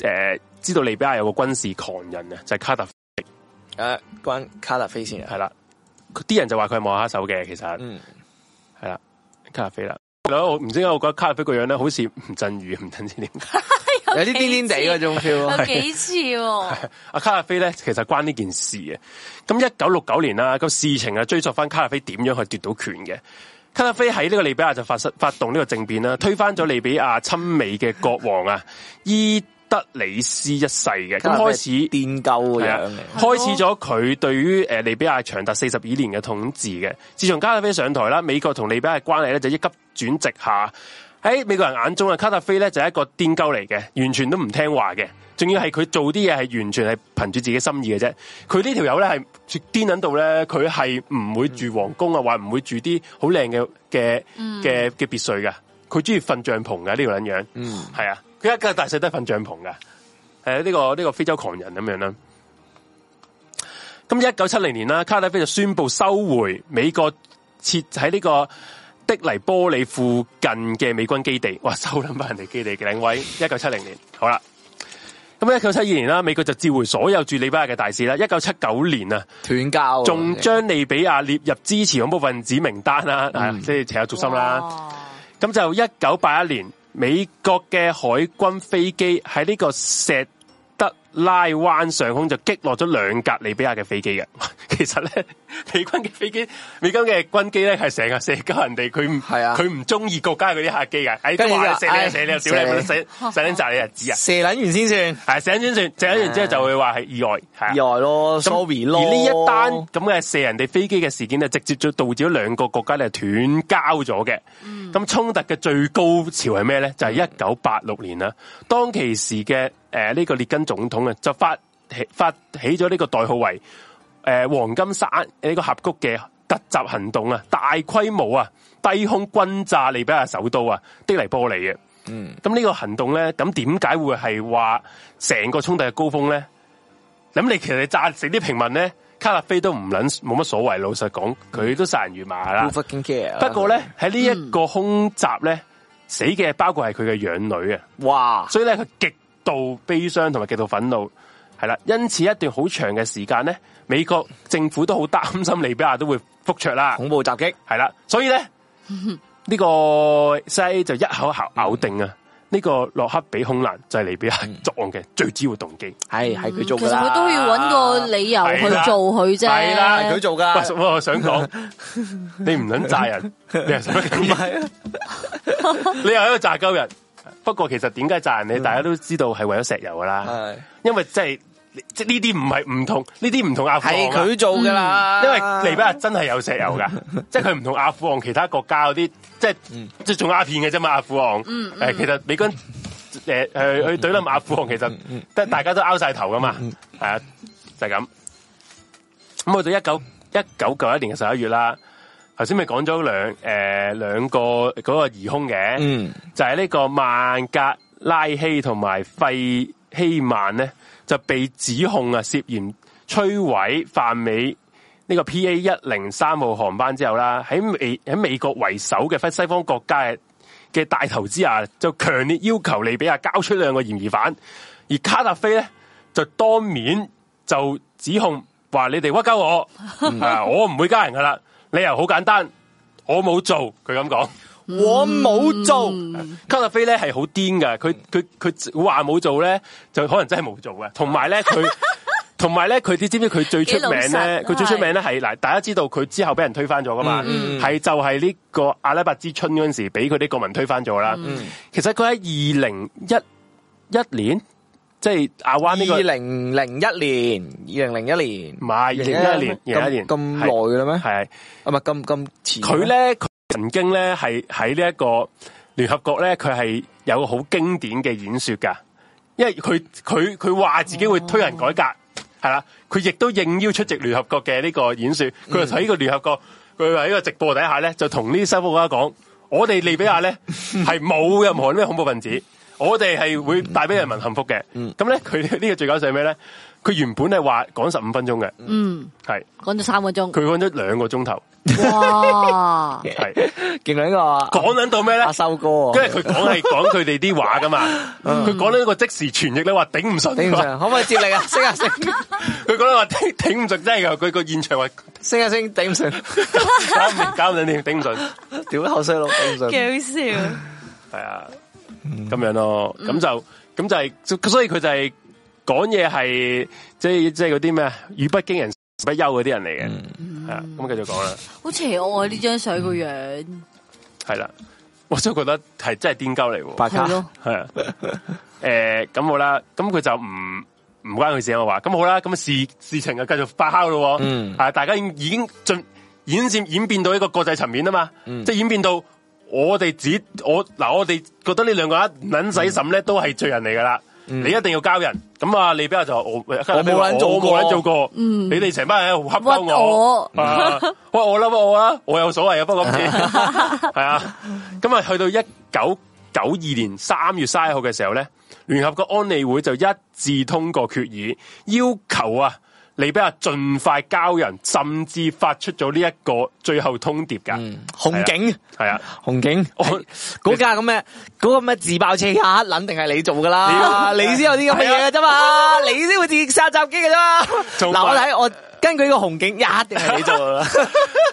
B: 诶、呃知道利比亞有個軍事狂人啊，就係卡特
A: 誒關卡達菲先啊，
B: 係啦。啲人就話佢係幕下手嘅，其實。
A: 嗯，
B: 系啦，卡菲啦。我唔知啊點解我覺得卡菲個樣咧，好似吳鎮宇，啊唔知點解。
A: 有啲癲癲地嗰種 feel 啊 咯
C: 有幾次喎，
B: 阿卡菲咧，其實關呢件事嘅。咁一九六九年啦，個事情啊，追溯翻卡菲點樣去奪到權嘅。卡菲喺呢個利比亞就發生發動呢個政變啦，推翻咗利比亞親美嘅國王啊伊德里斯一世嘅。咁開始
A: 癲鳩嘅
B: 係
A: 樣
B: 啊
A: 嘅，，
B: 開始咗佢對於誒利比亞長達四十二年嘅統治嘅。自從卡特菲上台啦，美國同利比亞嘅關係咧就一急轉直下。喺美國人眼中啊，卡特菲咧就係一個癲鳩嚟嘅，完全都唔聽話嘅，仲要係佢做啲嘢係完全係憑住自己心意嘅啫。佢呢條友咧係癲撚到咧，佢係唔會住皇宮啊，話唔會住啲好靚嘅嘅嘅嘅別墅噶。佢中意瞓帳篷嘅呢個撚樣，
A: 嗯
B: 係啊，佢一家大細都係瞓帳篷噶。誒呢、個呢、個非洲狂人咁樣啦。咁一九七零年啦，卡特菲就宣布收回美國設喺呢個的黎波里附近嘅美軍基地。哇，收撚翻人哋基地嘅領位，一九七零年。好啦，咁一九七二年啦，美國就召回所有駐利比亞嘅大使啦。一九七九年啊，
A: 断交啊，
B: 仲將利比亞列入支持恐怖分子名單啦，
A: 嗯
B: 啊即係情有足心啦。
C: 哇。
B: 咁就一九八一年，美國嘅海軍飛機喺呢個石德拉灣上空就擊落咗兩架利比亞嘅飛機嘅。 其實咧，美軍嘅飛機，美軍嘅軍機咧係成日射鳩人哋，佢唔
A: 係啊
B: 佢唔中意國家嗰啲客機嘅，哎，
A: 跟住就
B: 話你射
A: 哎
B: 你射你，屌你，
A: 射
B: 冇
A: 你
B: 得 死死撚炸你日子啊！
A: 射捻完先算，
B: 系射完先算，射完之後就會話係意外，係啊
A: 意外咯
B: 咁
A: ，sorry 咯。
B: 而呢一單咁嘅射人哋飛機嘅事件咧，直接就導致咗兩個國家咧斷交咗嘅。
A: 嗯
B: 咁衝突嘅最高潮係咩咧？就係一九八六年啦，當其時嘅诶呢個列根總統啊，就發起發起咗呢個代號為诶、呃黃金山呢、個峽谷嘅突襲行動啊，大規模啊低空轟炸利比亞首都啊的尼波里嘅。咁呢個行動咧，咁點解會係話成個衝突嘅高峰咧？咁你其實你炸死啲平民咧，卡勒菲都唔撚冇乜所謂。老實講，佢都殺人如麻啦
A: Who。fucking care？
B: 不過咧，喺呢一個空襲咧，死嘅包括係佢嘅養女啊，
A: 哇，
B: 所以咧佢極度悲傷同埋極度憤怒，係啦。因此一段好長嘅時間咧，美國政府都好擔心利比亞都會覆桌啦。
A: 恐怖袭击，
B: 系啦，所以咧呢個西就一口咬咬定啊，呢、個洛克比空難就係利比
A: 嗯
B: 亞作案嘅最主要動機。
A: 系系佢做
C: 其
A: 噶
C: 實
A: 啦。
C: 佢都要揾個理由去做佢啫。
B: 係啦
A: 係佢做噶，
B: 喂，我我想講，你唔撚炸人，你又想
A: 唔系
B: 你又喺度炸鳩人。不過其實點解炸人
A: 嗯
B: 你大家都知道係為咗石油噶啦，
A: 系
B: 因為即係即係呢啲唔係唔同，呢啲唔同阿富汗啊
A: 佢做噶啦，
B: 因為利比亞真係有石油噶，即係佢唔同阿富汗其他國家嗰啲，即係即係種鴉片嘅啫嘛。阿富汗，誒其實美軍誒誒去懟冧阿富汗，其實得大家都拗晒頭噶嘛，係啊，就係咁。咁去到一九一九九一年嘅十一月啦，頭先咪講咗兩誒兩個嗰個疑兇嘅，
A: 嗯
B: 就係呢個曼格拉希同埋費希曼呢，就被指控啊涉嫌摧毀泛美呢個 P A 一零三號航班之後啦，喺美喺美國為首嘅西方國家嘅嘅帶頭之下，就強烈要求利比亞交出兩個嫌疑犯，而卡達菲呢，就當面就指控話你哋屈鳩我，啊我唔會加人噶啦，理由好簡單，我冇做，佢咁講。
A: 我冇做，
B: 卡特菲咧係好癲噶，佢佢佢話冇做咧，就可能真係冇做嘅。同埋 咧，佢同埋咧，佢啲知唔知佢最出名
C: 幾老實
B: 咧？佢最出名咧係嗱，大家知道佢之後俾人推翻咗噶
A: 嗯
B: 嘛？係、就係呢個阿拉伯之春嗰陣時，俾佢啲國民推翻咗啦。
A: 嗯
B: 其實佢喺二零一一年，即係亞
A: 二
B: 灣呢、個
A: 零零一年，二零零一年，
B: 唔係二零一一年，二零一年
A: 咁耐嘅啦咩？
B: 係。
A: 啊，唔系咁咁迟，
B: 佢咧，佢曾經咧係喺呢一個聯合國咧，佢係有個好經典嘅演說噶，因為佢佢佢話自己會推行改革，係啦，佢亦都應邀出席聯合國嘅呢個演說，佢就喺呢個聯合國，佢喺呢個直播底下咧，就同呢啲西方國家講，我哋利比亞咧係冇任何咩恐怖分子。我哋係會帶俾人民幸福嘅，咁咧佢呢個最搞笑係咩咧？佢原本係話講十五分鐘嘅，
C: 嗯，
B: 係
C: 講咗三個鐘，
B: 佢講咗兩個鐘頭，
C: 哇！
B: 係
A: 劲捻个啊
B: 講緊到咩咧
A: 阿？修哥啊
B: 因，為佢講 係講佢哋啲話噶嘛，佢講呢個即時傳譯咧話頂唔順，
A: 嗯顶唔上，可唔可以接力啊？升啊升，
B: 佢講咧 話頂頂唔順真係㗎佢個現場話
A: 升啊升，顶唔上，
B: 搞唔搞唔掂，頂唔順，
A: 屌后衰佬，顶唔上。
C: 好笑，
B: 係啊，
A: 嗯
B: 咁樣咯，咁就咁就係、所以佢就係講嘢係即係即係嗰啲咩啊語不驚人死不休嗰啲人嚟
A: 嗯
B: 嘅，係啊，咁繼續講啦，
C: 好邪惡啊！呢張相個樣
B: 係啦，我真係覺得係真係癲鳩嚟喎。
A: 白
C: 係
A: 卡，
C: 咯，
B: 系啊，诶，咁好啦，咁佢就唔唔关佢事啊我話，咁好啦，咁事事情就繼續發酵咯，
A: 嗯
B: 啊，大家已經已經進演變演變到一個國際層面啊嘛，
A: 嗯
B: 即系演變到我哋只我嗱，我哋覺得呢兩個人撚使
A: 嗯
B: 審咧都係罪人嚟噶啦。你一定要交人，咁啊，利比亞就話我我
A: 冇撚做過
B: 我冇撚做過，你哋成班人喺度恰鳩
C: 嗯屈我
B: 啊喂，我啦，我啦，我有所謂啊，不 過今次係啊，咁啊，去到一九九二年三月三十一號嘅時候咧，聯合國安理會就一致通過決議，要求啊你俾阿盡快交人，甚至發出咗呢一個最後通牒噶。
A: 嗯，哎紅警
B: 係啊，
A: 紅警，
B: 我
A: 係嗰架咁嘅嗰個咩自爆車卡，肯定係你做噶啦，
B: 你 啊
A: 你先有啲咁嘅嘢嘅啫嘛，你先會自殺襲擊嘅啫嘛。
B: 做
A: 嗱，
B: 法
A: 我睇我根據呢個紅警，一定係你做噶 啦，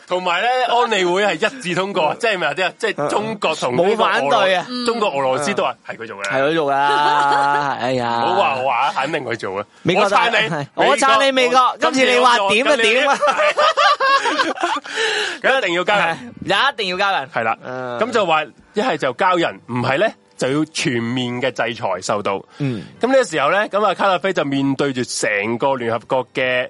B: 同埋咧，安理會係一致通過，即係咪有啲啊？即係中國同呢個
A: 嗯冇反
B: 俄羅
A: 對啊嗯
B: 中國俄羅斯都話係佢做嘅。
A: 係你做噶啦。哎呀，
B: 唔好啊話我話，肯定佢做嘅。啊
A: 美國
B: 我撐
A: 係
B: 你，
A: 我撐你美國今次你話點就點啊！
B: 我今次我做今次你一定要交人。
A: 一定要交人，
B: 啊系啦，
A: 嗯
B: 咁、就话一系就交人，唔系咧就要全面嘅制裁受到。
A: 嗯，
B: 咁呢个时候咧，咁啊卡塔菲就面對住成個聯合國嘅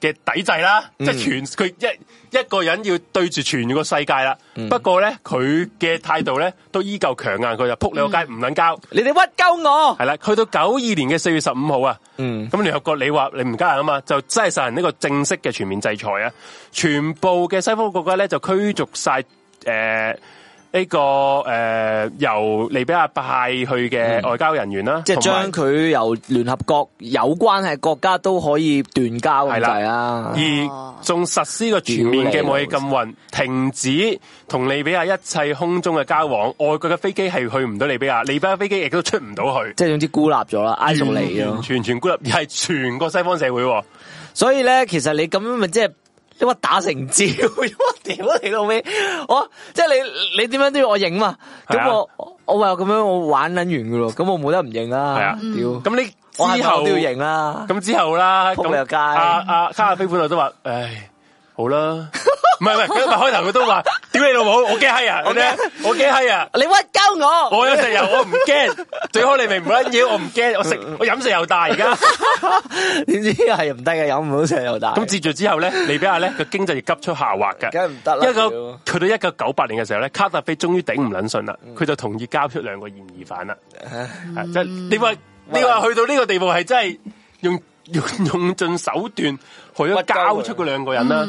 B: 嘅抵制啦，即係全佢一一個人要對住全個世界啦。不過咧，佢嘅態度咧都依舊強硬，佢就扑你個街唔撚交。
A: 你哋屈鳩我
B: 係，啦，去到九二年嘅四月十五號啊，
A: 嗯
B: 咁聯合國你話你唔加人啊嘛，就真係實行呢個正式嘅全面制裁啊！全部嘅西方國家咧就驅逐晒誒呢個誒、呃由利比亞派去嘅外交人員啦，
A: 嗯即係
B: 同埋
A: 將佢由聯合國有關係國家都可以斷交咁
B: 係啦
A: 滯啦。
C: 哦
B: 而仲實施個全面嘅武器禁運，停止同利比亞一切空中嘅交往，外國嘅飛機係去唔到利比亞，利比亞飛機亦都出唔到去，
A: 即係總之孤立咗
B: 嗯
A: 啦，isolate
B: 完
A: 咯。
B: 全全孤立，而係全個西方社會喎。
A: 所以咧，其實你咁樣咪即係因為打成招， 因為屌你老尾，我即係你你點樣都要我影嘛？
B: 係
A: 咁
B: 啊
A: 我我話咁樣我玩撚完噶咯，咁我冇得唔影啦。
B: 係啊
A: 屌，
B: 咁你
A: 我係
B: 之
A: 咪
B: 後
A: 我都要影啦。
B: 咁之後啦，
A: 仆你個街
B: 咁阿阿卡亞菲本來都話，唉，好啦，唔係唔係，佢咪開頭佢都話，屌你老母，我驚閪啊，我驚，我驚閪啊！
A: 你屈鳩 我，
B: 我有石油，我唔 驚。最好你明唔撚嘢，我唔驚。我食我飲石油大 而家。
A: 點知係唔得嘅，飲唔到石油大。
B: 咁接住之後咧，利比亞咧個經濟亦急速下滑嘅，
A: 梗係唔得啦
B: 一九去到一九九八年嘅時候咧，卡達菲終於頂唔撚順啦，佢就同意交出兩個嫌疑犯啦。係即係你話你話去到呢個地步係真係用 用用盡手段去咗交出嗰兩個人啦。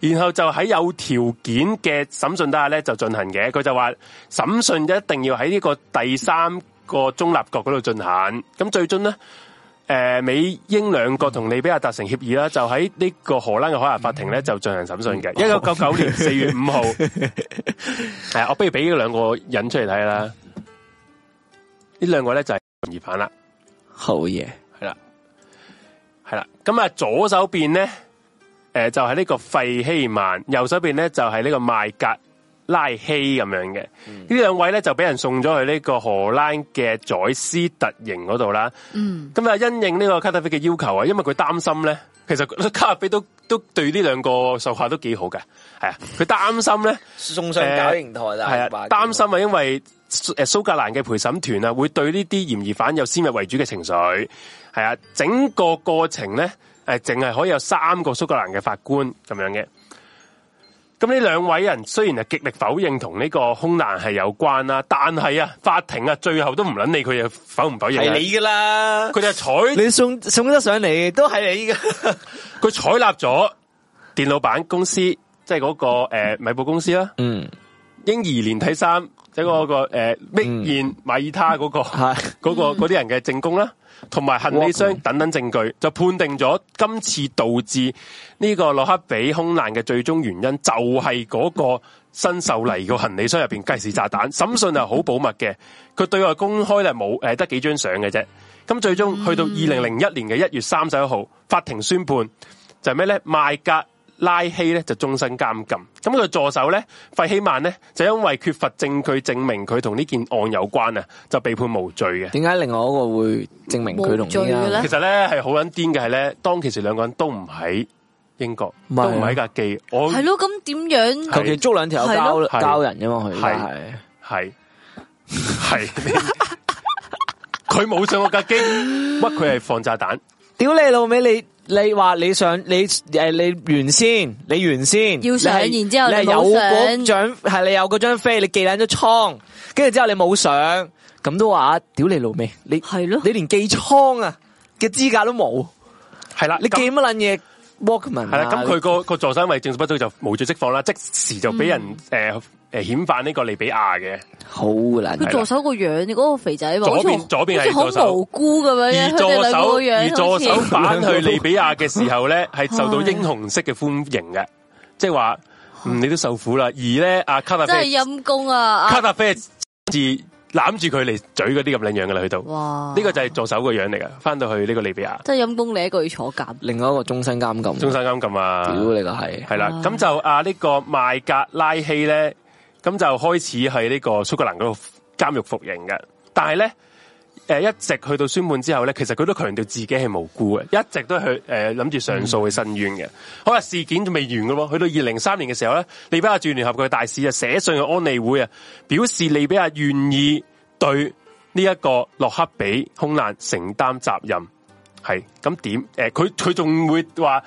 B: 然後就喺有條件嘅審訊底下咧，就進行嘅。佢就話審訊一定要喺呢個第三個中立國嗰度進行。咁最終呢，诶、美英兩國同利比亞達成協議啦，就喺呢個荷蘭嘅海牙法庭咧就進行審訊嘅。一九九九年四月五號，係啊，我不如俾呢兩個人出嚟睇啦。呢兩個咧就係嫌疑犯啦。
A: 好嘢，
B: 系啦，系啦。咁啊，左手边咧，诶、就係呢個費希曼，右手邊咧就係呢個麥格拉希咁樣嘅。呢、兩位咧就俾人送咗去呢個荷蘭嘅宰斯特營嗰度啦。
C: 嗯，
B: 咁啊，因應呢個卡塔菲嘅要求啊，因為佢擔心咧，其實卡塔菲都都對呢兩個受客都幾好嘅，係啊，佢擔心咧。
A: 送上
B: 誒
A: 搞刑台啦，
B: 系啊，擔心啊，因為诶苏格蘭嘅陪審團啊，會對呢啲嫌疑犯有先入為主嘅情緒。係啊，整個過程咧，诶，净系可以有三個蘇格蘭嘅法官咁樣嘅。咁呢兩位人雖然係極力否認同呢個空難係有關啦，但係啊，法庭啊，最後都唔撚理佢哋否唔否認啊
A: 係，你噶啦。
B: 佢哋係採
A: 你送送得上嚟都係你噶。
B: 佢採納咗電腦版公司，即係嗰個诶米布公司啦，
A: 嗯，
B: 嬰兒連體衫，即係嗰個诶 m i 馬爾他嗰個。
A: 系
B: 嗰、個嗰啲人嘅證供啦，同埋行李箱等等證據，就判定咗今次導致呢個洛克比空難嘅最終原因就係嗰個新受嚟個行李箱入邊計時炸彈。審訊係好保密嘅，佢對外公開咧冇誒得幾張相嘅啫。咁最終
C: 嗯
B: 去到二零零一年嘅一月三十一號，法庭宣判就係咩咧？賣格拉希咧就終身監禁。咁佢助手咧費希曼咧就因為缺乏證據證明佢同呢件案有關啊，就被判無罪嘅。
A: 点解另外一個會證明佢同
C: 無罪嘅咧
B: 其實咧係好撚癲嘅係咧，當其時兩個人都唔喺英國，
A: 唔係啊
B: 都唔喺架機，我
C: 系咯，咁點 樣？
A: 求其捉兩條
C: 係
A: 友
C: 咯
A: 交
B: 係
A: 交人啫嘛，佢
B: 係
A: 係
B: 係係 佢冇上過架機，屈佢係放炸彈，
A: 屌你老味，你你話你想你诶你原先你原先
C: 要上
A: 你係
C: 然之後你
A: 你係有嗰
C: 冇上
A: 張係你有嗰張飛，你寄撚咗倉，跟住之後你冇上，咁都話屌你老味，你
C: 係咯
A: 你連寄倉啊嘅資格都冇，
B: 係啦，
A: 你
B: 咁
A: 寄乜撚嘢 Walkman
B: 係
A: 啊
C: 嗯
B: 啦，咁佢個個助手因為證據不足就無罪釋放啦，即時就俾人誒诶遣返呢個利比亞嘅，
A: 好难
B: 係
C: 佢
B: 啦
C: 助手個樣，你嗰個肥仔嘛，
B: 左
C: 好似
B: 邊
C: 好
B: 左邊係
C: 好似
B: 左
C: 好
B: 手
C: 無辜咁樣
B: 而
C: 啊樣，佢
B: 助
C: 哋兩個個
B: 手
C: 樣
B: 而助手
C: 好似
B: 返去利比亞嘅時候咧，係受到英雄式嘅歡迎嘅，即係話嗯你都受苦啦。而咧阿卡達
C: 真係
B: 菲
C: 陰公啊！
B: 卡
C: 啊
B: 達菲係自攬住佢嚟嘴嗰啲咁樣樣噶啦，去到呢
C: 哇，
B: 個就係助手個樣嚟噶，翻到去呢個利比亞
C: 真係陰公，你一個要坐監，
A: 另外一个终身监禁，
B: 中
A: 屌
B: 山監禁啊！
A: 你个系
B: 系啦
C: 啊，
B: 咁就啊呢、個个麦格拉希咧，咁就開始喺呢個蘇格蘭嗰度監獄服刑嘅。但係咧，诶、一直去到宣判之後咧，其實佢都強調自己係無辜嘅，一直都去诶諗住上訴去申冤嘅。好啦，事件仲未完嘅喎，去到二零三年嘅時候咧，利比亞駐聯合國大使啊寫信去安理會啊，表示利比亞願意對呢一個洛克比空難承擔責任。係咁點？诶、佢佢仲會話。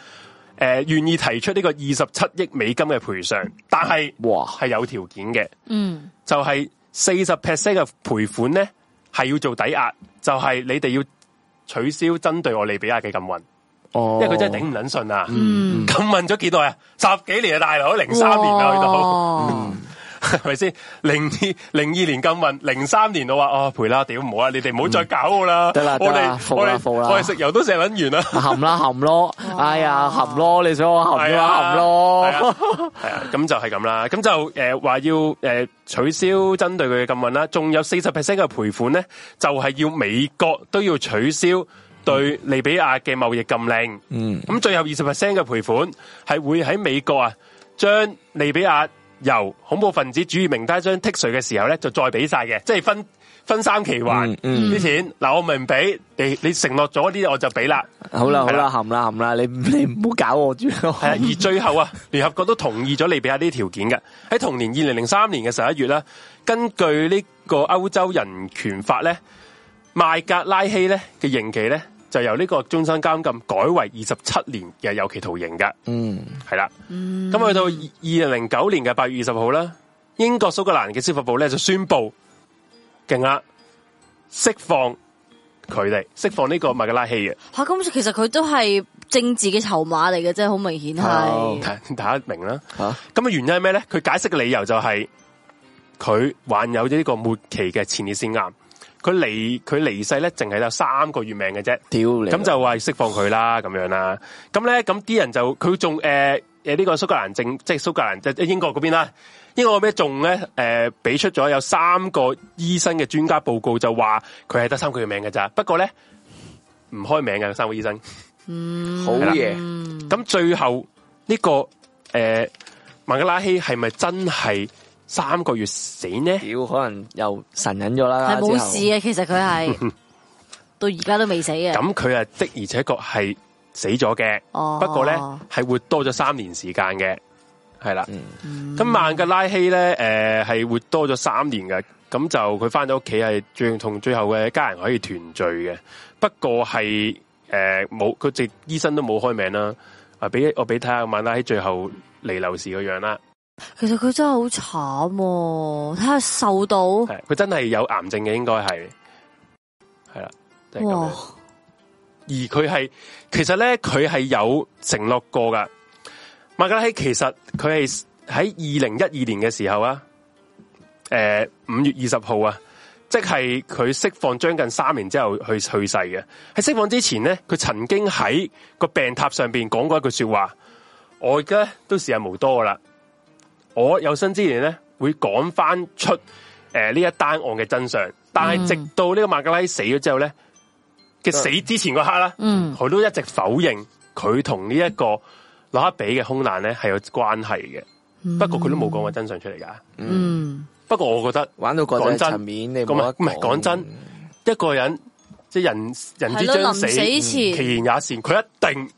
B: 诶、愿意提出呢個二十七億美金嘅賠償，但係
A: 哇
B: 係有條件嘅，
C: 嗯，
B: 就係四十 percent 嘅賠款咧係要做抵押，就係你哋要取消針對我利比亞嘅禁運，
A: 哦
B: 因，為佢真係頂唔撚順啊！
C: 嗯
B: 禁運咗幾耐啊？十幾年啊，大佬，零三年
A: 哦
B: 啊，去到
C: 哇
B: 係咪先？零二零二年禁運，零三年我話哦賠啦，屌唔好啦，你哋唔好再搞我啦，
A: 得啦
B: 我
A: 得啦
B: 哋
A: 服
B: 我
A: 啦
B: 哋
A: 服啦
B: 我哋食油都食撚完啦。
A: 含啦含咯，哎呀含咯，你想我含
B: 係
A: 嘅話
B: 啊，
A: 含咯，
B: 系啊，咁就係咁啦。咁就诶话、要诶、呃取消針對佢嘅禁運啦，仲有四十 percent 嘅賠款咧，就係要美國都要取消對利比亞嘅貿易禁令。
A: 嗯，
B: 咁最後二十 percent 嘅賠款係會喺美國啊，將利比亞由恐怖分子主義名單將剔除嘅時候咧，就再俾晒嘅，即係分分三期還
A: 嗯嗯
B: 啲錢。嗱，我咪唔俾你，你承諾咗啲我就俾啦。
A: 好啦好
B: 嗯係
A: 啦
B: 啦
A: 含啦含啦，你 你唔好搞我住，
B: 系啊，而最後啊， 聯合國都同意咗利比亞呢啲條件嘅。喺同年二零零三年嘅十一月啦，根據呢個歐洲人權法咧，麥格拉希咧嘅刑期咧就由呢個終身監禁改為二十七年嘅有期徒刑嘅，
A: 嗯
B: 係啦。咁去到二零零九年嘅八月二十號啦，英國蘇格蘭嘅司法部咧就宣布勁啦，釋放佢哋，釋放呢個麥格拉希嘅。
C: 吓咁，其實佢都係政治嘅籌碼嚟嘅，真係好明顯
A: 好
C: 係。
B: 大大家明啦。
A: 吓
B: 咁啊嘅原因係咩咧？佢解釋嘅理由就係佢患有呢個末期嘅前列腺癌，佢離佢離世咧，淨係有三個月命嘅啫。
A: 屌你，
B: 咁就話釋放佢啦，咁樣啦。咁咧，咁啲人就佢仲誒誒呢個蘇格蘭政，即係蘇格蘭即係呃英國嗰邊啦。英國嗰邊仲咧誒俾出咗有三個醫生嘅專家報告，就話佢係得三個月命嘅咋。不過咧唔開名嘅三個醫生。
A: 好嘢，
B: 咁最後呢、個个诶孟加拉希係咪真係三個月死呢？
A: 屌可能又神隱咗啦，
C: 係冇
A: 之後
C: 事嘅，其實佢 係到而家都未死嘅。
B: 咁佢啊的而且確係死咗嘅，
C: 哦
B: 不過咧係活多咗三年時間嘅，係啦。
A: 嗯
B: 咁孟加拉希咧诶系活多咗三年嘅，咁就佢翻咗屋企係最同最後嘅家人可以團聚嘅，不過係诶冇佢直醫生都冇開名啦。啊，俾我俾睇下孟加拉希最後離流時個樣啦。
C: 其實佢真係好慘喎，睇下受到
B: 系佢真係有癌症嘅，應該係係啦，即係咁
C: 哇
B: 樣。！而佢係其實咧，佢係有承諾過噶。麥格拉希其實佢係喺二零一二年嘅時候啊，诶、五月二十號啊，即係佢釋放將近三年之後去去世嘅。喺釋放之前咧，佢曾經喺個病榻上边講過一句说話：我而家都時日無多噶啦，我有生之年咧會講翻出诶呢、一單案嘅真相。但係直到呢個麥格拉希死咗之後咧，嘅死之前嗰刻啦，
C: 嗯
B: 佢都一直否認佢同呢一個洛克比嘅空難咧係有關係嘅。不過佢都冇講過真相出嚟噶。
C: 嗯，
B: 不過我覺得
A: 玩到國際
B: 講真
A: 層面，你
B: 咁
A: 冇
B: 啊
A: 得
B: 唔係講真，一個人即係人人
C: 係
B: 之
C: 咯，
B: 將
C: 臨
B: 死，
C: 死
B: 其
C: 前，
B: 言也善。佢一定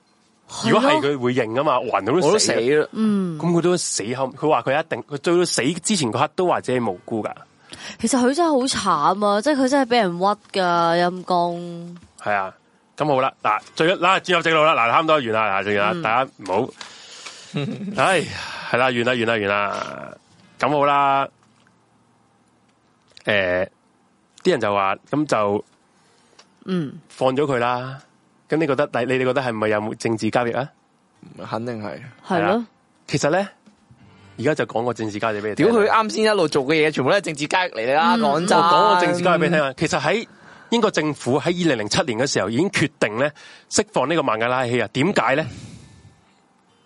B: 如果係佢會認噶嘛，還到
A: 我
B: 都
A: 都
B: 死
A: 死
B: 嘅。
A: 啦，
C: 嗯，
B: 咁佢都死後，佢話佢一定，佢到到死之前嗰刻都話自己無辜噶。
C: 其實佢真係好慘啊！即係佢真係俾人屈噶，陰公。
B: 系啊，咁好啦，嗱，最嗱轉入正路啦，嗱，差唔多完啦，嗱，正
A: 嗯
B: 啦，大家唔 好，唉，係啦，完啦，完啦，完啦，咁好啦，诶、啲人就話，咁就
C: 嗯，
B: 放咗佢啦，咁你覺得，你你哋覺得係咪有冇政治交易啊？
A: 肯定係
C: 係
B: 係
C: 咯
B: 啊，其實咧，而家就講個政治家嘢俾你聽
A: 屌佢啱先一路做嘅嘢，全部都係政治交易嚟啦，
C: 嗯
A: 講真。
B: 我講個政治交易俾你聽啊！其實喺英國政府喺二零零七年嘅時候已經決定咧釋放呢個孟加拉氣啊。點解咧？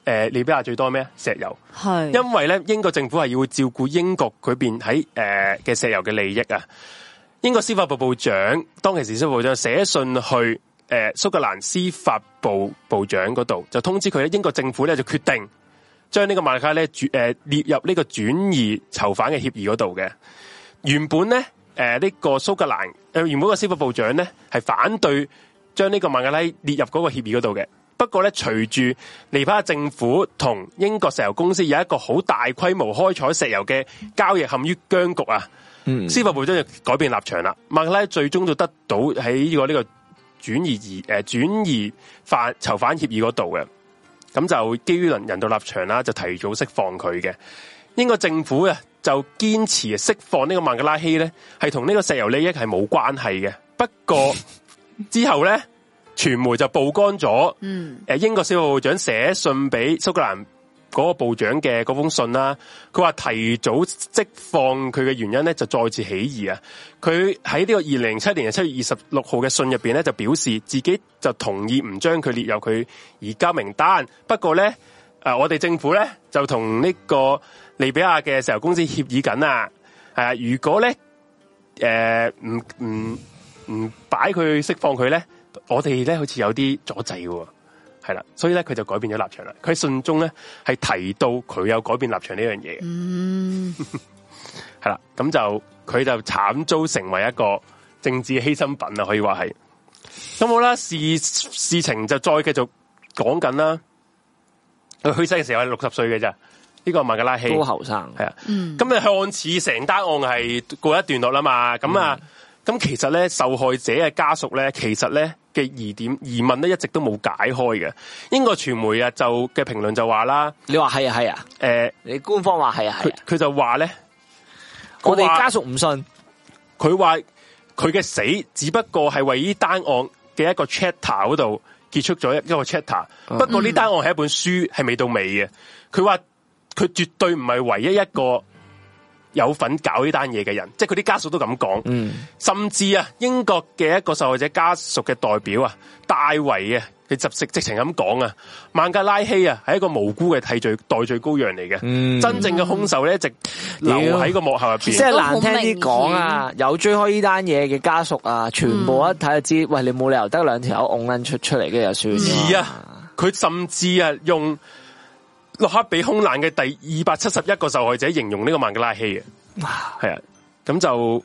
B: 诶、利比亞最多咩？啊石油，
C: 系
B: 因為咧英國政府係要照顧英國佢邊喺诶嘅石油嘅利益啊。英國司法部部長當其時司法部長寫信去诶、呃蘇格蘭司法部部長嗰度，就通知佢咧英國政府咧就決定將呢個馬拉卡咧轉诶列入呢個轉移囚犯嘅協議嗰度嘅。原本咧，诶、呢、個蘇格蘭诶、呃原本個司法部長咧係反對將呢個孟加拉列入嗰個協議嗰度嘅。不過咧，隨住尼巴政府同英國石油公司有一個好大規模開採石油嘅交易陷於僵局啊，司法部長就改變立場啦。孟加拉最終就得到喺呢、個呢、個轉移移诶转移犯囚犯協議嗰度嘅，咁就基於人人道立場啦，就提早釋放佢嘅。英國政府啊就堅持釋放呢個孟加拉希咧，係同呢個石油利益係冇關係嘅。不過之後咧，傳媒就曝光咗，
C: 嗯，
B: 诶英國司法部長寫信俾蘇格蘭嗰個部長嘅嗰封信啦，佢話提早釋放佢嘅原因咧就再次起義啊！佢喺呢個二零零七年嘅七月二十六號嘅信入边咧就表示自己就同意唔將佢列入佢而家名單，不過咧。诶、我哋政府咧就同呢個利比亞嘅石油公司協議緊啊，系啊，如果咧诶唔唔唔擺佢釋放佢咧，我哋咧好似有啲阻滯喎，係啦，所以咧佢就改變咗立場啦。佢喺信中咧係提到佢有改變立場呢樣嘢嘅，嗯，係啦，咁就佢就慘遭成為一個政治犧牲品啊，可以話係。咁好啦，事事情就再繼續講緊啦。佢去世嘅時候係六十歲嘅咋，呢、個孟加拉希
A: 都後生，
B: 系啊，
A: 嗯
B: 咁你看似成單案系過一段落啦嘛，咁啊，
A: 嗯
B: 咁其實咧受害者嘅家屬咧，其實咧嘅疑點疑問咧一直都冇解開嘅。英國傳媒啊就嘅評論就話啦，
A: 你話係啊係啊，
B: 诶、
A: 你官方話係啊係
B: 佢
A: 啊，
B: 佢就話咧，
A: 我哋
B: 佢話
A: 家屬唔信，
B: 佢話佢嘅死只不過係為呢單案嘅一個 chapter 嗰度結束咗一一個 chapter，不
A: 哦
B: 過呢單案係一本書係未到尾嘅。佢話佢絕對唔係唯一一個有份搞呢單嘢嘅人，即係佢啲家屬都咁講。
A: 嗯，
B: 甚至啊，英國嘅一個受害者家屬嘅代表啊，戴維啊，佢直直直情咁講啊，孟加拉希啊，係一個無辜嘅替罪代罪羔羊嚟嘅，
A: 嗯
B: 真正嘅兇手咧，一直留喺個幕後入
A: 即
B: 邊。
A: 係難聽啲講啊，有追開呢單嘢嘅家屬啊，全部一睇就
C: 嗯
A: 知，喂，你冇理由得兩條友拱撚出出嚟嘅就算
B: 而
A: 啦。
B: 啊，佢甚至啊用洛克比空難嘅第二百七十一個受害者形容呢個孟加拉希嘅，係啊，咁就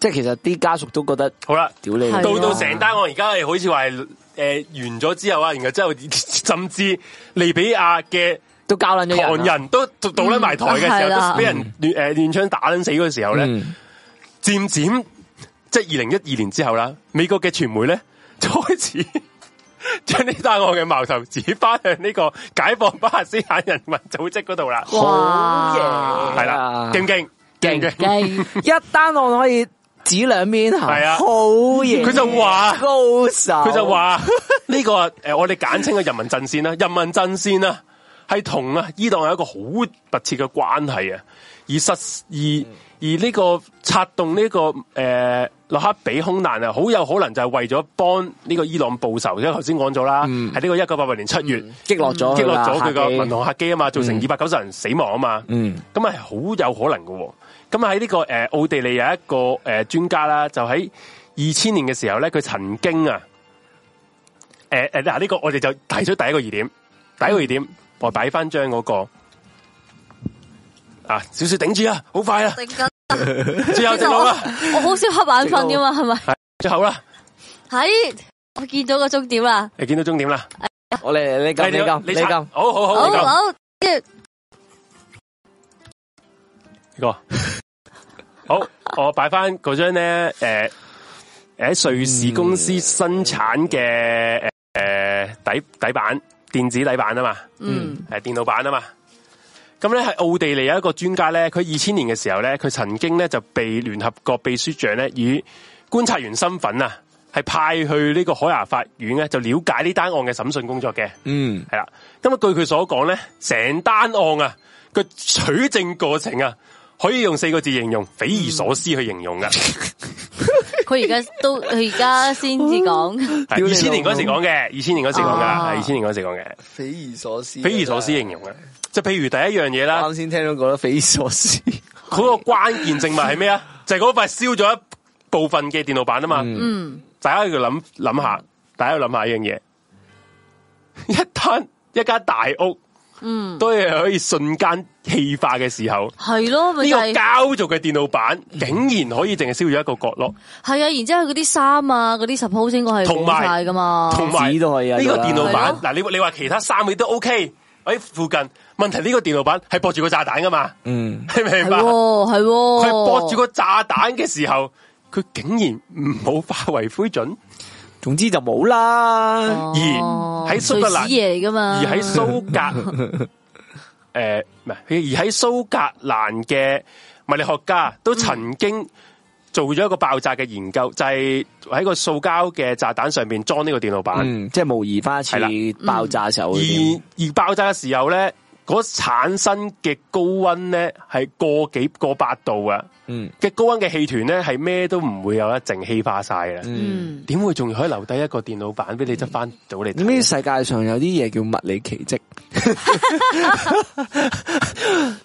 A: 即係其實啲家屬都覺得，
B: 好啦。
A: 屌你，
C: 係啊
B: 到到成單案而家係好似話係誒完咗之後啊，然後之後甚至利比亞嘅。
A: 都交撚咗
B: 唐
A: 人啊，
B: 人都倒倒撚埋台嘅
C: 嗯係
B: 時候，
C: 啦
B: 都俾人亂誒亂槍打撚死嗰個時候咧，
A: 嗯
B: 漸漸即係二零一二年之後啦，美國嘅傳媒咧就 開始 將呢單案嘅矛頭指翻向呢個解放巴勒斯坦人民組織嗰度啦，
C: 哇，
B: 係啦，勁唔勁？勁唔勁？
C: 勁
A: 一單案可以指兩邊係
B: 係啊
A: 好嘢。
B: 佢就話
A: 高手，
B: 佢就話 呢個诶，誒我哋簡稱嘅人民陣線啦，人民陣線啊，係同啊伊朗有一個好密切嘅關係啊，而實而而呢個策動呢、個诶洛克比空難啊，好有可能就係為咗幫呢個伊朗報仇，因為頭先講咗啦，喺呢個一九八八年七月。
A: 擊落咗，
B: 擊落咗佢個民
A: 咯。
B: 航客機啊嘛，造成二百九十人死亡啊嘛，
A: 嗯，
B: 咁係好有可能嘅喎。咁喺呢個诶奥地利有一個诶专家啦，就喺二千年嘅時候咧，佢曾經啊，诶诶嗱呢個我哋就提出第一個疑點，第一個疑點我擺翻張嗰個啊，少少頂住啊，好快啊，
C: 定緊
B: 最後直路 啦，
C: 我好少瞌眼瞓噶嘛，係咪？
B: 啊最後啦，
C: 喺我見到個終點啊啦，
B: 你見到終點啦，
A: 我嚟你撳你撳你
B: 插
A: 撳，
B: 好好
C: 好
B: 好，你撳
C: 好，跟住
B: 呢個 好，我擺翻嗰張咧，诶、喺瑞士公司生產嘅诶、誒底底板電子底板啊嘛，
C: 嗯
B: 诶、電腦板啊嘛。咁咧喺奧地利有一個專家咧，佢二千年嘅時候咧，佢曾經咧就被聯合國秘書長咧以觀察員身份啊，係派去呢個海牙法院咧，就了解呢單案嘅審訊工作嘅。
A: 嗯，
B: 系啦，咁啊，据佢所講咧，成單案啊，個取證過程啊，可以用四個字形容，匪夷所思去形容噶。
C: 嗯佢而家都佢而家先至講，
A: 屌
B: 啊二
A: 你
B: 千年
A: 老
B: 嗰
A: 母
B: 時講嘅，二千年嗰時講噶，
C: 啊
B: 係二千年嗰時講嘅，
A: 匪夷所思，
B: 匪夷所思形容嘅。即係譬如第一樣嘢啦，
C: 啊
A: 啱先聽到覺得匪夷所思，
B: 嗰個關鍵證物係咩啊？ 就係嗰塊燒咗一部分嘅電腦板啊嘛。
C: 嗯，
B: 大家要諗諗下，大家要諗下一樣嘢，一單一間大屋，
C: 嗯，
B: 都係可以瞬間氣化嘅時候。
C: 係咯，咪
B: 呢
C: 就
B: 個
C: 係
B: 膠做嘅電腦板，竟然可以淨係燒咗一個角落，
C: 係啊，然之後佢啲衫啊，嗰啲 suppose 應該係
B: 同埋
C: 冇晒噶嘛，
B: 同埋
A: 紙
B: 呢
A: 都可以啊
B: 個電腦板
C: 係咯
B: 嗱，你你話其他三個都 OK 喺附近，問題呢個電腦板係駁住個炸彈噶嘛，
A: 嗯，
B: 你明
C: 係
B: 白？
C: 喎係喎，
B: 佢駁住個炸彈嘅時候，佢竟然唔好化為灰燼，
A: 總之就冇啦，
C: 哦
B: 而喺蘇格蘭
C: 碎紙嘢嚟噶嘛，
B: 而喺蘇格 诶唔係，而喺蘇格蘭嘅物理學家都曾經做咗一個爆炸嘅研究，就係喺個塑膠嘅炸彈上面裝呢個電腦板。
A: 嗯，即係模擬翻一次
B: 係啦
A: 爆炸時候嗰啲，
B: 而而爆炸嘅時候咧，嗰產生嘅高温咧係過幾過百度啊！
A: 嗯
B: 嘅高温嘅氣團咧係咩都唔會有一淨氣化晒嘅。
A: 嗯。
C: 嗯，
B: 點會仲可以留低一個電腦板俾你執翻到嚟睇？
A: 呢世界上有啲嘢叫物理奇迹，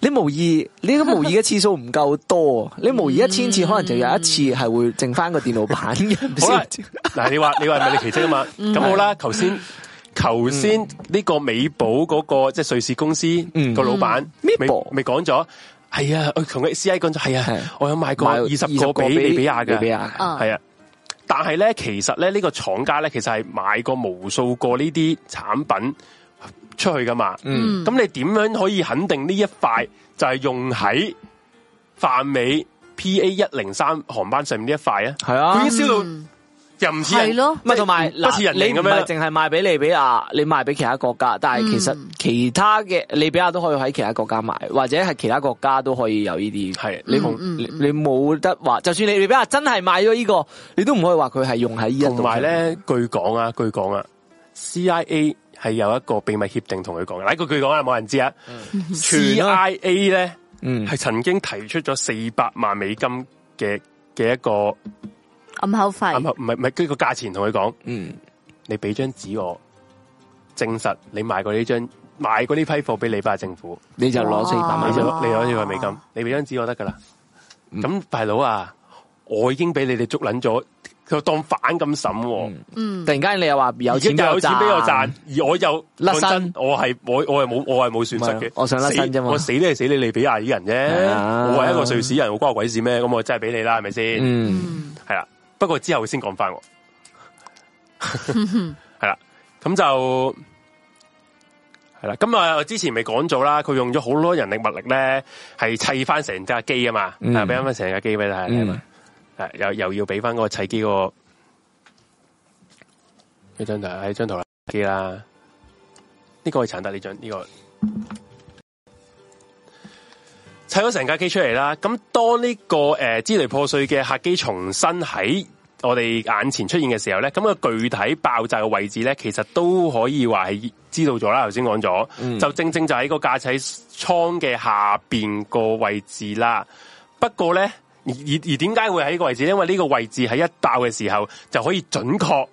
A: 你模擬你個模擬嘅次數唔夠多，你模擬一千次可能就有一次係會剩翻個電腦板嘅，係咪
B: 好啦
A: 先，
B: 嗱，你話你話係咪你奇迹啊嘛？咁好啦，頭先頭先呢個美寶嗰、個即係瑞士公司
A: 嗯
B: 個老闆
A: 美
B: 未
A: 寶
B: 未講咗，係啊，我同佢 C I 講咗，係
A: 係
B: 啊，我有買過二十個俾利比亞
A: 利比
B: 嘅，
A: 亞
C: 啊
B: 係啊。但係咧，其實咧呢、呢個廠家咧，其實係買過無數個呢啲產品出去噶嘛。
A: 嗯
B: 咁你點樣可以肯定呢一塊就係用喺泛美 P A 一零三航班上面呢一塊啊？
A: 係啊
B: 佢已經燒到
C: 嗯
B: 又唔似人嗯
C: 係咯，
A: 唔係同埋
B: 不似人
A: 嗱你
B: 形
A: 唔
B: 咁樣
A: 係淨係賣俾利比亞，你賣俾其他國家，但係其實
C: 嗯
A: 其他嘅利比亞都可以喺其他國家賣，或者係其他國家都可以有呢啲。
B: 係
A: 你
B: 你
A: 冇
B: 同
C: 嗯
A: 你你冇得話，就算你利比亞真係買咗呢個，你都唔可以話佢係用喺呢一度。
B: 同埋，咧，據講啊，據講啊，CIA 係有一個秘密協定同佢講嘅，嗱，一個據講啊，冇人知啊。
A: 傳啊
B: CIA 咧
A: 嗯
B: 係曾經提出咗四百萬美金嘅嘅一個，
C: 暗口
B: 啊唔
C: 費，
B: 係唔係唔係，跟個價錢同佢講，
A: 嗯，
B: 你俾張紙我，證實你賣過呢張賣過呢批貨俾利巴政府，
A: 你就攞四百
C: 啊
B: 你
A: 萬
B: 就
A: 啫。
B: 你攞呢個美
A: 啊
B: 金，你俾張紙我得噶啦。
A: 嗯
B: 咁大佬啊，我已經俾你哋捉撚咗，就當反咁審喎。
C: 嗯
A: 突，然間你又話有錢俾
B: 有錢俾我賺，而我又
A: 甩身
B: 講真我係我我係冇我係冇損失
A: 唔係啊
B: 嘅。
A: 我想甩身
B: 死
A: 啫嘛
B: 我死都係死你利比亞啲人
A: 係
B: 啫，
A: 啊
B: 我係一個瑞士人，我關我鬼事咩？咁我真係俾你啦，係咪先？
A: 嗯，
C: 嗯
B: 係啦，不過之後先講翻我。 係啦，咁就係啦。咁啊，我之前咪講咗啦，佢用咗好多人力物力咧，係砌翻成架機啊嘛，
A: 嗯
B: 係俾翻成架機俾你睇睇嘛，係啊又又要俾翻個砌機嗰個。呢張圖喺張圖啦，機啦，呢個係殘得呢張呢個。砌咗成架機出嚟啦。咁當呢、個诶支離破碎嘅客機重新喺我哋眼前出現嘅時候咧，咁、個具體爆炸嘅位置咧，其實都可以話係知道咗啦。頭先講咗，就正正就喺個駕駛艙嘅下边個位置啦。不過咧，而而而點解會喺呢個位置？因為呢個位置喺一爆嘅時候就可以準確。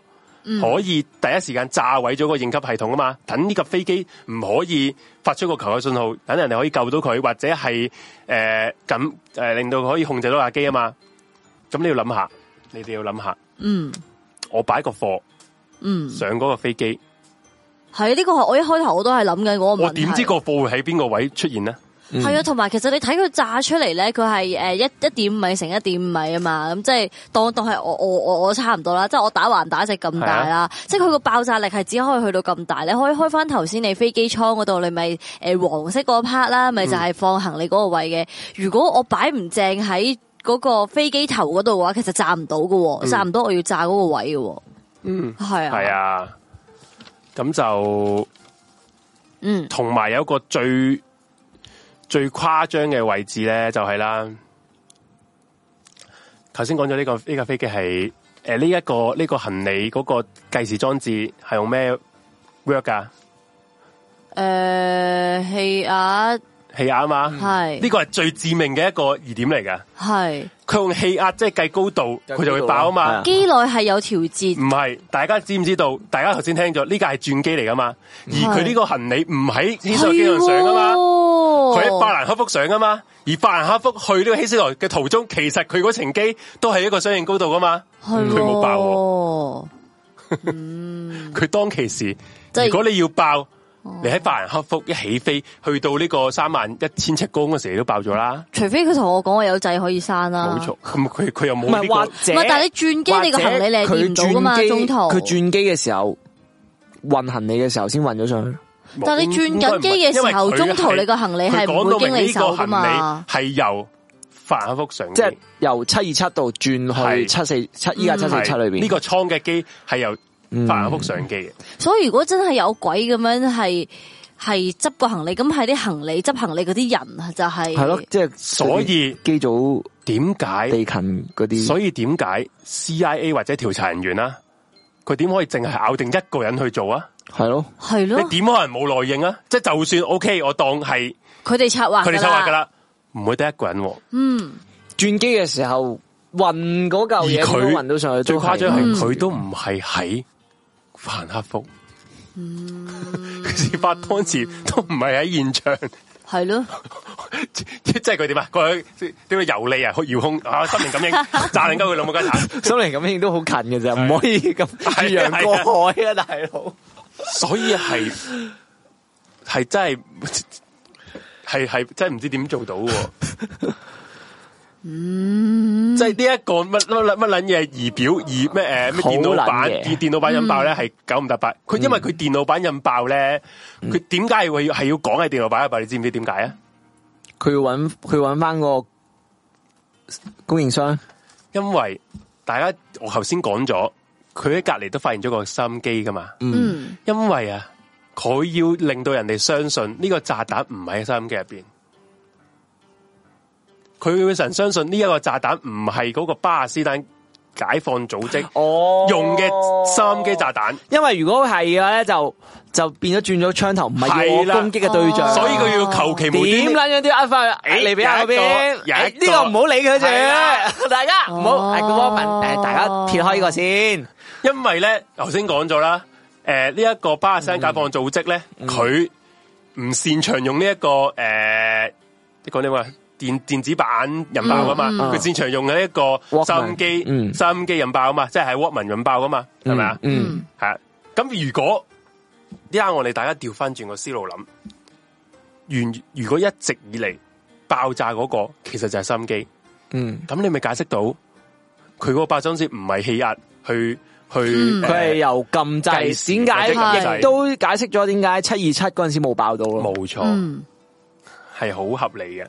C: 嗯
B: 可以第一時間炸毀咗個應急系統啊嘛，等呢架飛機唔可以發出個求救信號，等人哋可以救到佢，或者係誒咁誒令到佢可以控制到架機啊嘛。咁你要諗下，你哋要諗下，
C: 嗯
B: 我擺個貨
C: 嗯，
B: 上嗰個飛機，
C: 係啊呢個係我一開頭我都係諗緊嗰個問
B: 我
C: 題
B: 點知個貨會喺邊個位出現呢？
C: 系啊，同埋其實你睇佢炸出嚟咧，佢係诶一一点五米乘一點五米啊嘛，咁即係當當係我我我我差唔多啦，即係我打橫打直咁大
B: 啊
C: 啦，即係佢個爆炸力係只可以去到咁大，你可以開翻頭先你飛機艙嗰度，你咪诶黄色嗰 part 啦，咪就
B: 嗯
C: 係放行李嗰個位嘅。如果我擺唔正喺嗰個飛機頭嗰度嘅話，其實炸唔到嘅喎，炸唔到我要炸嗰個位嘅喎。
B: 嗯，
C: 係啊，
B: 係，啊，咁就
C: 嗯
B: 同埋有一個最最誇張嘅位置咧，就係、啦。頭先講咗呢個呢、架飛機係誒呢一個呢、個行李嗰個計時裝置係啊用咩 work 噶？
C: 诶氣壓
B: 氣壓啊嘛，
C: 嗯係
B: 呢個係最致命嘅一個疑點嚟嘅。
C: 系
B: 佢用氣壓即係計高度，
A: 計
B: 佢
A: 高
B: 就會
A: 度
B: 爆啊
A: 係
B: 嘛
A: 啊。
C: 機內係有調節，
B: 唔係，大家知唔知道？大家頭先聽咗呢架係轉機嚟噶嘛，而佢呢個行李唔喺希斯羅機上上噶嘛，佢喺
C: 喎
B: 法蘭克福上噶嘛，而法蘭克福去呢個希斯羅嘅途中，其實佢嗰程機都係一個相應高度噶嘛，
C: 係
B: 佢冇爆喎。
C: 喎，
B: 佢當其時，
C: 嗯即係哦
B: 如果你要爆，你喺法蘭克福一起飛，去到呢個三萬一千尺高嗰時，你都爆咗啦。
C: 除非佢同我講話有掣可以刪啦，
B: 冇錯，咁佢佢又冇
A: 唔
B: 呢
A: 係或
B: 個
A: 者，
C: 唔係但係你轉機你個行李你係
A: 或者
C: 掂唔到噶嘛
A: 佢轉機
C: 中途
A: 佢轉機嘅時候運行李嘅時候先運咗
B: 嗯
A: 上去。
B: 冇。
C: 但係你轉緊機嘅時候
B: 因為佢係
C: 中途你個行李係唔會經你手㗎
B: 佢
C: 嘛
B: 講到明呢個行李係由法蘭克福上
A: 即
B: 機，
A: 系由七二七度转去
B: 係
A: 七四七，
C: 嗯
A: 依家七四七裏嗯边
B: 呢個倉嘅機係由法蘭克福上機嘅。
C: 所以如果真係有鬼咁樣係係執個行李，咁係啲行李執行李嗰啲人啊，就係
A: 係咯，即係
B: 所以
A: 機組
B: 點解？
A: 地勤嗰啲，
B: 所以點解 CIA 或者調查人員啦，佢點可以淨係咬定一個人去做啊？
A: 係咯，
C: 係咯
B: 你，點可能冇內應啊？即系就算 OK，我當係
C: 佢哋策劃
B: 佢哋
C: 㗎
B: 策劃噶
C: 啦，
B: 啦，唔會得一個人喎。
C: 嗯，
A: 轉機嘅時候運嗰嚿嘢
B: 而佢
A: 都運到上去，
B: 最誇
A: 夸
B: 張
A: 張
C: 嗯
B: 係佢都唔係喺凡克福，
C: 嗯
B: 事發當時都唔係喺現場，
C: 係咯，
B: 即係佢點啊？佢點解游利啊？去遙控啊？心靈感 應炸定鳩佢老母雞蛋，
A: 心靈感應都好近嘅咋，唔可以咁
B: 係
A: 越洋過海啊，大佬。
B: 所以係係真係係係真係唔知點做到喎。
C: 嗯，
B: 即係呢一個乜乜乜撚嘢儀表儀咩诶咩
A: 好
B: 電腦版
A: 撚嘢嗯
B: 電電腦版引爆咧係九唔搭八，佢因為佢電腦版引爆咧，佢點解會係要講係電腦版引爆？你知唔知點解啊？
A: 佢要搵佢要搵翻個供應商，
B: 因為大家我頭先講咗，佢喺隔離都發現咗個心機噶嘛。
C: 嗯，
B: 因為啊，佢要令到人哋相信呢個炸彈唔喺收音機入边，佢會神相信呢一個炸彈唔係嗰個巴勒斯坦解放組織
A: 哦
B: 用嘅收音機炸彈。
A: 因為如果係嘅咧，就就變咗轉咗槍頭，唔係
B: 係啦
A: 我攻擊嘅對象，
B: 所以佢要求其無
A: 点
B: 端端
A: 捻样都要呃翻去
B: 誒
A: 利比亞嗰邊
B: 有一個有
A: 誒
B: 一
A: 呢
B: 個
A: 個唔好理佢
B: 係啦
A: 住，大家唔好
C: 哦
A: 誒個 moment 誒，大家撇開呢個先。
B: 因為咧頭先講咗啦，诶呢一個巴勒斯坦解放組織咧，
A: 嗯
B: 佢唔擅長用呢、一個诶，你講啲咩？電電子版引爆噶啊嘛，
A: 嗯
B: 佢、擅長用嘅一個
A: Walkman，
B: 收音機、
A: 嗯
B: 收音機引爆啊嘛，即係喺 Walkman 引爆噶嘛，係咪啊？
A: 嗯，
B: 系啊，咁如果呢家我哋大家調翻轉個思路諗，原如果一直以嚟爆炸嗰、個其實就係收音機。
A: 嗯，
B: 咁你咪解釋到佢嗰個爆裝先唔係氣壓去去，
C: 嗯
A: 佢
B: 呃
A: 係由禁制，
B: 計時
A: 點解
B: 或者
C: 計時
A: 亦都解釋咗點解七二七嗰阵时冇爆到咯？
B: 冇錯，
C: 嗯，
B: 係好合理嘅。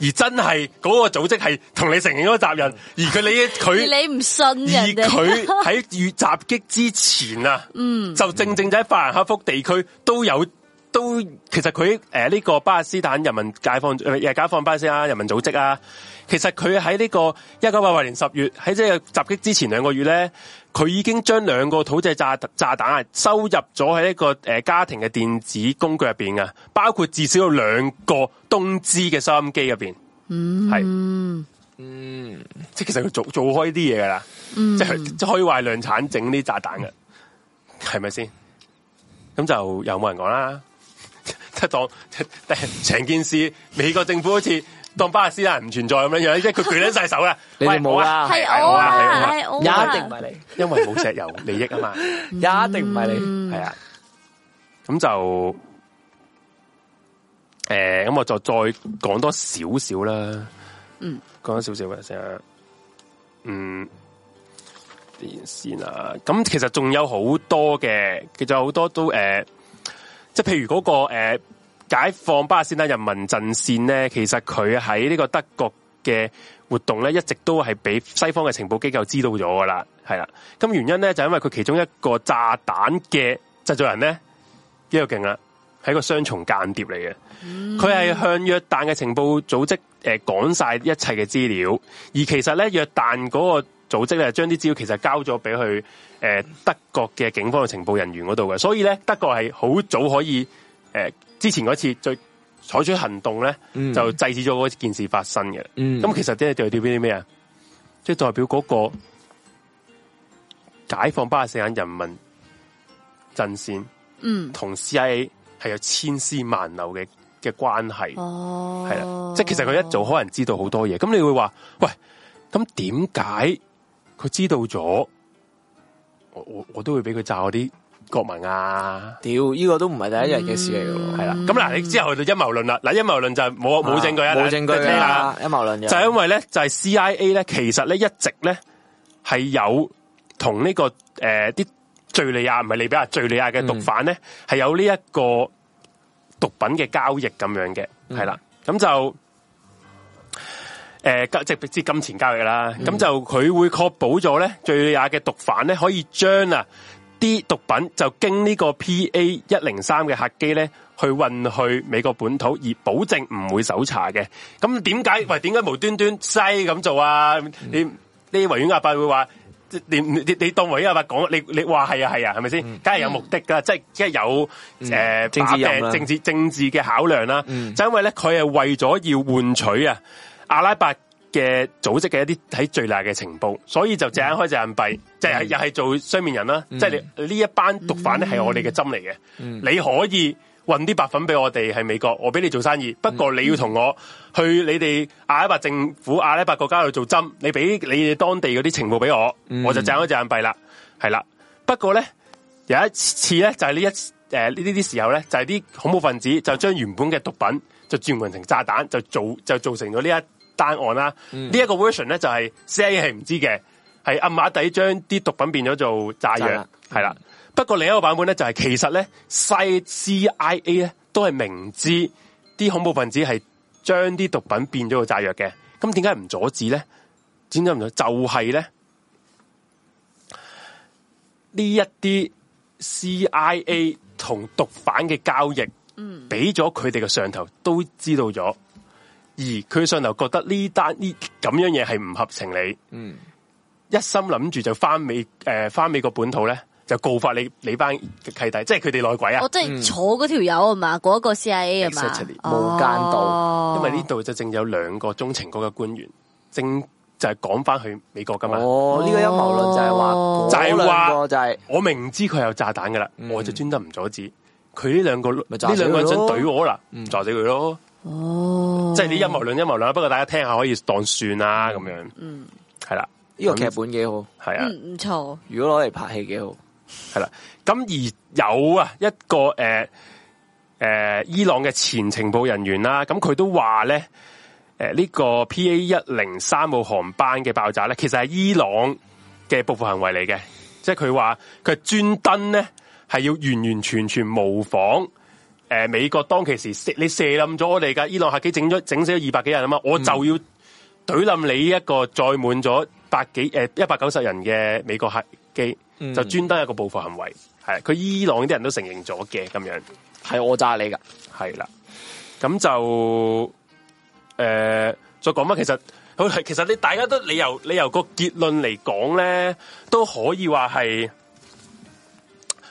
B: 而真係嗰個組織係同你承認嗰個責任，而佢你佢
C: 你唔信
B: 而
C: 人哋，
B: 佢喺遇襲擊之前啊，
C: 嗯，
B: 就正正就喺法蘭克福地區都有都其實佢誒呢個巴勒斯坦人民解放誒解放巴勒斯坦人民組織啊，其實佢喺呢個一九八八年十月喺即係襲擊之前兩個月咧，佢已經將兩個土製炸炸彈啊收入咗喺一個誒、呃家庭嘅電子工具入邊啊，包括至少有兩個東芝嘅收音機入邊，嗯，係。
C: 嗯，
B: 即係其實佢做做開啲嘢噶啦，
C: 嗯
B: 即係即係可以話係量產整啲炸彈嘅，係咪先？咁就又冇人講啦， 即係當但係成件事，美國政府好似當巴勒斯坦人唔存在咁樣樣，即係佢舉撚晒手啦。
A: 你哋
B: 喂
A: 冇啦
C: 係
B: 係
C: 我
B: 係
C: 啊，
B: 我
C: 係我
A: 一
C: 啊，
A: 定唔係你，
B: 因為冇石油利益啊嘛，
A: 一定唔係你。
B: 係啊。咁就誒，咁、我就再講多少少啦。
C: 嗯，
B: 講多少少嘅先啊。嗯，啲先啦。咁其實仲有好多嘅，其實有好多都誒、呃即係譬如嗰、個、呃、解放巴勒斯坦人民陣線咧，其實佢喺呢個德國嘅活動咧，一直都係俾西方嘅情報機構知道咗噶啦，係啦。咁原因咧就因為佢其中一個炸彈嘅製作人咧，呢個勁啦，係一個雙重間諜嚟嘅。
A: 嗯
B: 佢係向約旦嘅情報組織誒講晒一切嘅資料，而其實咧約旦嗰個組織咧將啲資料其實交咗俾佢誒德國嘅警方嘅情報人員嗰度嘅，所以咧德國係好早可以誒、呃之前嗰次最採取行動咧，
A: 嗯
B: 就制止咗嗰件事發生嘅。
A: 嗯
B: 咁其實即係代表啲咩啊？即係代表嗰個解放巴勒斯坦人民陣線
C: 嗯，
B: 同 CIA 係有千絲萬縷嘅嘅關係。
C: 哦，
B: 系啦，即系其實佢一早可能知道好多嘢，咁你會話喂，咁點解佢知道咗？我我我都會俾佢炸我啲國民啊，
A: 屌，呢個都唔係第一日嘅事嚟嘅喎，啊
B: 係啦。咁嗱，你之後就陰謀論啦，嗱陰謀論就係冇冇證據啊，
A: 冇
B: 嗱
A: 證據
B: 你聽下，
A: 啊，陰謀論就
B: 就係因為咧就係 CIA 咧，其實咧一直咧係有同呢個诶啲敘利亞唔係利比亞敘利亞
A: 嗯
B: 嘅毒販咧係有呢一個毒品嘅交易咁樣嘅，
A: 嗯
B: 係啦，咁就。诶、呃，即係即係金錢交易啦，
A: 嗯
B: 咁、就佢會確保咗咧，敘利亞嘅毒販咧可以將啊啲毒品就經呢個 PA 一零三嘅客機咧去運去美國本土，而保證唔會搜查嘅。咁點解？喂，點解無端端西咁做啊？你你維園阿伯會話？即你你你你當維園阿伯講，你你話係啊係啊，係咪先？梗係有目的噶，即係即係有誒
A: 嗯政治任啦
B: 政治政治嘅考量啦。就因為咧，佢係為咗要換取啊阿拉伯嘅組織嘅一啲喺最大嘅情報，所以就隻眼開隻眼閉，即係又係做雙面人啦。即係你呢一班毒販咧係我哋嘅針嚟嘅，你可以。運啲白粉俾我哋喺美國，我俾你做生意。不過你要同我去你哋阿拉伯政府、阿拉伯國家度做針，你俾你哋當地嗰啲情報俾我，我就隻眼開隻眼閉啦，係啦。不過咧，有一次咧，就係呢一诶呢呢啲時候咧，就係啲恐怖分子就將原本嘅毒品就轉換成炸彈，就做就造成咗呢一單案啦。呢一、個 version 咧就係 CIA 係唔知嘅，係暗馬底將啲毒品變咗做炸
A: 炸
B: 藥
A: 藥，
B: 係啦。不過另一個版本咧就係、其實咧西 CIA 咧都係明知啲恐怖分子係將啲毒品變咗做炸藥嘅，咁點解唔阻止咧？點解唔阻就係、呢。咧？呢一啲 CIA 同毒販嘅交易，俾咗佢哋嘅上頭都知道咗，而佢上頭覺得呢單呢咁樣嘢係唔合情理，
A: 嗯
B: 一心諗住就翻美诶翻、美國本土咧，就告發你你班契弟，即係佢哋內鬼啊
C: 我！即係坐嗰條友係啊嘛，嗰個 CIA 啊係嘛
B: Exactly，，
C: 哦
A: 無間道
C: 道
B: 因為呢度就正有兩個中情局嘅官員，正就係趕翻去美國噶嘛。
A: 哦，呢個陰謀論就係話，
B: 就係話
A: 嗰兩個就係
B: 我明知佢有炸彈噶啦，我就專登唔阻止。佢呢兩個呢
A: 嗯咪炸死佢
B: 兩個人想
A: 咯嗯
B: 懟我啦，唔炸死佢咯。
C: 哦，
B: 即係啲陰謀論陰謀論啦，不過大家聽下可以當算啦咁樣。
C: 嗯
B: 係啦，
A: 呢個劇本幾好，
B: 係啊，
C: 嗯唔錯，
A: 如果攞嚟拍戲幾好。
B: 係啦。咁而有啊一個誒誒伊朗嘅前情報人員啦，咁佢都話咧誒呢個 PA 一零三號航班嘅爆炸咧，其實係伊朗嘅報復行為嚟嘅，即係佢話佢係專登咧係要完完全全模仿。誒、美國當其時射你射冧咗我哋㗎，伊朗客機整咗整死咗二百幾人啊嘛，我
C: 嗯
B: 就要懟冧你一個載滿咗百幾誒一百九十人嘅美國客機，就專登一個報復行為，係佢伊朗啲人都承認咗嘅咁樣，
A: 系我炸你噶，
B: 係啦，咁就誒、呃再講翻其實。好， 其實你大家都你由你由個結論嚟講咧，都可以話係，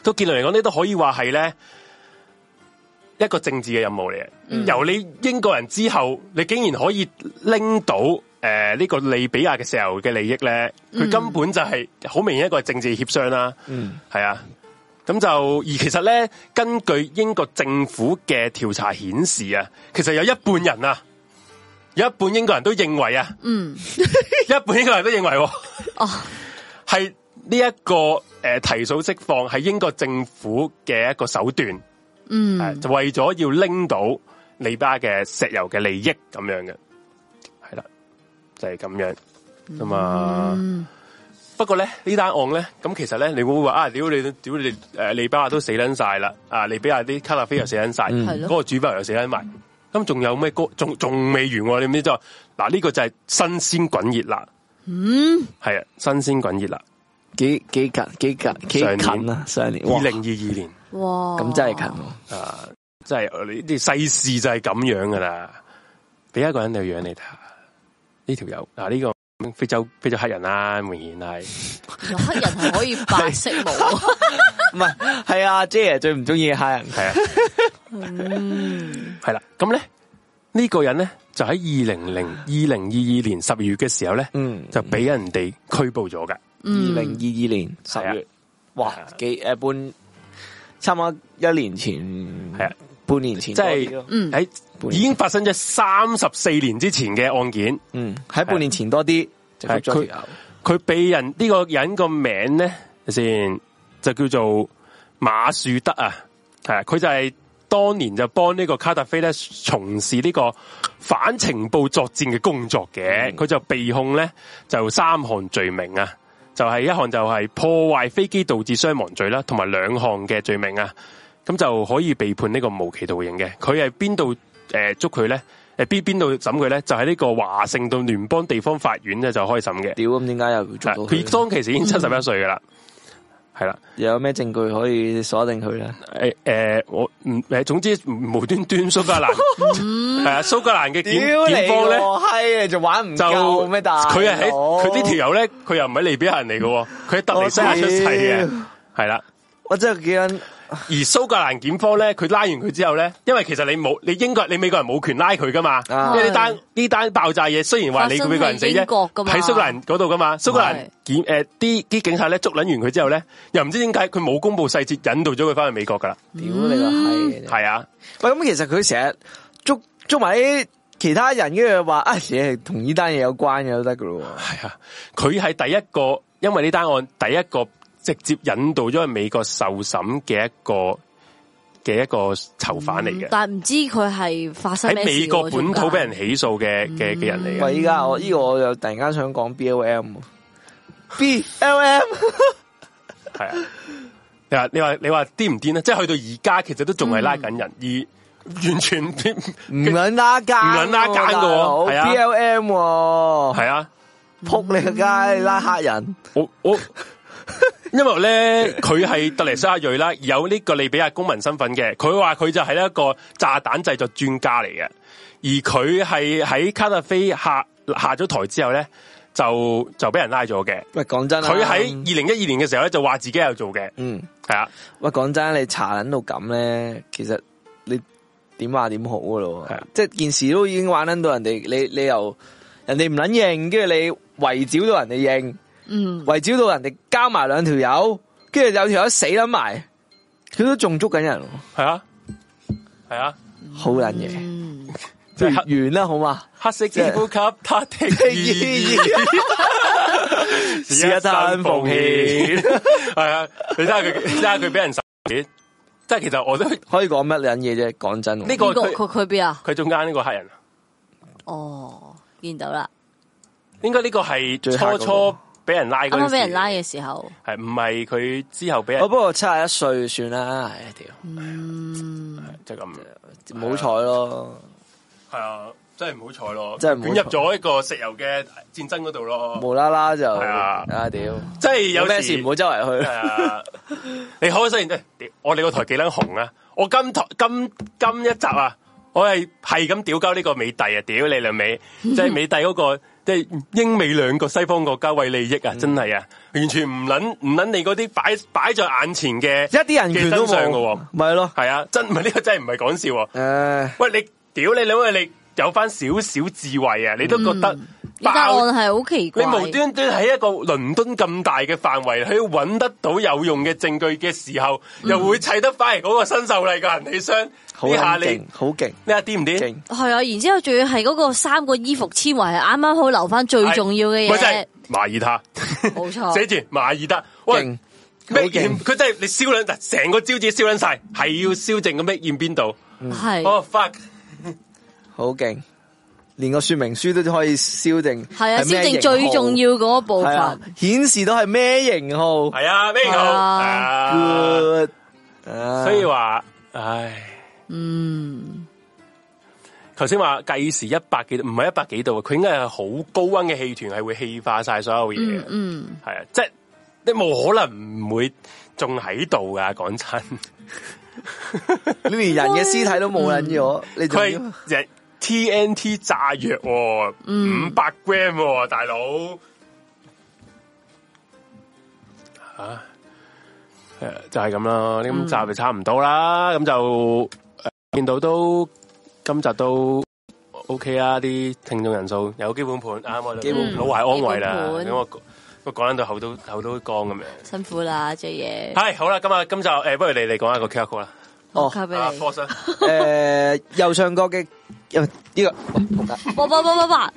B: 都結論嚟講呢都可以話係咧一個政治嘅任務嚟嘅。由你英國人之後，你竟然可以拎到呃诶呢、個利比亞嘅石油嘅利益咧，佢根本就係好明顯一個政治協商啦。嗯，係啊。咁就而其實咧，根據英國政府嘅調查顯示啊，其實有一半人啊，有一半英國人都認為啊，
C: 嗯，
B: 一半英國人都認為喎
C: 哦，
B: 係呢一個诶、呃提早釋放係英國政府嘅一個手段，
C: 嗯
B: 係就為咗要拎到利巴嘅石油嘅利益咁樣嘅，係啦，就係咁樣咁啊。不過咧呢單案咧，咁其實咧你會話啊，屌你屌你诶利巴都死撚晒啦，啊利比亞啲卡塔菲又死撚晒，
C: 係咯
B: 嗰個主巴又死撚埋，咁仲有咩歌？仲仲未完喎、你唔知就嗱呢個就係新鮮滾熱辣，嗯，係啊，新鮮滾熱辣，
A: 几几近几近几
B: 上
A: 近
B: 年
A: 啊！上年，哇
B: 二零二二年。
C: 哇，
A: 咁真系近喎，
B: 啊，即系呢啲世事就系咁样噶啦，俾一个人嚟养你睇下，呢条友嗱呢个非洲非洲黑人啦、明显系
C: 原來黑人係可以白色毛，
A: 唔系，系啊，J 最唔中意虾人。
B: 系啊，系啦，咁咧呢個人咧就喺二零零二零二二年十二月嘅時候咧，
A: 嗯
B: 就俾人哋拘捕咗嘅，
A: 二零二二年十
B: 係啊
A: 月，哇，几诶半，差唔多一年前，
B: 係啊，
A: 半年前
B: 即
A: 多
B: 係
A: 啲咯，
C: 嗯
B: 喺已經發生咗三十四年之前嘅案件，
A: 嗯，喺半年前多啲就
B: 係
A: 捉咗
B: 佢
A: 條友
B: 佢俾人呢、個人個名咧先就叫做馬樹德啊，係啊佢就係當年就幫呢個卡特菲咧從事呢個反情報作戰嘅工作嘅，佢、就被控咧就三項罪名啊，就係一項就係破壞飛機導致傷亡罪啦，同埋兩項嘅罪名啊，咁就可以被判呢個無期徒刑嘅。佢係邊度诶捉佢咧？诶邊邊度審佢咧？就喺呢個華盛頓聯邦地方法院咧就開審嘅。
A: 屌咁，點解又會捉到
B: 佢
A: 佢？
B: 當其時已經七十一歲噶啦，係啦，
A: 又有咩證據可以鎖定佢咧？
B: 诶、诶、我唔诶，總之無端端蘇格蘭
A: 嗯
B: 係啊，蘇格蘭嘅檢檢方咧
A: 閪你就玩唔
B: 就
A: 夠咩大佬？
B: 佢係喺佢呢條友咧，佢又唔係利比亞人嚟嘅喎，佢喺突尼西亞出世
A: 我
B: 嘅
A: 知，
B: 係啦。
A: 我真係幾撚
B: 而蘇格蘭檢方咧，佢拉完佢之後咧，因為其實你冇你英國你美國人冇權拉佢噶嘛，
A: 啊
B: 因為呢單呢單爆炸嘢雖然話你美國人死
C: 發生喺英
B: 啫，
C: 國㗎嘛
B: 喺蘇格蘭嗰度噶嘛，蘇格蘭
C: 係
B: 檢誒啲啲警察咧捉撚完佢之後咧，又唔知點解佢冇公佈細節，引導咗佢翻去美國噶啦，
A: 屌你個閪！
B: 係啊，
A: 喂，咁其實佢成日捉捉埋啲其他人，跟住話啊嘢係同呢單嘢有關嘅都得噶咯喎。
B: 係啊，佢係第一個因為呢單案第一個直接引導咗去美國受審嘅一個嘅一個囚犯嚟嘅，
C: 但系唔知佢係發嗯生
B: 喺
C: 咩事喎
B: 美國本土俾人
C: 中間
B: 起訴嘅嘅嘅人嚟嘅。
A: 喂，依家我呢、個我又突然間想講 B L M。B L M
B: 系啊，你话你话你话癫唔癫咧？即系去到而家，其实都仲系拉紧人，而完全唔
A: 唔撚拉更喎，
B: 唔撚拉更嘅喎係啊
A: ，B L M
B: 系
A: 喎，
B: 啊！
A: 扑你個街拉黑人，
B: 我我因为咧，佢系特尼西亚裔啦，有呢个利比亚公民身份嘅。佢话佢就系一个炸弹制作专家嚟嘅，而佢系喺卡特菲下下咗台之后咧，就就俾人拉咗嘅。
A: 喂，講真啊，
B: 佢喺二零一二年嘅时候咧，就话自己有做嘅，
A: 嗯，
B: 系啊，
A: 喂，講真，你查撚到咁咧，其實你點話點好噶咯
B: 係啊，
A: 即係件事都已經玩撚到人哋，你你又人哋唔撚認，跟住你圍剿到人哋認，
C: 嗯，
A: 圍剿到人哋交埋兩條友，跟住有條友死撚埋，佢都仲捉緊人喎，
B: 系啊，系啊。
A: 好撚嘢。
C: 嗯
A: 即係完啦，好嘛？
B: 黑色肌膚給他的 意義，
A: 是一單奉 獻，
B: 系啊，你睇下佢，你睇下佢俾人洗錢，即係其實我都呢
A: 可以講乜撚嘢啫？講真，呢
B: 個
C: 邊個
B: 佢
C: 佢佢邊啊？
B: 佢中間呢個黑人，
C: 哦，見到啦，
B: 應該呢個係
A: 最黑嗰
B: 初
A: 個
B: 初俾人拉嗰
C: 啱
B: 陣
C: 啱
B: 時
C: 俾人拉，嘅時候，
B: 係唔係佢之後俾
A: 我
B: 人
A: 哦不過七十一歲算啦，唉屌，
C: 嗯，
B: 就咁，
A: 唔好彩咯，
B: 係啊，真係唔好彩咯，
A: 真係唔好
B: 捲
A: 彩
B: 入咗一個石油嘅戰爭嗰度咯，
A: 無啦啦就
B: 係啊
A: 啊屌，
B: 即係
A: 有
B: 有
A: 咩
B: 時
A: 事唔好周圍去
B: 係。啊，你可雖然我哋個台幾撚紅啊！我今台今今一集啊，我係係咁屌鳩呢個美帝啊！屌你兩尾，即係美帝嗰、個即係英美兩個西方國家為利益啊！真係啊，完全唔撚唔撚你嗰啲擺擺在眼前 嘅
A: 一啲人權都
B: 嘅真相㗎喎
A: 冇，咪咯？
B: 係啊，真唔係呢個真係唔係講笑
A: 嗯
B: 喎！
A: 诶，
B: 喂，你屌你兩位，你有翻少少智慧啊！你都覺得
C: 呢單案係好奇
B: 你
C: 怪，
B: 無端端喺一個倫敦咁大嘅範圍，去揾得到有用嘅證據嘅時候，又會砌得翻嚟嗰個新秀麗嘅人氣箱，
A: 嗯好
B: 呢下
A: 撚
B: 你
A: 勁，好勁，
B: 呢下癲唔癲？
A: 勁！
C: 係啊，然之後仲要係嗰個三個衣服纖維係啱啱好留翻最重要嘅
B: 咪真係
C: 嘢，
B: 馬爾他，
C: 冇錯
B: 寫住馬爾他，喂
A: 勁，
B: 咩
A: 好勁
B: 鹽？佢真係你燒兩，成個招紙燒撚晒，係要燒淨個咩鹽邊度？
C: 係
B: 哦 fuck！
A: 好勁！連個說明書都可以燒定，
C: 係啊，
A: 係咩型號
C: 先正最重要嗰一部
A: 係啊
C: 分，
A: 顯示到係咩型號
B: 係啊，咩好？
C: 係啊
B: 啊
A: ？Good，啊
B: 所以話，唉。
C: 嗯，
B: 頭先話計時一百幾度，唔係一百幾度啊！佢應該係好高温嘅氣團，係會氣化晒所有嘢嘅。
C: 嗯嗯，
B: 係啊，即係你冇可能唔會仲喺度噶，講 真，
A: 你連人嘅屍體都冇撚咗，你仲要
B: 佢係 TNT 炸藥喎，
C: 嗯
B: 五百 gram 喎，大佬。啊誒就係咁啦，
C: 嗯
B: 呢集就差唔多啦，咁就誒見到都今集都 OK 啦，啲聽眾人數有基本盤，啱我哋
A: 基本
C: 盤
B: 老懷安慰啦，
C: 嗯基本盤
B: 咁我我講緊到口都口都乾咁樣。
C: 辛苦啦，J 嘢，
B: 係好啦，今日今集誒，不如你嚟講一個 QR code 啦，
A: 哦
C: 我交俾
B: 阿
C: 你。
B: Force 啊
A: 诶、呃右上角嘅呃呢、個个喂仆街
C: 哇哇哇哇哇！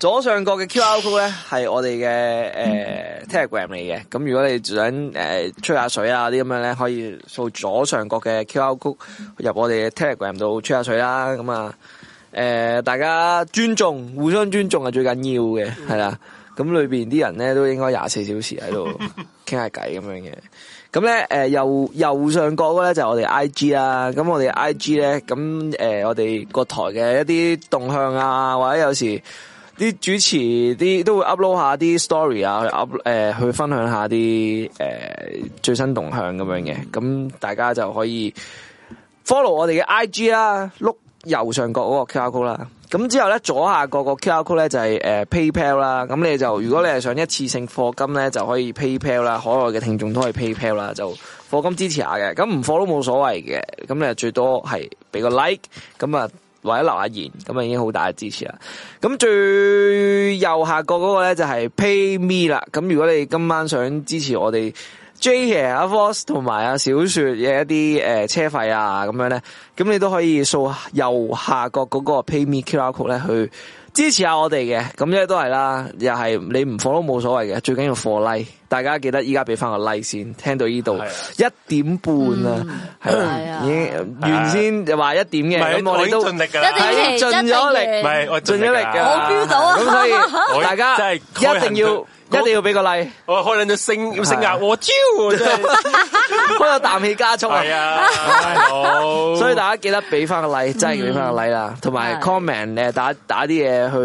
A: 左上角嘅 QR code 咧係我哋嘅诶 Telegram 嚟嘅，咁如果你想诶、呃吹下水啊啲咁樣咧，可以掃左上角嘅 QR code 入我哋嘅 Telegram 度吹下水啦，咁啊诶大家尊重，互相尊重係最緊要嘅，係啦。咁裏边啲人咧都應該廿四小時喺度傾下偈咁樣嘅。咁咧，誒、呃右右上角嗰咧就係我哋 I G 啦，咁我哋 I G 咧，咁誒、我哋個台嘅一啲動向啊，或者有時啲主持啲都會 upload 下啲 story 啊，去 up 誒、去分享下啲誒、呃最新動向咁樣嘅，咁大家就可以 follow 我哋嘅 I G 啦，碌右上角嗰個 QR code 啦。咁之後咧，左下角個 QR code 咧就係、呃 PayPal 啦。咁你就如果你係想一次性課金咧，就可以 PayPal 啦。海外嘅聽眾都可以 PayPal 啦，就課金支持下嘅。咁唔課都冇所謂嘅。咁你就最多係俾個 like，咁啊或者留下言，咁啊已經好大嘅支持啦。咁最右下角嗰個咧就係 PayMe 啦。咁如果你今晚想支持我哋 J 爺、阿 Force 同埋阿小雪嘅一啲誒、呃、車費啊咁樣咧，咁你都可以掃右下角嗰個 PayMe QR code 咧去支持下我哋嘅。咁咧都係啦，又係你唔放都冇所謂嘅，最緊要放 like。大家記得依家俾翻個 like 先，聽到呢度
B: 係啊
A: 一點半啊，係
C: 係
A: 啦
C: 啊，
A: 已經原先就話一點
B: 唔
A: 嘅，
B: 係
A: 咁我哋
B: 已經
A: 都
B: 盡力㗎
C: 一定
B: 啦，
C: 要
A: 係盡咗力
B: 唔係我
A: 盡咗力哦㗎
B: 㗎
C: 我 feel 到啊
A: 咁 所
B: 我
A: 以大家
B: 真係開
A: 一定要
B: 行
A: 一定要俾個 like，
B: 我開兩隻升升
A: 係
B: 壓，我超真係
A: 開有啖氣加速啊！
B: 係啊，好，嗯
A: 所以大家記得俾翻個 like，真係要俾翻個 like 啦，同埋
C: 係
A: comment 誒打打啲嘢去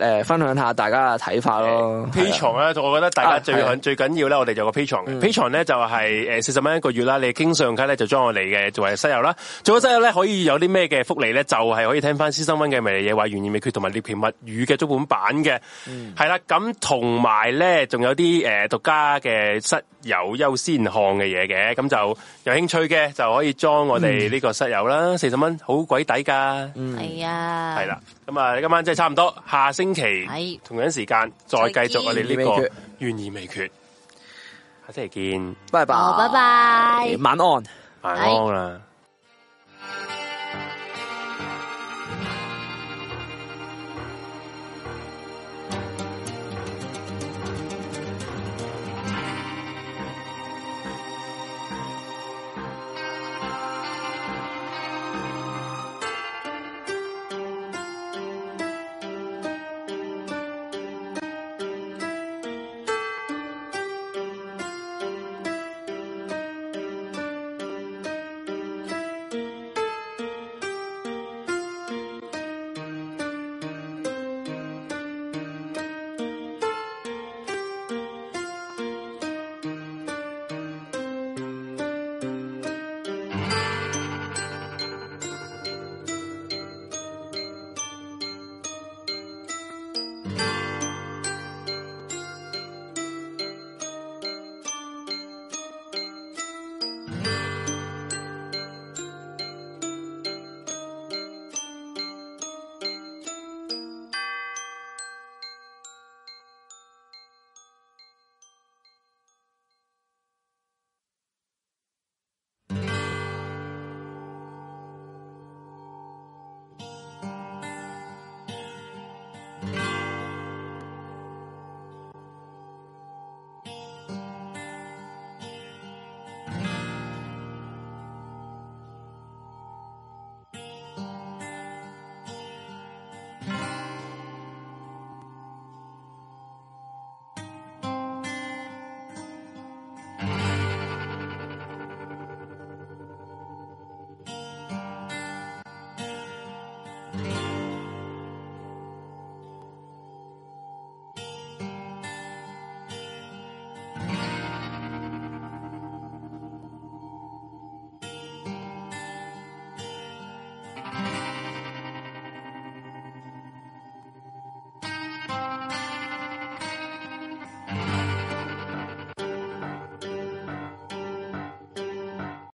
A: 誒分享下大家嘅睇法咯。
B: p a
A: 係啊
B: t r o n 咧，我覺得大家
A: 啊
B: 最
A: 係嗯
B: 緊最緊要咧，我哋有個 p a t r o n 嘅 p a t r o n 咧就係誒四十蚊一個月啦，你經信用卡咧就裝我哋嘅作為室友啦，做咗室友咧可以有啲咩嘅福利咧，就係可以聽翻私生温嘅迷離夜話懸疑未決同埋獵奇物語嘅足本版嘅，
A: 嗯
B: 係啦，咁同埋咧仲有啲誒獨家嘅室友優先項嘅嘢嘅，咁就有興趣嘅就可以裝我哋
A: 嗯
B: 呢個室友啦，四十蚊好鬼抵㗎。
C: 係啊，
B: 系啦，咁啊，今晚真系差唔多，下星期
C: 係
B: 同樣時間再繼續我哋
A: 懸
B: 呢
A: 疑未
B: 個
A: 決
B: 懸疑未決，下星期見，
A: 拜拜，
C: 好，拜拜。
A: 啊晚安。
B: 晚安啦。